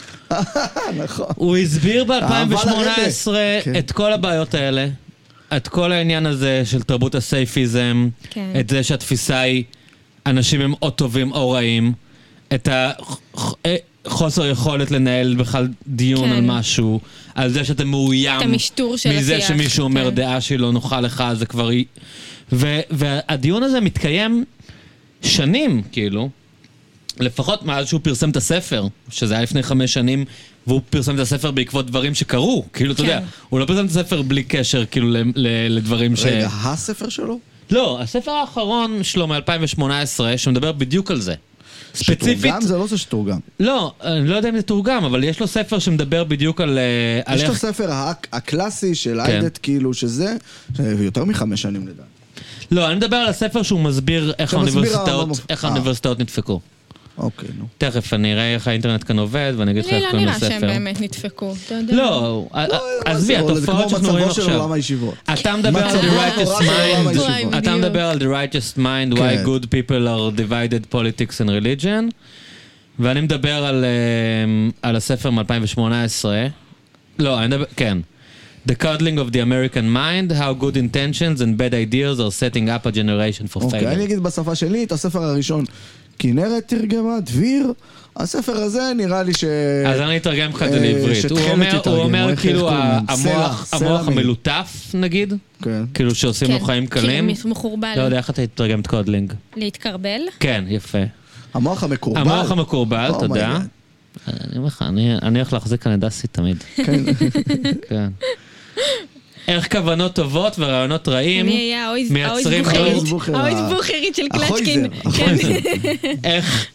נכון.
הוא הסביר ב-2018
אבל הרבי. כן.
את כל הבעיות האלה, את כל העניין הזה של תרבות הסייפיזם,
כן.
את זה שהתפיסה היא אנשים הם או טובים או רעים, את החוסר יכולת לנהל בכלל דיון
כן.
על משהו, על זה שאתה מאוים
את המשטור של
אמ, מזה
השיח,
שמישהו אומר
כן.
דעה שהיא לא נוחה לך, זה כבר... היא- ו- והדיון הזה מתקיים שנים, כאילו. לפחות מאז שהוא פרסם את הספר, שזה היה לפני חמש שנים, והוא פרסם את הספר בעקבות דברים שקרו. כאילו, אתה
כן.
יודע, הוא לא פרסם את הספר בלי קשר, כאילו, ל- ל- לדברים ש...
רגע, הספר שלו?
לא, הספר האחרון שלו מ-2018, שמדבר בדיוק על זה. ספציפית,
שתורגם זה לא זה שתורגם.
לא, אני לא יודע אם זה תורגם, אבל יש לו ספר שמדבר בדיוק על... אה, על
יש את
איך...
הספר הק- הקלאסי של
כן.
היידט, כאילו, שזה שזה יותר מחמש שנים לדעתי.
לא, אני מדבר על הספר שהוא מסביר איך
שמסביר
האוניברסיטאות,
הרמב"ם.
איך
אה.
האוניברסיטאות נדפקו.
אוקיי, נו.
תכף, אני אראה איך האינטרנט כאן עובד, ואני אגיד לך
לי
איך
לא
קוראים
נראה
לספר.
שהם באמת נדפקו. אתה יודע.
לא, אה, אה,
לא,
עזבי,
זה- זה
התופעות
כמו
שאנחנו רואים
מצבו של עולם
עכשיו.
הישיבות.
אתה מדבר על
מצבו
The Righteous
הנורא של עולם
Mind,
הישיבות.
אתה
בדיוק.
מדבר על The Righteous Mind, why
כן.
good people are divided politics and religion, ואני מדבר על, אמ, על הספר מ-2018, לא, אני מדבר, כן. The Cuddling of the American Mind, How Good Intentions and Bad Ideas are setting up a generation for
אוקיי, אני
failure.
אגיד בשפה שלי את הספר הראשון. כנרת תרגמה, דביר. הספר הזה נראה לי ש...
אז אני אתרגם לך את זה
אה,
לעברית. הוא
שתכלת
אומר- הוא
תתרגם, או
אומר
איך- איך
כאילו
קוראים להם?
המוח
סלע, סלע
המוח
מין.
המלוטף, נגיד,
כן.
כאילו שעושים לו חיים קלים.
כן, כאילו מחורבל.
לא יודע איך אתה תתרגם את קודלינג.
להתקרבל?
כן, יפה.
המוח המקורבל.
המוח המקורבל,
Oh my
תודה.
God.
אני אומר לך, אני אני הולך להחזיק כאן את דסי תמיד.
כן.
כן. איך כוונות טובות ורעיונות רעים,
אני אהיה האויז
מייצרים
האויז
דור-
בוכרית. האויז בוכרית של
החויזר,
קלצ'קין. כן.
החויזר.
איך-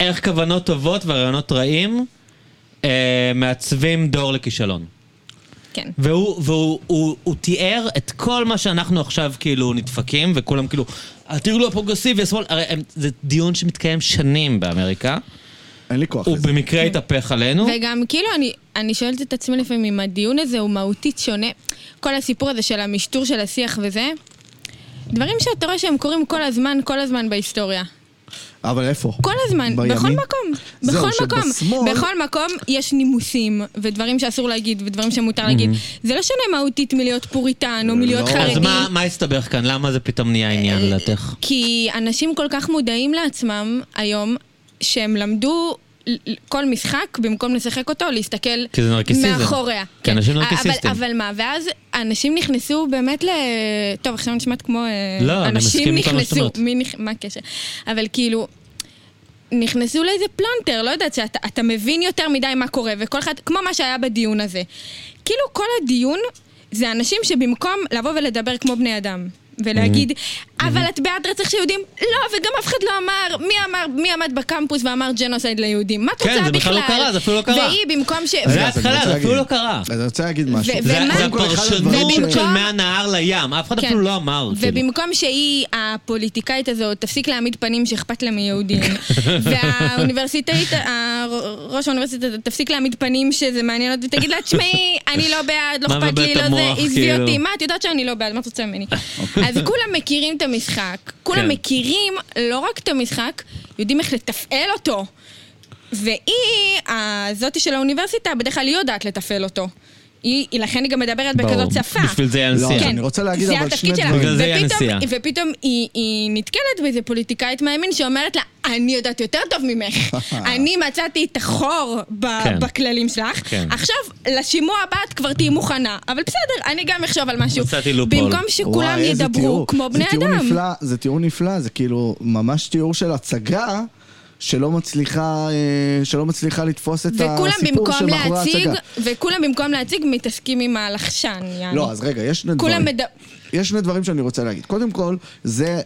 איך כוונות טובות ורעיונות רעים אה, מעצבים דור לכישלון.
כן.
והוא, והוא הוא, הוא תיאר את כל מה שאנחנו עכשיו כאילו נדפקים, וכולם כאילו, הטירלו הפרוגרסיבי, השמאל, הרי הם, זה דיון שמתקיים שנים באמריקה,
אין לי כוח
הוא
לזה.
במקרה התהפך עלינו.
וגם כאילו, אני, אני שואלת את עצמי לפעמים אם הדיון הזה הוא מהותית שונה. כל הסיפור הזה של המשטור של השיח וזה, דברים שאתה רואה שהם קורים כל הזמן, כל הזמן בהיסטוריה.
אבל איפה?
כל הזמן,
בימין?
בכל מקום.
זהו,
בכל מקום.
שבשמאל-
בכל מקום יש נימוסים, ודברים שאסור להגיד, ודברים
Mhm.
שמותר להגיד. זה לא שונה מהותית מלהיות פוריטן, או מלהיות
לא.
חרדי.
אז מה, מה הסתבך כאן? למה זה פתאום נהיה
אה,
עניין לדעתך?
כי אנשים כל כך מודעים לעצמם היום, שהם למדו ל- ל- כל משחק, במקום לשחק אותו, להסתכל
כי זה נרקיסיזם.
מאחוריה. כן.
כי אנשים
אבל-
נרקיסיסטים.
אבל מה, ואז אנשים נכנסו באמת ל... טוב, עכשיו אני נשמעת כמו... אה,
לא, אני
אנשים
מסכים איתך מה שאת
נכנסו,
אומרת.
מי נכ... מה הקשר? אבל כאילו... נכנסו לאיזה פלונטר, לא יודעת, שאתה אתה מבין יותר מדי מה קורה, וכל אחד, כמו מה שהיה בדיון הזה. כאילו כל הדיון זה אנשים שבמקום לבוא ולדבר כמו בני אדם, ולהגיד,
Mhm.
אבל את בעד רצח של יהודים? לא, וגם אף אחד לא אמר, מי אמר, מי עמד בקמפוס ואמר ג'נוסייד ליהודים? מה
כן,
תוצאה בכלל?
זה בכלל לא קרה, זה אפילו לא קרה.
והיא במקום ש...
זה
רגע, אז אני
ההתחלה,
רוצה
זה אפילו
להגיד.
לא קרה.
אז אני רוצה להגיד משהו.
ו-
זה
ומה-
זה
קודם כל,
אחד הדברים
הפרשנות
ש-
של מהנהר לים, אף אחד
כן.
אפילו לא אמר. כאילו.
ובמקום שהיא, הפוליטיקאית הזאת, תפסיק להעמיד פנים שאכפת לה מיהודים, והאוניברסיטאית, ה- ראש האוניברסיטה הזאת, תפסיק להעמיד פנים שזה מעניין אותי, ותגיד לה, תשמעי, אני לא בעד, לא
מה
אכפת לי,
מבלבל את
לא זה,
המוח,
עזבי
כאילו?" אוקיי.
אותי, מה, את יודעת שאני לא בעד, מה את רוצה ממני? אז כולם מכירים את המשחק, כולם
כן.
מכירים לא רק את המשחק, יודעים איך לתפעל אותו. והיא, הזאתי של האוניברסיטה, בדרך כלל היא יודעת לתפעל אותו. היא, היא- לכן היא גם מדברת
ברור.
בכזאת שפה.
בשביל זה היא הנשיאה.
לא, אני רוצה להגיד אבל שני
כן. זה
דברים.
התפקיד שלה.
בגלל זה היא
ופתאום-
הנשיאה.
ופתאום היא- היא נתקלת באיזה פוליטיקאית מהימין שאומרת לה, אני יודעת יותר טוב ממך. אני מצאתי את החור ב-
כן.
בכללים שלך.
כן.
עכשיו, לשימוע הבא את כבר תהיי מוכנה. אבל בסדר, אני גם אחשוב על משהו.
מצאתי לופול.
במקום שכולם
וואי, איזה
ידברו
תיאור.
כמו
זה
בני
תיאור
אדם.
נפלא, זה תיאור נפלא, זה כאילו ממש תיאור של הצגה. שלא מצליחה, אה, שלא מצליחה לתפוס את
וכולם
הסיפור
במקום
שמאחורי
להציג,
ההצגה.
וכולם במקום להציג מתעסקים עם הלחשן, יעני.
לא, אז רגע, יש שני
כולם
דברים.
מד...
יש שני דברים שאני רוצה להגיד. קודם כל, זה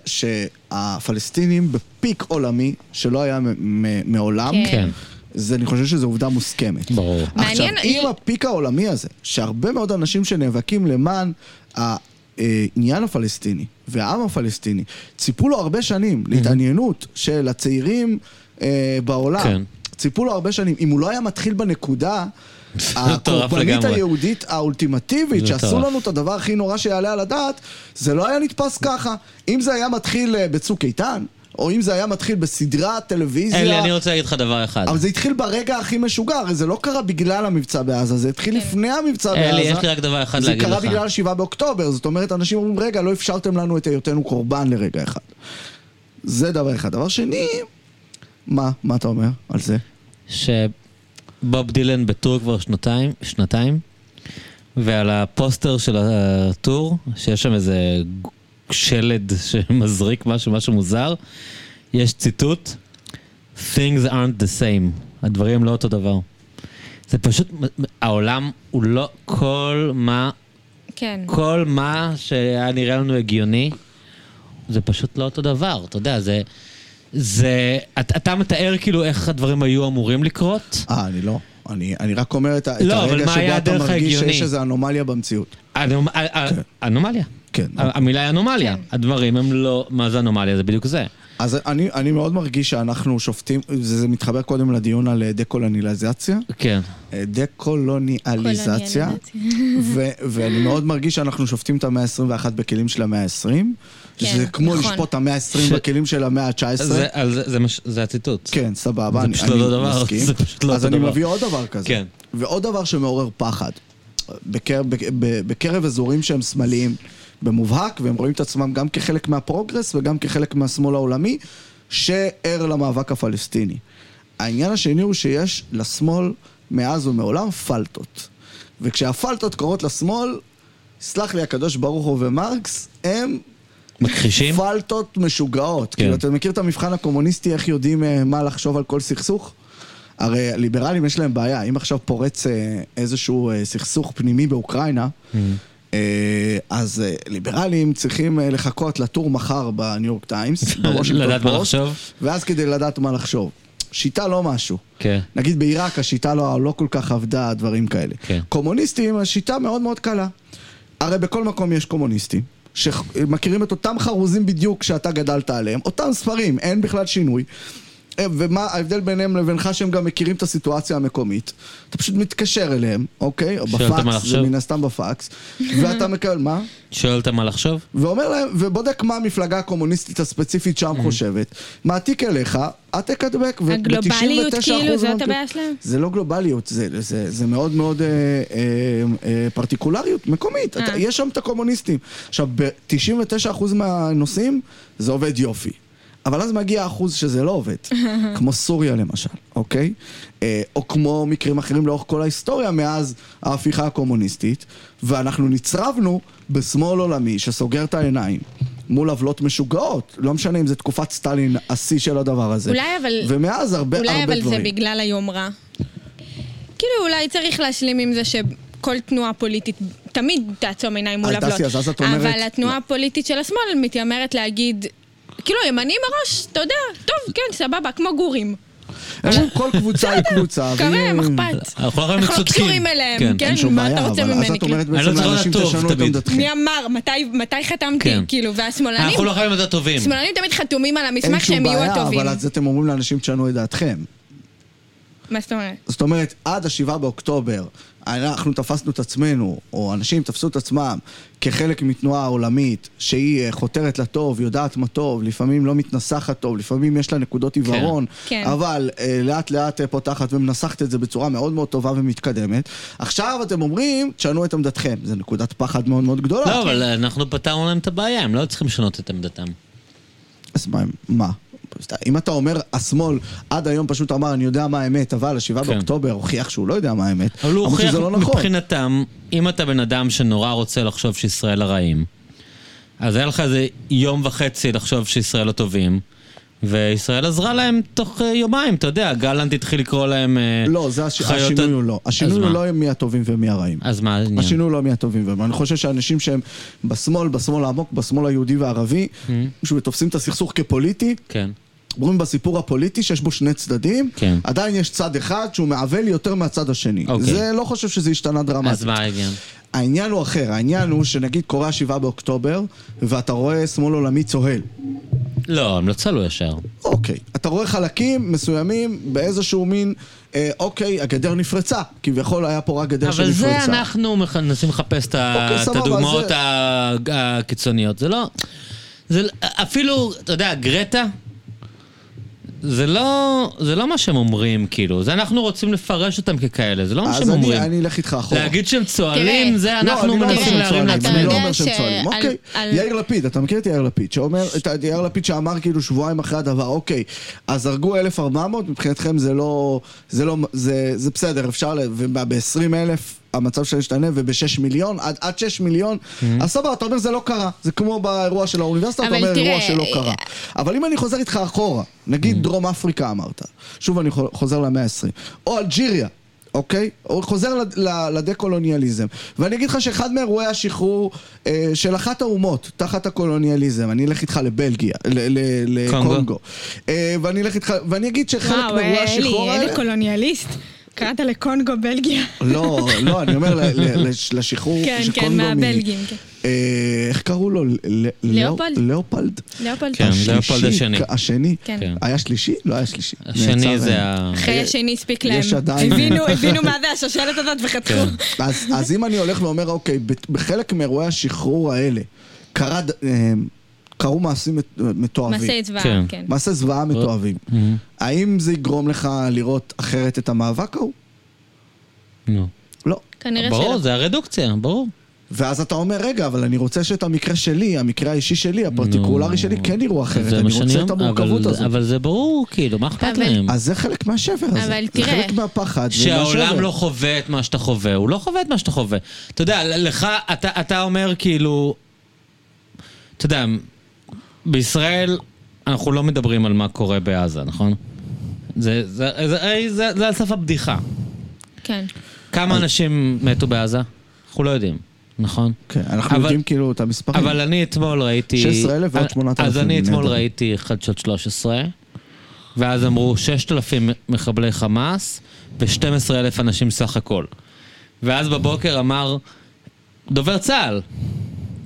שהפלסטינים בפיק עולמי, שלא היה מ- מ- מעולם,
כן.
כן.
זה, אני חושב שזו עובדה מוסכמת.
ברור.
עכשיו,
מעניין,
עם
היא-
הפיק העולמי הזה, שהרבה מאוד אנשים שנאבקים למען העניין הפלסטיני והעם הפלסטיני, ציפו לו הרבה שנים להתעניינות של הצעירים אה, בעולם.
כן.
ציפו לו הרבה שנים. אם הוא לא היה מתחיל בנקודה...
מטורף
הקורבנית
לגמרי.
היהודית האולטימטיבית,
זה
שעשו
מטורף.
לנו את הדבר הכי נורא שיעלה על הדעת, זה לא היה נתפס ככה. אם זה היה מתחיל אה, בצוק איתן, או אם זה היה מתחיל בסדרת טלוויזיה...
אלי, אני רוצה להגיד לך דבר אחד.
אבל זה התחיל ברגע הכי משוגע, הרי זה לא קרה בגלל המבצע בעזה, זה התחיל לפני המבצע בעזה.
אלי, יש לי רק דבר אחד להגיד
זה
לך.
קרה בגלל 7 באוקטובר, זאת אומרת, אנשים אומרים, רגע, לא אפשרתם לנו את היותנו קורבן לרגע אחד. זה דבר אחד. דבר שני, מה, מה אתה אומר על זה?
שבוב דילן בטור כבר שנתיים, שנתיים, ועל הפוסטר של הטור, שיש שם איזה שלד שמזריק משהו, משהו מוזר, יש ציטוט, Things aren't the same, הדברים לא אותו דבר. זה פשוט, העולם הוא לא כל מה,
כן.
כל מה שהיה נראה לנו הגיוני, זה פשוט לא אותו דבר, אתה יודע, זה... זה... אתה, אתה מתאר כאילו איך הדברים היו אמורים לקרות,
אה, אני לא. אני, אני רק אומר את, ה- את
לא, אבל
הרגע
מה
שבו
היה
אתה
הדרך
מרגיש
ההגיונית?
שיש איזו אנומליה במציאות.
אנומ- א- א- אנומליה.
כן.
ה- המילה היא אנומליה. הדברים הם לא... מה זה אנומליה? זה בדיוק זה.
אז אני, אני מאוד מרגיש שאנחנו שופטים, זה, זה מתחבר קודם לדיון על אה, דה-קולוניזציה.
כן.
אה, דה-קולוניאליזציה, ו- ואני מאוד מרגיש שאנחנו שופטים את המאה ה-21 בכלים של המאה ה-20,
כן,
שזה כמו
נכון.
לשפוט את המאה ה-20
ש-
בכלים של המאה ה-19.
זה- על זה- זה מה ש- זה הציטוט.
כן, סבבה,
זה
אני
פשוט לא
אני
אותו דבר,
מסכים.
זה פשוט לא
אז
אותו
אני
דבר.
מביא עוד דבר כזה.
כן.
ועוד דבר שמעורר פחד. בקר- בק- ב- בקרב אזורים שהם שמאליים במובהק, והם רואים את עצמם גם כחלק מהפרוגרס וגם כחלק מהשמאל העולמי, שער למאבק הפלסטיני. העניין השני הוא שיש לשמאל מאז ומעולם פלטות. וכשהפלטות קורות לשמאל, סלח לי הקדוש ברוך הוא ומרקס, הם
מכחישים?
פלטות משוגעות.
כן.
כאילו, אתה מכיר את המבחן הקומוניסטי, איך יודעים אה, מה לחשוב על כל סכסוך? הרי ליברלים יש להם בעיה, אם עכשיו פורץ אה, איזשהו אה, סכסוך פנימי באוקראינה,
Mm.
אה, אז אה, ליברלים צריכים אה, לחכות לטור מחר בניו יורק טיימס, בוושינגטון
לדעת מה
פוסט,
לחשוב.
ואז כדי לדעת מה לחשוב. שיטה לא משהו.
כן.
נגיד בעיראק השיטה לא, לא כל כך עבדה, דברים כאלה.
כן.
קומוניסטים, השיטה מאוד מאוד קלה. הרי בכל מקום יש קומוניסטים, שמכירים את אותם חרוזים בדיוק שאתה גדלת עליהם, אותם ספרים, אין בכלל שינוי. אה, ומה ההבדל ביניהם לבינך שהם גם מכירים את הסיטואציה המקומית. אתה פשוט מתקשר אליהם, אוקיי? או
שואל אותם מה
בפקס, זה
לחשוב.
מן הסתם בפקס. ואתה מקבל, מה?
שואל אותם מה לחשוב?
ואומר להם, ובודק מה המפלגה הקומוניסטית הספציפית שם
Mm.
חושבת, מעתיק אליך, העתק הדבק. ו- לא
הגלובליות,
ב- 99%
כאילו, זאת
מהמקרים-
הבעיה שלהם?
זה לא גלובליות, זה, זה, זה מאוד מאוד אה, אה, אה, פרטיקולריות, מקומית.
אה.
אתה, יש שם את הקומוניסטים. עכשיו, ב-99% מהנושאים זה עובד יופי. אבל אז מגיע האחוז שזה לא עובד, כמו סוריה למשל, אוקיי? אה, או כמו מקרים אחרים לאורך כל ההיסטוריה מאז ההפיכה הקומוניסטית, ואנחנו נצרבנו בשמאל עולמי שסוגר את העיניים מול עוולות משוגעות, לא משנה אם זה תקופת סטלין, השיא של הדבר הזה.
אולי אבל-
ומאז הרבה הרבה
אולי
דברים.
אבל זה בגלל היומרה. כאילו אולי צריך להשלים עם זה שכל תנועה פוליטית תמיד תעצום עיניים מול
אז
עוולות.
דסי, אה, אז את אומרת-
אבל התנועה הפוליטית של השמאל מתיימרת להגיד, כאילו ימני מראש, אתה יודע, טוב, כן, סבבה, כמו גורים.
הם אומרים, כל קבוצה היא קבוצה.
כמה
והיא-
להם אכפת?
אנחנו לא יכולים
אנחנו לא
להיות צודקים.
קשורים אליהם,
כן.
כן,
אין שום
מה אתה
בעיה,
רוצה
אבל אז
ממני?
את אומרת
כאילו?
אני לא
בעצם
צריך
לאנשים
לטוב
תשנו את
תמיד.
עמדתכם.
מי אמר? מתי- מתי
כן.
חתמתי?
כאילו,
כאילו, והשמאלנים,
אנחנו לא חייבים לדעת טובים.
שמאלנים תמיד חתומים על
אין
המסמך
שום
שהם יהיו
בעיה,
הטובים.
אבל אז אתם אומרים לאנשים תשנו את דעתכם.
מה זאת אומרת?
זאת אומרת, עד השבעה באוקטובר אנחנו תפסנו את עצמנו, או אנשים תפסו את עצמם, כחלק מתנועה עולמית שהיא אה, חותרת לטוב, יודעת מה טוב, לפעמים לא מתנסחת טוב, לפעמים יש לה נקודות עיוורון,
כן.
אבל אה, לאט לאט אה, פותחת ומנסחת את זה בצורה מאוד מאוד טובה ומתקדמת. עכשיו אתם אומרים, תשנו את עמדתכם. זו נקודת פחד מאוד מאוד גדולה.
לא, אבל אנחנו פתרנו להם את הבעיה, הם לא צריכים לשנות את עמדתם.
אז מה, מה? אם אתה אומר, השמאל עד היום פשוט אמר, אני יודע מה האמת, אבל השבעה
כן.
באוקטובר הוכיח שהוא לא יודע מה האמת.
אבל הוא
אמרו
הוכיח
שזה לא נכון.
מבחינתם, אם אתה בן אדם שנורא רוצה לחשוב שישראל הרעים, אז היה לך איזה יום וחצי לחשוב שישראל הטובים, וישראל עזרה להם תוך אה, יומיים, אתה יודע, גלנט התחיל לקרוא להם אה,
לא, זה הש...
חיות
השינוי
הד-
הוא לא.
אז
השינוי
מה? אה,
הוא לא מי הטובים ומי הרעים.
אז מה העניין?
השינוי הוא לא מי הטובים ומי. אני חושב שאנשים שהם בשמאל, בשמאל העמוק, בשמאל היהודי והערבי,
Mm-hmm.
שתופסים את הסכסוך כפוליטי,
כן.
אומרים בסיפור הפוליטי שיש בו שני צדדים,
כן.
עדיין יש צד אחד שהוא מעוול יותר מהצד השני.
אוקיי.
זה לא חושב שזה השתנה דרמטית.
אז מה העניין?
העניין הוא אחר, העניין הוא שנגיד קורה השבעה באוקטובר, ואתה רואה שמאל עולמי צוהל.
לא, הם לא צלו ישר.
אוקיי. אתה רואה חלקים מסוימים באיזשהו מין, אה, אוקיי, הגדר נפרצה. כביכול היה פה רק גדר
אבל
שנפרצה.
זה אנחנו מח- מנסים לחפש את ה-
אוקיי,
את
סבבה,
הדוגמאות
זה-
ה- הקיצוניות. זה לא... זה ל- אפילו, אתה יודע, גרטה, זה לא, זה לא מה שהם אומרים, כאילו. זה אנחנו רוצים לפרש אותם ככאלה, זה לא מה שהם
אז אני,
אומרים. נכון.
אני אלך איתך אחורה.
להגיד שהם צוהלים,
תראה,
זה
לא,
אנחנו
אני לא אומר
מנסים
שהם
להרים
צוהלים, אני
לעצמנו.
לא
אתה
אומר
יודע
שהם
ש-
צוהלים,
על-
אוקיי.
על-
יאיר לפיד, אתה מכיר את יאיר לפיד, שאומר, את ה- יאיר לפיד שאמר כאילו שבועיים אחרי הדבר, אוקיי, אז הרגו 1,400, מבחינתכם זה לא, זה לא, זה זה בסדר, אפשר, וב-20 אלף המצב שלהם ישתנה, וב-6 מיליון, עד- עד 6 מיליון, אז סבבה, אתה אומר זה לא קרה, זה כמו באירוע של האוניברסיטה,
Mm-hmm.
אתה
אבל
אומר אירוע
תראה,
שלא קרה. אבל אם אני חוזר איתך אחורה,
Mm.
נגיד דרום אפריקה אמרת, שוב אני חו- חוזר למאה ה-20, או אלג'יריה, אוקיי? או חוזר לד- ל- לדקולוניאליזם. ואני אגיד לך שאחד מאירועי השחרור אה, של אחת האומות תחת הקולוניאליזם, אני אלך איתך לבלגיה, ל- ל-
קונגו.
לקונגו. אה, ואני אלך איתך, ואני אגיד שחלק
וואו,
מאירועי
אה, אלי,
השחרור האלה...
אלי קולוניאליסט. קראת לקונגו בלגיה.
לא, לא, אני אומר ל- ל- לש- לשחרור
כן,
של
כן,
קונגו מ-
מהבלגים, כן.
אה, איך קראו לו? ל- ל-
לאופולד?
לאופלד?
לאופולד.
כן.
השלישי,
לאופולד השני.
כ- השני?
כן.
כן.
היה שלישי? לא היה שלישי. נעצר
השני
להם.
זה ה...
אחרי השני הספיק להם.
יש עדיין-
הבינו- הבינו מה זה השושלת הזאת וחתכו.
כן.
אז, אז אם אני הולך ואומר, אוקיי, בת- בחלק מאירועי השחרור האלה, קרה, ד- אה, קרו מעשים מת- מתועבים.
מעשי זוועה,
כן.
כן.
מעשי זוועה מתועבים. האם זה יגרום לך לראות אחרת את המאבק ההוא?
נו.
לא.
כנראה שלא.
ברור, זה הרדוקציה, ברור.
ואז אתה אומר, רגע, אבל אני רוצה שאת המקרה שלי, המקרה האישי שלי, הפרטיקולרי
נו.
שלי, כן יראו אחרת.
זה
אני
מה שאני
רוצה את
אומר,
המורכבות
אבל-
הזאת.
אבל זה ברור, כאילו, מה אכפת
אבל-
להם?
אז זה חלק מהשבר הזה.
אבל
זה
תראה,
חלק מהפחד.
שהעולם
ומהשבר.
לא חווה את מה שאתה חווה, הוא לא חווה את מה שאתה חווה. אתה יודע, ל- לך, אתה, אתה אומר כאילו, אתה יודע, בישראל אנחנו לא מדברים על מה קורה בעזה, נכון? זה, זה, זה, זה, זה, זה על סף הבדיחה.
כן.
כמה אנשים מתו בעזה? אנחנו לא יודעים, נכון?
כן, אנחנו
אבל-
יודעים כאילו את המספרים.
אבל אני אתמול ראיתי...
16,000 ועוד 8,000
אז אני אתמול
נהדר.
ראיתי חדשות 13, ואז אמרו 6,000 מחבלי חמאס ו-12,000 אנשים סך הכל. ואז בבוקר אמר דובר צה"ל,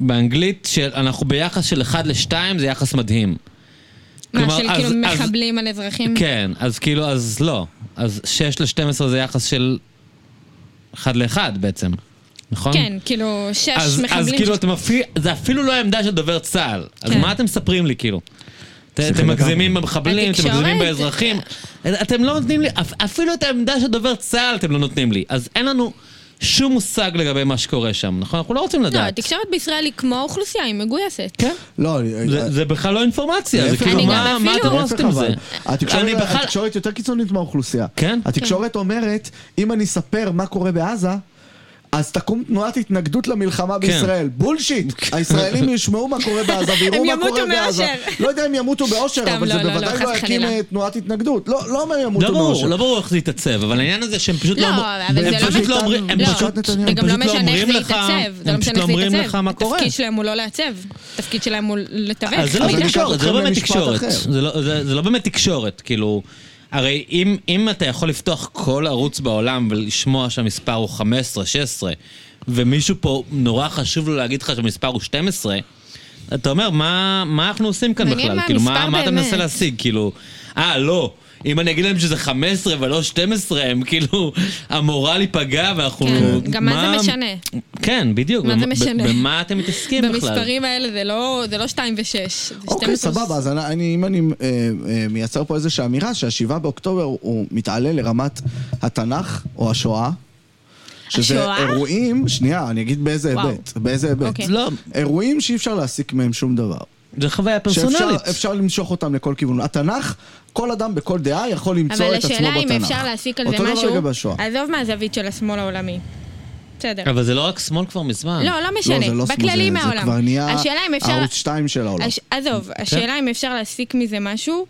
באנגלית, שאנחנו ביחס של 1 ל-2 זה יחס מדהים.
מה,
כלומר,
של
אז-
כאילו
אז-
מחבלים על אזרחים?
כן, אז כאילו, אז לא. אז 6 ל-12 זה יחס של 1 ל-1 בעצם, נכון?
כן, כאילו, שש
אז,
מחבלים.
אז כאילו אתם אפילו, זה אפילו לא העמדה של דובר צה"ל. אז
כן.
מה אתם מספרים לי כאילו? את-
זה
אתם
לגמרי.
מגזימים במחבלים, אתם
התקשורת-
מגזימים באזרחים. אתם לא נותנים לי, אפ- אפילו את העמדה של דובר צה"ל אתם לא נותנים לי. אז אין לנו שום מושג לגבי מה שקורה שם, נכון? אנחנו לא רוצים
לא,
לדעת.
התקשורת בישראל היא כמו אוכלוסייה, היא מגויסת.
כן?
לא,
זה- זה בכלל לא אינפורמציה, זה
להפך,
כאילו
אני
מה
גם
מה אתם
אפילו-
לא
להפך
עושים עם זה?
אבל. התקשורת,
אני בכלל-
התקשורת יותר קיצונית מהאוכלוסייה.
כן?
התקשורת אומרת, אם אני אספר מה קורה בעזה, אז תקום תנועת התנגדות
כן.
למלחמה בישראל. בולשיט! הישראלים ישמעו מה קורה בעזה ויראו
הם
מה
ימותו
קורה בעזה.
מאושר.
לא יודע אם ימותו באושר,
סתם,
אבל
לא,
זה
לא, לא,
בוודאי
חס
לא יקים
וחלילה.
אה, תנועת התנגדות. לא לא אומר
לא
ימותו
ברור,
מאושר.
לא ברור איך זה יתעצב, אבל העניין הזה שהם פשוט לא...
לא,
אמר-
אבל זה
הם
לא
פשוט
מה-
אומרים, הם
לא,
פשוט-
זה
הם
זה גם
פשוט
לא משנה איך זה
אומרים לך-
יתעצב, זה
הם
לא
פשוט
משנה איך זה
אומרים לך
יתעצב.
מה קורה.
התפקיד שלהם הוא לא לעצב, התפקיד שלהם הוא לתווך.
אז זה לא
אז אני
באמת
מידע.
אקח
תקשורת, זה לא
אתכם
באמת
למשפט
תקשורת.
אחר.
זה לא- זה זה לא באמת תקשורת, כאילו... הרי אם, אם אתה יכול לפתוח כל ערוץ בעולם ולשמוע שהמספר הוא 15, 16, ומישהו פה נורא חשוב לו להגיד לך שהמספר הוא 12, אתה אומר, מה, מה אנחנו עושים כאן
מעניין
בכלל?
מה
כאילו, מה,
המספר
מה אתה
באמת.
מנסה להשיג? כאילו, אה, לא, אם אני אגיד להם שזה 15 ולא 12, הם כאילו, המורל ייפגע ואנחנו...
כן, גם מה זה משנה?
כן, בדיוק.
מה
במ-
זה
ב-
משנה?
במה אתם מתעסקים בכלל?
במספרים האלה זה לא- זה לא 2 ו-6, זה 12.
אוקיי, סבבה, אז אני, אני, אם אני אה, אה, מייצר פה איזושהי אמירה שהשבעה באוקטובר הוא מתעלה לרמת התנ"ך או השואה. שזה
השואה?
אירועים, שנייה, אני אגיד באיזה
וואו.
היבט, באיזה היבט.
אוקיי.
לא,
אירועים שאי אפשר להסיק מהם שום דבר.
זה חוויה
שאפשר
פרסונלית.
אפשר למשוך אותם לכל כיוון. התנ"ך, כל אדם בכל דעה יכול למצוא
אבל
את עצמו בתנ"ך.
השאלה אם אפשר להסיק על זה משהו... לא
אותו דבר לגבי השואה.
עזוב מהזווית של השמאל העולמי. בסדר.
אבל זה לא רק שמאל כבר מזמן.
כן. לא, לא משנה.
לא, זה לא
בכללי
שמאל, זה-
מהעולם.
זה כבר נהיה
השאלה אם אפשר...
ערוץ 2 של העולם.
הש- עזוב, השאלה אם אפשר להסיק מזה משהו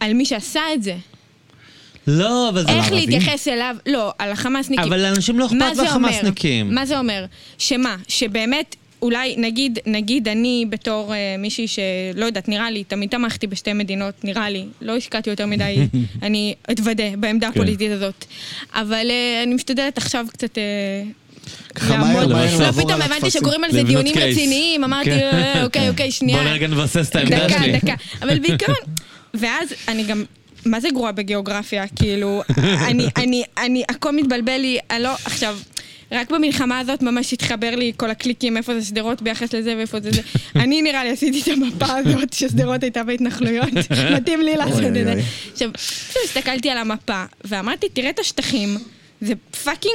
על מי שעשה את זה.
לא, אבל זה...
איך
הערבים?
להתייחס אליו, לא, על החמאסניקים.
אבל לאנשים לא
מה
אכפת
זה אומר?
מהחמאסניקים.
מה זה אומר? שמה? שבאמת, אולי, נגיד, נגיד אני בתור אה, מישהי שלא יודעת, נראה לי, תמיד תמכתי בשתי מדינות, נראה לי, לא השקעתי יותר מדי, אני אתוודה בעמדה
כן.
הפוליטית הזאת. אבל אה, אני משתדלת עכשיו קצת... אה,
ככה
לעמוד-
מהר,
מהר
לא,
לעבור
פתאום
על
הבנתי
הטפסים.
שקוראים על זה
לבנות
דיונים
קייס.
רציניים, אמרתי,
כן.
אה, אוקיי, אוקיי, שנייה.
בוא נרגע נבסס את העמדה
דקה,
שלי.
דקה. אבל בעיקרון, ואז אני גם... מה זה גרועה בגיאוגרפיה? כאילו, אני, אני, אני, הכל מתבלבל לי, אני לא, עכשיו, רק במלחמה הזאת ממש התחבר לי כל הקליקים, איפה זה שדרות ביחס לזה ואיפה זה זה. אני נראה לי עשיתי את המפה הזאת ששדרות הייתה בהתנחלויות, מתאים לי לעשות את
אוי,
זה.
אוי.
עכשיו, פתאום הסתכלתי על המפה, ואמרתי, תראה את השטחים, זה פאקינג...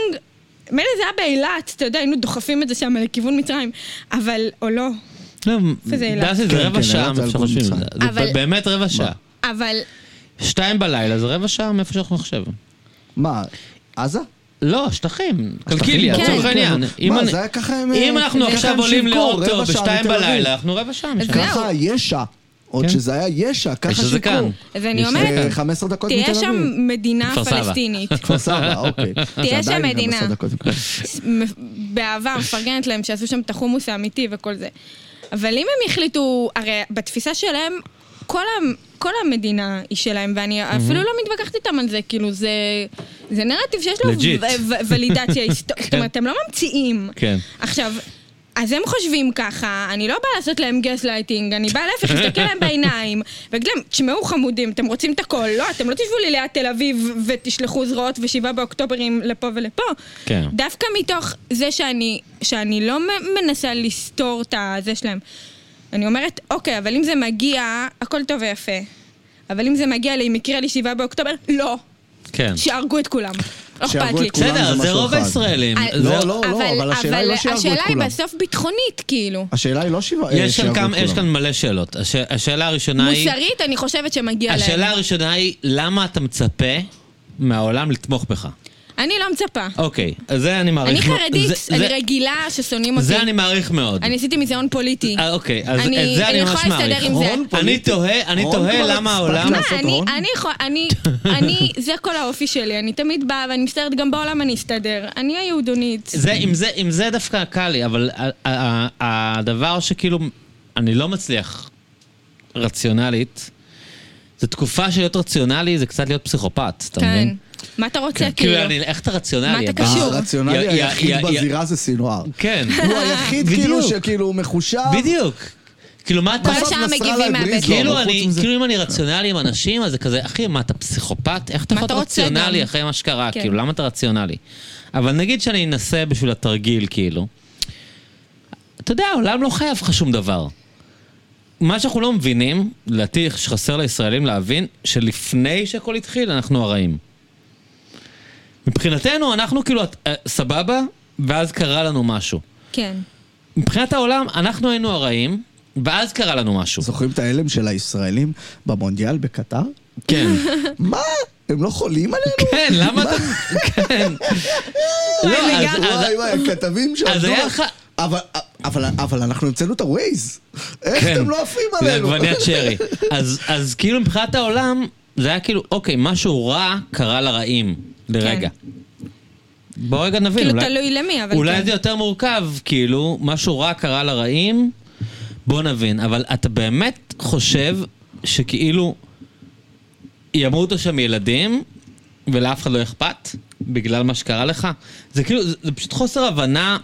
מילא זה היה באילת, אתה יודע, היינו דוחפים את זה שם לכיוון מצרים, אבל, או לא,
לא,
איפה זה אילת?
דסי, זה
כן,
רבע
כן,
שעה
אילת זה
מאיפה
על
שחושבים.
גבול
זה- זה
אבל-
באמת רבע שעה.
אבל
שתיים בלילה זה רבע שעה מאיפה שאנחנו עכשיו.
מה, עזה?
לא, שטחים. קלקיליה,
כן.
לצורך
כן.
העניין. אם
מה,
אני-
זה היה ככה הם...
אם
אה,
אנחנו
ככה הם
עכשיו עולים
שיווקו,
לאוטו
רבע שעה
בשתיים
מתל אביב. אוקיי.
בלילה, אנחנו רבע שעה משם.
זהו.
ככה, יש"ע. עוד
כן.
שזה היה יש"ע, ככה
יש שזה כאן.
שיקרו.
אז אני
יש שזה
אומרת,
כאן.
אה, 15 דקות מתל אביב.
תהיה שם מדינה
כפר סבא.
פלסטינית.
כפר סבא, אוקיי.
תהיה
זה עדיין
שם מדינה.
15 דקות מכאן.
מ- בעבר מפרגנת להם שעשו שם את החומוס האמיתי וכל זה. אבל אם הם יחליטו, הרי בתפיסה שלהם, כל, המ, כל המדינה היא שלהם, ואני אפילו לא מתווכחת איתם על זה, כאילו זה, זה נרטיב שיש לו
Legit.
ו- ו- ולידציה היסטורית, זאת אומרת, הם לא ממציאים.
כן.
עכשיו, אז הם חושבים ככה, אני לא באה לעשות להם גס לייטינג, אני באה להפך, להסתכל להם בעיניים, ולהגיד להם, תשמעו חמודים, אתם רוצים את הכל, לא, אתם לא תשבו לי ליד תל אביב ותשלחו זרועות ושבעה באוקטוברים לפה ולפה.
כן.
דווקא מתוך זה שאני, שאני לא מ- מנסה לסתור את הזה שלהם. אני אומרת, אוקיי, אבל אם זה מגיע, הכל טוב ויפה. אבל אם זה מגיע לאם יקרה לי שבעה באוקטובר, לא.
כן.
שיהרגו את כולם. לא
שיהרגו
אכפת
את
לי.
כולם זה
בסדר, זה
משהו
רוב
אחד.
הישראלים.
אה,
זה-
לא, לא, אבל השאלה היא לא שיהרגו את
השאלה היא
כולם.
בסוף ביטחונית, כאילו.
השאלה היא לא שבעה... אה,
יש כאן
שיעברו
כמה-
את
יש
כולם.
כאן מלא שאלות. הש- השאלה הראשונה היא...
מוסרית, אני חושבת שמגיע להם.
השאלה הראשונה היא, למה אתה מצפה מהעולם לתמוך בך?
אני לא מצפה.
אוקיי, אז זה אני מעריך.
אני
מאוד.
חרדית,
זה-
אני
זה-
רגילה ששונאים אותי.
זה אני מעריך מאוד.
אני עשיתי מזיון פוליטי.
אה, אוקיי, אז את
אני-
זה אני
אני
ממש
יכולה להסתדר
מעריך.
עם זה.
רון פה-
אני
פוליטי.
תוהה, אני
רון
תוהה
כבר
למה
אכפת
העולם...
מה,
מה,
לעשות,
אני,
רון?
אני, יכול- אני, אני, זה כל האופי שלי, אני תמיד באה ואני מסתדרת, גם בעולם אני אסתדר. אני היהודונית.
זה, עם, זה, עם זה דווקא קל לי, אבל ה- ה- ה- הדבר שכאילו אני לא מצליח רציונלית, זו תקופה של להיות רציונלי זה קצת להיות פסיכופת, אתה
כן.
מבין?
מה אתה רוצה,
כאילו,
כאילו?
אני, איך אתה רציונלי?
מה אתה
הבא?
קשור?
הרציונלי
יא- יא-
אה, היחיד
יא- יא-
בזירה זה סינואר.
כן,
הוא היחיד
בדיוק.
כאילו שכאילו מחושב.
בדיוק. כאילו, מה אתה...
כל
בסוף
השאר
נסראללה
מגיבים
הבריז
מהבטן.
לו,
כאילו,
לא, אבל חוץ
אני,
מזה-
כאילו אם אני רציונלי עם אנשים, אז זה כזה, אחי, מה, אתה פסיכופת? איך אתה
מה
יכול
אתה
להיות
רוצה
רציונלי
גם?
אחרי מה שקרה?
כן.
כאילו, למה אתה רציונלי? אבל נגיד שאני אנסה בשביל התרגיל, כאילו. אתה יודע, העולם לא חייב לך שום דבר. מה שאנחנו לא מבינים, לדעתי שחסר לישראלים להבין, שלפני שהכל התחיל, אנחנו הרעים. מבחינתנו, אנחנו כאילו, אה, סבבה, ואז קרה לנו משהו.
כן.
מבחינת העולם, אנחנו היינו הרעים, ואז קרה לנו משהו.
זוכרים את ההלם של הישראלים במונדיאל בקטר?
כן.
מה? הם לא חולים עלינו?
כן, למה אתה... כן. לא, אז- אז-
וואי וואי, הכתבים שעבדו...
היה
על-
לך-
אבל- אבל- אבל אנחנו המצאנו את הווייז. איך
כן.
אתם לא עפים
זה
עלינו?
עגבניית שרי. אז- אז כאילו מבחינת העולם, זה היה כאילו, אוקיי, משהו רע קרה לרעים, לרגע. בוא רגע נבין,
כן. כאילו,
אולי-
תלוי למי, אבל
אולי
כן.
זה יותר מורכב, כאילו, משהו רע קרה לרעים, בוא נבין. אבל אתה באמת חושב שכאילו ימותו שם ילדים, ולאף אחד לא אכפת, בגלל מה שקרה לך? זה כאילו, זה זה פשוט חוסר הבנה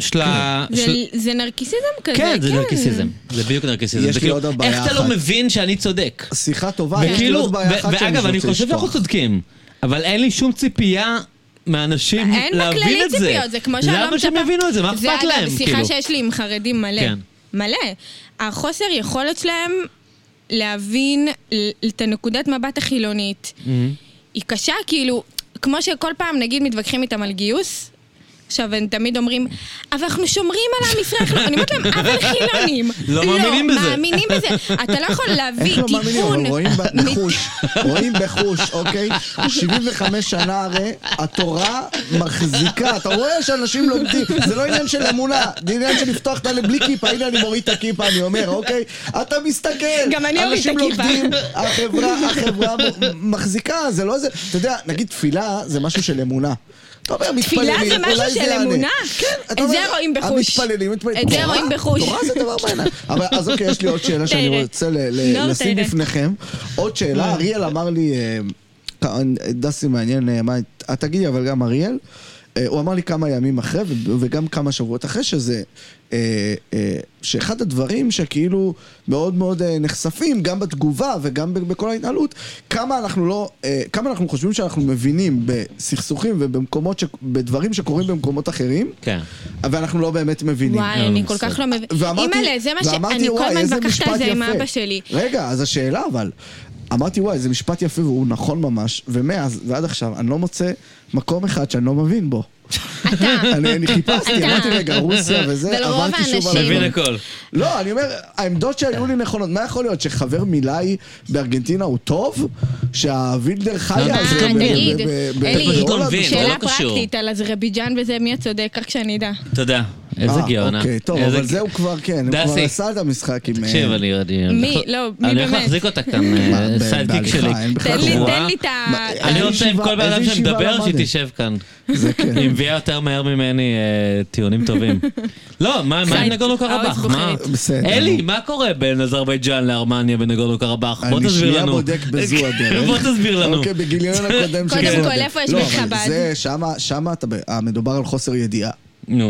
של ה...
זה-
של-
זה נרקיסיזם כזה,
כן, זה נרקיסיזם. זה בדיוק נרקיסיזם.
יש
זה
לי
כאילו,
עוד הבעיה
איך אתה לא
אחת.
מבין שאני צודק?
שיחה טובה, יש לי
וכאילו,
עוד בעיה
ו-
אחת שאני
ואגב, אני
רוצה
חושב שאנחנו
לשפוך.
צודקים, אבל אין לי שום ציפייה מאנשים
אין
להבין
בכללי
את זה.
ציפיות, זה כמו שאני לא
למה שהם
מצפה-
יבינו את זה? מה אכפת להם?
זה אגב
כאילו?
שיחה שיש לי עם חרדים מלא.
כן.
מלא. החוסר יכולת שלהם להבין ל- את הנקודת מבט החילונית.
מהמם.
היא קשה, כאילו, כמו שכל פעם, נגיד, מתווכחים איתם על גיוס. עכשיו, הם תמיד אומרים, אבל אנחנו שומרים על עם ישראל, אנחנו-" אני אומרת להם, אבל חילונים.
לא מאמינים בזה."
לא מאמינים בזה. אתה לא יכול להביא
איך לא מאמינים,
כיוון.
אבל רואים בחוש, רואים בחוש, אוקיי? 75 שנה הרי התורה מחזיקה, אתה רואה שאנשים לומדים, זה לא עניין של אמונה, זה עניין של לפתוח את הלב בלי כיפה, הנה אני מוריד את הכיפה, אני אומר, אוקיי? אתה מסתכל,
גם אני אוריד את
אנשים
הכיפה.
לומדים, החברה, החברה מ- מחזיקה, זה לא איזה, אתה יודע, נגיד תפילה זה משהו של אמונה. אתה אומר,
תפילה
מתפללים,
זה משהו
אולי
של
יענה.
אמונה.
כן, אתה
את זה
אומר,
רואים בחוש.
המתפללים, מתפללים.
את זה
תורה?
רואים בחוש.
תורה זה דבר בעיניי. אבל אז אוקיי, יש לי עוד שאלה שאני
תראה.
רוצה ל- ל-
לא,
לשים
תראה.
בפניכם. עוד שאלה, אריאל אמר לי, אה, כ- דסי מעניין, אה, מה, את תגידי, אבל גם אריאל, אה, הוא אמר לי כמה ימים אחרי, ו- וגם כמה שבועות אחרי, שזה, אה, אה, שאחד הדברים שכאילו מאוד מאוד אה, נחשפים, גם בתגובה וגם ב- בכל ההתנהלות, כמה אנחנו לא, אה, כמה אנחנו חושבים שאנחנו מבינים בסכסוכים ובמקומות, ש- בדברים שקורים במקומות אחרים,
כן.
ואנחנו לא באמת מבינים.
וואי, אני כל כך לא מבין.
ואמרתי,
אימא'לה, זה מה ש...
ואמרתי,
אני כל
וואי,
הזמן
איזה
מתווכחת
משפט
על זה עם
יפה.
אבא שלי.
רגע, אז השאלה אבל, אמרתי וואי, זה משפט יפה והוא נכון ממש, ומאז ועד עכשיו אני לא מוצא מקום אחד שאני לא מבין בו.
אתה,
אני אני חיפשתי,
אתה.
אמרתי רגע, רוסיה וזה,
ולרוב
עברתי שוב על
האנשים-
מבין
הדברים.
הכל.
לא, אני אומר, העמדות שהיו לי נכונות, מה יכול להיות, שחבר מילאי בארגנטינה הוא טוב? שהווילדר חיה...
לא,
מה,
זה
ב- ב-
אה, תגיד,
ב- ב- ב-
אלי,
אתה פשוט לא
בהולנד?
מבין, זה
שאלה
לא קשור.
פרקטית על אזרבייג'אן וזה, מי הצודק? רק שאני אדע.
תודה. איזה
אה,
גאונה.
אוקיי, טוב,
איזה
אבל
ג-
זה הוא כבר, כן, הוא כבר
דסי.
עשה את המשחק עם...
תקשיב,
אה,
אני... אני-
מי? לא, מי
אני הולך
באמת?
להחזיק אותה כאן, אה,
מה, ב-
סיידקיק
בהליכה,
שלי.
אין בכלל
תן לי,
בחורה.
תן לי את ה...
מה,
את ה-
אני
איזה
רוצה עם
ישיבה-
כל בן אדם
איזה ישיבה
שמדבר,
למדתם?
שתשב כאן.
זה כן.
היא מביאה יותר מהר ממני אה, טיעונים טובים. לא, מה מה עם
סייד-
נגורנו קרבאך?
האויס
מה?
בוחרת.
בסדר.
אלי, מה קורה בין אזרבייג'אן לארמניה בנגורנו קרבאך? בוא
אני
תסביר
שנייה
לנו.
בודק בזו הדרך.
בוא תסביר לנו.
אוקיי, בגיליון
קודם
הקודם של
כל,
זו הדרך.
איפה יש
לא,
בית
אבל
חב"ד?
זה, שמה, שמה אתה, ב- אה, מדובר על חוסר ידיעה.
נו.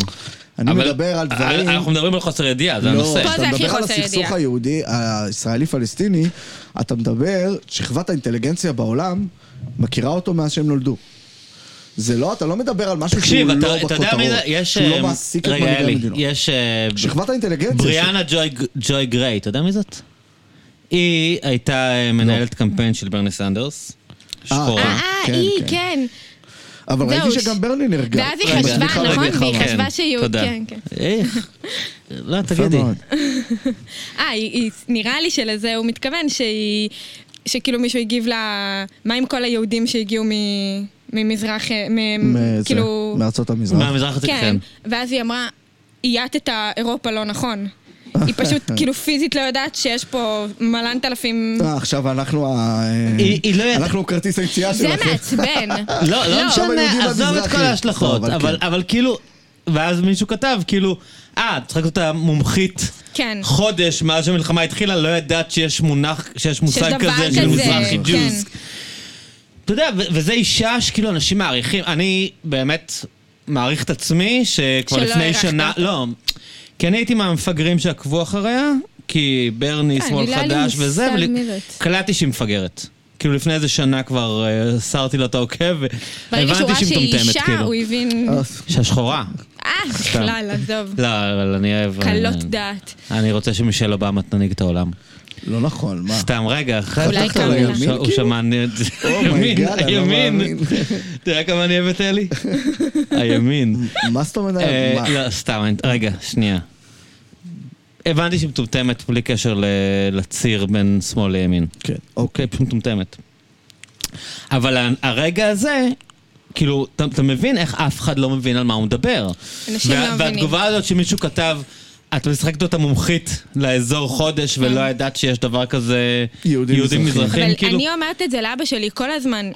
אני
אבל-
מדבר על דברים...
אנחנו מדברים על חוסר ידיעה, זה
לא,
הנושא.
פה זה
כשאתה
הכי
מדבר על
חוסר
הסכסוך
ידיעה.
היהודי, הישראלי-פלסטיני, אתה מדבר, שכבת האינטליגנציה בעולם מכירה אותו מאז שהם נולדו. זה לא, אתה לא מדבר על משהו
תקשיב,
שהוא
אתה
לא
אתה יודע מי זה?
בכותרות,
יש...
שהוא
אה,
לא מעסיק את
רגע,
מנהיגי
אלי,
המדינות.
יש... אה,
שכבת האינטליגנציה...
בריאנה ג'וי- ג'וי גריי, אתה יודע מי זאת? היא הייתה אה,
לא.
מנהלת קמפיין של ברני סנדרס.
אה,
שחורה.
כן,
אה, היא,
כן.
כן.
ש- אבל ראיתי
זהו,
שגם ברני נרגע.
ואז היא
רגע,
חשבה,
סליחה,
נכון?
רגע,
והיא
חבל.
חשבה שהיא-
תודה.
כן, כן.
איך? לא,
יפה
תגידי.
מאוד.
אה, היא- היא- נראה לי שלזה הוא מתכוון, שהיא... שכאילו מישהו הגיב לה... מה עם כל היהודים שהגיעו מ- ממזרח... אה, מ-
מזה,
כאילו...
מארצות המזרח.
מהמזרח
כן,
התיכון.
ואז היא אמרה, אייתת אירופה לא נכון. היא פשוט כאילו פיזית לא יודעת שיש פה מלנת אלפים...
אה, עכשיו אנחנו ה... אה,
היא- היא לא יודעת-
אנחנו כרטיס היציאה
זה
שלכם.
מעצבן.
לא, לא
היהודים
משנה, עזוב את
המזרחי.
כל ההשלכות,
לא, אבל
אבל
כן.
אבל כאילו... ואז מישהו כתב, כאילו, אה, את צריכה להיות המומחית
כן.
חודש מאז שהמלחמה התחילה, לא ידעת שיש מונח, שיש מושג
דבר
כזה של
כזה,
מזרחי
כן.
ג'וז. אתה יודע, ו- וזה אישה שכאילו אנשים מעריכים, אני באמת מעריך את עצמי, שכבר
שלא
לפני
הערכת
שנה,
אותה.
לא, כי אני הייתי מהמפגרים שעקבו אחריה, כי ברני,
אה,
שמאל
אני לא היה לי
חדש
מושג
וזה, אבל
מי זאת.
קלטתי שהיא מפגרת. כאילו לפני איזה שנה כבר אה, סרתי לה את העוקב,
ברגע שהוא
והבנתי
ראה
שהיא
שהיא
מטומטמת,
אישה,
כאילו.
הוא הבין...
אז-
שהשחורה.
אה, בכלל, עזוב.
לא, אבל אני אוהב...
קלות
אה,
דעת.
אני רוצה שמישל אובמה תנהיג את העולם.
לא נכון, מה?
סתם, רגע, אחת-
אולי
אחת-
כמה
הוא
ימים,
ש- הוא
כאילו?
שמע נ-
אומייגאד,
ימין,
אני לא
הימין.
מאמין.
תראה כמה אני אוהב את אלי. הימין.
מה זאת אומרת?
אה,
מה?
לא, סתם, אני- רגע, שנייה. הבנתי שהיא מטומטמת בלי קשר ל- לציר בין שמאל לימין.
כן.
אוקיי, פשוט מטומטמת. אבל ה- הרגע הזה, כאילו, אתה, אתה מבין איך אף אחד לא מבין על מה הוא מדבר.
אנשים לא מבינים.
והתגובה הזאת שמישהו כתב, את משחקת אותה מומחית לאזור חודש ולא ידעת שיש דבר כזה
יהודים מזרחים.
כן. אבל
מזרחים, כאילו...
אני אומרת את זה לאבא שלי כל הזמן,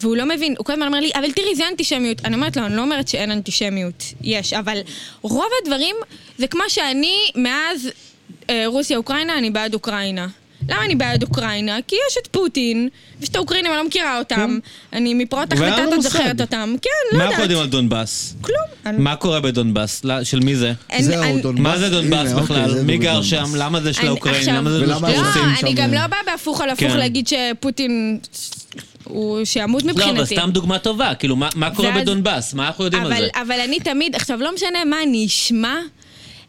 והוא לא מבין, הוא כל הזמן אומר לי, אבל תראי, זה אנטישמיות. אני אומרת לו, אני לא אומרת שאין אנטישמיות, יש, אבל רוב הדברים, זה כמו שאני, מאז אה, רוסיה-אוקראינה, אני בעד אוקראינה. למה אני בעד אוקראינה? כי יש את פוטין, ויש את האוקראינים, אני לא מכירה אותם. אני מפרעות
ואין
החלטה
כן. לנו
עוד
מושג.
זוכרת אותם. כן, לא
מה
יודעת.
קודם על דונבאס?
כלום. אני-
מה קורה בדונבאס? לא, של מי זה?
אין-
זהו,
אני-
דונבאס.
מה זה דונבאס
הנה, אוקיי,
בכלל?
זה
מי גר
דונבאס.
שם? למה זה של
אני-
האוקראינים?
עכשיו-
למה זה של
ולמה
הרוסים?
הרוסים
לא, אני
שם,
גם
אה,
לא באה בהפוך על הפוך
כן.
להגיד שפוטין הוא שימות
לא,
מבחינתי.
אבל סתם דוגמה טובה, כאילו, מה- מה קורה
ואז-
בדונבאס? מה אנחנו יודעים על
אבל,
זה?
אבל אני תמיד, עכשיו לא משנה מה אני אשמע,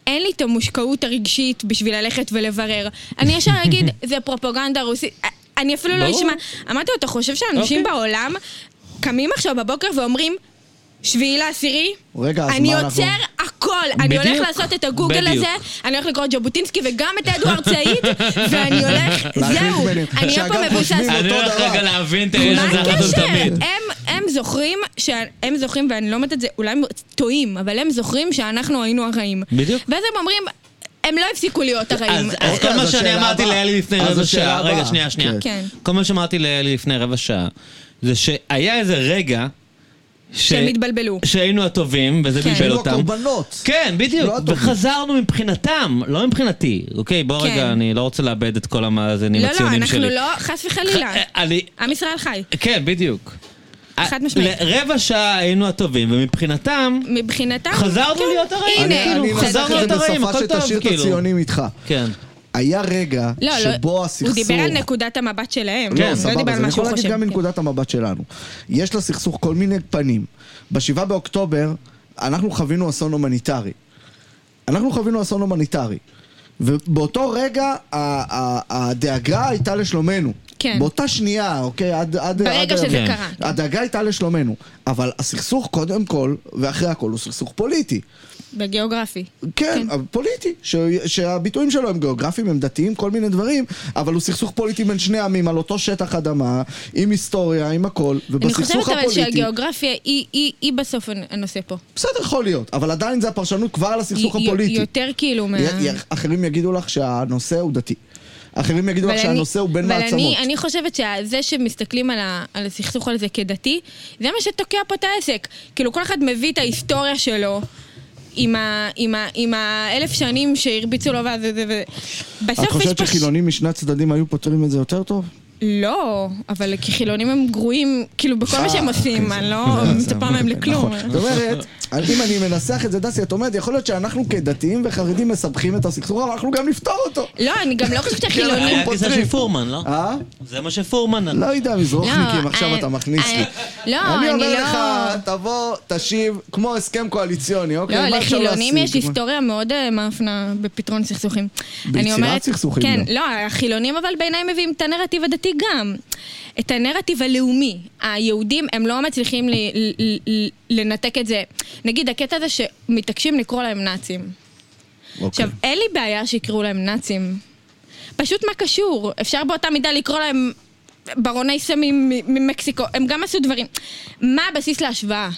אין לי את המושקעות הרגשית בשביל ללכת ולברר. אני ישר אגיד, זה פרופוגנדה רוסית. א- אני אפילו לא
ברור.
אשמע. אמרתי לו, אתה חושב שאנשים
אוקיי.
בעולם קמים עכשיו בבוקר ואומרים, שביעי לעשירי,
רגע, אז
אני
מה אנחנו-
עוצר הכל. אני
בדיוק.
הולך לעשות את הגוגל
בדיוק.
הזה, אני הולך לקרוא את ז'בוטינסקי וגם את אדוארד סעיד, ואני הולך,
להחליף
זהו,
ביניהם.
אני אהיה
שאגב,
פה מבוסס
חושבים
אני
אותו
הולך
דבר.
רגע להבין את העניין
מה
הזה אחת
הקשר?
ולתמיד.
הם- הם זוכרים, ש- הם זוכרים, ואני לא אומרת את זה, אולי הם טועים, אבל הם זוכרים שאנחנו היינו הרעים.
בדיוק.
ואז הם אומרים, הם לא הפסיקו להיות הרעים.
אז, אה, אז
אוקיי,
כל
אז
מה
השאלה
שאני אמרתי
הבאה.
ליאלי לפני
אז
רבע
השאלה
שעה,
הבאה.
רגע, שנייה, שנייה.
כן.
כל מה שאמרתי ליאלי לפני רבע שעה, זה שהיה איזה רגע... ש-
שהם התבלבלו.
שהיינו הטובים, וזה
כן.
בלבל
שהיינו
אותם.
הקורבנות.
כן, בדיוק.
לא הטובים.
וחזרנו מבחינתם, לא מבחינתי. אוקיי, בוא
כן.
רגע, אני לא רוצה לאבד את כל המאזינים
לא, לא,
הציונים
אנחנו
שלי. אה,
לא, חס וחלילה.
אני...
עם ישראל חי.
כן, בדיוק.
חד משמעית.
לרבע שעה היינו הטובים, ומבחינתם...
מבחינתם...
חזרנו
כן.
להיות הרעים,
הנה,
אני- אני
כאילו,
בסדר.
חזרנו
לוקח את זה
להיות הרעים,
בשפה
הכל טוב,
שתשאיר את
כאילו.
הציונים איתך.
כן.
היה רגע
לא, לא,
שבו הסכסוך...
הוא דיבר על נקודת המבט שלהם.
כן, לא
הוא לא
לא,
דיבר
סבבה,
על
אז אני
מה
יכול
שהוא
להגיד
חושב.
גם
כן.
מנקודת המבט שלנו. יש לסכסוך כל מיני פנים. ב-7 באוקטובר אנחנו חווינו אסון הומניטרי. אנחנו חווינו אסון הומניטרי. ובאותו רגע ה- ה- הדאגה הייתה לשלומנו.
כן.
באותה שנייה, אוקיי? עד... עד
ברגע
עד-
שזה
כן.
קרה.
הדאגה הייתה לשלומנו. אבל הסכסוך קודם כל, ואחרי הכל, הוא סכסוך פוליטי.
בגיאוגרפי.
כן,
כן.
אבל פוליטי, ש... שהביטויים שלו הם גיאוגרפיים, הם דתיים, כל מיני דברים, אבל הוא סכסוך פוליטי בין שני עמים, על אותו שטח אדמה, עם היסטוריה, עם הכל,
אני
ובסכסוך
חושבת אבל
הפוליטי...
שהגיאוגרפיה היא- היא היא בסוף הנושא פה.
בסדר, יכול להיות, אבל עדיין זה הפרשנות כבר על הסכסוך
היא- היא-
הפוליטי.
היא יותר כאילו מה...
י- י- אחרים יגידו לך שהנושא הוא דתי. אחרים יגידו לך
אבל אני-
שהנושא הוא בין
אבל
מעצמות.
אני, אני חושבת שזה שמסתכלים על, ה, על הסכסוך הזה כדתי, זה מה שתוקע פה את העסק. כאילו, כל אחד מביא את ההיסטוריה שלו. עם, ה, עם, ה, עם האלף שנים שהרביצו לו וזה וזה וזה. בסוף
את חושבת
יש פש-
שחילונים משני הצדדים היו פותרים את זה יותר טוב?
לא, אבל כי חילונים הם גרועים, כאילו, בכל מה
אה,
שהם
אוקיי,
עושים, אני לא מצפה מהם לכלום.
נכון. זאת אומרת, אם אני מנסח את זה, דסי, את אומרת, יכול להיות שאנחנו כדתיים וחרדים מסבכים את הסכסוך, אבל אנחנו גם נפתור אותו.
לא, אני גם לא
כן,
חושבת שהחילונים...
היה טיסה של פורמן, לא?
אה?
זה מה שפורמן עלה.
לא יודע, מזרוחניקים,
לא,
עכשיו
אני-
אתה מכניס לי.
אני- לא,
אני
אני
אומר
לא-
לך, תבוא, תשיב, כמו הסכם קואליציוני, אוקיי?
לא,
מה אפשר
לחילונים
להשיג?
יש היסטוריה מאוד אה, מאפנה בפתרון סכסוכים. אני
ביצירת
אומרת-
סכסוכים
כן,
גם.
לא, החילונים אבל בעיניי מביאים את הנרטיב הדתי גם. את הנרטיב הלאומי. היהודים, הם לא מצליחים ל- ל- ל- לנתק את זה. נגיד, הקטע הזה שמתעקשים לקרוא להם נאצים.
אוקיי.
עכשיו, אין לי בעיה שיקראו להם נאצים. פשוט מה קשור? אפשר באותה מידה לקרוא להם ברוני סמים מ- ממקסיקו. הם גם עשו דברים. מה הבסיס להשוואה?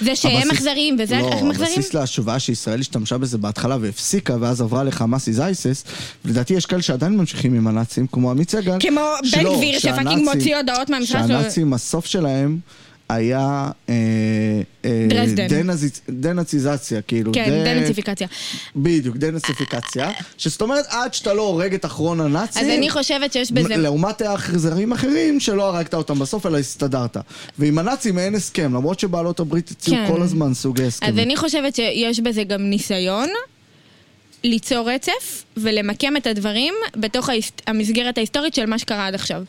זה שהם
הבסיס-
אכזריים וזה
לא,
אכזריים?
הבסיס להשוואה שישראל השתמשה בזה בהתחלה והפסיקה, ואז עברה לחמאס איז אייסס, ולדעתי יש כאלה שעדיין ממשיכים עם הנאצים, כמו עמית סגל.
כמו בן
שלא,
גביר שפאקינג
שהנאצים-
מוציא הודעות מהמשרד שלו.
שהנאצים, הסוף שלהם היה... אה, אה,
דרזדן.
דנאזיצ- דנאציזציה, כאילו.
כן,
ד-
דנאציפיקציה.
בדיוק, דנאציפיקציה. שזאת אומרת, עד שאתה לא הורג את אחרון הנאצים...
אז אני חושבת שיש בזה...
לעומת האכזרים אחרים שלא הרגת אותם בסוף, אלא הסתדרת. ועם הנאצים אין הסכם, למרות שבעלות הברית הציעו
כן.
כל הזמן סוגי
אז
הסכמים.
אני חושבת שיש בזה גם ניסיון ליצור רצף ולמקם את הדברים בתוך ההיס- המסגרת ההיסטורית של מה שקרה עד עכשיו.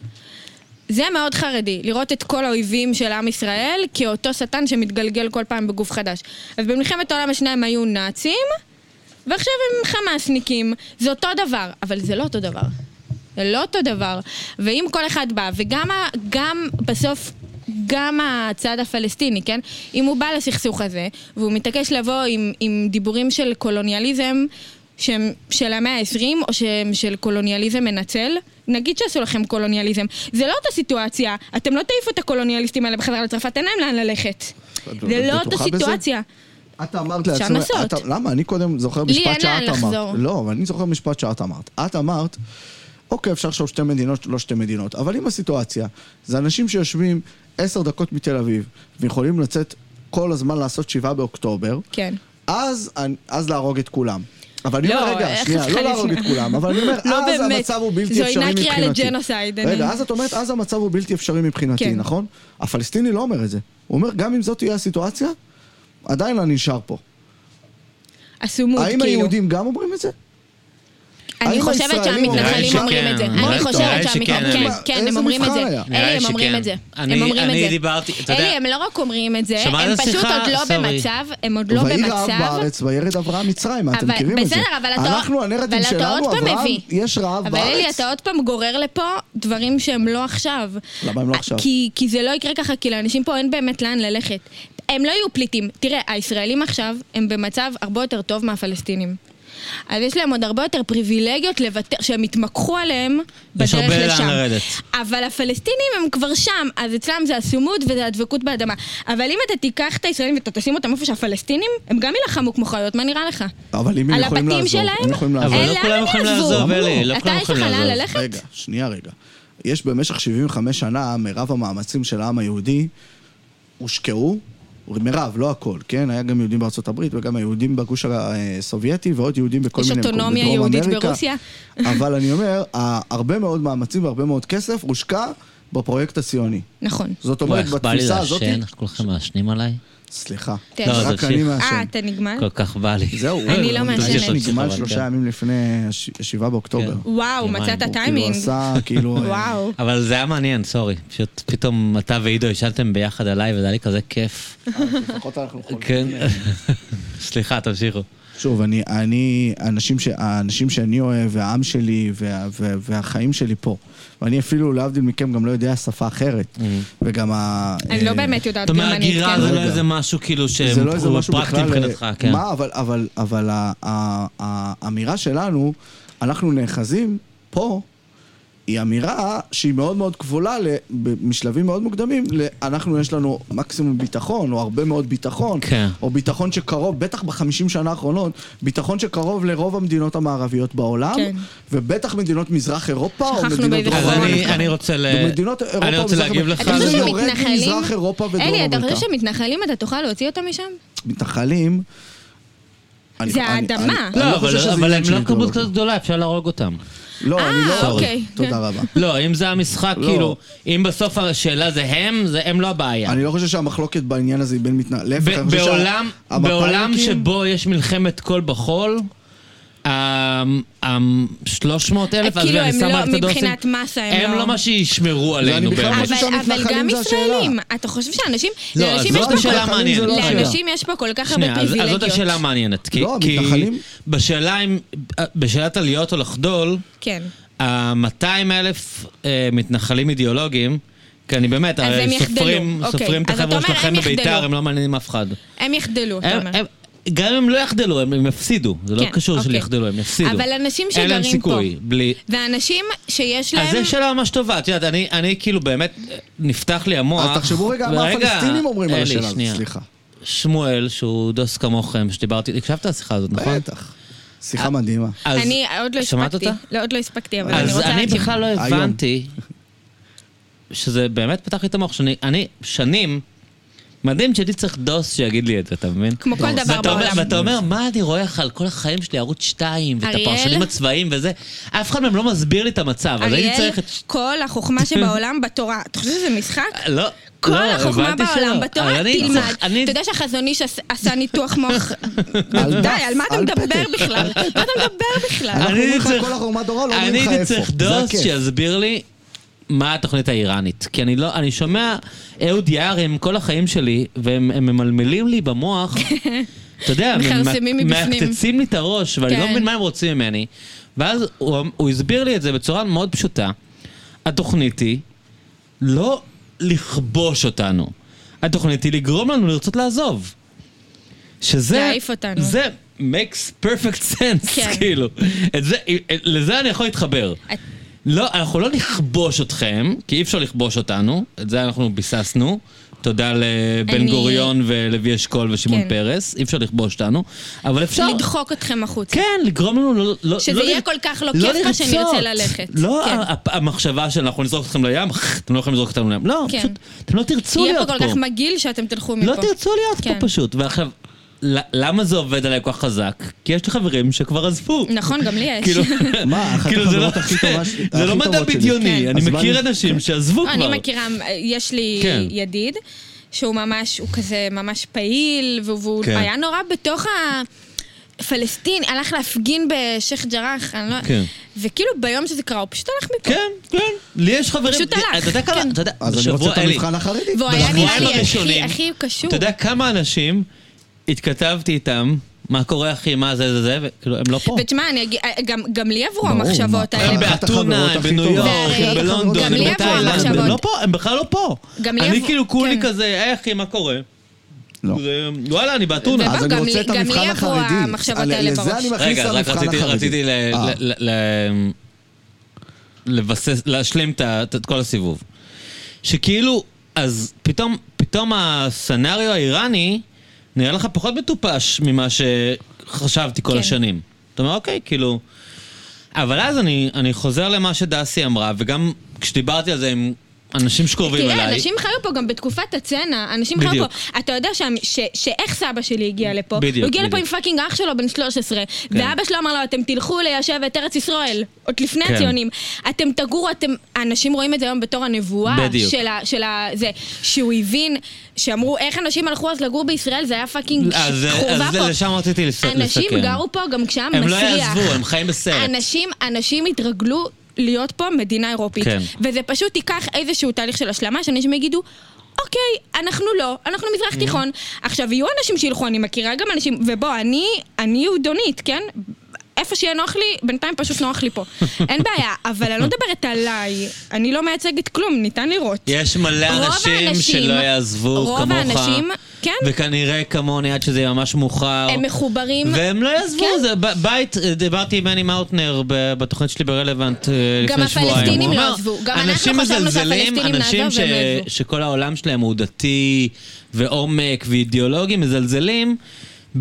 זה מאוד חרדי, לראות את כל האויבים של עם ישראל כאותו שטן שמתגלגל כל פעם בגוף חדש. אז במלחמת העולם השנייה הם היו נאצים, ועכשיו הם חמאסניקים. זה אותו דבר, אבל זה לא אותו דבר. זה לא אותו דבר. ואם כל אחד בא, וגם ה, גם בסוף, גם הצד הפלסטיני, כן? אם הוא בא לסכסוך הזה, והוא מתעקש לבוא עם, עם דיבורים של קולוניאליזם, שהם של המאה ה-20, או שהם של קולוניאליזם מנצל, נגיד שעשו לכם קולוניאליזם. זה לא אותה סיטואציה. אתם לא תעיפו את הקולוניאליסטים האלה בחזרה לצרפת, אין להם לאן ללכת.
את
זה לא אותה
בטוחה בזה?
סיטואציה.
את אמרת
אפשר
לעצמך...
לנסות.
את- למה? אני קודם זוכר
לי
משפט
אין לאן
שאת
לחזור.
אמרת. לא, אבל אני זוכר משפט שאת אמרת. את אמרת, אוקיי, אפשר עכשיו שתי מדינות, לא שתי מדינות, אבל אם הסיטואציה, זה אנשים שיושבים עשר דקות מתל אביב, ויכולים לצאת כל הזמן לעשות שבעה באוקטובר,
כן.
אז, אז להרוג את כולם. אבל אני אומר,
לא,
רגע,
איך
שנייה,
לך
לא להרוג
לפני?
את כולם, אבל אני אומר,
לא
אז
באמת.
המצב הוא בלתי
זו
אפשרי מבחינתי.
אינה קריאה לג'נוסייד, אני-
רגע, אז את אומרת, אז המצב הוא בלתי אפשרי מבחינתי,
כן.
נכון? הפלסטיני לא אומר את זה. הוא אומר, גם אם זאת תהיה הסיטואציה, עדיין אני נשאר פה.
עשו מוד,
האם
כאילו.
היהודים גם אומרים את זה?
אני
האם
חושבת
הישראלים
שהמתנחלים
אומרים?
אומרים את זה.
נראה לי
אני
שכן.
חושבת
נראה לי
שהמתנחלים,
שכן,
כן,
אלי.
כן,
איזה
הם אומרים את
מבחן
זה.
היה?
נראה
אלי,
לי
הם אומרים
שכן.
את זה.
אני-
הם אומרים
אני
את זה.
דיברתי, אתה יודע-
אלי, הם לא רק אומרים את זה,
שמעת
הם פשוט
שיחה?
עוד לא
סורי.
במצב, הם עוד לא
ויהי רעב
במצב.
בארץ, וירד אברהם מצרים, אתם
אבל-
מכירים את זה.
בסדר, אבל אתה-
אנחנו, הנרטיב
אבל אתה
שלנו,
עוד פעם
אברהם,
מביא.
יש רעב
אבל אלי,
בארץ.
אתה עוד פעם גורר לפה דברים שהם לא עכשיו.
למה הם לא עכשיו?
כי, כי זה לא יקרה ככה, כי לאנשים פה אין באמת לאן ללכת. הם לא יהיו פליטים. תראה, הישראלים עכשיו הם במצב הרבה יותר טוב מהפלסטינים. אז יש להם עוד הרבה יותר פריבילגיות לוותר, שהם יתמקחו עליהם בדרך
יש
לשם.
הרבה לאן לרדת.
אבל הפלסטינים הם כבר שם, אז אצלם זה הסומות וזה הדבקות באדמה. אבל אם אתה תיקח את הישראלים ואתה תשים אותם איפה שהפלסטינים, הם גם יילחמו כמו חיות, מה נראה לך?
אבל אם הם
על
יכולים
הבתים
לעזור,
שלהם?
הם יכולים לעזור.
אבל
אה,
לא
לאן
כולם
הם
יכולים
יעזבו?
לעזוב, אלי, לא
אתה,
כולם
יש
יכולים
לך לאן
לעזוב.
ללכת?
רגע, שנייה רגע. יש במשך 75 שנה, מרב המאמצים של העם היהודי הושקעו, מרב, לא הכל, כן? היה גם יהודים בארצות הברית וגם היהודים בגוש הסובייטי ועוד יהודים בכל
יש
מיני מקומות.
אוטונומיה
בדרום
יהודית
אמריקה.
ברוסיה.
אבל אני אומר, ה- הרבה מאוד מאמצים והרבה מאוד כסף הושקע בפרויקט הציוני.
נכון.
זאת
וואי,
אומרת,
איך בא לי
בתפיסה הזאת...
לעשן, איך כולכם מעשנים עליי?
סליחה,
תן. לא,
רק
תמשיך.
אני
אה,
מעשן.
אתה נגמל?
כל כך בא לי.
זהו, אה,
אני לא מעשנת.
האיש נגמל
אבל
שלושה
כן.
ימים לפני הש- השבעה באוקטובר.
כן.
הוא
וואו,
יומיים.
מצאת
הוא
טיימינג.
כאילו עשה, כאילו... אה,
וואו.
אבל זה היה מעניין, סורי. פשוט פתאום אתה ועידו ישנתם ביחד עליי, וזה היה לי כזה כיף.
לפחות אנחנו חולקים.
כן. סליחה, תמשיכו.
שוב, אני, אני, האנשים, ש, האנשים שאני אוהב, והעם שלי, וה, וה, והחיים שלי פה. ואני אפילו, להבדיל מכם, גם לא יודע שפה אחרת. וגם ה...
אני לא
אה,
באמת יודעת
אתה אומר,
גרמנית,
הגירה
כן.
זה לא
רגע.
איזה משהו כאילו
זה לא איזה
שהוא
משהו
פרקטי
בכלל... אה,
מבחינתך, כן.
מה, אבל, אבל, אבל ה- ה- ה- האמירה שלנו, אנחנו נאחזים פה, היא אמירה שהיא מאוד מאוד כבולה ל- ב- משלבים מאוד מוקדמים, ל- אנחנו יש לנו מקסימום ביטחון, או הרבה מאוד ביטחון,
כן.
או ביטחון שקרוב, בטח בחמישים שנה האחרונות, ביטחון שקרוב לרוב המדינות המערביות בעולם,
כן.
ובטח מדינות מזרח אירופה, או
שכחנו
מדינות
באיזה
אז
נכון,
אני-
נכון.
אני רוצה ל...
במדינות אירופה
אני רוצה
ומזרח
להגיב
אמריקה.
לך.
אתה חושב
זה
על-
יורד
שמתנחלים...
ממזרח אירופה ודרום
אלי, אתה
אמריקה.
חושב שמתנחלים, אתה תוכל להוציא אותם משם?
מתנחלים... אני-
זה
אני-
האדמה.
אני- אני
לא, אבל-
חושב שזה כאילו,
אבל
עניין
הם
של
לא כמות
אידיאולוגיה.
כזאת גדולה, אפשר להרוג אותם.
לא, אני
אה,
לא...
אוקיי.
תודה רבה.
לא, אם זה המשחק,
לא.
כאילו, אם בסוף השאלה זה הם, זה הם לא הבעיה.
אני לא חושב שהמחלוקת בעניין הזה היא בין מתנהל... להפך, אני
ב-
חושב
בעולם,
שה-
בעולם
המפא"יניקים-
שבו יש מלחמת כל בחול, ה-300 אלף,
כאילו, הם לא-
את הדוסים,
מבחינת מסה, הם
הם
לא-
לא מה שישמרו עלינו
בכלל
באמת.
חושב
אבל אבל
שהמתנחלים
גם
זה השאלה.
ישראלים. אתה חושב שאנשים...
לא, אז
לאנשים
זאת
יש פה
השאלה
כל-
המעניינת.
לא השאלה.
לאנשים יש פה כל כך הרבה
שנייה, אז- אז זאת השאלה
פריבילגיות.
המעניינת. כי-
לא,
כי
המתנחלים-
בשאלה אם, אה, בשאלת עליות או לחדול,
כן.
ה-200 אלף אה, מתנחלים אידיאולוגיים, כי אני באמת,
אז הם
הרי
יחדלו,
סופרים,
אוקיי.
סופרים את
אז אתה
החבר'ה
אומר,
שלכם
הם יחדלו.
בביתר, הם לא מעניינים אף אחד.
הם יחדלו, אתה
הם-
אומר.
הם- גם אם לא יחדלו, הם הם יפסידו. זה לא
כן,
קשור
אוקיי.
שיחדלו, הם יפסידו.
אבל אנשים
אין להם
שגרים פה.
סיכוי, בלי...
ואנשים שיש
אז
להם...
זו שאלה ממש טובה, את יודעת, אני, אני כאילו באמת, אה, נפתח לי המוח.
אז תחשבו רגע מה
ורגע,
הפלסטינים אומרים על
אלי,
השאלה הזאת,
שנייה.
סליחה.
שמואל, שהוא דוס כמוכם, שדיברתי, הקשבת לשיחה הזאת, נכון? אה,
בטח. שיחה מדהימה.
אז-
אני עוד לא
שמעת
הספקתי.
אותה?
לא, עוד לא הספקתי, אבל אני
אז
רוצה...
אני
להקשיב.
בכלל לא
היום.
הבנתי שזה באמת פתח לי את המוח, שאני אני שנים, מדהים שהייתי צריך דוס שיגיד לי את זה, אתה מבין?
כמו כל דבר
ואתה אומר-
בעולם.
ואתה אומר, מה אני רואה לך על כל החיים שלי, ערוץ 2, ואת
אריאל?
הפרשנים הצבאיים וזה, אף אחד מהם לא מסביר לי את המצב, אז הייתי
אריאל,
צריך את... ש-
כל החוכמה שבעולם בתורה. אתה חושב שזה משחק?
לא,
כל
לא,
החוכמה
הבנתי שלא.
בעולם
אבל
בתורה,
אני
תלמד.
צריך- אני-
אתה יודע שהחזון איש עש- עשה ניתוח מוח... די,
דף,
על מה אתה
על
מדבר
פתק.
בכלל? מה אתה מדבר בכלל?
אנחנו אומרים לך
צריך-
כל החוכמה דורה, לא
אני
אומרים לך
הייתי
איפה.
צריך
זה
דוס
הכיף.
שיסביר לי מה התוכנית האיראנית. כי אני לא, אני שומע אהוד יערים כל החיים שלי, והם הם ממלמלים לי במוח, אתה יודע, הם
מכרסמים
מק-
מבפנים.
מעקצצים לי את הראש, ואני לא
כן.
מבין מה הם רוצים ממני. ואז הוא, הוא הסביר לי את זה בצורה מאוד פשוטה. התוכנית היא לא לכבוש אותנו. התוכנית היא לגרום לנו לרצות לעזוב. שזה...
להעיף אותנו.
זה makes perfect sense,
כן.
כאילו. את זה, לזה אני יכול להתחבר.
את-
לא, אנחנו לא נכבוש אתכם, כי אי אפשר לכבוש אותנו, את זה אנחנו ביססנו. תודה לבן
אני-
גוריון ולוי אשכול ושמעון
כן.
פרס, אי אפשר לכבוש אותנו, אבל אפשר...
לדחוק אתכם החוצה.
כן, לגרום לנו לא... לא
שזה
לא
יהיה
לר-
כל כך לא כיף לך
לרצות.
שנרצה ללכת.
לא
כן.
ה- המחשבה שאנחנו נזרוק אתכם לים, אתם לא יכולים לזרוק אותנו לים. לא,
כן.
פשוט, אתם לא תרצו
יהיה פה
להיות פה.
כל כך מגעיל שאתם תלכו מפה.
לא תרצו להיות
כן.
פה פשוט. ועכשיו, ל- למה זה עובד עליי כל כך חזק? כי יש לי חברים שכבר עזבו.
נכון, גם לי יש.
כאילו,
מה, אחת
כאילו זה לא-
החברות הכי טובה ש-
זה לא
הכי
מדע
טובות שלי.
בדיוני,
כן.
אני
אז מה
מכיר
אני-
אנשים שעזבו כבר.
אני מכירה, יש לי
כן.
ידיד, שהוא ממש, הוא כזה ממש פעיל, והוא- והוא
כן.
היה נורא בתוך ה... פלסטין, הלך להפגין בשייח' ג'ראח, אני לא...
כן.
וכאילו ביום שזה קרה, הוא פשוט הלך מפה.
כן, כן. לי יש חברים...
פשוט
לי-
הלך,
אתה יודע כמה...
כן.
אתה יודע,
אז אני רוצה
בשבוע-
את
אלי,
המבחן החרדי.
והוא היה נראה לי הכי,
הראשונים,
הכי קשור.
אתה יודע כמה אנשים התכתבתי איתם, מה קורה אחי, מה זה זה זה, וכאילו הם לא פה.
ותשמע, אני אגיד, גם, גם לי עברו
ברור,
המחשבות
מה,
הם
האלה.
אחת החברות
באתונה, הם
הכי
בניו
טובות.
יורק, הם
והרי-
בלונדון, הם
גם לי עברו
בתאילנד, הם
המחשבות.
לא פה, הם בכלל לא פה.
גם לי
אני
עברו-
כאילו כולי
כן.
כזה, היי אחי, מה קורה?
לא.
זה- וואלה, אני באתונה.
ובא-
אז אני
גם
רוצה
לי-
את
גם לי
המבחן
עברו
החרדי.
המחשבות
על-
האלה
לזה
בראש.
אני מכניס
רגע,
את
רק
המבחן החרדי.
רציתי, רציתי ל,
אה.
ל, ל, ל, לבסס, להשלים את ה- את כל הסיבוב. שכאילו, אז פתאום, פתאום הסצנריו האיראני נראה לך פחות מטופש ממה שחשבתי כל
כן.
השנים. אתה אומר, אוקיי, כאילו... אבל אז אני, אני חוזר למה שדסי אמרה, וגם כשדיברתי על זה עם אנשים שקרובים אליי...
תראה, אנשים חיו פה גם בתקופת הצנע, אנשים חיו
בדיוק.
פה. אתה יודע שה- ש- שאיך סבא שלי הגיע לפה?
בדיוק,
הוא הגיע לפה עם
בדיוק. כן.
פאקינג אח שלו בן 13, ואבא שלו אמר לו, אתם תלכו ליישב את ארץ ישראל, עוד לפני
כן.
הציונים. אתם תגורו, אתם... אנשים רואים את זה היום בתור הנבואה
בדיוק.
של ה... של ה... זה, שהוא הבין, שאמרו, איך אנשים הלכו אז לגור בישראל, זה היה פאקינג ש-
אז,
חורבה
אז
פה.
לשם רציתי לס- לסכם.
אנשים גרו פה גם כשהיה
הם לא
מסריח.
יעזבו, הם חיים בסרט.
אנשים, אנשים התרגלו להיות פה מדינה אירופית.
כן.
וזה פשוט ייקח איזשהו תהליך של השלמה, שאנשים יגידו, אוקיי, אנחנו לא, אנחנו מזרח
Mm-hmm.
תיכון. עכשיו, יהיו אנשים שילכו, אני מכירה גם אנשים, ובוא, אני, אני יהודונית, כן? איפה שיהיה נוח לי, בינתיים פשוט נוח לי פה. אין בעיה, אבל אני לא מדברת עליי, אני לא מייצגת כלום, ניתן לראות.
יש מלא
רוב
אנשים
האנשים-
שלא יעזבו
רוב
כמוך.
האנשים, כן.
וכנראה כמוני עד שזה יהיה ממש מאוחר.
הם מחוברים...
והם לא יעזבו,
כן.
זה ב- בית, אה, דיברתי עם מני מאוטנר ב- בתוכנית שלי ברלוונט אה, לפני שבועיים.
הפלסטינים
הוא
לא
אומר,
עזבו. גם אנחנו
אנשים
חשבנו
מזלזלים,
שהפלסטינים
אנשים
נעזוב, לא והם
ש-
עזבו."
שכל העולם שלהם הוא דתי ועומק ואידיאולוגי, מזלזלים.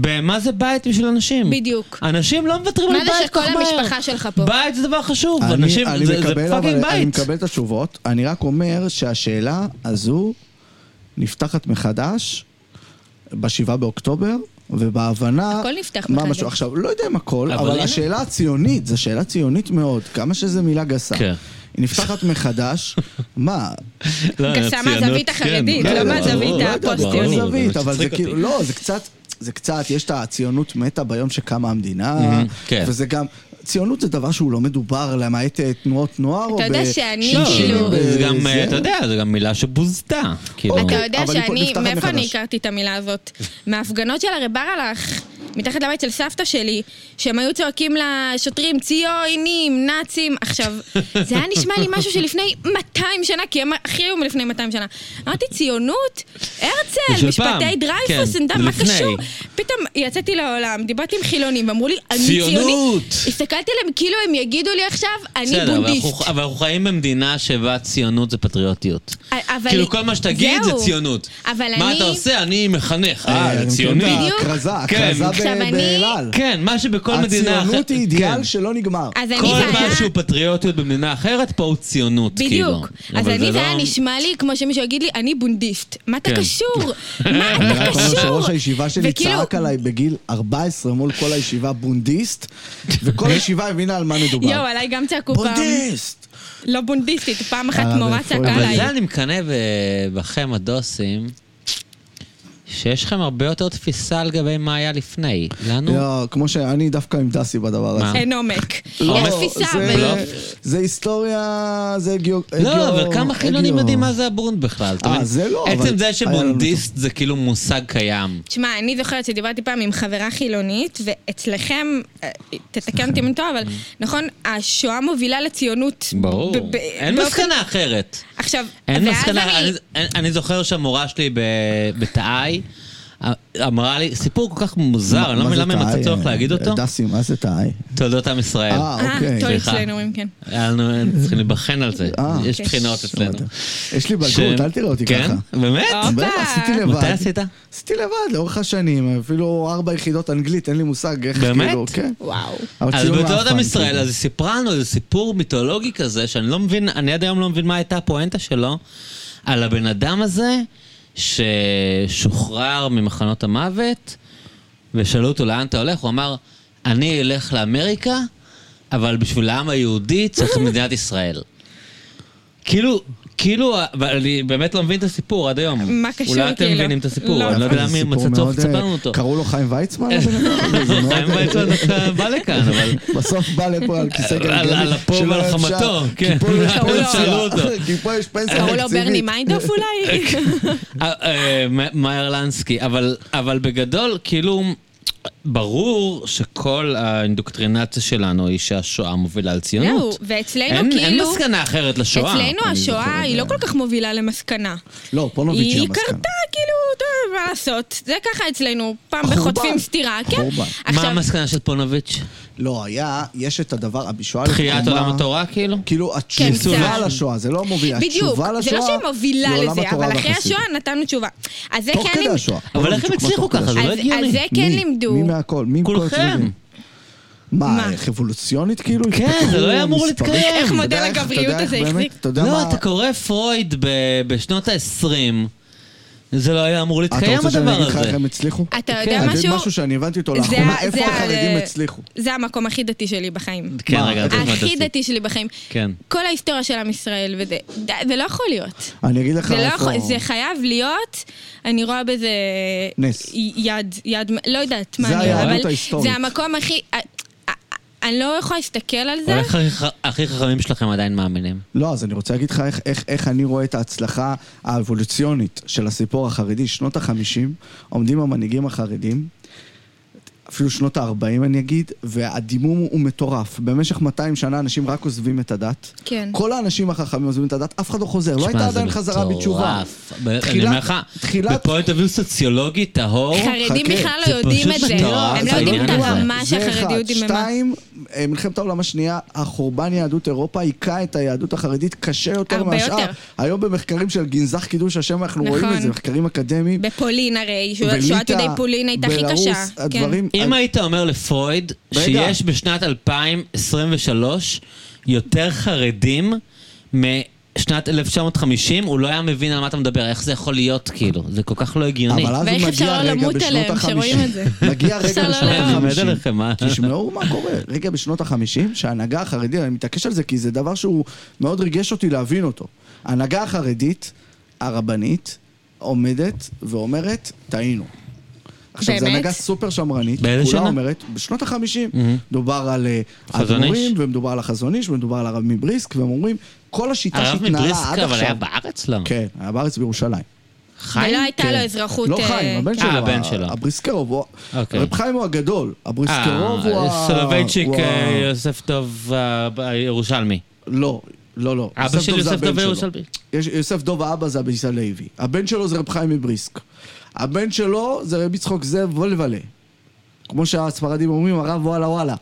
במה זה בית בשביל אנשים?
בדיוק.
אנשים לא מוותרים על
מה
בית
זה
כל
שכל
כך מהר.
המשפחה שלך פה?
בית זה דבר חשוב,
אני-
אנשים,
אני
זה- זה
מקבל, אבל-
פאקינג
אני
בית.
מקבל את התשובות, אני רק אומר שהשאלה הזו נפתחת מחדש בשבעה באוקטובר, ובהבנה...
הכל נפתח
מה
מחדש.
משהו- עכשיו, לא יודע אם הכל,
אבל
אבל
הנה.
השאלה הציונית, זו שאלה ציונית מאוד, כמה שזה מילה גסה.
כן.
היא נפתחת מחדש, מה?
לא,
גסה
הציונות,
מהזווית
כן.
החרדית,
לא,
לא
ברור,
מהזווית
ברור,
הפוסט-ציונית.
ברור,
לא זווית,
זה
אבל זה
מצחיק
כאילו,
אותי.
לא, זה קצת, זה קצת, יש את הציונות מתה ביום שקמה המדינה,
Mhm, כן.
וזה גם, ציונות זה דבר שהוא לא מדובר למעט אה, תנועות נוער, או
אתה יודע
ב-
שאני
לא,
שינשינים
כאילו-
ב-
זה גם,
זה.
אה, אתה יודע, זה גם מילה שבוזתה. כאילו.
אתה
אוקיי,
יודע
אבל היא פה
שאני,
נפתחת
מאיפה אני
מחדש.
הכרתי את המילה הזאת? מההפגנות של הרי ברלח, מתחת לבית של סבתא שלי, שהם היו צועקים לשוטרים, ציונים, נאצים. עכשיו, זה היה נשמע לי משהו שלפני 200 שנה, כי הם הכי היו מלפני 200 שנה. אמרתי, ציונות?
זה של
הרצל,
פעם.
משפטי דרייפוס,
כן,
אני יודעת,
זה
מה
לפני.
קשור? פתאום יצאתי לעולם, דיברתי עם חילונים, ואמרו לי, אני ציוני.
ציונות!
הסתכלתי עליהם כאילו הם יגידו לי עכשיו, אני
בסדר, אבל
בודהיסט.
אנחנו- אבל אנחנו חיים במדינה שבה ציונות זה פטריוטיות.
אבל-
כאילו כל מה שתגיד זה
זהו.
ציונות.
אבל
מה
אני-
אתה עושה? אני מחנך.
אה,
אה,
אני
זה
מכיר
ציוני.
את
בדיוק.
הכרזה,
כן.
הכרזה ב-
עכשיו אני-
באל על.
כן, מה שבכל מדינה אחרת...
הציונות היא אידיאל
כן.
שלא נגמר.
אז אני
כל
זה
מה
היה-
שהוא פטריוטיות במדינה אחרת, פה הוא ציונות, כאילו.
בדיוק. אז
אבל
אני זה
לא-
היה נשמע לי כמו שמישהו יגיד לי, אני בונדיסט. מה אתה
כן.
קשור? מה
אני
אתה
רק אומר
קשור?
שראש הישיבה שלי
וכאילו,
צעק עליי בגיל 14 מול כל הישיבה בונדיסט, וכל הישיבה הבינה על מה
יואו,
מדובר.
עליי גם צעקו פעם.
בונדיסט!
לא בונדיסטית, פעם אחת
אה,
מורה
זה
צעקה
פול.
אבל
עליי.
זה אני מקנא ב- בכם הדוסים, שיש לכם הרבה יותר תפיסה על גבי מה היה לפני. לנו... לא,
יואו, כמו שאני דווקא עם דסי בדבר
מה?
הזה.
אין עומק.
לא,
יש תפיסה,
זה-
אבל...
זה היסטוריה, זה גיאו...
לא, אבל כמה חילונים יודעים מה זה הבונד בכלל? אתה
אה,
מבין?
זה לא, אבל-
עצם זה
היה לנו
שבונדיסט זה כאילו מושג קיים.
תשמע, אני זוכרת שדיברתי פעם עם חברה חילונית, ואצלכם, אה, תתקן אותי אם אני טועה, אבל נכון, השואה מובילה לציונות.
ברור.
ב- ב-
אין
באופן-
מסקנה אחרת.
עכשיו,
אין
ואז
מסקנה,
אני...
אני- אני- אני זוכר שהמורה שלי ב- בתאי אמרה לי, סיפור כל כך מוזר, אני לא מבין למה היא מצאה צורך להגיד אותו.
דסי, מה זה תאי?
תולדות עם ישראל.
אה, אוקיי.
אה, טוב,
סליחה.
אצלנו אומרים כן.
היה לנו, צריכים להיבחן על זה.
אה.
יש
אוקיי.
בחינות אצלנו.
יש לי
ש-
בלגות, אל תראה אותי
כן?
ככה.
באמת?
באמת,
הופה.
עשיתי לבד.
מתי עשית?
עשיתי לבד, לאורך השנים, אפילו ארבע יחידות אנגלית, אין לי מושג איך
באמת?
כאילו, כן.
וואו.
אבל
אז
ציון
בתולדות
מאפן,
עם ישראל,
כאילו.
אז היא סיפרה לנו איזה סיפור מיתולוגי כזה, שאני לא מבין, אני עד היום לא מבין מה הייתה הפואנטה שלו, על הבן אדם הזה ששוחרר ממחנות המוות, ושאלו אותו לאן אתה הולך, הוא אמר, אני אלך לאמריקה, אבל בשביל העם היהודי צריך את מדינת ישראל. כאילו, כאילו, ה- ואני באמת לא מבין את הסיפור עד היום.
מה קשור,
אולי אתם
כאילו?
מבינים את הסיפור,
לא.
אני לא יודע
זה
למה מצא
סיפור
צוף
מאוד, אה,
ספרנו אותו.
קראו לו חיים ויצמן? הבן אדם הזה, זה מאוד,
חיים ויצמן דווקא בא לכאן, אבל...
בסוף בא לפה על כיסא
על-
גלגלים.
על אפו
שלא
ועל
היה אפשר,
חמתו, כן.
כי פה יש
קראו לו. שאלו
פנסיה.
אותו.
כי פה יש פנסיה
קראו לו לא ברני
תקציבית.
מיינדוף אולי?
כן,
אה, אה, מ- מאיר לנסקי, אבל, אבל בגדול, כאילו, ברור שכל האינדוקטרינציה שלנו היא שהשואה מובילה
זהו,
לציונות.
ואצלנו
אין, אין
כאילו...
מסקנה אחרת לשואה.
אצלנו
אני
השואה
זוכר.
היא לא כל כך מובילה למסקנה.
כן. לא, פונוביץ'
היא
היא המסקנה.
קרתה, כאילו, טוב, מה לעשות? זה ככה אצלנו, פעם
חורבן.
בחוטפים סטירה, כן?
חורבן.
מה
עכשיו,
המסקנה של פונוביץ'?
לא, היה, יש את הדבר, השואה
תחיית
לתקומה-
עולם התורה, כאילו?
כאילו,
קצת.
התשובה לשואה, זה לא מובילה.
כן, בדיוק,
התשובה
זה לא
לשואה
שהיא מובילה
לעולם
לזה,
התורה
אבל אחרי
והחסידות.
השואה נתנו תשובה. אז זה
תוך
כן
כדי
לימ-
השואה.
אבל איך הם
בדיוק,
הצליחו
מה תוך
ככה?
כדי
זה לא
אז-
הגיוני.
אז זה כן
מי? מי
לימדו.
מהכל? מי מכל
כולכם.
הצדדים? מה,
מה?
איך אבולוציונית כאילו?
כן,
התפתחו
זה לא היה אמור
מספרים?
להתקיים. איך
אתה יודע
מודל
אתה
הגבריות
יודע
הזה
איך באמת-
החזיק?
אתה יודע
לא,
מה...
אתה קורא פרויד ב- בשנות ה-20, זה לא היה אמור
אתה
להתקיים
רוצה שאני
הדבר
אגיד לך
הזה.
איך הם הצליחו?
אתה
כן,
יודע
זה
אני אגיד
משהו?
משהו שאני הבנתי אותו
זה
לאחרונה,
ה-
איפה
זה ה-
החרדים הצליחו?
זה המקום הכי דתי שלי בחיים.
כן,
מה,
רגע,
הכי
זה מה
הכי
דעתי.
דתי שלי בחיים.
כן.
כל ההיסטוריה של עם ישראל, וזה די, זה לא יכול להיות.
אני אגיד לך
זה לא
איפה...
יכול, זה חייב להיות, אני רואה בזה...
נס.
י- יד, יד, לא יודעת מה
זה
אני רואה,
היהדות
אבל
ההיסטורית.
זה המקום הכי... אה, אה, אני לא יכולה להסתכל על
אבל
זה.
איך הכי- הכי חכמים שלכם עדיין מאמינים?
לא, אז אני רוצה להגיד לך איך, איך, איך אני רואה את ההצלחה האבולוציונית של הסיפור החרדי. שנות החמישים, עומדים המנהיגים החרדים, אפילו שנות הארבעים אני אגיד, והדימום הוא מטורף. במשך 200 שנה אנשים רק עוזבים את הדת.
כן.
כל האנשים החכמים עוזבים את הדת, אף אחד לא חוזר. לא
שמע,
הייתה
זה
עדיין חזרה בתשובה.
מטורף. ב- אני
תחילת-
אומר לך,
תחילת-
בפוינט אביו סוציולוגי טהור,
חרדים
חכה,
בכלל
זה
לא יודעים את
פשוט
זה.
מטורף,
הם לא
זה
יודעים את
העניין הזה.
הרמה
זה
שהחרדיות
אחד.
דיממה.
שתיים, אה, מלחמת העולם השנייה, החורבן יהדות אירופה היכה את היהדות החרדית קשה יותר
הרבה
מהשאר.
יותר.
היום במחקרים של גנזך קידוש השם אנחנו
נכון.
רואים את זה, מחקרים אקדמיים.
בפולין הרי, שו-
בליטא,
שואת יהודי פולין הייתה הכי
בלרוס,
קשה. כן.
הדברים...
אם היית אומר לפרויד
רגע.
שיש בשנת 2023 יותר חרדים משנת 1950, הוא לא היה מבין על מה אתה מדבר, איך זה יכול להיות כאילו, זה כל כך לא הגיוני.
אבל אז הוא
ואיך אפשר
מגיע
לא
רגע
למות
בשנות
עליהם, שרואים
החמישים.
את זה?
מגיע רגע
אפשר לא
בשנות
למות.
אני
החמישים.
אומר לכם, מה-
תשמעו מה קורה. רגע בשנות החמישים, שההנהגה החרדית, אני מתעקש על זה כי זה דבר שהוא מאוד ריגש אותי להבין אותו. ההנהגה החרדית, הרבנית, עומדת ואומרת, טעינו. עכשיו, זו
באמת?
הנהגה סופר שמרנית.
באיזה
כולה
שנה?
אומרת, בשנות החמישים. מדובר על אה,
חזון
אדמו"רים,
איש?
ומדובר על החזון איש, ומדובר על הרב מבריסק, והם אומרים, כל השיטה
הרב
שהתנהלה עד עכשיו...
מבריסק אבל היה בארץ לא?
כן, היה בארץ בירושלים.
חיים?
ולא הייתה לו
כן.
אזרחות...
לא
אה,
חיים, הבן
כן.
שלו.
הבן
ה-
שלו.
הבריסקרוב. הוא-
אוקיי.
רב חיים הוא הגדול. הבריסקרוב הוא ה...
אה, סולובייצ'יק
הוא ה-
אה, יוסף טוב אה, ב- הירושלמי.
לא, לא, לא.
אבא של
זה
יוסף
הבן
דב
שלו.
ירושלמי.
יש- יוסף דוב האבא זה אביסה לוי. הבן שלו זה רב חיים מבריסק. הבן שלו זה רבי יצחוק זאב וולבלה. כמו שהספרדים אומרים, הרב וואלה וואלה.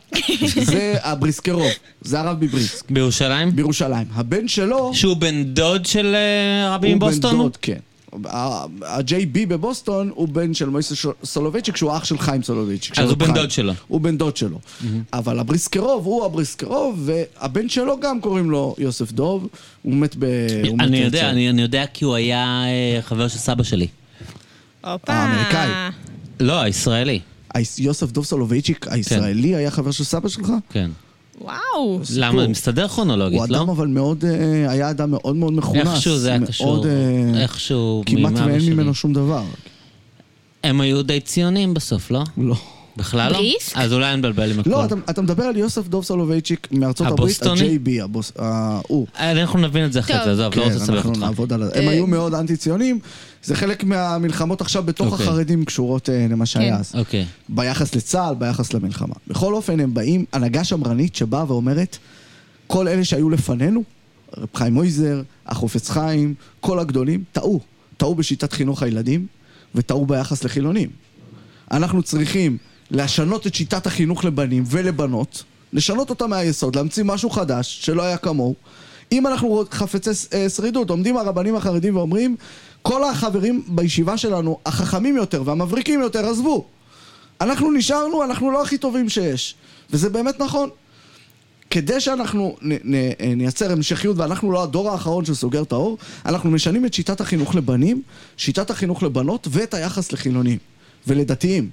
זה הבריסקרוב, זה הרב מבריסק,
בירושלים?
בירושלים. הבן שלו...
שהוא בן דוד של אה, הרבי מבוסטון?
הוא בן דוד, כן. ה- ה-JB בבוסטון הוא בן של מויסס ש- סולובייצ'יק, שהוא אח של חיים סולובייצ'יק. של
אז הוא
רב
בן
חיים.
דוד שלו. Mm-hmm.
הוא בן דוד שלו. אבל הבריסקרוב, הוא הבריסקרוב, והבן שלו גם קוראים לו יוסף דוב. הוא מת ב... כן, הוא מת
אני יודע,
אצל-
אני אני יודע כי הוא היה אה, חבר של סבא שלי.
הופה.
האמריקאי.
לא, הישראלי.
היס- יוסף דוב סולובייצ'יק הישראלי היה חבר של סבא שלך?
כן.
וואו.
למה? זה מסתדר כרונולוגית,
הוא
לא?
אדם אבל מאוד, אה, היה אדם מאוד מאוד מחונס.
איכשהו זה היה
מאוד,
קשור.
אה,
איכשהו...
כמעט
מאמא
ואין
שלי.
ממנו שום דבר.
הם היו די ציונים בסוף, לא?
לא.
בכלל לא?
בריסק?
אז אולי אני מבלבל עם הכל.
לא, אתה- אתה מדבר על יוסף דוב סולובייצ'יק מארצות הברית,
הבוסטוני?
ה-JB, הבוס- ה- הוא.
אה, אנחנו נבין את זה אחרי
טוב.
זה, עזוב, לא רוצה
כן,
לסבך
אנחנו
אותך.
נעבוד על זה. הם היו מאוד אנטי-ציונים, זה חלק מהמלחמות עכשיו בתוך
אוקיי.
החרדים קשורות אה, למה שהיה אז.
אוקיי.
ביחס לצה"ל, ביחס למלחמה. בכל אופן, הם באים, הנהגה שמרנית שבאה ואומרת, כל אלה שהיו לפנינו, רב חיים מויזר, החופץ חיים, כל הגדולים, טעו. טעו בשיטת חינוך הילדים, וטעו ביחס לחילונים. אנחנו צריכים לשנות את שיטת החינוך לבנים ולבנות, לשנות אותה מהיסוד, להמציא משהו חדש שלא היה כמוהו. אם אנחנו חפצי אה, שרידות, עומדים הרבנים החרדים ואומרים, כל החברים בישיבה שלנו, החכמים יותר והמבריקים יותר, עזבו. אנחנו נשארנו, אנחנו לא הכי טובים שיש. וזה באמת נכון. כדי שאנחנו נ, נ, אה, נייצר המשכיות, ואנחנו לא הדור האחרון שסוגר את האור, אנחנו משנים את שיטת החינוך לבנים, שיטת החינוך לבנות ואת היחס לחילונים ולדתיים.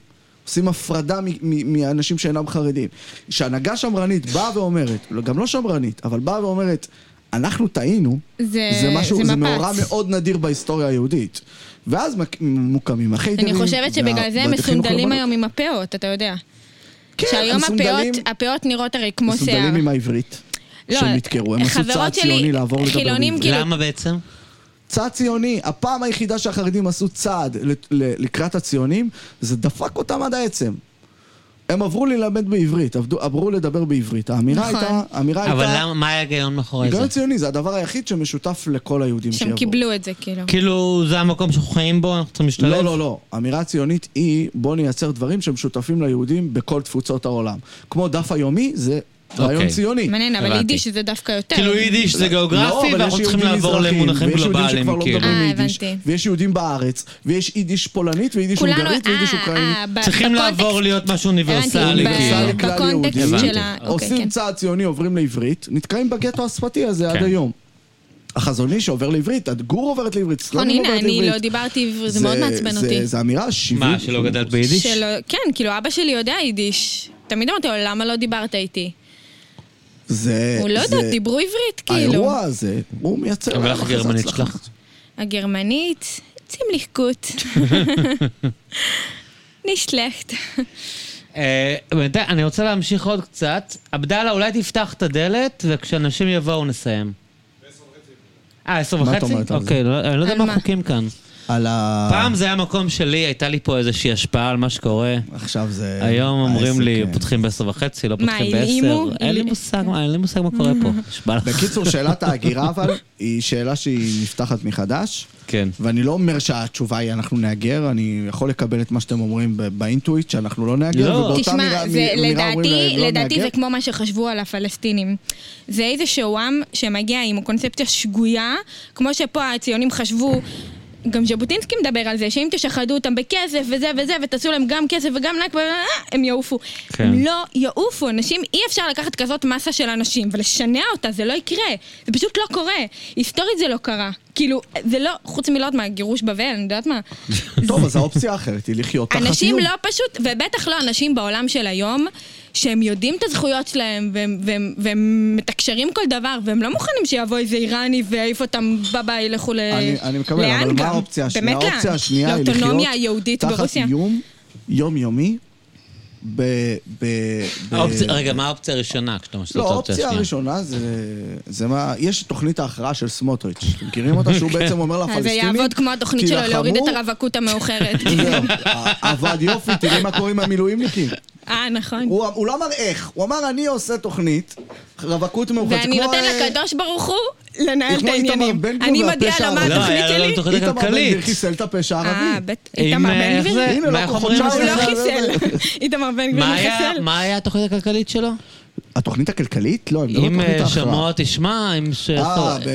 עושים הפרדה מ- מ- מאנשים שאינם חרדים. שהנהגה שמרנית באה ואומרת, גם לא שמרנית, אבל באה ואומרת, אנחנו טעינו,
זה-
זה משהו,
זה
זה
מפץ.
מאורע מאוד נדיר בהיסטוריה היהודית. ואז מק- מוקמים החיידרים.
אני חושבת שבגלל זה הם
והבתי חינוך
מסונדלים
לבנות.
היום עם הפאות, אתה יודע.
כן,
שהיום
מסונדלים-
הפאות, הפאות נראות הרי כמו שיער.
מסודלים עם העברית.
אה, לא,
שהם נתקרו, הם עשו
חברות
צעד
שלי,
ציוני לעבור לדבר
חילונים
בעברית.
כאילו-
למה בעצם?
צעד ציוני, הפעם היחידה שהחרדים עשו צעד ל- ל- לקראת הציונים, זה דפק אותם עד העצם. הם עברו ללמד בעברית, עבדו- עברו לדבר בעברית. האמירה
נכון.
הייתה, האמירה
אבל
הייתה,
למה, מה ההיגיון מאחורי זה?
היגיון ציוני זה הדבר היחיד שמשותף לכל היהודים
שהם
שיבואו.
קיבלו את זה, כאילו.
כאילו, זה המקום שאנחנו חיים בו, אנחנו צריכים להשתלב?
לא, לא, לא. אמירה ציונית היא, בוא נייצר דברים שמשותפים ליהודים בכל תפוצות העולם. כמו דף היומי, זה רעיון
אוקיי.
ציוני.
מעניין, אבל
הבנתי.
יידיש זה דווקא יותר.
כאילו יידיש זה
לא,
גיאוגרפי,
אבל
ואנחנו
יש
צריכים
יהודים
לעבור
מזרחיים,
למונחים
ויש יהודים שכבר
גלובליים,
לא
כאילו.
מדברים
אה,
יידיש,
הבנתי.
ויש יהודים בארץ, ויש יידיש פולנית, ויידיש
כולנו-
הונגרית, ויידיש
אה,
אוקראינית.
אה, ב-
צריכים
בקונטקסט- אה, אוקיי.
לעבור להיות משהו אוניברסלי,
הבנתי,
אוניברסלי
כאילו.
כלל
בקונטקסט
יהודי.
הבנתי.
של ה... אוקיי,
עושים
כן.
צעד ציוני, עוברים לעברית, נתקעים בגטו השפתי הזה עד
כן.
היום. החזוני שעובר לעברית, גור עוברת לעברית,
נכון,
סלונים
הנה,
עוברת
אני
לעברית.
לא דיברתי, עברית, זה מאוד מעצבן
זה-
אותי.
זה אמירה שבעים.
מה, שלא גדלת ביידיש?
שלא- כן, כאילו, אבא שלי יודע יידיש. תמיד אמרתי לו, למה לא דיברת איתי?
זה...
הוא לא יודע,
אה, זה- אה,
דיברו עברית, כאילו.
האירוע הזה, הוא מייצר...
אבל
לנו
איך
אחרי זה
הגרמנית
הצלחה.
שלך?
הגרמנית, ziemlich gut. nicht schlecht.
אה, בינתיים, אני רוצה להמשיך עוד קצת. עבדאללה, אולי תפתח את הדלת, וכשאנשים יבואו נסיים. אה, עשר
מה את
וחצי?
אומרת על זה? אה.
אוקיי, לא- אני לא יודע
על
מה
מה?
החוקים כאן.
על ה...
פעם זה היה מקום שלי, הייתה לי פה איזושהי השפעה על מה שקורה.
עכשיו זה...
היום אומרים
אה, העסק,
לי,
כן.
פותחים בעשר וחצי, לא פותחים
העלימו?
בעשר. אין לי מושג מה- אין לי מושג מה קורה פה. נשבע לך.
בקיצור, שאלת ההגירה אבל, היא שאלה שהיא נפתחת מחדש.
כן.
ואני לא אומר שהתשובה היא אנחנו נהגר, אני יכול לקבל את מה שאתם אומרים ב- באינטואיט, שאנחנו לא נהגר,
לא.
ובאותה
תשמע,
מירה-
זה
מ- מירה אומרים
לדעתי,
להם, "לא
לדעתי
נהגר".
זה כמו מה שחשבו על הפלסטינים. זה איזשהו עם שמגיע עם קונספציה שגויה, כמו שפה הציונים חשבו... גם ז'בוטינסקי מדבר על זה, שאם תשחדו אותם בכסף וזה וזה, ותעשו להם גם כסף וגם נכבה, אה, הם יעופו.
כן.
הם לא יעופו, אנשים, אי אפשר לקחת כזאת מסה של אנשים ולשנע אותה, זה לא יקרה. זה פשוט לא קורה. היסטורית זה לא קרה. כאילו, זה לא, חוץ מלא יודעת מה, גירוש בבל, אני יודעת מה.
טוב, אז האופציה האחרת היא לחיות תחת איום.
אנשים לא פשוט, ובטח לא אנשים בעולם של היום, שהם יודעים את הזכויות שלהם, והם, והם, והם מתקשרים כל דבר, והם לא מוכנים שיבוא איזה איראני ויעיף אותם בביי, ילכו ל...
אני, אני מקבל,
לאן
אבל מה
גם?
האופציה השנייה?
באמת לאן?
האופציה השנייה היא לחיות
לאוטונומיה היהודית
תחת
ברוסיה.
איום יומיומי ב... ב, ב
האופציה- רגע, מה האופציה הראשונה? כשאתה משתתף
אה, לא,
את
האופציה
השנייה?
הראשונה זה, זה מה, יש תוכנית ההכרעה של סמוטריץ', אתם מכירים אותה?
כן.
שהוא בעצם אומר
אז
לפלסטינים,
אה, זה יעבוד כמו התוכנית שלו
"תילחמו",
להוריד את הרווקות המאוחרת.
זהו, לא, עבד יופי, תראי מה קורה עם המילואימניקים.
אה, נכון.
הוא, הוא לא אמר איך, הוא אמר אני עושה תוכנית, רווקות מאוחרת. זה
ואני
כמו,
נותן
אה,
לקדוש ברוך הוא לנהל את
כמו איתמר
העניינים.
בן גביר
אני מודיעה
והפשע
לו מה
הערבי.
לא, היה
התוכנית
לו גם תוכנית
שלי.
איתמר בן גביר
כלכלית.
חיסל את הפשע
אה,
הערבי.
בית-
עם,
איתמר
אה,
בן
איך זה?
גביר.
הנה, לא
מה, איך
כוחות
אומרים
שם,
הוא
לזה?
לא
זה-
חיסל. איתמר בן גביר
מה היה-
מחסל.
מה היה התוכנית הכלכלית שלו?
התוכנית הכלכלית? לא, הם לא
אם
תוכנית
אה,
ההכרעה.
שמוע תשמע, אם ש...
אה, ב-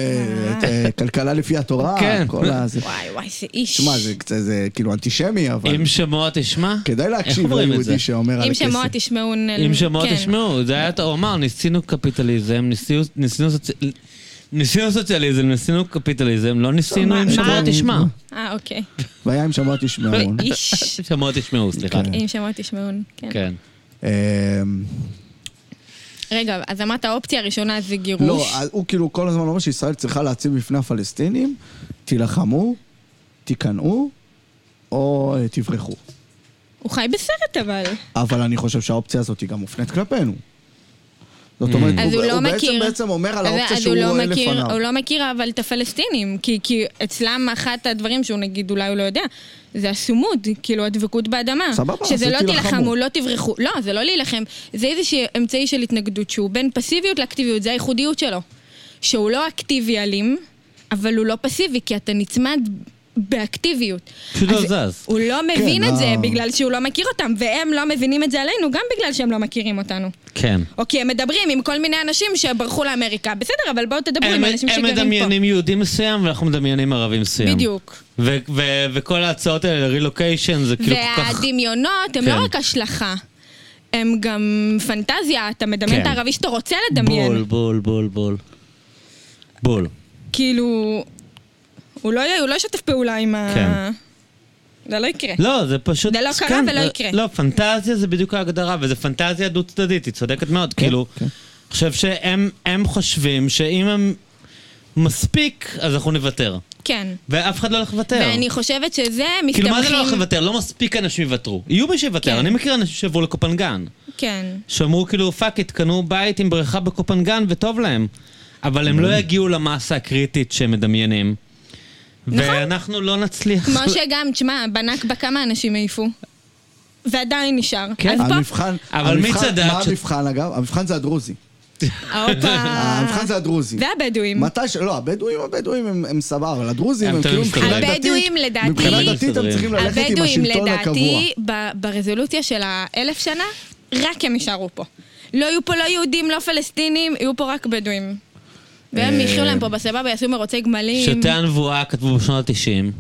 אה, כלכלה לפי התורה,
כן.
כל ה... זה-
וואי וואי, זה איש.
שמע, זה קצת, זה כאילו אנטישמי, אבל
אם שמוע תשמע?
כדאי
איך
להקשיב
אומרים את זה?
ליהודי שאומר על הכסף.
אם שמוע תשמעו... נ-
אם שמוע
כן.
תשמעו, זה היה, הוא אמר, ניסינו קפיטליזם, ניסינו- ניסינו סוצ- ניסינו סוציאליזם, ניסינו קפיטליזם, לא ניסינו
מה-
אם שמוע
מה-
תשמע.
אה, אוקיי.
והיה אם שמוע תשמעו.
איש.
שמוע תשמעו, סליחה.
נכון. כן.
אם שמוע תשמעו, כן.
כן.
אמ,
רגע, אז אמרת האופציה הראשונה זה גירוש.
לא, אז הוא כאילו כל הזמן אומר שישראל צריכה להציב בפני הפלסטינים, תילחמו, תיכנעו, או אה, תברחו.
הוא חי בסרט אבל.
אבל אני חושב שהאופציה הזאת היא גם מופנית כלפינו. זאת אומרת,
אז הוא
הוא
לא
הוא בעצם
מכיר.
בעצם אומר על
אז-
האופציה
אז
שהוא
הוא לא
רואה
מכיר-
לפניו.
הוא לא מכיר אבל את הפלסטינים, כי- כי אצלם אחת הדברים שהוא נגיד אולי הוא לא יודע, זה הסומוד, כאילו הדבקות באדמה.
סבבה, אז
שזה
זה כאילו
לא
תילחמו.
תילחמו, לא תברחו. לא, זה לא להילחם. זה איזשהו אמצעי של התנגדות שהוא בין פסיביות לאקטיביות, זה הייחודיות שלו. שהוא לא אקטיבי אלים, אבל הוא לא פסיבי, כי אתה נצמד באקטיביות.
פשוט
אז
לא זז.
הוא לא מבין
כן,
את זה
אה.
בגלל שהוא לא מכיר אותם, והם לא מבינים את זה עלינו גם בגלל שהם לא מכירים אותנו.
כן.
או כי הם מדברים עם כל מיני אנשים שברחו לאמריקה. בסדר, אבל בואו תדברו
הם
עם אנשים
הם
שגרים פה.
מדמיינים יהודים מסוים, ואנחנו מדמיינים ערבים מסוים.
בדיוק.
ו- ו- וכל ההצעות האלה לרילוקיישן זה כאילו כל כך...
והדמיונות הם
כן.
לא רק השלכה, הם גם פנטזיה, אתה מדמיין את
כן.
הערבי שאתה רוצה
בול,
לדמיין.
בול, בול, בול. בול.
כאילו, הוא לא הוא לא ישתף פעולה עם ה...
כן.
זה לא יקרה.
לא, זה פשוט...
זה לא קרה
כן,
ולא
זה-
יקרה.
לא, פנטזיה זה בדיוק ההגדרה, וזה פנטזיה דו-צדדית, היא צודקת מאוד. כאילו, אני חושב שהם הם חושבים שאם הם מספיק, אז אנחנו נוותר.
כן.
ואף אחד לא הולך לוותר.
ואני חושבת שזה מסתמכים...
כאילו, מה זה לא הולך לוותר? לא מספיק אנשים יוותרו. יהיו מי שיוותר.
כן.
אני מכיר אנשים שעברו לקופנגן.
כן.
שאמרו כאילו, פאק איט, קנו בית עם בריכה בקופנגן וטוב להם. אבל הם לא יגיעו למאסה הקריטית שהם מדמיינים.
נכון.
ואנחנו לא נצליח...
כמו שגם, תשמע, בנכבה כמה אנשים העיפו. ועדיין נשאר.
כן.
אז פה...
המבחן,
אבל מי
המבחן-
צדק
מה
ש-
המבחן אגב? המבחן זה הדרוזי. המבחן
ההופה.
זה הדרוזי.
והבדואים.
מתי ש... לא, הבדואים, הבדואים הם, הם סבבה, אבל הדרוזים
הם
הם כאילו
תמיד
מבחינה
מסתדרים.
דתית...
הבדואים, לדעתי-
מבחינה דתית הם
מסתדרים.
צריכים ללכת עם
הבדואים,
השלטון הקבוע.
לדעתי, ב- ברזולוציה של האלף שנה, רק הם יישארו פה. לא יהיו פה לא יהודים, לא פלסטינים, יהיו פה רק בדואים.
אה.
והם יחיו להם פה בסבבה, יעשו מרוצי גמלים.
שתי הנבואה כתבו בשנות ה-90.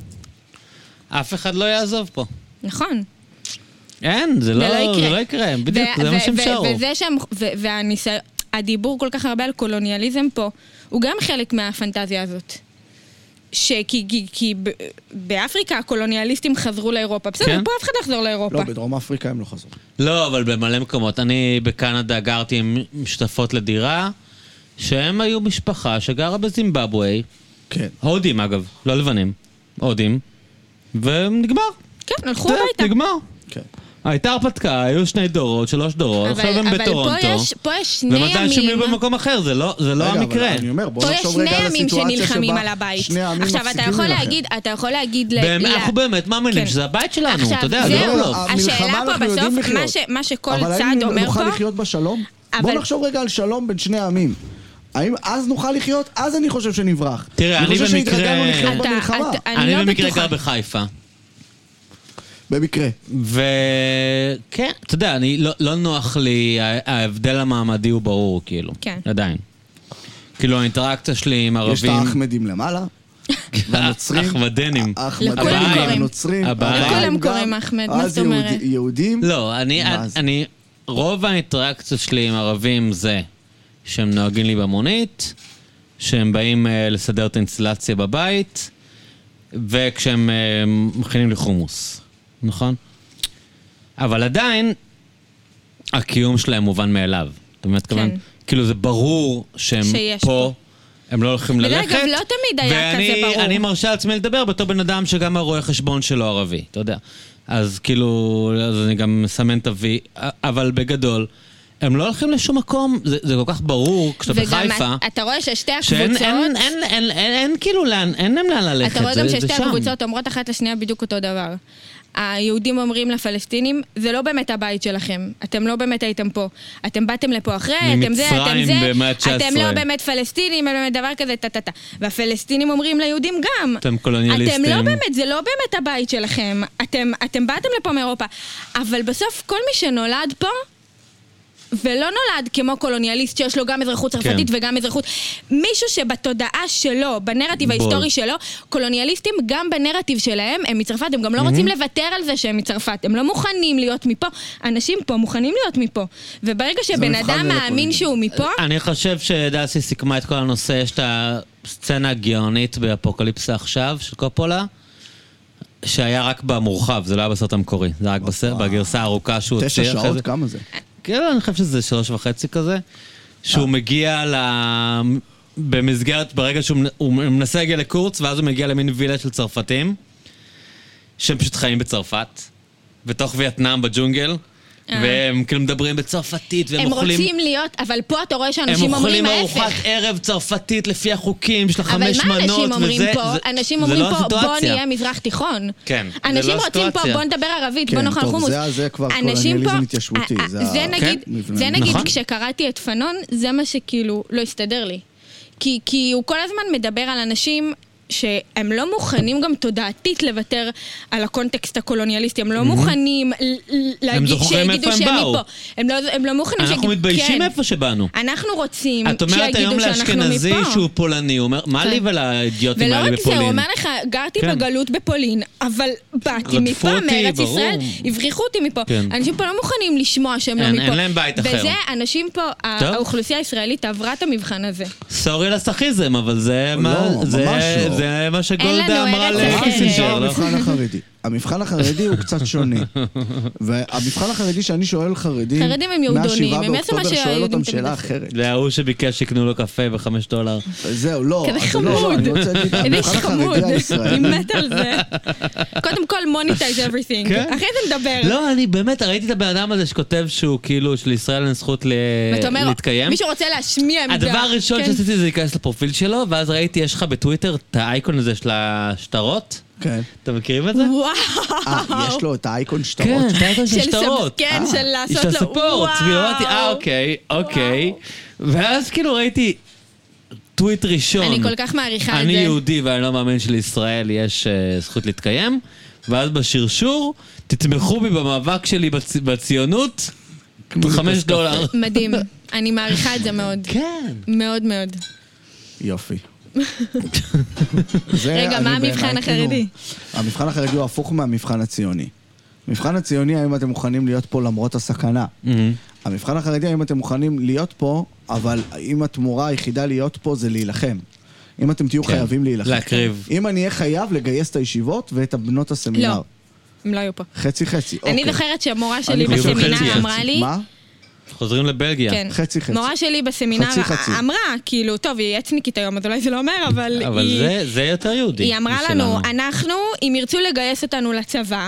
אף אחד לא יעזוב פה.
נכון.
אין, זה
זה לא
לא,
יקרה.
זה לא יקרה, בדיוק,
ו-
זה
ו-
מה שהם
ו-
שרו.
וזה שהם, ו- והניסיון, הדיבור כל כך הרבה על קולוניאליזם פה, הוא גם חלק מהפנטזיה הזאת. שכי כי, כי ב- באפריקה הקולוניאליסטים חזרו לאירופה. בסדר,
כן.
פה אף אחד לא יחזור לאירופה.
לא, בדרום אפריקה הם לא חזרו.
לא, אבל במלא מקומות. אני בקנדה גרתי עם משותפות לדירה, שהם היו משפחה שגרה בזימבבואה,
כן.
הודים אגב, לא לבנים, הודים, ונגמר.
כן, הלכו הביתה.
נגמר.
כן.
אה, הייתה הרפתקה, היו שני דורות, שלוש דורות, עכשיו הם
אבל
בטורונטו.
פה יש, פה יש שני
ומתי שהם יהיו
עמים.
במקום אחר, זה לא, זה לא
רגע, אבל
המקרה.
אני אומר, בואו
פה יש
נחשוב
שני
רגע על
עמים
הסיטואציה
שנלחמים
שבה
על הבית.
שני העמים
עכשיו, אתה
מפסיקים
יכול
להילחם.
להגיד, אתה יכול להגיד... ל-
באמת,
ל-
אנחנו באמת מאמינים
כן.
שזה הבית שלנו,
עכשיו,
אתה
אה,
יודע, זה
זהו,
לא בלוף.
השאלה
המלחמה
פה
אנחנו יודעים
בסוף, מה
לחיות.
ש- מה שכל
אבל
צד
האם
אומר
נוכל
פה...
לחיות בשלום?
אבל-
בואו נחשוב רגע על שלום בין שני העמים. האם אז נוכל לחיות? אז אני חושב שנברח.
תראה, אני
אני חושב
במקרה-
שהתרגלנו לחיות
אתה-
במלחמה.
אתה- אני
אני
לא
במקרה
בטוחה.
גר בחיפה.
במקרה.
וכן, אתה יודע, אני, לא, לא נוח לי, ה- ההבדל המעמדי הוא ברור, כאילו.
כן.
עדיין. כאילו, האינטראקציה שלי עם ערבים...
יש את האחמדים למעלה. והנוצרים.
אחמדנים.
האחמדים,
לכולם
הבעיים.
קוראים.
הנוצרים.
הבעיים.
לכולם
גם-
קוראים אחמד, מה
אז
זאת אומרת?
יהודי- יהודים.
לא, אני,
מה זה?
אני... רוב האינטראקציות שלי עם ערבים זה שהם נוהגים לי במונית, שהם באים אה, לסדר את האינסטלציה בבית, וכשהם אה, מכינים לי חומוס, נכון? אבל עדיין, הקיום שלהם מובן מאליו. אתה מבין מה אתכוון?
כן.
כאילו זה ברור שהם
שיש
פה.
פה.
הם לא הולכים
ואגב,
ללכת.
לא תמיד היה כזה ברור.
ואני מרשה לעצמי לדבר בתור בן אדם שגם הרואה חשבון שלו ערבי, אתה יודע. אז כאילו, אז אני גם מסמן את ה-V, אבל בגדול, הם לא הולכים לשום מקום, זה, זה כל כך ברור כשאתה
וגם
בחיפה,
אתה רואה ששתי
שאין
הקבוצות...
אין, אין, אין, אין, אין, אין כאילו לאן, אין להם לאן ללכת,
אתה רואה גם
זה- זה
ששתי
שם.
הקבוצות אומרות אחת לשנייה בדיוק אותו דבר. היהודים אומרים לפלסטינים, זה לא באמת הבית שלכם, אתם לא באמת הייתם פה. אתם באתם לפה אחרי, אתם זה, אתם
ממצרים
זה,
במאה ה-19.
אתם לא באמת פלסטינים, אין באמת דבר כזה, טה-טה-טה. והפלסטינים אומרים ליהודים גם.
אתם קולוניאליסטים.
אתם לא באמת, זה לא באמת הבית שלכם. אתם, אתם באתם לפה מאירופה. אבל בסוף כל מי שנולד פה, ולא נולד כמו קולוניאליסט שיש לו גם אזרחות צרפתית
כן.
וגם אזרחות... מישהו שבתודעה שלו, בנרטיב
בול.
ההיסטורי שלו, קולוניאליסטים גם בנרטיב שלהם הם מצרפת, הם גם לא רוצים לוותר על זה שהם מצרפת, הם לא מוכנים להיות מפה. אנשים פה מוכנים להיות מפה. וברגע
לא
שבן
מבחן
אדם
ללא
מאמין
פוליטיקה.
שהוא מפה...
אני חושב שדסי סיכמה את כל הנושא, יש את הסצנה הגאונית באפוקליפסה עכשיו של קופולה, שהיה רק במורחב, זה לא היה בסרט המקורי, זה היה רק בסרט, בגרסה הארוכה שהוא הוציא.
תשע
אחרי זה.
שעות, כמה זה?
כן, אני חושב שזה שלוש וחצי כזה,
אה.
שהוא מגיע ל... במסגרת, ברגע שהוא מנ- הוא מנסה להגיע לקורץ, ואז הוא מגיע למין וילה של צרפתים, שהם פשוט חיים בצרפת, בתוך וייטנאם בג'ונגל, והם כאילו מדברים בצרפתית, והם
אה. הם
אוכלים...
רוצים להיות, אבל פה אתה רואה
הם
שאנשים
אוכלים
אומרים ההפך.
ארוחת ערב צרפתית לפי החוקים של
אבל
החמש מנות,
מה אנשים אומרים
וזה-
פה?
זה-
אנשים
זה
אומרים
לא
פה, בוא
הסיטואציה."
נהיה מזרח תיכון.
כן, זה
אנשים
לא
רוצים פה,
הסיטואציה.
בוא נדבר ערבית, בוא
כן,
נאכל
טוב,
חומוס.
זה- זה כבר
אנשים
קולוניאליזם
פה-
התיישבותי,
אה, אה,
זה ה- כן,
זה נגיד,
המבנה.
זה נגיד,
נכון.
כשקראתי את פנון, זה מה שכאילו לא הסתדר לי. כי כי הוא כל הזמן מדבר על אנשים... שהם לא מוכנים גם תודעתית לוותר על הקונטקסט הקולוניאליסטי, הם לא מוכנים ל- ל- להגיד
זוכרים
שיגידו
איפה הם
שהם
באו.
מפה. הם לא- הם לא מוכנים שיגידו, כן.
אנחנו מתביישים איפה שבאנו.
אנחנו רוצים
את אומרת היום
שיגידו שאנחנו
לאשכנזי
מפה.
שהוא פולני, הוא אומר, מה
כן.
לי ולאידיוטים
ולא
האלה
רק זה, הוא
בפולין?
אומר לך, גרתי
כן.
בגלות בפולין, אבל באתי
רדפו
מפה,
אותי,
מארץ
ברור.
ישראל, הבריחו אותי מפה.
כן.
אנשים פה לא מוכנים לשמוע שהם לא
אין-
מפה.
אין להם בית אחר.
וזה, אנשים פה, ה-
טוב.
האוכלוסייה הישראלית עברה את המבחן הזה.
סורי לסכיזם, אבל זה מה-
ממש
זה-
לא.
זה מה
אין לנו
שגולדה אמרה
ארץ
מה
אחרת.
לקיסינג'ר,
המבחן
לא?
המבחן החרדי? המבחן החרדי הוא קצת שונה. והמבחן החרדי שאני שואל חרדים...
חרדים הם יהודונים,
מהשבעה
הם יעשו מה
באוקטובר שואל
שהיהודים
אותם
תמיד
שאלה
עשו.
אחרת.
זה ההוא שביקש שיקנו לו קפה בחמש דולר.
כן.
זהו, לא.
כזה
אז לא, לא,
חמוד.
אני רוצה להגיד,
איזה איש
המבחן
חמוד.
החרדי
אני
הישראלי...
מת על זה. קודם כל, מוניטייז אבריסינג.
כן.
אחרי זה נדבר.
לא, אני באמת, ראיתי את הבן אדם הזה שכותב שהוא כאילו, שלישראל אין זכות ל-
ואתה אומר,
אה, להתקיים.
מי שרוצה להשמיע עמדה.
הדבר הראשון
כן.
שעשיתי זה להיכנס לפרופיל שלו, ואז ראיתי, יש לך בטוויטר את האייקון הזה של השטרות?
כן.
אתם מכירים את זה?
וואו.
אה, יש לו את האייקון
כן,
שטרות.
את האייקון של
של
שטרות.
כן,
אה,
של
יש
לעשות
לה
לו
ספורט, ואמרתי, אה, אוקיי, אוקיי. ואז כאילו ראיתי טוויט ראשון.
אני כל כך מעריכה את זה.
נכון. אני יהודי ואני לא מאמין שלישראל יש אה, זכות להתקיים, ואז בשרשור, תתמכו בי במאבק שלי בצ- בציונות, חמש דולר.
מדהים. אני מעריכה את זה מאוד.
כן.
מאוד מאוד.
יופי. זה
רגע,
אני
מה המבחן
בעיניי, כאילו,
החרדי?
המבחן החרדי הוא הפוך מהמבחן הציוני. המבחן הציוני, האם אתם מוכנים להיות פה למרות הסכנה?
Mm-hmm.
המבחן החרדי, האם אתם מוכנים להיות פה, אבל אם התמורה היחידה להיות פה זה להילחם. אם אתם תהיו
כן,
חייבים להילחם.
להקריב.
אם אני אהיה חייב לגייס את הישיבות ואת הבנות הסמינר.
לא. הם לא היו פה.
חצי חצי, אוקיי.
אני זוכרת שהמורה שלי
חושב-
חצי,
בסמינר אמרה
חצי.
לי...
מה?
חוזרים לבלגיה.
כן.
חצי, חצי.
מורה שלי בסמינר
חצי, חצי.
אמרה, כאילו, טוב, היא יצניקית היום, אז אולי זה לא אומר, אבל היא...
אבל זה, זה יותר יהודי.
היא אמרה
משלנו.
לנו, אנחנו, אם ירצו לגייס אותנו לצבא,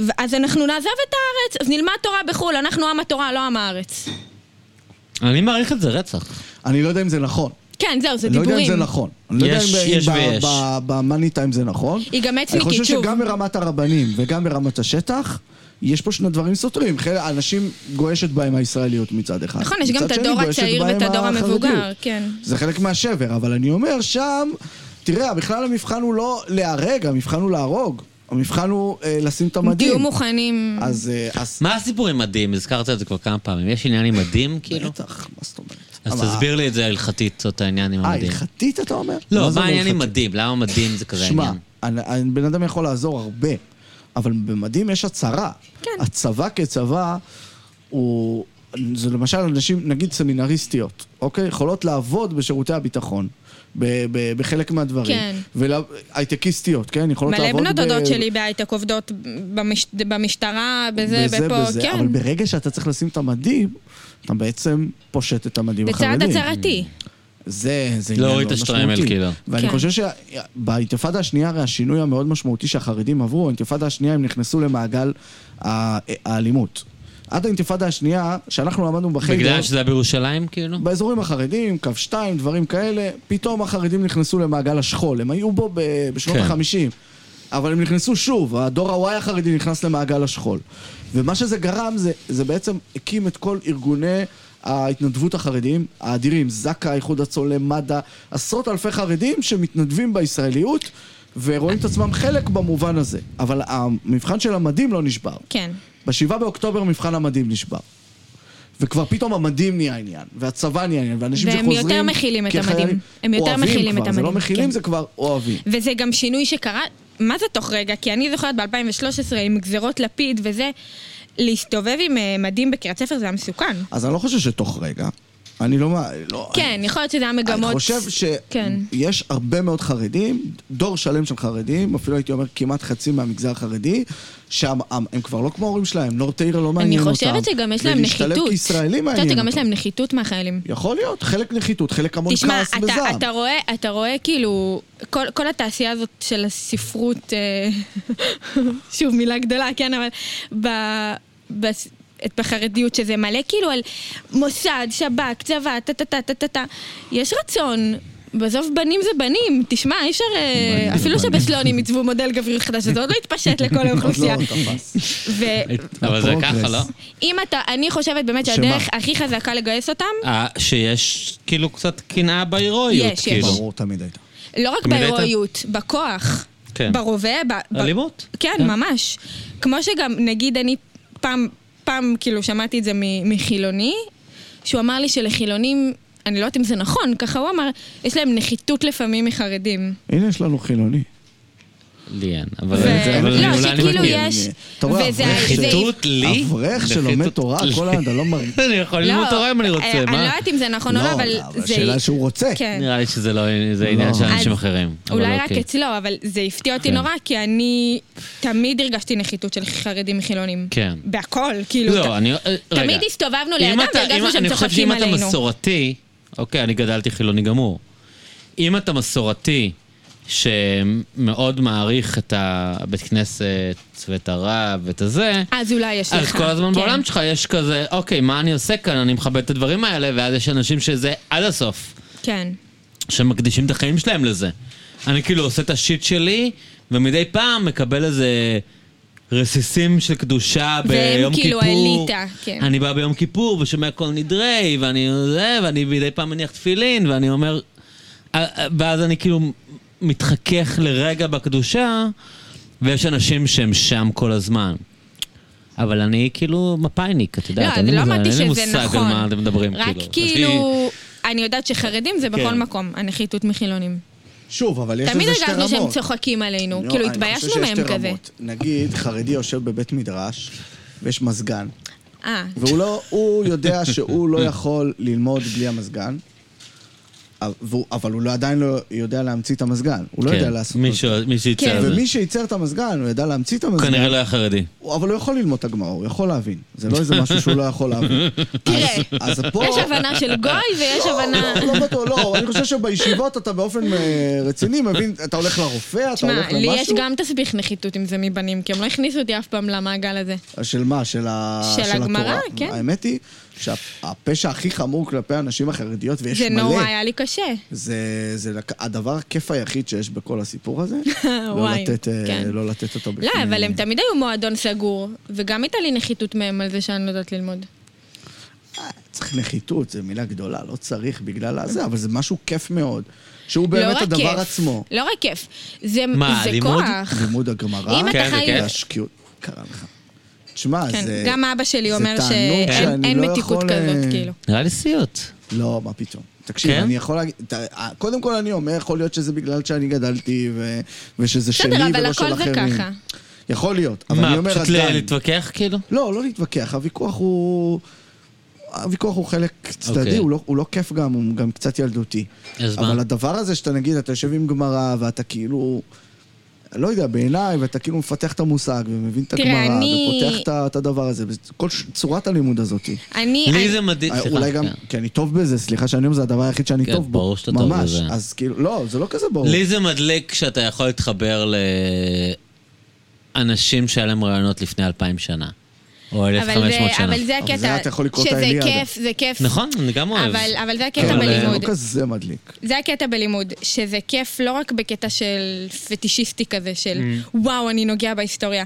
ו- אז אנחנו נעזוב את הארץ, אז נלמד תורה בחו"ל, אנחנו עם התורה, לא עם הארץ.
אני מעריך את זה רצח.
אני לא יודע אם זה נכון.
כן, זהו, זה
אני לא יודע אם
דיבורים.
זה נכון. אני לא יודע
יש-
אם
יש
ב-
ויש.
ב- במאני טיים זה נכון.
היא גם
אני
עצניקית,
חושב
שוב.
שגם ברמת הרבנים וגם ברמת השטח, יש פה שני דברים סותרים. חלק- אנשים גועשת בהם הישראליות מצד אחד.
נכון, יש גם
מצד
את
שני,
הדור
גועשת
הצעיר ואת
בהם
הדור
החרדיות.
המבוגר, כן.
זה חלק מהשבר, אבל אני אומר שם, תראה, בכלל המבחן הוא לא להרג, המבחן הוא להרוג. המבחן הוא אה, לשים את המדים.
תהיו מוכנים.
אז... אה, אז...
מה הסיפור עם מדים? הזכרת את זה כבר כמה פעמים. יש עניין עם מדים, כאילו?
בטח, מה זאת אומרת?
אז
אבל-
תסביר לי את זה הלכתית, זאת העניין עם
אה,
המדים.
הלכתית אתה אומר?
לא,
זה
מה העניין עם
הלכתית?
מדים? למה מדים זה כזה
שמע,
עניין?
אני- אני- בן אדם יכול לעזור הרבה, אבל במדים יש הצהרה. כן. הצבא כצבא הוא... זה למשל אנשים, נגיד סמינריסטיות, אוקיי? יכולות לעבוד בשירותי הביטחון. ב- ב- בחלק מהדברים.
כן.
והייטקיסטיות, כן? יכולות
מלא
לעבוד
בנות
ב-
דודות שלי בהייטק עובדות במש- במשטרה, בזה,
בזה,
בפה,
בזה.
כן.
אבל ברגע שאתה צריך לשים את המדים, אתה בעצם פושט את המדים החרדים.
בצעד הצהרתי.
זה, זה עניין
להוריד
מאוד
את השטריימל,
משמעותי.
כאילו.
ואני
כן.
חושב שבאינתיפאדה השנייה, הרי השינוי המאוד משמעותי שהחרדים עברו, האינתיפאדה השנייה הם נכנסו למעגל ה- האלימות. עד האינתיפאדה השנייה, שאנחנו למדנו בחדר,
בגלל שזה היה בירושלים, כאילו?
באזורים החרדים, קו 2, דברים כאלה, פתאום החרדים נכנסו למעגל השכול. הם היו בו ב- בשנות
כן.
ה-50. אבל הם נכנסו שוב, הדור ה-Y החרדי נכנס למעגל השכול. ומה שזה גרם, זה, זה בעצם הקים את כל ארגוני ההתנדבות החרדיים האדירים, זק"א, איחוד הצולם, מד"א, עשרות אלפי חרדים שמתנדבים בישראליות ורואים את עצמם חלק במובן הזה. אבל המבחן של המדים לא נשבר.
כן.
ב-7 באוקטובר מבחן המדים נשבר. וכבר פתאום המדים נהיה עניין, והצבא נהיה עניין, ואנשים
והם
שחוזרים...
יותר מכילים את
כחיילים,
המדים. הם יותר
אוהבים
מכילים
כבר,
את
זה לא
המדים,
מכילים,
כן.
זה כבר אוהבים.
וזה גם שינוי שקרה, מה זה תוך רגע? כי אני זוכרת ב-2013 עם גזרות לפיד וזה, להסתובב עם אה, מדים בקריית ספר זה היה מסוכן.
אז אני לא חושב שתוך רגע. אני לא... מה- לא
כן, יכול להיות שזה היה מגמות...
אני חושב
כן.
שיש הרבה מאוד חרדים, דור שלם של חרדים, אפילו הייתי אומר כמעט חצי מהמגזר החרדי, שהם הם כבר לא כמו ההורים שלהם, נורט העיר לא
אני
מעניין אותם.
חושבת שגם יש להם נחיתות.
ולהשתלב כישראלים
אני חושבת
מעניין
שגם יש
אותם.
להם נחיתות מהחיילים.
יכול להיות, חלק נחיתות, חלק המון
תשמע,
כעס
אתה-
וזעם.
אתה רואה, אתה רואה כאילו, כל, כל התעשייה הזאת של הספרות, אה, שוב מילה גדולה, כן, אבל ב, בס- את בחרדיות שזה מלא כאילו על מוסד, שב"כ, צבא, טה טה טה טה טה טה, יש רצון. בסוף בנים זה בנים, תשמע, אי אפשר... אה,
בנים זה
אפילו
בנים.
שבסלונים עיצבו מודל גבריות חדש, זה עוד לא התפשט לכל
עוד לא
האוכלוסייה.
תפס.
ואם
אבל זה
הפרוגרס.
ככה, לא?
אתה, אני חושבת באמת
שמה?
שהדרך הכי חזקה לגייס אותם,
אה, שיש כאילו קצת קנאה בהירואיות,
יש, יש.
כאילו.
ברור, תמיד הייתה.
לא רק
מילאת?
בהירואיות, בכוח.
כן.
ברובה. ב- ב-
אלימות.
כן,
כן.
ממש. כמו שגם, נגיד, אני פעם, פעם כאילו שמעתי את זה מ- מחילוני, שהוא אמר לי שלחילונים, אני לא יודעת אם זה נכון, ככה הוא אמר, יש להם נחיתות לפעמים מחרדים.
הנה יש לנו חילוני.
ליאן.
ו-
אבל זה- אבל
לא,
אולי אני
שכאילו
מכיר.
יש...
אתה רואה,
וזה-
אברך
זה-
חיתות לי?
אברך שלומד
וחיתות
תורה,
לי.
כל היום, אתה לא מרגיש...
אני יכול ללמוד תורה אם אני
אה,
רוצה,
אני לא
מה?
יודעת אם זה נכון או לא, אבל זה...
השאלה שהוא רוצה.
כן.
נראה לי שזה לא, זה עניין של
אז
אנשים אחרים.
אולי
אבל
רק
אוקיי.
אצלו, אבל זה הפתיע אותי
כן.
נורא, כי אני תמיד הרגשתי נחיתות של חרדים מחילונים.
כן.
בהכל, כאילו.
לא,
ת-
אני... אה, רגע.
תמיד הסתובבנו
אם
לידם
אתה-
והרגשנו
אם-
שהם
אני חושב
צוחקים
שאם אתה
עלינו.
מסורתי, אוקיי, אני גדלתי חילוני גמור. אם אתה מסורתי שמאוד מעריך את הבית כנסת ואת הרב ואת הזה,
אז אולי יש לך.
אז כל הזמן
כן.
בעולם שלך יש כזה, אוקיי, מה אני עושה כאן? אני מכבד את הדברים האלה, ואז יש אנשים שזה עד הסוף,
כן.
שמקדישים את החיים שלהם לזה. אני כאילו עושה את השיט שלי, ומדי פעם מקבל איזה רסיסים של קדושה
והם
ביום
כאילו
כיפור.
האליטה, כן.
אני בא ביום כיפור ושומע כל נדרי, ואני זה, ואני מדי פעם מניח תפילין, ואני אומר... אה, אה, ואז אני כאילו מתחכך לרגע בקדושה, ויש אנשים שהם שם כל הזמן. אבל אני כאילו מפאיניק, את
לא,
יודעת,
אני לא
מבין,
אמרתי
אין לי
שזה
מושג
נכון.
על מה אתם מדברים,
רק
כאילו. אז
כאילו... אני יודעת שחרדים זה בכל
כן.
מקום, הנחיתות מחילונים.
שוב, אבל יש לזה שתי
תמיד
רמות.
הרגשנו שהם צוחקים עלינו,
לא,
כאילו
אני
התביישנו
חושב שיש
מהם
שתי
כזה.
רמות. נגיד, חרדי יושב בבית מדרש, ויש מזגן.
אה,
והוא לא, הוא יודע שהוא לא יכול ללמוד בלי המזגן, אבל- אבל הוא לא- עדיין לא יודע להמציא את המזגן. הוא לא
כן.
יודע לעשות את
מישהו-
זה.
מי שייצר
כן.
את זה.
ומי שייצר את המזגן, הוא ידע להמציא את המזגן,
כנראה לא היה חרדי.
הוא- אבל הוא יכול ללמוד את הגמרא, הוא יכול להבין. זה לא איזה משהו שהוא לא יכול להבין.
תראה,
אז אז אה, פה...
יש הבנה של גוי ויש הבנה...
לא, לא בטוח, לא, אני חושב שבישיבות אתה באופן אה, רציני מבין, אתה הולך לרופא, אתה הולך
תשמע, לי יש
למשהו.
גם תסביך נחיתות אם זה מבנים, כי הם לא הכניסו אותי אף פעם למעגל הזה.
של מה? של, ה...
של
התורה?
הגמרא, כן.
האמת היא שהפשע הכי חמור כלפי הנשים החרדיות, ויש
זה
מלא,
נורא היה לי קשה.
זה, זה לק... הדבר הכיף היחיד שיש בכל הסיפור הזה. לא,
וואי,
לתת, אה,
כן.
לא לתת אותו בפנים.
לא, אבל הם תמיד היו מועדון סגור, וגם הייתה לי נחיתות מהם על זה שאני לא יודעת ללמוד.
אה, צריך נחיתות, זו מילה גדולה, לא צריך בגלל הזה, אבל זה משהו כיף מאוד. שהוא באמת
לא רק
הדבר
כיף.
עצמו.
לא רק כיף. זה
מה,
זה
לימוד?
כוח.
לימוד הגמרא,
אם אתה
כן, זה
חי...
כיף.
והשקיעות, קרה לך. תשמע,
כן,
זה...
גם אבא שלי
זה
אומר
תענוג
שאין
שאני
אין
לא
מתיקות
יכול, אה,
כזאת, כאילו.
נראה לי סיוט.
לא, מה פתאום. תקשיב,
כן?
אני יכול להגיד... ת- אה, קודם כל אני אומר, יכול להיות שזה בגלל שאני גדלתי, ו- ושזה שלי
בסדר, אבל
ולא של
הכל זה
אחרים.
ככה.
יכול להיות, אבל אני
מה,
אומר
פשוט ל-
עדיין.
להתווכח כאילו?
לא, לא להתווכח, הוויכוח הוא... הוויכוח הוא חלק צדדי,
אוקיי.
הוא לא- הוא לא כיף גם, הוא גם קצת ילדותי.
אז מה?
אבל הדבר הזה שאתה נגיד, אתה יושב עם גמרא, ואתה כאילו... לא יודע, בעיניי, ואתה כאילו מפתח את המושג, ומבין את
תראה,
הגמרא,
אני-
ופותח את ה- את הדבר הזה, כל ש- צורת הלימוד הזאת.
אני...
לי
אני-
זה מדהים,
אה,
סליחה.
אולי גם,
כן.
כי אני טוב בזה, סליחה שאני אומר, זה הדבר היחיד שאני
כן,
טוב בו.
ברור שאתה טוב
ממש,
בזה.
אז כאילו, לא, זה לא כזה ברור.
לי זה מדליק שאתה יכול להתחבר לאנשים שהיה להם רעיונות לפני אלפיים שנה. או
אבל
1500
זה-
שנה.
אבל זה
אבל זה
הקטע,
אתה יכול לקרוא את
שזה
האליאדה.
כיף, זה כיף.
נכון, אני גם אוהב.
אבל אבל זה
כן,
הקטע
אבל-
זה
בלימוד.
לא כזה מדליק.
זה הקטע בלימוד, שזה כיף לא רק בקטע של פטישיסטי כזה,
Mm.
של וואו, אני נוגע בהיסטוריה.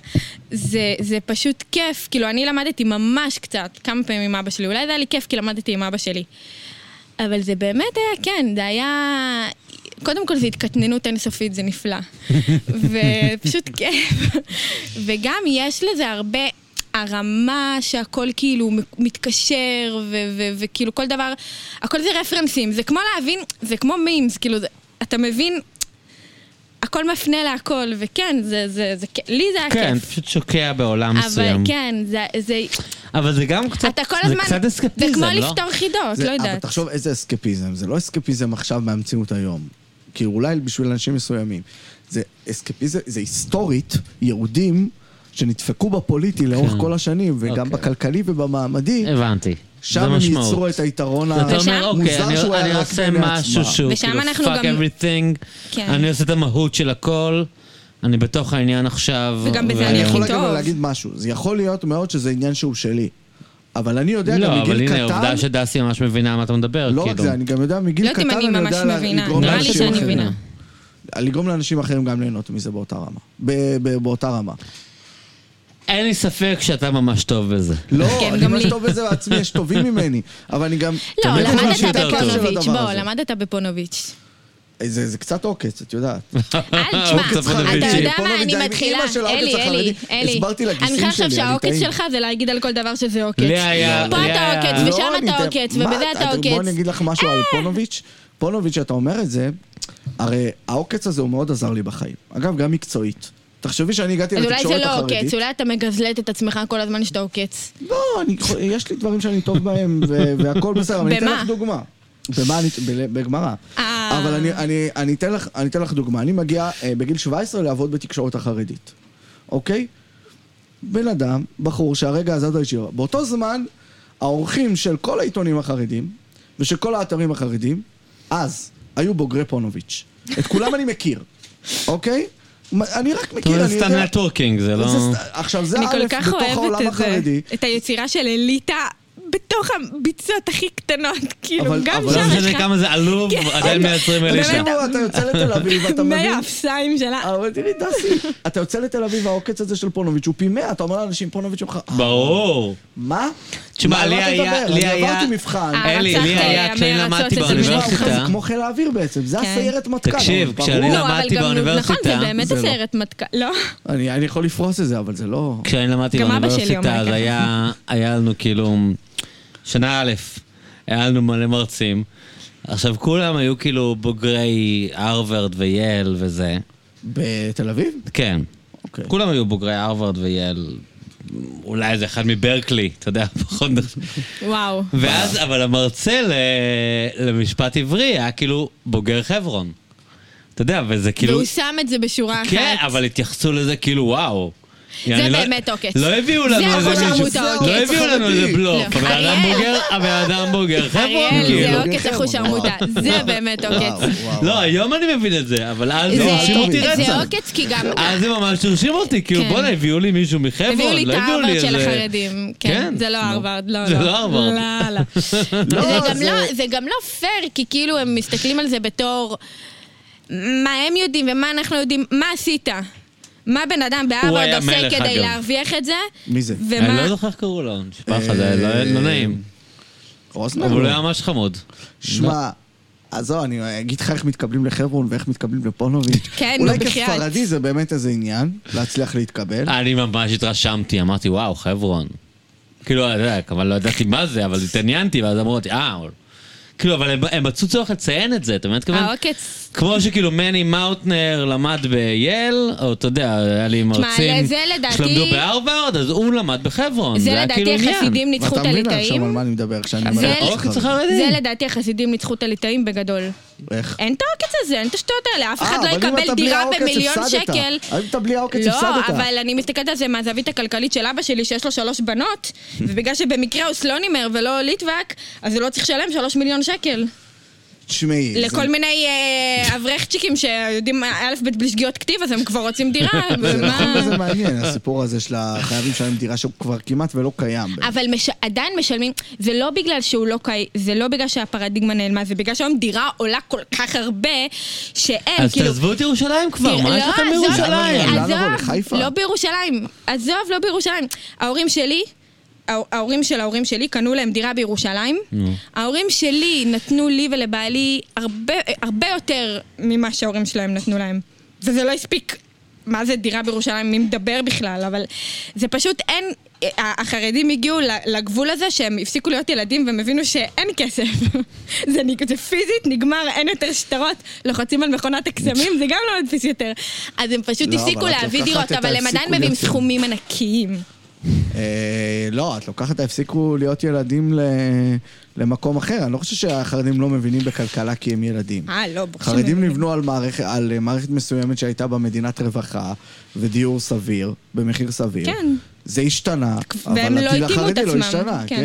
זה, זה פשוט כיף, כאילו, אני למדתי ממש קצת, כמה פעמים עם אבא שלי, אולי זה היה לי כיף כי למדתי עם אבא שלי. אבל זה באמת היה, כן, זה היה... קודם כל, זו התקטננות אינסופית, זה נפלא. ופשוט כיף. וגם יש לזה הרבה... הרמה שהכל כאילו מתקשר, ו- ו- וכאילו כל דבר, הכל זה רפרנסים, זה כמו להבין, זה כמו מימס, כאילו, זה, אתה מבין, הכל מפנה להכל, וכן, זה, זה, זה, כ- לי זה היה
כן, אתה
כיף.
פשוט שוקע בעולם
אבל
מסוים.
כן, זה, זה,
אבל זה גם קצת,
אתה כל
זה
הזמן,
קצת
זה
אסקפיזם,
כמו
לא?
לפתור חידות,
זה-
לא
אבל
יודעת.
תחשוב איזה אסקפיזם, זה לא אסקפיזם עכשיו מהמציאות היום. כי אולי בשביל אנשים מסוימים. זה אסקפיזם, זה היסטורית, יהודים שנדפקו בפוליטי לאורך
כן.
כל השנים, וגם
אוקיי.
בכלכלי ובמעמדי,
הבנתי.
שם
זה
הם
משמעות.
ייצרו את היתרון
אתה
ושם-
אומר, אוקיי,
המוזר
אני-
שהוא היה
אני
רק
עושה
בעיני
משהו
עצמה.
שהוא
ושם
כאילו
אנחנו
fuck
גם-
everything,
כן.
אני עושה את המהות של הכל, אני בתוך העניין עכשיו.
וגם בזה
ו-
אני
אני יכול
הכי
גם
טוב.
להגיד משהו, זה יכול להיות מאוד שזה עניין שהוא שלי. אבל אני יודע גם
לא, אבל
מגיל
הנה,
קטן,
עובדה שדסי ממש מבינה מה אתה מדבר,
לא רק
כאילו.
זה, אני גם יודע מגיל
לא יודעת אם
קטן,
אני
אני
ממש
יודע לה-
מבינה.
לגרום
נראה לי
לאנשים
שאני
אחרים-
מבינה.
לגרום לאנשים אחרים גם ליהנות מזה באותה רמה. ב- ב- באותה רמה.
אין לי ספק שאתה ממש טוב בזה.
לא,
כן,
אני
גם
ממש
לי.
טוב בזה בעצמי, יש טובים ממני. אבל אני גם...
לא,
תמיד חושבים
למדת
שיותר טוב.
בפונוביץ',
של הדבר
בוא,
הזה.
למדת בפונוביץ'.
זה זה קצת עוקץ, את יודעת.
אה,
אל תשמע,
עוקץ
אתה
הפונוביצ'י.
יודע מה,
פונוביץ',
אני
אני
מתחילה,
אימא של העוקץ
אלי, אלי,
החרדי.
אלי,
הסברתי לגיסים
אני חושב
שלי, אני
שהעוקץ
טעים.
שלך זה להגיד על כל דבר שזה עוקץ.
לי היה-
פה
לי
אתה
היה-
עוקץ, ושם
לא, אני
אתה
אתן-
עוקץ, אה.
מה,
ובזה אתה
בוא
עוקץ.
אני אגיד לך משהו על פונוביץ'. פונוביץ', שאתה אומר את זה, הרי העוקץ הזה הוא מאוד עזר לי בחיים. אגב, גם מקצועית. תחשבי שאני הגעתי
אז אולי זה
לתקשורת
לא
החרדית.
עוקץ, אולי אתה מגזלת את עצמך כל הזמן שאתה עוקץ.
לא, אני, יש לי דברים שאני טוב בהם, ו- והכל בסדר, אבל אני אתן
במה?
לך דוגמה. במה אני... ב- בגמרא.
אה.
אבל אני, אני, אני, אתן לך, אני אתן לך דוגמה. אני מגיע אה, בגיל 17 לעבוד בתקשורת החרדית, אוקיי? בן אדם, בחור שהרגע עזב את הישיבה. באותו זמן, העורכים של כל העיתונים החרדים, ושל כל האתרים החרדים, אז, היו בוגרי פונוביץ'. את כולם אני מכיר, אוקיי? מה- אני רק
אתה
מכיר,
אומר,
אני
זה סתם
יודע...
נטוורקינג, זה לא...
זה סת- עכשיו, זה
אני
א'
כל כך
בתוך העולם
אוהבת את זה.
החרדי.
את היצירה של אליטה בתוך הביצות הכי קטנות, כאילו,
אבל-
גם
אבל-
לא
שם
אבל אוקיי.
יש
משנה
לך
כמה זה עלוב,
כן.
עדיין מייצרים אלישע.
כאילו, אתה יוצא לתל אביב, אתה
מי
מבין...
האפסיים שלה.
אבל תראי, דסי, אתה יוצא לתל אביב, העוקץ הזה של פונוביץ' הוא פי מאה, אתה אומר לאנשים פונוביץ' הוא לך...
ברור.
מה?
תשמע,
מה,
לי
על מה אתה
היה-
מדבר?
לי
אני
היה-
עברתי מבחן.
אה,
אלי,
הרצחת
לי היה, כשאני
המרצות
למדתי
את זה
זה נשמע לך,
באוניברסיטה...
זה כמו חיל האוויר בעצם, זה
כן.
הסיירת מטכ"ל.
תקשיב,
אבל
כשאני-
ברור.
לא, אבל
למדתי
גם, נו,
באוניברסיטה.
נכון, זה באמת
זה לא.
הסיירת מטכ"ל, לא?
אני אני יכול לפרוס את זה, אבל זה לא...
כשאני למדתי
גם אבא שלי
באוניברסיטה,
אומר
אז
ככה.
היה, היה לנו כאילו, שנה א', היה לנו מלא מרצים. עכשיו, כולם היו כאילו בוגרי הרווארד וייל וזה.
בתל אביב?
כן.
אוקיי.
כולם היו בוגרי הרווארד וייל. אולי איזה אחד מברקלי, אתה יודע, פחות נחשב.
וואו.
ואז, אבל המרצה ל- למשפט עברי היה כאילו בוגר חברון. אתה יודע, וזה כאילו...
והוא שם את זה בשורה אחת.
כן, אבל התייחסו לזה כאילו, וואו. יעני, לא-
באמת עוקץ.
לא הביאו
זה
לנו
החוזר
איזה מישהו,
עמוד העוקץ.
לא הביאו לנו איזה בלוף.
לא.
הבן אדם
אריאל.
בוגר, הבן אדם בוגר, חבר'ה,
אריאל,
כאילו.
זה
אוקיי.
עוקץ אחושרמוטה, זה באמת עוקץ.
לא, היום אני מבין את זה, אבל אז
זה-
זה הרשים אותי
זה
רצח.
עוקץ כי גם...
אז זה ממש הרשים אותי, כאילו
כן.
בואנה, הביאו לי מישהו
הביאו
מחברון,
לי את
לא הביאו לי
ההרווארד
איזה...
של החרדים. כן,
כן,
זה לא
נו.
ההרווארד, לא, לא.
זה לא ההרווארד.
לא, לא. זה גם לא- זה גם לא פייר, כי כאילו הם מסתכלים על זה בתור מה הם יודעים ומה אנחנו יודעים, מה עשית? מה בן אדם בהרווארד
היה
עושה
מלך,
כדי
אגב.
להרוויח את זה?
מי זה?
אני
ומה...
לא זוכר איך קראו לו, נשבע לך, זה לא- לא נעים.
רוזנר?
אבל הוא לא היה ממש חמוד.
שמע, עזוב, אני אגיד לך איך מתקבלים לחברון ואיך מתקבלים לפונוביץ'.
כן,
אולי
נו, בחייאת.
כספרדי זה באמת איזה עניין, להצליח להתקבל.
אני ממש התרשמתי, אמרתי, וואו, חברון. כאילו, אתה יודע, כמובן לא ידעתי מה זה, אבל התעניינתי, ואז אמרו אותי, אה, אבל-" כאילו, אבל הם- הם מצאו צורך לציין את זה, אתה מבין? מה
אה,
אני מתכוון?
אוקיי. העוקץ.
כמו שכאילו מני מאוטנר למד בייל, או אתה יודע, היה לי מרצים
זה לדעתי-
שלמדו בהרווארד, אז הוא למד בחברון.
זה
היה כאילו
לדעתי
עניין.
החסידים ניצחו את
ואתה מבין עכשיו על
הליטאים.
מה אני מדבר כשאני
זה-
אומר
אוקיי, צריך חרדים.
זה לדעתי החסידים ניצחו את הליטאים בגדול.
איך?
אין את העוקץ הזה, אין את השטויות האלה, אף אחד
אה,
לא
אבל אם
יקבל
אתה בלי
דירה
העוקץ,
במיליון
הפסדת.
שקל.
אם אתה בלי העוקץ
לא,
הפסדת.
אבל אני מסתכלת על זה מהזווית הכלכלית של אבא שלי, שיש לו שלוש בנות, ובגלל שבמקרה הוא סלונימר ולא ליטבק, אז הוא לא צריך לשלם שלוש מיליון שקל.
תשמעי, זה-
לכל מיני אה, אברכצ'יקים שיודעים א' ב' בלי שגיאות כתיב, אז הם כבר רוצים דירה,
זה נכון
ומה...
וזה מעניין, הסיפור הזה של החייבים שלהם דירה שהוא כבר כמעט ולא קיים. באמת.
אבל מש... עדיין משלמים, זה לא בגלל שהוא לא קי... זה לא בגלל שהפרדיגמה נעלמה, זה בגלל שהיום דירה עולה כל כך הרבה, שאין,
אז
כאילו...
תעזבו את ירושלים כבר,
תראה,
מה
לא,
יש לכם
עזוב,
בירושלים?
לאן
עזוב,
נבוא, לחיפה?
לא בירושלים. עזוב, לא בירושלים. ההורים שלי... ההור- ההורים של ההורים שלי קנו להם דירה בירושלים. ההורים שלי נתנו לי ולבעלי הרבה, הרבה יותר ממה שההורים שלהם נתנו להם. וזה לא הספיק. מה זה דירה בירושלים? מי מדבר בכלל? אבל זה פשוט אין... ה- החרדים הגיעו ל- לגבול הזה שהם הפסיקו להיות ילדים והם הבינו שאין כסף. זה, נג- זה פיזית, נגמר, אין יותר שטרות, לוחצים על מכונת הקסמים, זה גם לא מדפיס יותר. אז הם פשוט
לא,
הפסיקו
אבל את
להביא
לוקחת
דירות,
את
אבל הם
ההפסיקו
עדיין מביאים
להיות ילדים.
סכומים ענקיים.
אה, לא, את לוקחת, הפסיקו להיות ילדים ל- למקום אחר. אני לא חושב שהחרדים לא מבינים בכלכלה כי הם ילדים.
אה, לא, ברור.
חרדים
שמבינים.
נבנו על מערכת, על אה, מערכת מסוימת שהייתה בה מדינת רווחה ודיור סביר, במחיר סביר.
כן.
זה השתנה,
והם
אבל
לא
הטיל
התאימו את
החרדי לא
עצמם,
השתנה,
כן.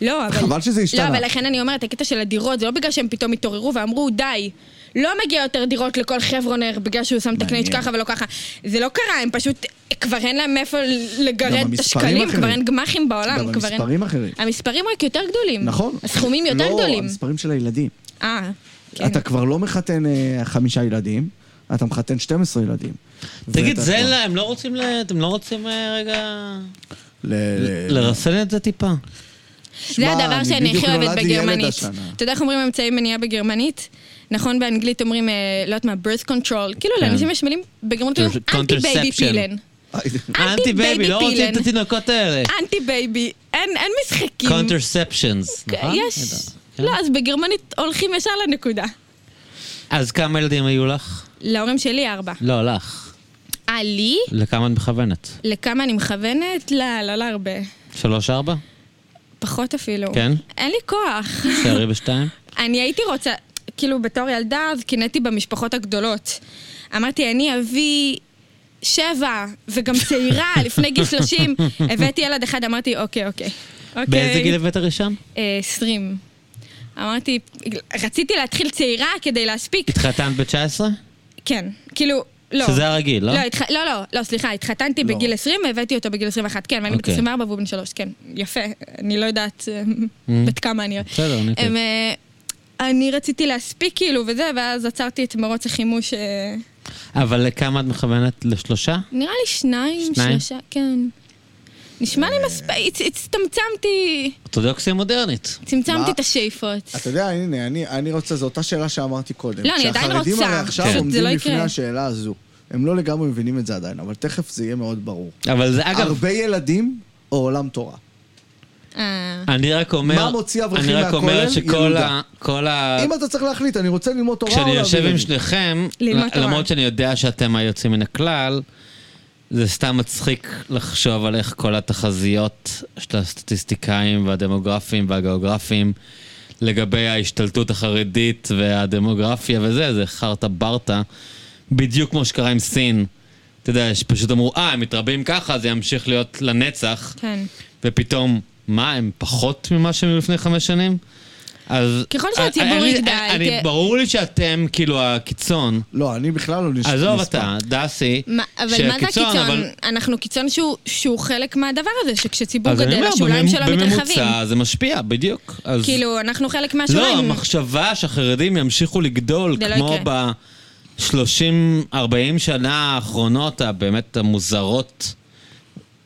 כן.
לא, אבל...
חבל שזה השתנה.
לא, אבל לכן אני אומרת, הקטע של הדירות, זה לא בגלל שהם פתאום התעוררו ואמרו, די. לא מגיע יותר דירות לכל חברונר בגלל שהוא שם את הקנייץ'
מעניין.
ככה ולא ככה. זה לא קרה, הם פשוט... כבר אין להם מאיפה לגרד את
המספרים
השקלים,
אחרים.
כבר אין גמ"חים בעולם,
גם
כבר אין...
המספרים אחרים.
המספרים רק יותר גדולים.
נכון.
הסכומים יותר
לא,
גדולים.
המספרים של הילדים.
אה, כן.
אתה כבר לא מחתן אה, חמישה ילדים, אתה מחתן 12 ילדים.
תגיד,
ואתה
זה
כבר-
לה- הם לא רוצים, ל- אתם לא רוצים אה, רגע...
ל-
לרסן את זה טיפה.
זה
שמע,
הדבר
אני
שאני
בדיוק
הכי אוהבת
נולד לי ילד
בגרמנית.
השנה.
אתה יודע איך אומרים אמצעי מניעה בגרמנית? נכון, באנגלית אומרים, אה, לא יודעת מה, birth control. כאילו,
כן.
לאנשים יש מילים, בגרמנית אומרים
Contraception.
אנטי בייבי פילן.
אנטי בייבי, לא רוצים את
פילן. אה,
התינוקות האלה.
אנטי בייבי, אין אין משחקים.
קונטרספשנס,
כן,
נכון?
יש. לא, אז בגרמנית הולכים ישר לנקודה.
אז כמה ילדים היו לך?
להורים שלי ארבע.
לא, לך.
אה, לי?
לכמה את מכוונת?
לכמה אני מכוונת? לא, לא להרבה.
שלוש, ארבע?
פחות אפילו.
כן?
אין לי כוח.
שערי בשתיים?
אני הייתי רוצה, כאילו בתור ילדה, אז קינאתי במשפחות הגדולות. אמרתי, אני אביא שבע, וגם צעירה, לפני גיל 30. הבאתי ילד אחד, אמרתי, אוקיי, אוקיי. אוקיי.
באיזה גיל הבאת ראשון?
אה, 20. אמרתי, רציתי להתחיל צעירה כדי להספיק.
התחתנת ב-19?
כן, כאילו, לא.
שזה הרגיל, לא?
לא, התח... לא, לא, לא, סליחה, התחתנתי
לא.
בגיל 20, הבאתי אותו בגיל 21, כן, ואני בת
אוקיי.
24 והוא בן 3, כן, יפה, אני לא יודעת אה,
Mm-hmm.
בת כמה אני...
בסדר, אני
הם, אה, אני רציתי להספיק כאילו וזה, ואז עצרתי את מרוץ החימוש, אה,
אבל לכמה את מכוונת? לשלושה?
נראה לי שניים,
שניים?
שלושה, כן. נשמע
אה.
לי מספיק, הצטמצמתי,
אורתודוקסיה מודרנית.
צמצמתי
מה?
את השאיפות.
אתה יודע, הנה, אני, אני רוצה, זו אותה שאלה שאמרתי קודם.
לא, אני עדיין
שהחרדים
רוצה.
הרי עכשיו
פשוט זה
עומדים
לא
לפני
יקרה.
השאלה הזו. הם לא לגמרי מבינים את זה עדיין, אבל תכף זה יהיה מאוד ברור.
אבל זה, אגב,
הרבה ילדים או עולם תורה.
אה,
אני רק אומר...
מה מוציא אברכים
אני רק אומר
מהכולל?
שכל
ילודה.
ה... כל ה...
אם אתה צריך להחליט, אני רוצה ללמוד תורה או
אה, כשאני יושב עם
ילדים?
שניכם,
לא ללמוד
ל-
תורה.
למרות שאני יודע שאתם היוצאים מן הכלל, זה סתם מצחיק לחשוב על איך כל התחזיות של הסטטיסטיקאים והדמוגרפים והגיאוגרפים לגבי ההשתלטות החרדית והדמוגרפיה וזה, זה חרטה ברטה. בדיוק כמו שקרה עם סין. אתה יודע, שפשוט אמרו, אה, הם מתרבים ככה, זה ימשיך להיות לנצח.
כן.
ופתאום, מה, הם פחות ממה שהם היו לפני חמש שנים? אז... אה,
ככל שהציבור
אני- אני-
יגדל,
אני-
כן.
ברור לי שאתם, כאילו, הקיצון.
לא, אני בכלל לא נש- נספר.
עזוב אתה, דסי,
מה- אבל מה זה הקיצון? אנחנו קיצון שהוא- שהוא חלק מהדבר הזה, שכשציבור
אז אני
גדל,
אומר,
השוליים
בממ-
שלו מתרחבים.
בממוצע זה משפיע, בדיוק. אז-
כאילו, אנחנו חלק
לא,
מהשוליים.
המחשבה שהחרדים ימשיכו לגדול,
זה לא
כמו
יקרה.
ב-30-40 שנה האחרונות, הבאמת המוזרות,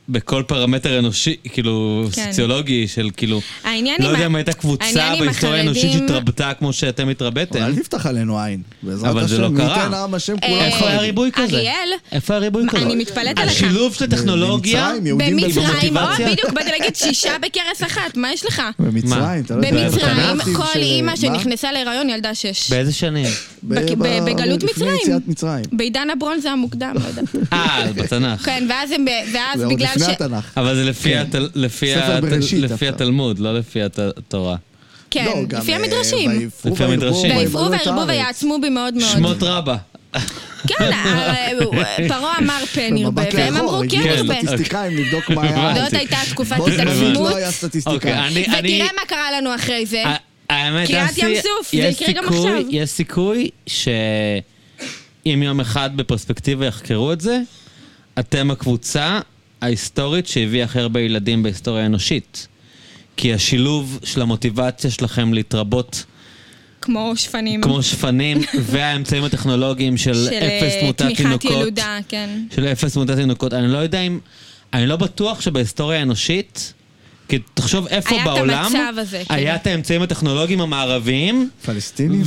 בכל פרמטר אנושי, כאילו,
כן.
סוציולוגי, של כאילו,
העניין
לא
עם ה-
יודע אם הייתה קבוצה
העניין עם
בהיסטוריה האנושית
החרדים-
שהתרבתה כמו שאתם
אל
התרבתם.
תפתח עלינו עין. בעזרת
אבל זה
השם,
לא קרה.
ניתן עם השם
אה,
כולם
איפה היה
חרדים.
ריבוי כזה?
אריאל,
איפה היה ריבוי כזה?
אני מתפלאת עליך.
השילוב של הטכנולוגיה...
במצרים, יהודים
במצרים, או
במוטיבציה?
בדיוק, באתי להגיד שישה בכרס אחת, מה יש לך?
במצרים, אתה לא יודע.
במצרים
בתנ"ך
כל
של-
אימא
מה?
שנכנסה להיריון ילדה שש.
באיזה שנים?
ב-
בג-
ב-
בגלות
לפני
מצרים.
יציאת מצרים.
בעידן הברונז זה המוקדם, לא יודעת.
אה, בתנ"ך.
כן, ואז הם, ב- ואז
זה עוד
בגלל
לא, לפני
ש...
התנ"ך.
אבל זה לפי
כן.
התל- לפי
ספר
הת-
בראשית
לפי
דווקא.
התלמוד, לא לפי הת- התורה.
כן,
לא, גם,
לפי
אה,
המדרשים.
ויפרו
לפי
וירבו,
המדרשים.
וימלאו
ויפרו
את
וירבו
הארץ.
ויעצמו בי מאוד מאוד.
שמות רבה.
כן, אה, פרעה אמר פן ירבה,
במבט
והם
לאחור,
אמרו
הגיעו
כן לא ירבה.
הסטטיסטיקאים לבדוק מה היה.
הבנתי.
זאת הייתה תקופת
בוא תגיד,
התעצמות,
לא היה סטטיסטיקה.
אוקיי, אני... אני-
ותראה מה קרה לנו אחרי זה.
ה- אה, האמת,
קריעת
דסי,
אה, ים סוף, זה
יש
יקרה גם
סיכוי-
עכשיו.
יש סיכוי שאם יום אחד בפרספקטיבה יחקרו את זה, אתם הכבוצה ההיסטורית שהביאה הכי הרבה ילדים בהיסטוריה האנושית. כי השילוב של המוטיבציה שלכם להתרבות
כמו שפנים.
כמו שפנים והאמצעים הטכנולוגיים של
של אה,
אפס תמותת
תמיכת
תינוקות.
ילודה, כן.
של אפס תמותת תינוקות. אני לא יודע אם... אני לא בטוח שבהיסטוריה האנושית, כי תחשוב איפה
היה את
בעולם...
המצב הזה, כאילו.
היה את האמצעים הטכנולוגיים המערביים,
פלסטינים?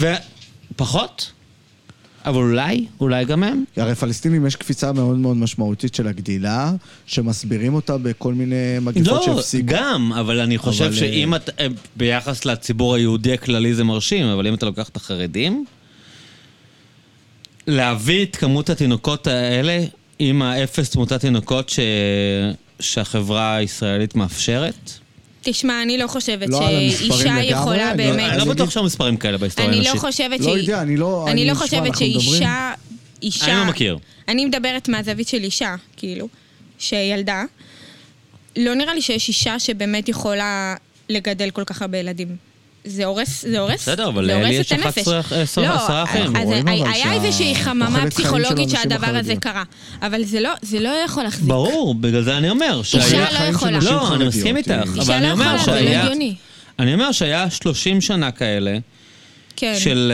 ופחות? אבל אולי, אולי גם הם.
הרי פלסטינים יש קפיצה מאוד מאוד משמעותית של הגדילה, שמסבירים אותה בכל מיני מגפות
לא,
שהפסיקו.
גם, אבל אני חושב
אבל,
שאם אתה, ביחס לציבור היהודי הכללי זה מרשים, אבל אם אתה לוקח את החרדים, להביא את כמות התינוקות האלה עם האפס תמותת תינוקות ש... שהחברה הישראלית מאפשרת,
תשמע, אני לא חושבת
לא על המספרים
שאישה
לגמרי,
יכולה
אני-
באמת...
אני לא
אני
בטוח
אגיד-
שהיו מספרים כאלה בהיסטוריה
כן, אני
האנושית.
לא חושבת
לא
שהיא-
יודע, אני לא-
אני
אני-
לא
שמע,
חושבת
אנחנו מדברים-
שאישה... אישה...
אני לא מכיר.
אני מדברת מהזווית של אישה, כאילו, שילדה. לא נראה לי שיש אישה שבאמת יכולה לגדל כל כך הרבה ילדים. זה הורס, זה הורס,
בסדר, אבל
זה
לי
הורס
יש
את הנפש.
11 עשר-
לא,
עשרה אחים,
אז
רואים אבל
היה
שה-
איזושהי חממה
תוחלת חיים של
פסיכולוגית
הנשים
שהדבר הזה
החרדיות.
קרה. אבל זה לא, זה לא יכול להחזיק.
ברור, בגלל זה אני אומר. שהיה-
אישה לא
החיים של
יכולה.
נשים
לא, אני
חרדיות,
מסכים
אה,
איתך, אבל
אישה לא
אני אומר
יכולה, זה לא
שהיה...
הגיוני.
אני אומר שהיה 30 שנה כאלה,
כן.
של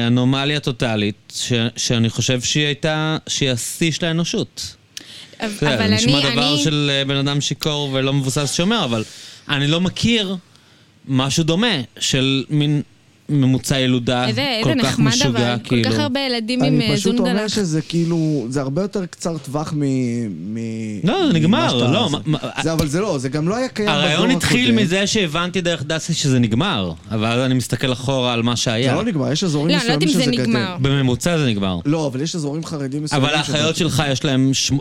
אה, אנומליה טוטאלית, ש- שאני חושב שהיא הייתה, שהיא השיא של האנושות.
אבל
אתה יודע,
אני...
זה כן, נשמע דבר
אני-
של אה, בן אדם שיכור ולא מבוסס שומר, אבל אני לא מכיר משהו דומה של מין ממוצע ילודה
איזה איזה
אה, כל כך
נחמד
משוגע,
אבל, כל
כאילו.
כך הרבה ילדים עם
אני
אה,
פשוט אומר
זונגלח.
שזה כאילו, זה הרבה יותר קצר טווח מ... מ-
לא,
ממה
נגמר,
שאתה-
לא,
זה-
מה- מה-
זה, אבל זה לא, זה גם לא היה קיים בדור
הרעיון התחיל
הקודם.
מזה שהבנתי דרך דסי שזה נגמר, אבל אז אני מסתכל אחורה על מה
זה
שהיה.
לא נגמר, יש אזורים
לא, אני לא יודעת
מסוימים
אם
שזה
זה
גדל.
נגמר.
בממוצע זה נגמר.
לא, אבל יש אזורים חרדים מסוימים.
אבל
שזה-
האחיות שלך יש להם שמ-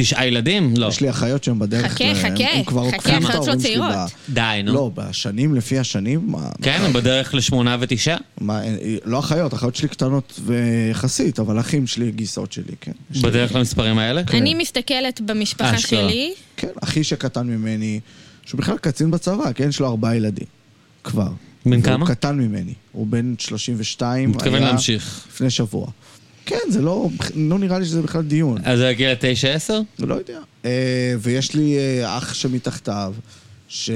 תשעה ילדים? לא.
יש לי אחיות שהן בדרך.
חכה,
והם-
חכה,
הם כבר
חכה,
עוקפים את
אחיות לא
ההורים שלי
צעירות.
ב-
די, נו.
לא, בשנים, לפי השנים, מה-
כן, הם בדרך לשמונה ותשעה?
מה, לא אחיות, אחיות שלי קטנות ויחסית, אבל אחים שלי, גיסות שלי, כן. יש לי-
בדרך למספרים האלה?
אני מסתכלת במשפחה
אשכרה.
שלי,
כן, אחי שקטן ממני, שהוא בכלל קצין בצבא, כן? יש לו ארבעה ילדים. כבר.
בן
והוא
כמה?
קטן ממני. הוא בן 32.
מתכוון
היה
להמשיך.
לפני שבוע. כן, זה לא... לא נראה לי שזה בכלל דיון.
אז זה הגיל לתשע עשר?
לא יודע. אה, ויש לי אה, אח שמתחתיו, ש...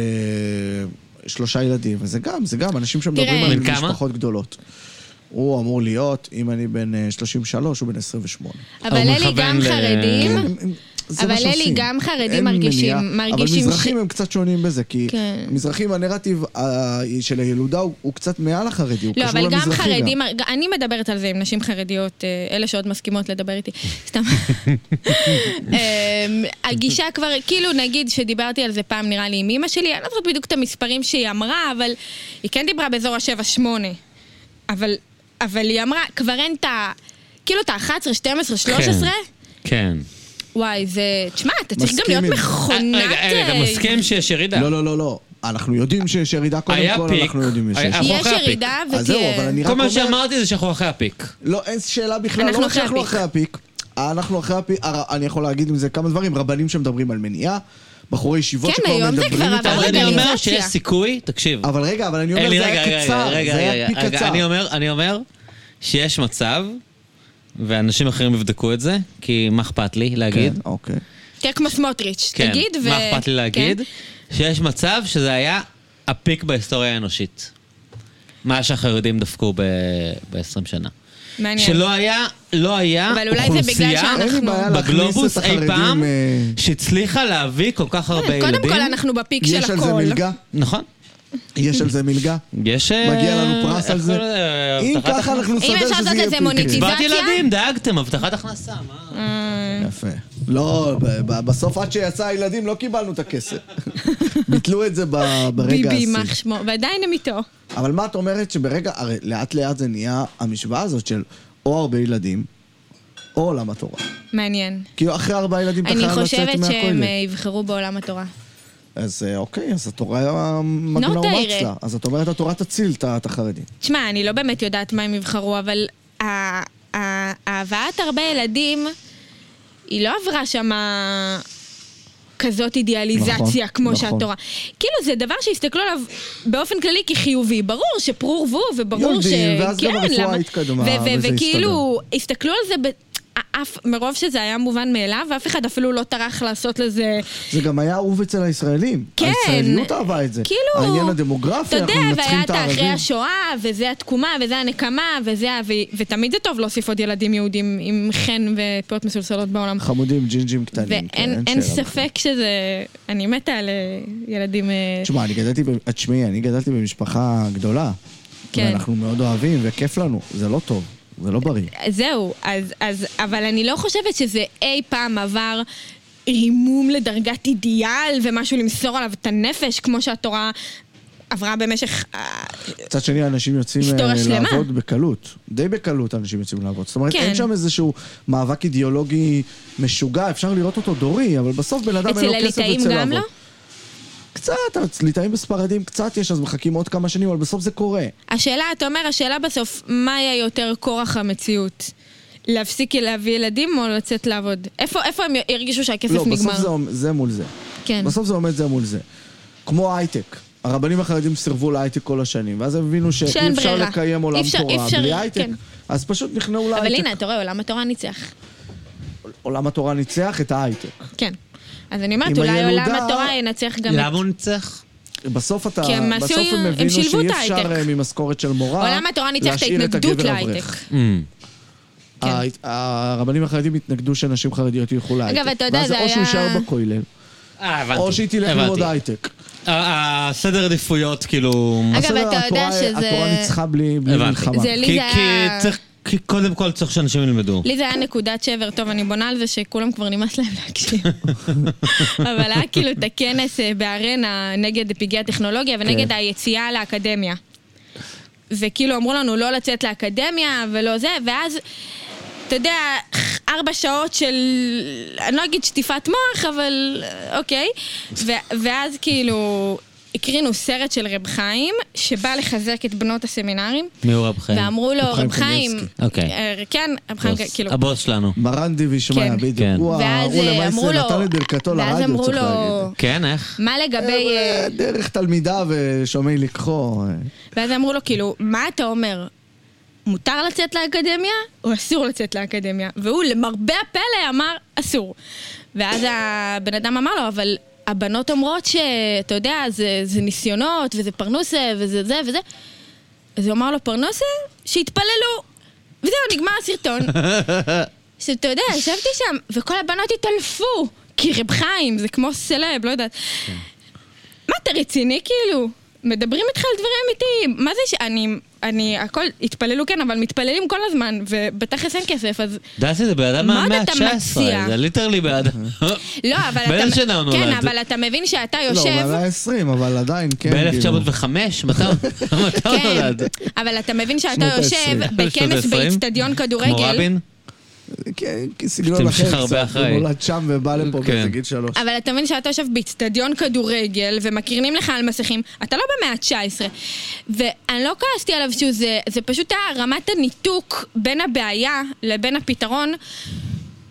שלושה ילדים, וזה גם, זה גם, אנשים שמדברים
תראה.
על
בן כמה?
משפחות גדולות. הוא אמור להיות, אם אני בן אה, 33, הוא בן 28.
הוא
אבל אלי
מכוון
גם
ל-
חרדים.
הם- הם- זה
אה, אבל
מה שעושים.
אלי, גם חרדים
אין
מרגישים- מרגישים
אבל
ש-
מזרחים הם קצת שונים בזה, כי
כן.
מזרחים, הנרטיב אה, של הילודה הוא הוא קצת מעל החרדי, הוא
לא,
קשור
אבל גם
למזרחי
חרדים, אני מדברת על זה עם נשים חרדיות, אה, אלה שעוד מסכימות לדבר איתי, סתם. אה, הגישה כבר, כאילו נגיד שדיברתי על זה פעם נראה לי עם אימא שלי, אני לא זוכרת בדיוק את המספרים שהיא אמרה, אבל היא כן דיברה באזור ה-7-8. אבל, אבל היא אמרה, כבר אין את ה... כאילו את ה-11, 12, 13?
כן.
וואי, זה... תשמע, אתה צריך גם
מסכים
להיות
עם-
מכונת...
רגע, רגע, אתה
אה,
מסכים שיש ירידה?
לא, לא, לא, לא. אנחנו יודעים שיש ירידה קודם
היה
כל,
פיק.
אנחנו יודעים שיש.
היה- אנחנו
יש
אחרי הפיק.
ירידה ותהיה...
אז זהו, אבל אני רק
כל
אומר...
מה שאמרתי זה שאנחנו אחרי הפיק.
לא, אין שאלה בכלל,
אנחנו
לא רק
אחרי
שאנחנו
הפיק.
אחרי הפיק. אנחנו אחרי הפיק, הר- אני יכול להגיד עם זה כמה דברים, רבנים שמדברים על מניעה, בחורי ישיבות
כן,
שכבר מדברים
היום זה כבר
איתם.
עבר
אבל אני אומר
לגליזציה.
שיש סיכוי, תקשיב.
אבל רגע, אבל אני אומר,
אלי,
זה
רגע,
היה
אה, רגע,
קצר,
רגע,
זה
רגע,
היה פיק
רגע,
קצר.
אני אומר, אני אומר שיש מצב, ואנשים אחרים יבדקו את זה, כי מה אכפת לי להגיד?
כן, אוקיי.
תהיה כמו סמוטריץ',
כן,
תגיד ו...
מה אכפת לי להגיד?
כן.
שיש מצב שזה היה הפיק בהיסטוריה האנושית. מה שהחרדים דפקו ב-20 שנה.
מעניין.
שלא היה, לא היה
אבל אולי זה בגלל
אוכלוסייה
שאנחנו-
אין לי בעיה להכניס את
בגלובוס אי
החרדים...
פעם
אה,
שהצליחה להביא כל כך הרבה ילדים.
כן, קודם כל אנחנו בפיק של
יש על זה
הכל.
מלגה?
נכון.
יש על זה מלגה?
יש... אה,
מגיע לנו פרס
איך
על זה?
קוראים לזה?
אם
הבטחת
ככה אנחנו נסדר
אם
שזה יהיה
אפשר לעשות את זה מוניטיזציה?
קצבת ילדים, דאגתם, הבטחת הכנסה, מה?
יפה. לא, ב- ב- בסוף עד שיצא הילדים לא קיבלנו את הכסף. ביטלו את זה ב- ברגע
ביבי,
השיא.
יימח שמו, ועדיין הם איתו.
אבל מה את אומרת שברגע, הרי לאט לאט זה נהיה המשוואה הזאת של או הרבה ילדים, או עולם התורה.
מעניין.
כאילו אחרי ארבעה ילדים אתה
אני
חייב לצאת
חושבת שהם אה,
מהכולל.
יבחרו בעולם התורה.
אז אה, אוקיי, אז התורה מגנה
נו, תראה.
ומצלה. אז את אומרת התורה תציל את ה- את החרדים.
תשמע, אני לא באמת יודעת מה הם יבחרו, אבל ה- ה- הבאת הרבה ילדים, היא לא עברה שמה כזאת אידיאליזציה
נכון,
כמו
נכון.
שהתורה. כאילו, זה דבר שהסתכלו עליו באופן כללי כחיובי. ברור שפרו ורבו, וברור ש...
יולדים, ואז גם
כן,
הרפואה
למה-
התקדמה,
ו- ו-
וזה
וכאילו, הסתכלו על זה ב... אף, מרוב שזה היה מובן מאליו, ואף אחד אפילו לא טרח לעשות לזה
זה גם היה אהוב אצל הישראלים.
כן.
הישראליות אהבה את זה.
כאילו...
העניין הדמוגרפי,
אתה
אנחנו
יודע,
מנצחים את
והיה אחרי
הערבים.
השואה, וזה התקומה, וזה הנקמה, וזה ה... ו- ותמיד זה טוב להוסיף עוד ילדים יהודים עם חן ופאות מסולסלות בעולם.
חמודים, ג'ינג'ים קטנים. כן,
ואין אין
שאלה.
ספק שזה... אני מתה על אה, ילדים... אה,
תשמע, אני גדלתי, ב- את שמעי, אני גדלתי במשפחה גדולה.
כן.
ואנחנו מאוד אוהבים, וכיף לנו. זה לא טוב, זה לא בריא.
זהו, אז, אז, אבל אני לא חושבת שזה אי פעם עבר רימום לדרגת אידיאל ומשהו למסור עליו את הנפש, כמו שהתורה עברה במשך... אה,
מצד שני, אנשים יוצאים
היסטוריה
אה,
שלמה.
לעבוד בקלות. די בקלות אנשים יוצאים לעבוד. זאת אומרת,
כן.
אין שם איזשהו מאבק אידיאולוגי משוגע, אפשר לראות אותו דורי, אבל בסוף בן אדם
אצל
אין לו כסף
הליטאים
ויוצא
גם
לעבוד.
לא?
קצת, אצל ליטאים וספרדים קצת יש, אז מחכים עוד כמה שנים, אבל בסוף זה קורה.
השאלה, אתה אומר, השאלה בסוף, מה יהיה יותר כורח המציאות? להפסיק להביא ילדים או לצאת לעבוד? איפה, איפה הם ירגישו שהכסף
לא,
נגמר?
בסוף זה, עומ- זה מול זה.
כן.
בסוף זה עומד זה מול זה. כמו הייטק. הרבנים החרדים סירבו להייטק כל השנים, ואז הם הבינו שאי
שאין
אפשר
ברירה.
לקיים עולם
אי אפשר- אי
תורה
אפשר,
בלי הייטק.
כן.
אז פשוט נכנעו
אבל
להייטק.
הנה, אתה רואה, עולם התורה ניצח.
עולם התורה ניצח את ההייטק.
כן. אז אני אומרת,
עם
אולי
הילודה-
עולם התורה ינצח גם
למה
את...
הוא ניצח?
בסוף אתה...
כי הם עשו-
בסוף הם
הם
הבינו
שילבו
שאי
את
אפשר
ההייטק.
אה, ממשכורת של מורה
עולם התורה ניצח את
להשאיר
ההתנגדות
הגבר
להייטק.
אברך.
Mm.
כן.
ההת- הרבנים החרדים התנגדו שנשים חרדיות ילכו להייטק.
אתה יודע,
ואז
זה
או שהוא
היה-
יישאר בכולל,
אה, הבנתי.
או שהיא תלך
הבנתי.
ללמוד הייטק.
ה- הסדר עדיפויות, כאילו...
אגב,
בסדר,
אתה יודע
התורה-
שזה-
התורה ניצחה בלי בלי
הבנתי.
מלחמה.
זה לי
כי-
זה
כי
היה-
צריך- כי קודם כל צריך שאנשים ילמדו.
לי זה היה נקודת שבר, טוב, אני בונה על זה שכולם כבר נמאס להם להקשיב. אבל היה כאילו את הכנס אה, בארנה נגד פגעי הטכנולוגיה ונגד
כן.
היציאה לאקדמיה. וכאילו אמרו לנו לא לצאת לאקדמיה ולא זה, ואז, אתה יודע, ארבע שעות של, אני לא אגיד שטיפת מוח, אבל אה, אוקיי. ו- ואז כאילו הקרינו סרט של רב חיים, שבא לחזק את בנות הסמינרים,
מי הוא רב חיים?
ואמרו לו,
כן. רב חיים
רב חיים,
קניבסקי. אוקיי.
אה, כן, רב חיים,
הבוס-
כאילו,
הבוס שלנו.
מרן דיבי שמעיה,
כן.
בדיוק.
כן.
הוא ה-
ואז
הוא
אה,
למעשה
אמרו לו,
נתן את ברכתו
ואז
לרדיו,
אמרו
צריך
לו,
להגיד.
כן, איך?
מה לגבי, אה,
אה, דרך תלמידיו ושומעי לקחו. אה.
ואז אמרו לו, כאילו, מה אתה אומר? מותר לצאת לאקדמיה או אסור לצאת לאקדמיה? והוא, למרבה הפלא, אמר, אסור. ואז הבן אדם אמר לו, אבל הבנות אומרות שאתה יודע, זה, זה ניסיונות, וזה פרנוסה, וזה זה וזה. אז הוא אמר לו, פרנוסה? שיתפללו. וזהו, נגמר הסרטון. עכשיו, אתה יודע, ישבתי שם, וכל הבנות התעלפו, כי רב חיים, זה כמו סלב, לא יודעת. מה, אתה רציני כאילו? מדברים איתך על דברים אמיתיים. מה זה שאני, אני, הכל, התפללו כן, אבל מתפללים כל הזמן, ובתכלס אין כסף, אז...
דסי זה בן אדם
מה עוד
מהמאה
אתה
ה-19,
מציע?
זה ליטרלי בן
כן,
אדם.
כאילו.
לא, אבל אתה...
באיזה שנה הוא
כן,
נולד?
אבל אתה מבין שאתה
לא,
יושב...
הוא עלה 20, אבל עדיין, כן. כאילו.
ב-1905? מתי הוא- מתי הוא
כן,
נולד?
אבל אתה מבין שאתה
שנות ה-עשרים.
יושב בכנס
שנות ה-עשרים?
באיצטדיון כדורגל.
כמו רבין?
כן, כי סגנון
תמשיך
אחר
הרבה
קצת, הוא
אחרי.
נולד שם ובא לפה
כן.
באיזה גיל שלוש.
אבל אתה מבין שאתה יושב באיצטדיון כדורגל ומקרינים לך על מסכים, אתה לא במאה ה-19. ואני לא כעסתי עליו שהוא זה, זה פשוט היה רמת הניתוק בין הבעיה לבין הפתרון,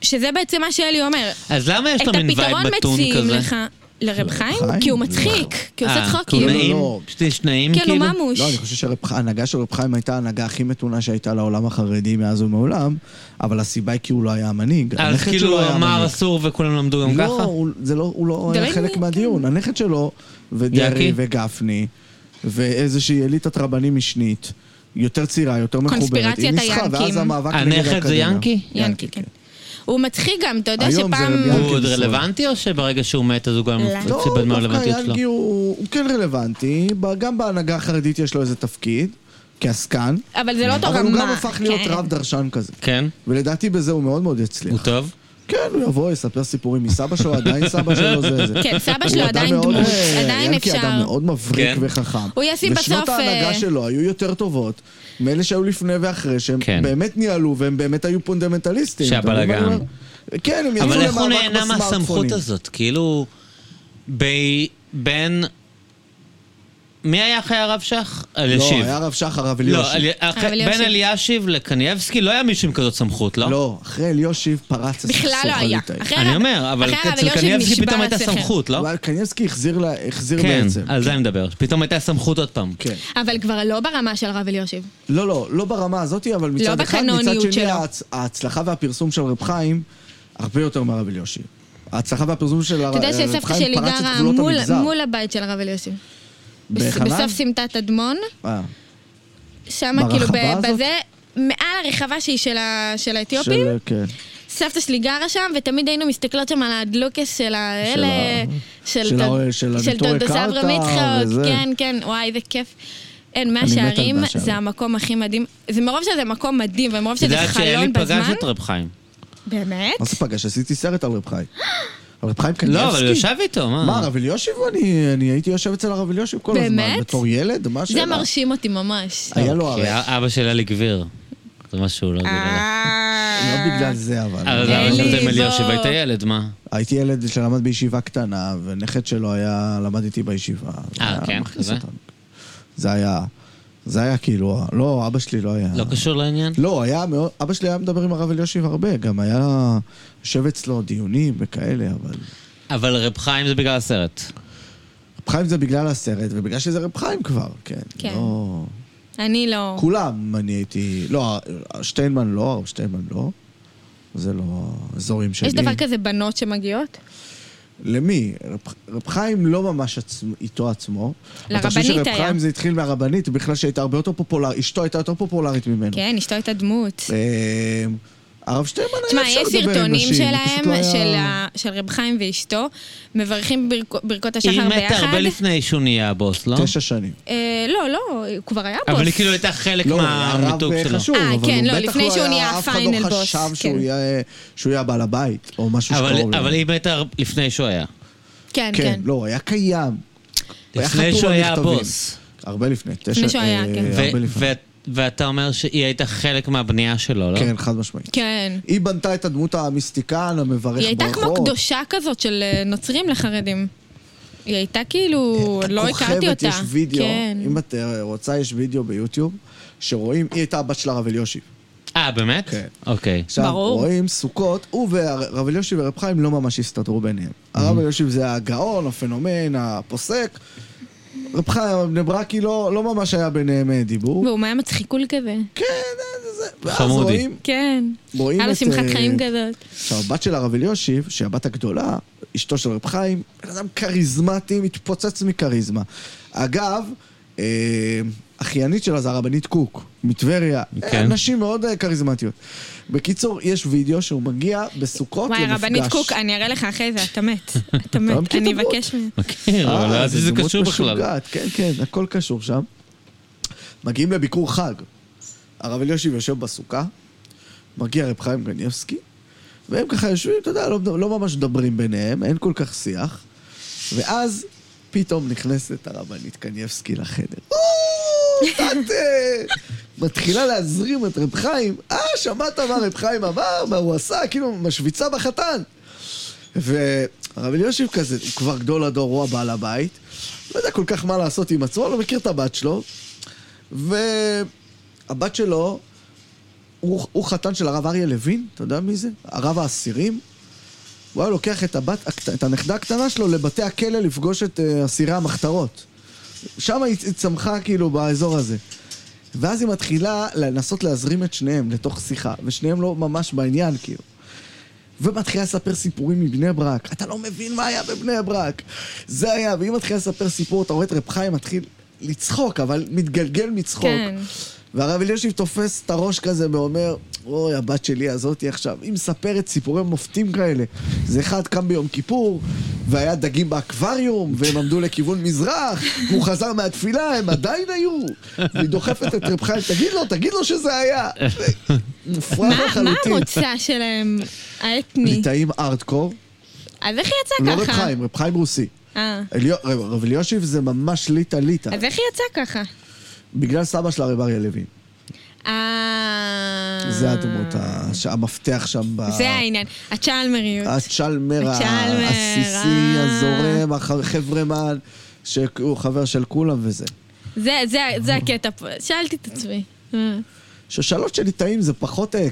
שזה בעצם מה שאלי אומר.
אז למה יש לו
את
מין וייב
הפתרון
מתון
מציעים
כזה?
לך לרב חיים,
חיים?
כי הוא מצחיק, כי הוא
אה,
עושה
כי
צחוקים.
הוא
לא,
נעים?
לא.
שתי- יש נעים
כן,
כאילו?
הוא ממוש.
לא, אני חושב שההנהגה של רב חיים הייתה ההנהגה הכי מתונה שהייתה לעולם החרדי מאז ומעולם, אבל הסיבה היא כי הוא לא היה המנהיג.
אז
הנכד שלו
כאילו הוא
לא היה
אמר
המנהיג.
אסור וכולם למדו גם
לא,
ככה?
הוא- זה לא, הוא לא
זה
היה
לא
חלק
עניין,
מהדיון. הנכד שלו, ודרעי
יקי?
וגפני, ואיזושהי אליטת רבנים משנית, יותר צעירה, יותר מחוברת, היא
קונספירציית
ניסחה, ואז
היאנקים.
המאבק נגד האקדמיה.
הנכד זה ינקי?
ינקי, כן. הוא מצחיק גם, אתה יודע
היום זה
שפעם...
רבי ינקי.
הוא עוד
כן, בסדר.
רלוונטי או שברגע שהוא מת אז הוא גם
לא,
מפסיד
לא,
בדמי
דווקא
הרלוונטיות שלו?
ינקי הוא הוא כן רלוונטי, ב- גם בהנהגה החרדית יש לו איזה תפקיד, כעסקן,
אבל זה לא אותו רמה.
אבל הוא גם הפך להיות
כן.
רב דרשן כזה.
כן?
ולדעתי בזה הוא מאוד מאוד
הוא
יצליח.
טוב?
כן, הוא יבוא, יספר סיפורים מסבא שלו, עדיין סבא שלו זה זה.
כן, סבא
הוא
שלו
אדם
עדיין
מאוד,
דמות,
אה,
עדיין
ינקי אדם
אפשר.
מאוד מבריק
כן.
וחכם.
הוא ישים
ושנות
בסוף, אה,
ההנהגה שלו היו יותר טובות מאלה שהיו לפני ואחרי, שהם
כן.
באמת ניהלו והם באמת היו פונדמנטליסטים. אתה מבין מה אני
שהבלגן.
אומר? כן, הם יצאו למאבק
אבל איך הוא
בסמארטפונים.
נהנה מהסמכות הזאת? כאילו, ב- בין... מי היה אחרי הרב שך? אלישיב.
לא, היה הרב שחר, הרב
לא,
אליושיב.
אלי- אחרי-
אבל יושיב.
בין אלישיב לקנייבסקי לא היה מישהו עם כזאת סמכות, לא?
לא, אחרי אליושיב פרץ הסכסוך
בכלל לא היה.
הליטאי.
אחרי
אני
הרב-
אומר, אבל
אחרי הרב
אצל
אליושיב
קנייבסקי
נשבר
פתאום הייתה
הסכר.
סמכות, לא?
אבל קניבסקי החזיר לה- החזיר
כן,
כן, בעצם.
על זה אני מדבר. פתאום הייתה סמכות עוד פעם.
כן.
אבל כבר לא ברמה של הרב אליושיב.
לא, לא, לא ברמה הזאת, אבל מצד אחד, מצד
בקנוניות שלו.
שני, ההצ- ההצלחה והפרסום של רב חיים הרבה יותר מהרב אליושיב. ההצלחה והפרסום של הר-
אתה יודע
הרב
שסבתא
אה, חיים
שלי
פרץ את
גרה
גבולות
מול-
המגזר.
מול הבית של הרב אליושיב. בס-
בחנן?
בסוף סמטת אדמון,
אה,
שם
ברחבה
כאילו ב-
הזאת?
בזה, מעל הרחבה שהיא של ה- של האתיופים,
של- כן.
סבתא שלי גרה שם, ותמיד היינו מסתכלות שם על הדלוקס של האלה,
ה- של
דוד-
ה- של
של
הניטורי
דודו
קרתא
סברה מצחוק,
וזה.
כן, כן, וואי, איזה כיף. אין, מאה
אני מת על
שערים
מאה
זה
שערים.
המקום הכי מדהים. זה מרוב שזה מקום מדהים, ומרוב
את
שזה
יודעת שאלי
חלון
פגש
בזמן.
את רב חיים.
באמת?
מה זה פגש? עשיתי סרט על רב חיים. על רב חיים קניבסקי.
לא, אבל הוא יושב איתו,
מה,
מה?
הרב אליושיב? אני אני הייתי יושב אצל הרב אליושיב כל הזמן.
באמת?
בתור ילד? מה השאלה?
זה מרשים אותי ממש.
היה לו
כי
הרי.
אוקיי, אבא של אלי גביר. זה משהו לא גדול.
לא
אה,
בגלל זה, אבל.
אבל למה
אלי,
ישבתם
בוא.
אל יושב? היית ילד, מה?
הייתי ילד שלמד בישיבה קטנה, ונכד שלו היה, למד איתי בישיבה. זה היה
כן?
אה, מכניס
כזה?
אותנו. זה היה, זה היה כאילו, לא, אבא שלי לא היה.
לא קשור לעניין?
לא, היה מאוד, אבא שלי היה מדבר עם הרב אליושיב הרבה, גם היה יושב אצלו דיונים וכאלה, אבל... לא.
אבל רב חיים זה בגלל הסרט.
רב חיים זה בגלל הסרט, ובגלל שזה רב חיים כבר, כן.
כן.
לא...
אני לא.
כולם, אני הייתי... לא, שטיינמן לא, הרב שטיינמן לא. זה לא אזורים שלי.
יש דבר כזה בנות שמגיעות?
למי? רב, רב חיים לא ממש עצמו, איתו עצמו. אתה חושב
לרבנית
שרב
היה.
חיים זה התחיל מהרבנית, בכלל שהייתה הרבה יותר פופולרית, אשתו הייתה יותר פופולרית ממנו.
כן, אשתו הייתה דמות.
אמ, הרב שטרמן
תשמע,
היה אה, אפשר
יש
לדבר עם
סרטונים
נשים. זה פשוט לא
שלהם,
היה-
של ה- של רב חיים ואשתו, מברכים בברכ- ברכות
היא
השחר
מתה הרבה
ביחד.
לפני שהוא נהיה הבוס, לא?
תשע שנים.
אה, לא, לא, הוא כבר היה בוס.
אבל היא כאילו הייתה חלק
לא, הרב
מהמיתוג שלו.
חשוב,
אה,
אבל
כן,
הוא
לא,
בטח
לפני
לא
שהוא
היה-
נהיה
אף
final
אחד לא
boss,
חשב שהוא
כן.
יהיה- שהוא יהיה בעל הבית, או משהו
אבל-
שקרוב
אבל
לזה.
היא מתה הר- לפני שהוא היה.
כן,
כן,
כן.
לא, הוא היה קיים. הוא
לפני
חתום
שהוא
על
היה
מכתבים.
הבוס.
הרבה לפני. תשע-
לפני שהוא היה,
אה,
כן.
ו-
הרבה לפני.
ו- ואתה אומר שהיא הייתה חלק מהבנייה שלו, לא?
כן, חד משמעית.
כן.
היא בנתה את הדמות המיסטיקן, המברך ברכות.
היא הייתה כמו קדושה כזאת של אה, נוצרים לחרדים. היא הייתה כאילו, לא הכרתי אותה.
יש וידאו,
כן.
אם את אה, רוצה, יש וידאו ביוטיוב, שרואים, היא הייתה הבת של הרב אליושי.
אה, באמת?
כן.
אוקיי.
עכשיו,
ברור.
רואים סוכות, הוא והרב אליושיב ורב חיים לא ממש הסתדרו ביניהם.
Mm-hmm.
הרב אליושיב זה הגאון, הפנומן, הפוסק. רב חיים, בני ברקי לא, לא ממש היה ביניהם אה, דיבור.
והוא היה מצחיקול כזה.
כן, זה זה. ואז
חמודי.
רואים,
כן.
רואים
היה לו
את,
שמחת
אה,
חיים כזאת.
עכשיו, הבת של הרב אליושיב, שהיא הבת הגדולה, אשתו של רב חיים, בן אדם כריזמטי, מתפוצץ מכריזמה. אגב, אה, אחיינית שלה זה הרבנית קוק, מטבריה.
כן.
כן. נשים מאוד אה, כריזמטיות. בקיצור, יש וידאו שהוא מגיע בסוכות
וואי,
למפגש.
רבנית קוק, אני אראה לך אחרי זה, אתה מת. אתה מת,
מכיר את
אני
הדמות?
אבקש ממנו.
מכיר, אבל לא
אה,
ידעתי
זו
שזה
דמות
קשור בכלל.
משוגעת, כן, כן, הכל קשור שם. מגיעים לביקור חג. הרב אליושיב יושב בסוכה, מגיע רב חיים גניבסקי, והם ככה יושבים, אתה יודע, לא, לא ממש מדברים ביניהם, אין כל כך שיח, ואז פתאום נכנסת הרבנית קניבסקי לחדר. "או, את אה, מתחילה להזרים את רב חיים, אה, שמעת מה רב חיים אמר, מה הוא עשה, כאילו משוויצה בחתן. והרב אליושיב כזה, הוא כבר גדול הדור, הוא הבעל הבית. לא יודע כל כך מה לעשות עם עצמו, לא מכיר את הבת שלו. והבת שלו, הוא, הוא חתן של הרב אריה לוין, אתה יודע מי זה? הרב האסירים. הוא היה לוקח את, הבת, הקט- את הנכדה הקטנה שלו לבתי הכלא לפגוש את אה, אסירי המחתרות. שם היא היא צמחה כאילו באזור הזה. ואז היא מתחילה לנסות להזרים את שניהם לתוך שיחה, ושניהם לא ממש בעניין כאילו. ומתחילה לספר סיפורים מבני ברק. אתה לא מבין מה היה בבני ברק. זה היה, והיא מתחילה לספר סיפור, אתה רואה את רב חיים מתחיל לצחוק, אבל מתגלגל מצחוק.
כן.
והרב אלישיב תופס את הראש כזה ואומר, אוי, הבת שלי הזאתי עכשיו, היא מספרת סיפורי מופתים כאלה. זה אחד קם ביום כיפור, והיה דגים באקווריום, והם עמדו לכיוון מזרח, הוא חזר מהתפילה, הם עדיין היו. והיא דוחפת את רב חיים, תגיד לו, תגיד לו שזה היה. מופרך
מה- מה
לחלוטין.
המוצא שלהם האתני?
ליטאים ארדקור,
אז איך היא
לא
יצאה
רב
ככה?
חיים, רב חיים רוסי.
אה.
אליו- רב רב אליושיב זה ממש ליטא ליטא,
אז איך היא יצאה ככה?
בגלל סבא של הרב אריה לוין.
אה...
זה הדמות, ה- ש- המפתח שם ב...
זה העניין. הצ'אלמריות.
הצ'למר
הצ'למר,
העסיסי,
אה.
הזורם, החברמן, שהוא חבר של כולם וזה.
זה- זה- זה הקטע פה. שאלתי את עצמי. אה.
שושלות של ליטאים זה פחות אה,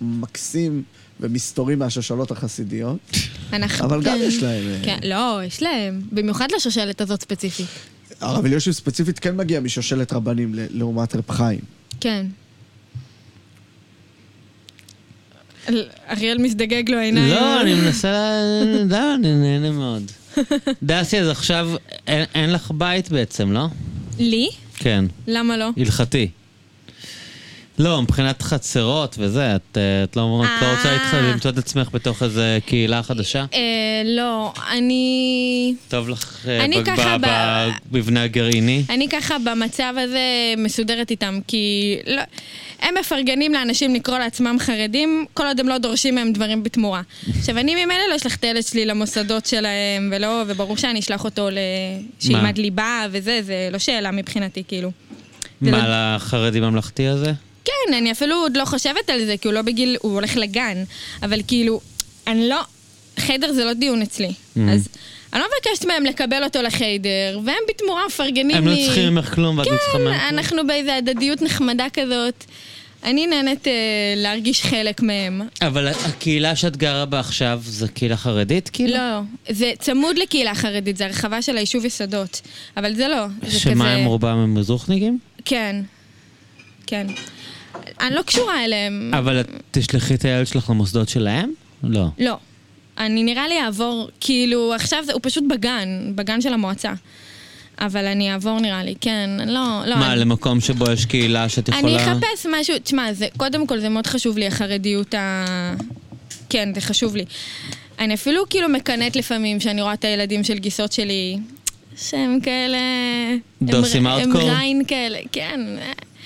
מקסים ומסתורי מהשושלות החסידיות,
אנחנו...
אבל גם
כן.
יש להם... אה,
כן, לא, יש להם. במיוחד לשושלת הזאת ספציפית.
הרב אליושיב ספציפית כן מגיע משושלת רבנים ל- לעומת רב חיים.
כן. אל- אריאל מזדגג לו העיניים.
לא, אני מנסה ל... לא, אני נהנה מאוד. דסי, אז עכשיו אין- אין לך בית בעצם, לא?
לי?
כן,
למה לא?
הלכתי. לא, מבחינת חצרות וזה, את אה, את לא את לא רוצה
אה.
להתח- למצוא את עצמך בתוך איזה קהילה חדשה?
אה, לא, אני...
טוב לך אה,
אני
בג-
ככה
ב-
ב-
במבנה הגרעיני?
אני ככה במצב הזה מסודרת איתם, כי לא, הם מפרגנים לאנשים לקרוא לעצמם חרדים, כל עוד הם לא דורשים מהם דברים בתמורה. עכשיו, אני ממילא לא אשלח את הילד שלי למוסדות שלהם, ולא, וברור שאני אשלח אותו ל...
מה?
שילמד ליבה וזה, זה לא שאלה מבחינתי, כאילו. זה לא-
מה, לחרדי ממלכתי הזה?
כן, אני אפילו עוד לא חושבת על זה, כי הוא לא בגיל, הוא הולך לגן. אבל כאילו, אני לא... חיידר זה לא דיון אצלי.
Mm.
אז אני לא מבקשת מהם לקבל אותו לחיידר, והם בתמורה מפרגנים לי...
הם לא צריכים ממך כלום ואת לא צריכה
כן,
מהם כלום?
אנחנו באיזו הדדיות נחמדה כזאת. אני נהנית אה, להרגיש חלק מהם.
אבל הקהילה שאת גרה בה עכשיו זה קהילה חרדית כאילו?
לא, זה צמוד לקהילה החרדית, זה הרחבה של היישוב יסודות. אבל זה לא, זה כזה...
שמה הם רובם הם מזרוחניקים?
כן, כן. אני לא קשורה אליהם.
אבל את תשלחי את הילד שלך למוסדות שלהם? לא.
לא. אני נראה לי אעבור, כאילו, עכשיו זה, הוא פשוט בגן, בגן של המועצה. אבל אני אעבור נראה לי, כן, לא, לא.
מה,
אני-
למקום שבו יש קהילה שאת
אני
יכולה...
אחפש משהו, תשמע, זה, קודם כל זה מאוד חשוב לי, החרדיות ה... כן, זה חשוב לי. אני אפילו כאילו מקנאת לפעמים שאני רואה את הילדים של גיסות שלי, שהם כאלה... הם
דוסים
ר-
hardcore?
הם ריין כאלה, כן.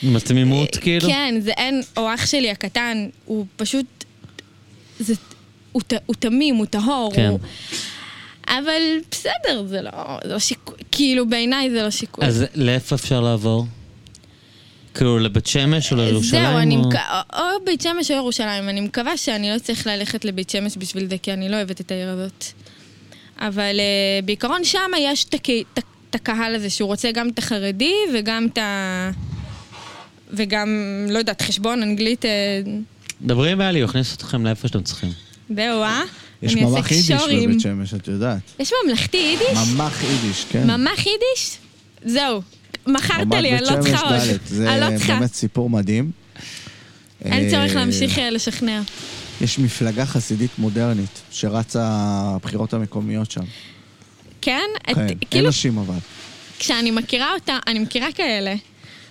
מתמימות,
אה,
כאילו?
כן, זה אין, או אח שלי הקטן, הוא פשוט... זה... הוא, ת, הוא תמים, הוא טהור,
כן.
הוא... אבל בסדר, זה לא, זה לא שיקול, כאילו בעיניי זה לא שיקול.
אז לאיפה אפשר לעבור? כאילו לבית שמש
אה,
או לירושלים?
אה, זהו, אני
או-
מק... או או בית שמש או ירושלים. אני מקווה שאני לא צריך ללכת לבית שמש בשביל זה, כי אני לא אוהבת את העיר הזאת. אבל uh, בעיקרון שם יש את הקה- את ה- את הקהל הזה, שהוא רוצה גם את החרדי וגם את ה... וגם, לא יודעת, חשבון, אנגלית, אה,
דברי עם אלי, הוא יכניס אתכם לאיפה שאתם צריכים.
זהו, אה?
יש
אני אעשה
ממ"ח יידיש
קשורים.
בבית שמש, את יודעת.
יש ממלכתי יידיש?
ממ"ח יידיש, כן.
ממ"ח יידיש? זהו. מכרת
ממ"ח
לי,
בית
אני לא
שמש
צריכה עוד.
ד'. זה
אני לא צריכה.
באמת סיפור מדהים.
אין צורך
אה,
להמשיך אה, לשכנע.
יש מפלגה חסידית מודרנית שרצה הבחירות המקומיות שם.
כן? את-
כן, אין
כאילו,
נשים אבל.
כשאני מכירה אותה, אני מכירה כאלה.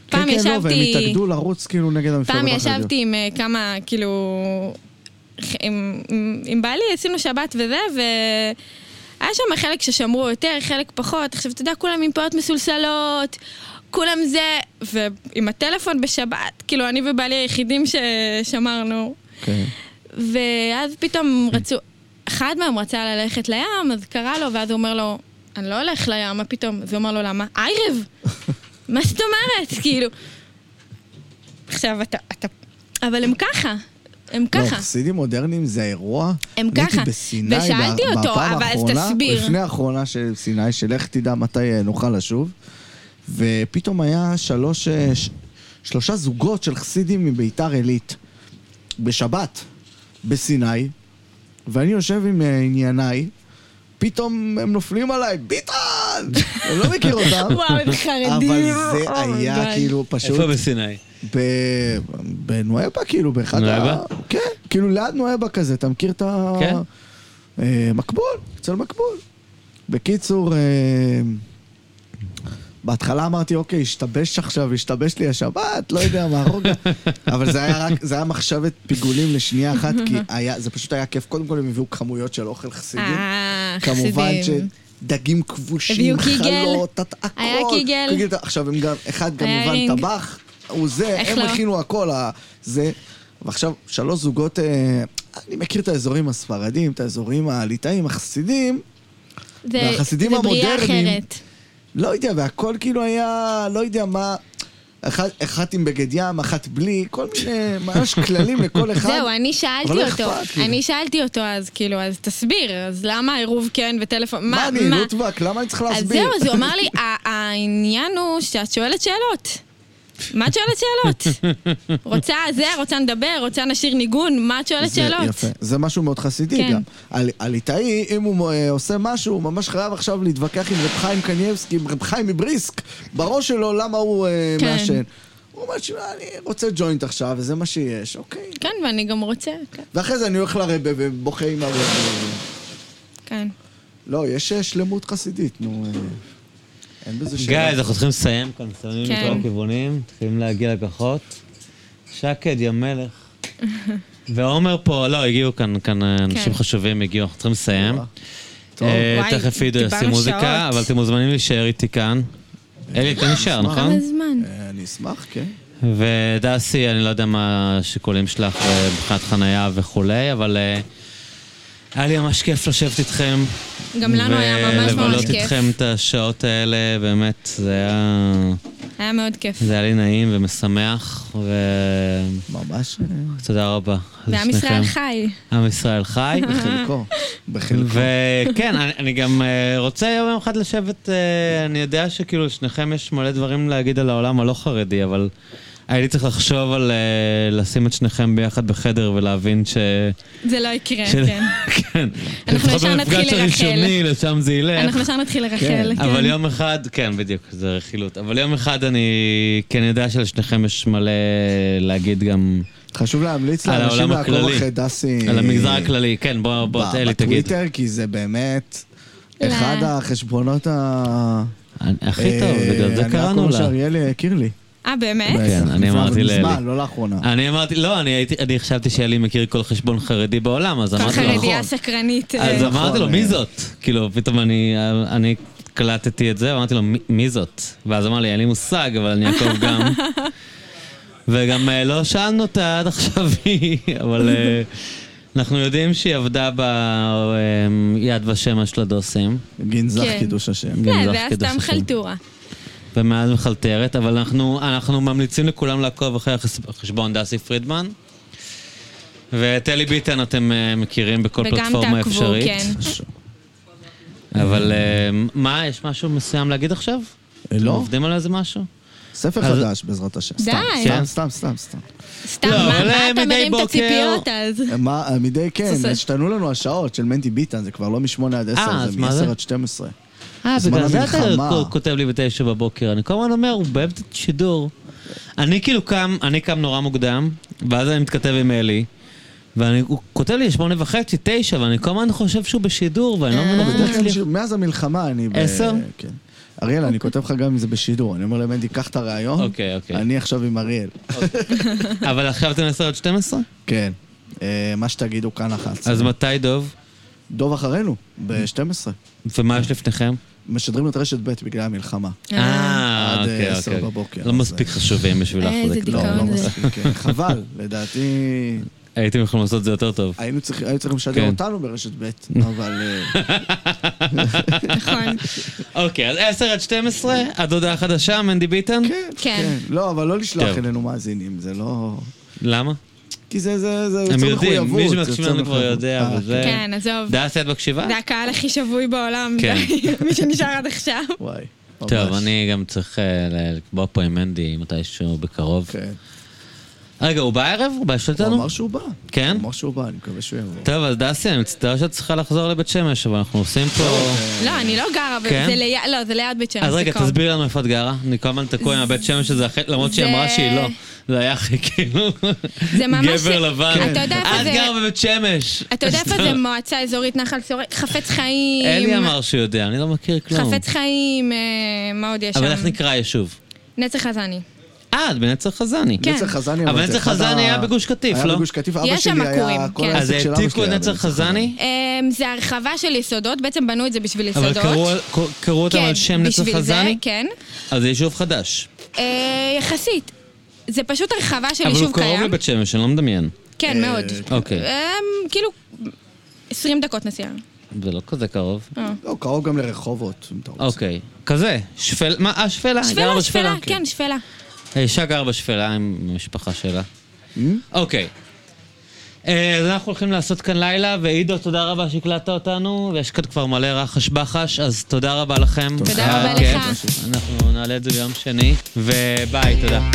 פעם
כן, כן, לא, והם
ישבתי,
התאגדו לרוץ כאילו נגד המפלגות
פעם
החרדיות.
ישבתי עם אה, כמה, כאילו, ח- עם, עם, עם בעלי, עשינו שבת וזה, ו... היה שם חלק ששמרו יותר, חלק פחות. עכשיו, אתה יודע, כולם עם פאות מסולסלות, כולם זה, ועם הטלפון בשבת, כאילו, אני ובעלי היחידים ששמרנו.
כן.
ואז פתאום רצו, אחד מהם רצה ללכת לים, אז קרא לו, ואז הוא אומר לו, אני לא הולך לים, מה פתאום? אז הוא אומר לו, למה? ערב! מה זאת אומרת? כאילו... עכשיו, אתה... אתה... אבל הם ככה. הם
לא,
ככה.
חסידים מודרניים זה אירוע.
הם
אני הייתי
ככה.
בסיני
ושאלתי
ב-
אותו,
בפעם
אבל אז
האחרונה,
תסביר.
לפני האחרונה של סיני, שלך תדע מתי אה, נוכל לשוב. ופתאום היה שלוש, אה, ש- שלושה זוגות של חסידים מביתר עילית. בשבת, בסיני, ואני יושב עם אה, ענייניי, פתאום הם נופלים עליי, ביטן! אני לא מכיר אותם.
וואו, הם חרדים.
אבל זה
Oh
היה
my
כאילו פשוט...
איפה בסיני?
ב- בנואבה, כאילו, באחד
נואבה?
כן, כאילו ליד נואבה כזה, אתה מכיר את ה...
כן.
אה, מקבול, אצל מקבול. בקיצור, אה, בהתחלה אמרתי, אוקיי, השתבש עכשיו, השתבש לי השבת, לא יודע מה, הרוגע. אבל זה היה רק, זה היה מחשבת פיגולים לשנייה אחת, כי היה, זה פשוט היה כיף. קודם כל הם הביאו כמויות של אוכל חסידים.
אה,
כמובן
חסידים.
שדגים כבושים,
הביאו קיגל.
חלות, הת- הכל.
היה קיגל.
עכשיו הם גם, אחד
היה
כמובן
רינג.
טבח, הוא זה,
איך
הם
לא?
הכינו הכל, ה- זה. ועכשיו, שלוש זוגות, אה, אני מכיר את האזורים הספרדים, את האזורים הליטאים, החסידים,
זה-
והחסידים
זה בריאה
המודרניים-
אחרת.
לא יודע, והכל כאילו היה, לא יודע מה, אחת, אחת עם בגד ים, אחת בלי, כל מיני, ממש כללים לכל אחד.
זהו, אני
אבל
שאלתי
לא
אותו.
אכפת לי.
אני שאלתי אותו אז, כאילו, אז תסביר, אז למה עירוב כן וטלפון?
מה
מה,
אני,
מה?
לוטבק, למה אני צריך
אז
להסביר?
זהו, אז הוא אמר לי, "ה- העניין הוא שאת שואלת שאלות. מה את שואלת שאלות? רוצה זה, רוצה נדבר, רוצה נשיר ניגון, מה את שואלת
זה
שאלות?
יפה, זה משהו מאוד חסידי
כן.
גם. הל- הליטאי, אם הוא אה, עושה משהו, הוא ממש חייב עכשיו להתווכח עם רב חיים קנייבסקי, עם רב חיים מבריסק, בראש שלו למה הוא אה,
כן.
מעשן. הוא אומר, שמע, אני רוצה ג'וינט עכשיו, וזה מה שיש, אוקיי.
כן, ואני גם רוצה, כן,
ואחרי זה אני הולך לרבה ובוכה עם הרבה.
כן.
לא, יש אה, שלמות חסידית, נו. אה, אין בזה שאלה.
גייז, אנחנו צריכים לסיים כאן, מסיימים
כן.
מכל הכיוונים, מתחילים להגיע לכוחות. שקד, יא מלך. ועומר פה, לא, הגיעו כאן, כאן אה, אנשים
כן.
חשובים, הגיעו, אנחנו צריכים
אה,
לסיים.
טוב.
אה,
וואי,
תכף עידו ישים
דיברנו
מוזיקה,
שעות.
אבל אתם מוזמנים להישאר איתי כאן. אלי, אתה נשאר, נכון?
כמה זמן?
אה, אני אשמח, כן.
ודסי, אני לא יודע מה השיקולים שלך אה, מבחינת חנייה וכולי, אבל אה, היה לי ממש כיף לשבת איתכם.
גם לנו היה ממש ממש
ולבלות
כיף.
איתכם את השעות האלה, באמת, זה היה...
היה מאוד כיף.
זה היה לי נעים ומשמח, ותודה
ממש אה,
רבה.
ועם
לשניכם.
ישראל חי.
עם ישראל חי.
בחלקו. בחלקו.
וכן, אני, אני גם אה, רוצה יום אחד לשבת, אה, אני יודע שכאילו לשניכם יש מלא דברים להגיד על העולם הלא חרדי, אבל הייתי צריך לחשוב על אה, לשים את שניכם ביחד בחדר ולהבין ש...
זה לא יקרה,
של-
כן.
כן.
אנחנו
לפחות
ישר
במפגש
נתחיל
הראשוני, לשם זה ילך.
אנחנו ישר נתחיל
כן,
לרחל,
אבל
כן.
יום אחד, כן, בדיוק, זה רכילות. אבל יום אחד אני כן יודע שלשניכם יש מלא להגיד גם
חשוב להמליץ
על
לאנשים
העולם
לעקוב
הכללי.
אחרי דסי.
על המגזר הכללי. כן, בוא, בוא,
אה, ב-
תן לי, תגיד.
בטוויטר, כי זה באמת
לא.
אחד החשבונות ה...
אני- הכי טוב,
אה,
בגלל זה
אני רק
קראנו
אומר
לה.
שאריאל הכיר לי.
אה, באמת?
כן, אני
אבל
אמרתי לאלי.
מזמן, לא לאחרונה.
אני אמרתי, לא, אני הייתי, אני חשבתי שאלי מכיר כל חשבון חרדי בעולם, אז
כל
אמרתי לו,
חרדיה
נכון.
סקרנית. אה,
אז אמרתי לו,
נכון,
מי
אה.
זאת? כאילו, פתאום אני, אני קלטתי את זה, ואמרתי לו, "מי- מי זאת? ואז אמר לי, אין לי מושג, אבל אני אעקוב גם. וגם אה, לא שאלנו אותה עד עכשיו, היא- אבל אה, אנחנו יודעים שהיא עבדה ביד ושם השלדוסים,
גנזך
כן.
קידוש השם.
גם לא
כן,
לך
זה היה
כדאי
סתם
שתשמע.
חלטורה.
לא, ומאז מחלטרת, אבל אנחנו, אנחנו ממליצים לכולם לעקוב אחרי החס- החשבון דסי פרידמן. ואת אלי ביטן אתם אה, מכירים בכל
וגם
פלטפורמה
תעקבו,
אפשרית.
כן.
אבל אה, מה, יש משהו מסוים להגיד עכשיו?
אה,
אתם
לא,
עובדים על איזה משהו?
ספר
אז-
חדש בעזרת השם. סתם,
די.
כן.
סתם, סתם, סתם, סתם.
סתם,
לא,
מה-
אבל, אה,
מה
מדי
אתה מרים את
בוקר-
הציפיות אז?
מה, אה, מדי כן,
זה-
השתנו לנו השעות של מנדי ביטן, זה כבר לא מ-8 עד 10,
אה, אז
זה
מה זה?
מ-10 עד 12.
אה,
בזמן
בגלל זה אתה
המלחמה.
כ- כותב לי בתשע בבוקר. אני כל הזמן אומר, הוא באמצע שידור. אני כאילו קם, אני קם נורא מוקדם, ואז אני מתכתב עם אלי. והוא כותב לי שמונה וחצי, תשע, ואני כל הזמן חושב שהוא בשידור, ואני
אה.
לא מבין איך הוא
בדרך כלל
מצליח.
ש- מאז המלחמה אני... ב-
עשר?
כן. אריאל,
אוקיי.
אני כותב לך גם אם זה בשידור. אני אומר למנדי, קח את הרעיון.
אוקיי, אוקיי.
אני עכשיו עם אריאל.
אבל עכשיו אתם 10 עד 12?
כן. אה, מה שתגידו כאן אחת.
אז מתי דוב?
דוב אחרינו, ב-12.
ומה יש לפניכם?
משדרים את רשת ב' בגלל המלחמה.
אה,
עד, אה,
אוקיי,
עשר
אוקיי.
בבוקר,
לא
אז,
מספיק
אה,
חשובים בשביל
איזה
להחזיק.
דיכאון.
לא.
לא, לא
זה.
מספיק. אה, חבל, לדעתי...
הייתם יכולים לעשות את זה יותר טוב.
היינו צריכים היו צריכים
כן.
לשדר אותנו ברשת ב', אבל... אה,
נכון.
אוקיי, אז 10 עד 12, הדודה החדשה, מנדי ביטן?
כן,
כן.
כן. לא, אבל לא לשלוח
טוב.
אלינו מאזינים, זה לא...
למה?
כי זה, זה, זה,
הם
יוצא
יודעים,
מחויבות,
מי
זה
שמקשיב
יוצא
לנו כבר
מחויבות.
יודע,
אה,
אבל זה...
כן, עזוב.
דס, את מקשיבה?
זה הקהל הכי שבוי בעולם,
כן.
מי שנשאר עד עכשיו.
כן. וואי.
טוב,
ממש.
אני גם צריך אה, ל- לקבוע פה עם מנדי מתישהו בקרוב.
כן.
רגע, הוא בא הערב? הוא בא לשבת
הוא
לנו?
אמר שהוא בא.
כן?
הוא אמר שהוא בא, אני מקווה שהוא יבוא.
טוב, אז דסי, אני מצטער שאת צריכה לחזור לבית שמש, אבל אנחנו עושים פה...
לא, אני לא גרה, ב-
כן?
זה ליד, לא, זה ליד בית שמש.
אז
זה
רגע,
קרוב.
תסביר לנו איפה את גרה. אני כל הזמן תקוע עם הבית שמש הזה, אחרי- למרות שהיא
זה-
אמרה שהיא לא. זה היה הכי כאילו...
זה ממש-
גבר לבן.
אתה יודע איפה
את
זה-
גרה בבית שמש.
אתה יודע איפה זה מועצה אזורית נחל סורק? חפץ חיים.
אלי אמר שהוא יודע, אני לא מכיר כלום.
חפץ חיים, אה, מה עוד יש שם?
אבל איך נקרא היישוב?
נצר חזני.
אה, את בנצר חזני.
כן.
נצר חזני,
אבל
זה
נצר
אחד
חזני
ה-
היה בגוש קטיף,
היה
לא?
בגוש קטיף, אבא
יש שם
שלי היה...
עקורים,
כל
כן.
אז
העסק של אבא
העתיקו
שלי
את
היה
נצר
בנצר
חזני?
אה, זה הרחבה של יסודות, בעצם בנו את זה בשביל
אבל
יסודות.
קראו- ק- קראו אותם
כן,
על שם נצר
בשביל זה,
חזני?
כן.
אז זה יישוב חדש.
אה, יחסית. זה פשוט הרחבה של
אבל
יישוב
הוא
קיים.
קרוב לבית שמש, אני לא מדמיין.
כן, מאוד.
אוקיי.
אה, כאילו, 20 דקות נסיעה.
זה לא כזה קרוב.
אה.
לא, קרוב גם לרחובות, אם אתה רוצה.
אוקיי. כזה. שפל... מה? אה, שפלה. היא גרה
שפלה, שפלה,
בשפלה. אוקיי.
כן, שפלה.
האישה גרה בשפלה עם המשפחה שלה. אוקיי. אה, אז אנחנו הולכים לעשות כאן לילה, ועידו, תודה רבה שהקלטת אותנו, ויש כאן כבר מלא רחש בחש, אז תודה רבה לכם.
תודה
היה
רבה
כיף.
לך.
אנחנו נעלה את זה ביום שני, וביי, תודה.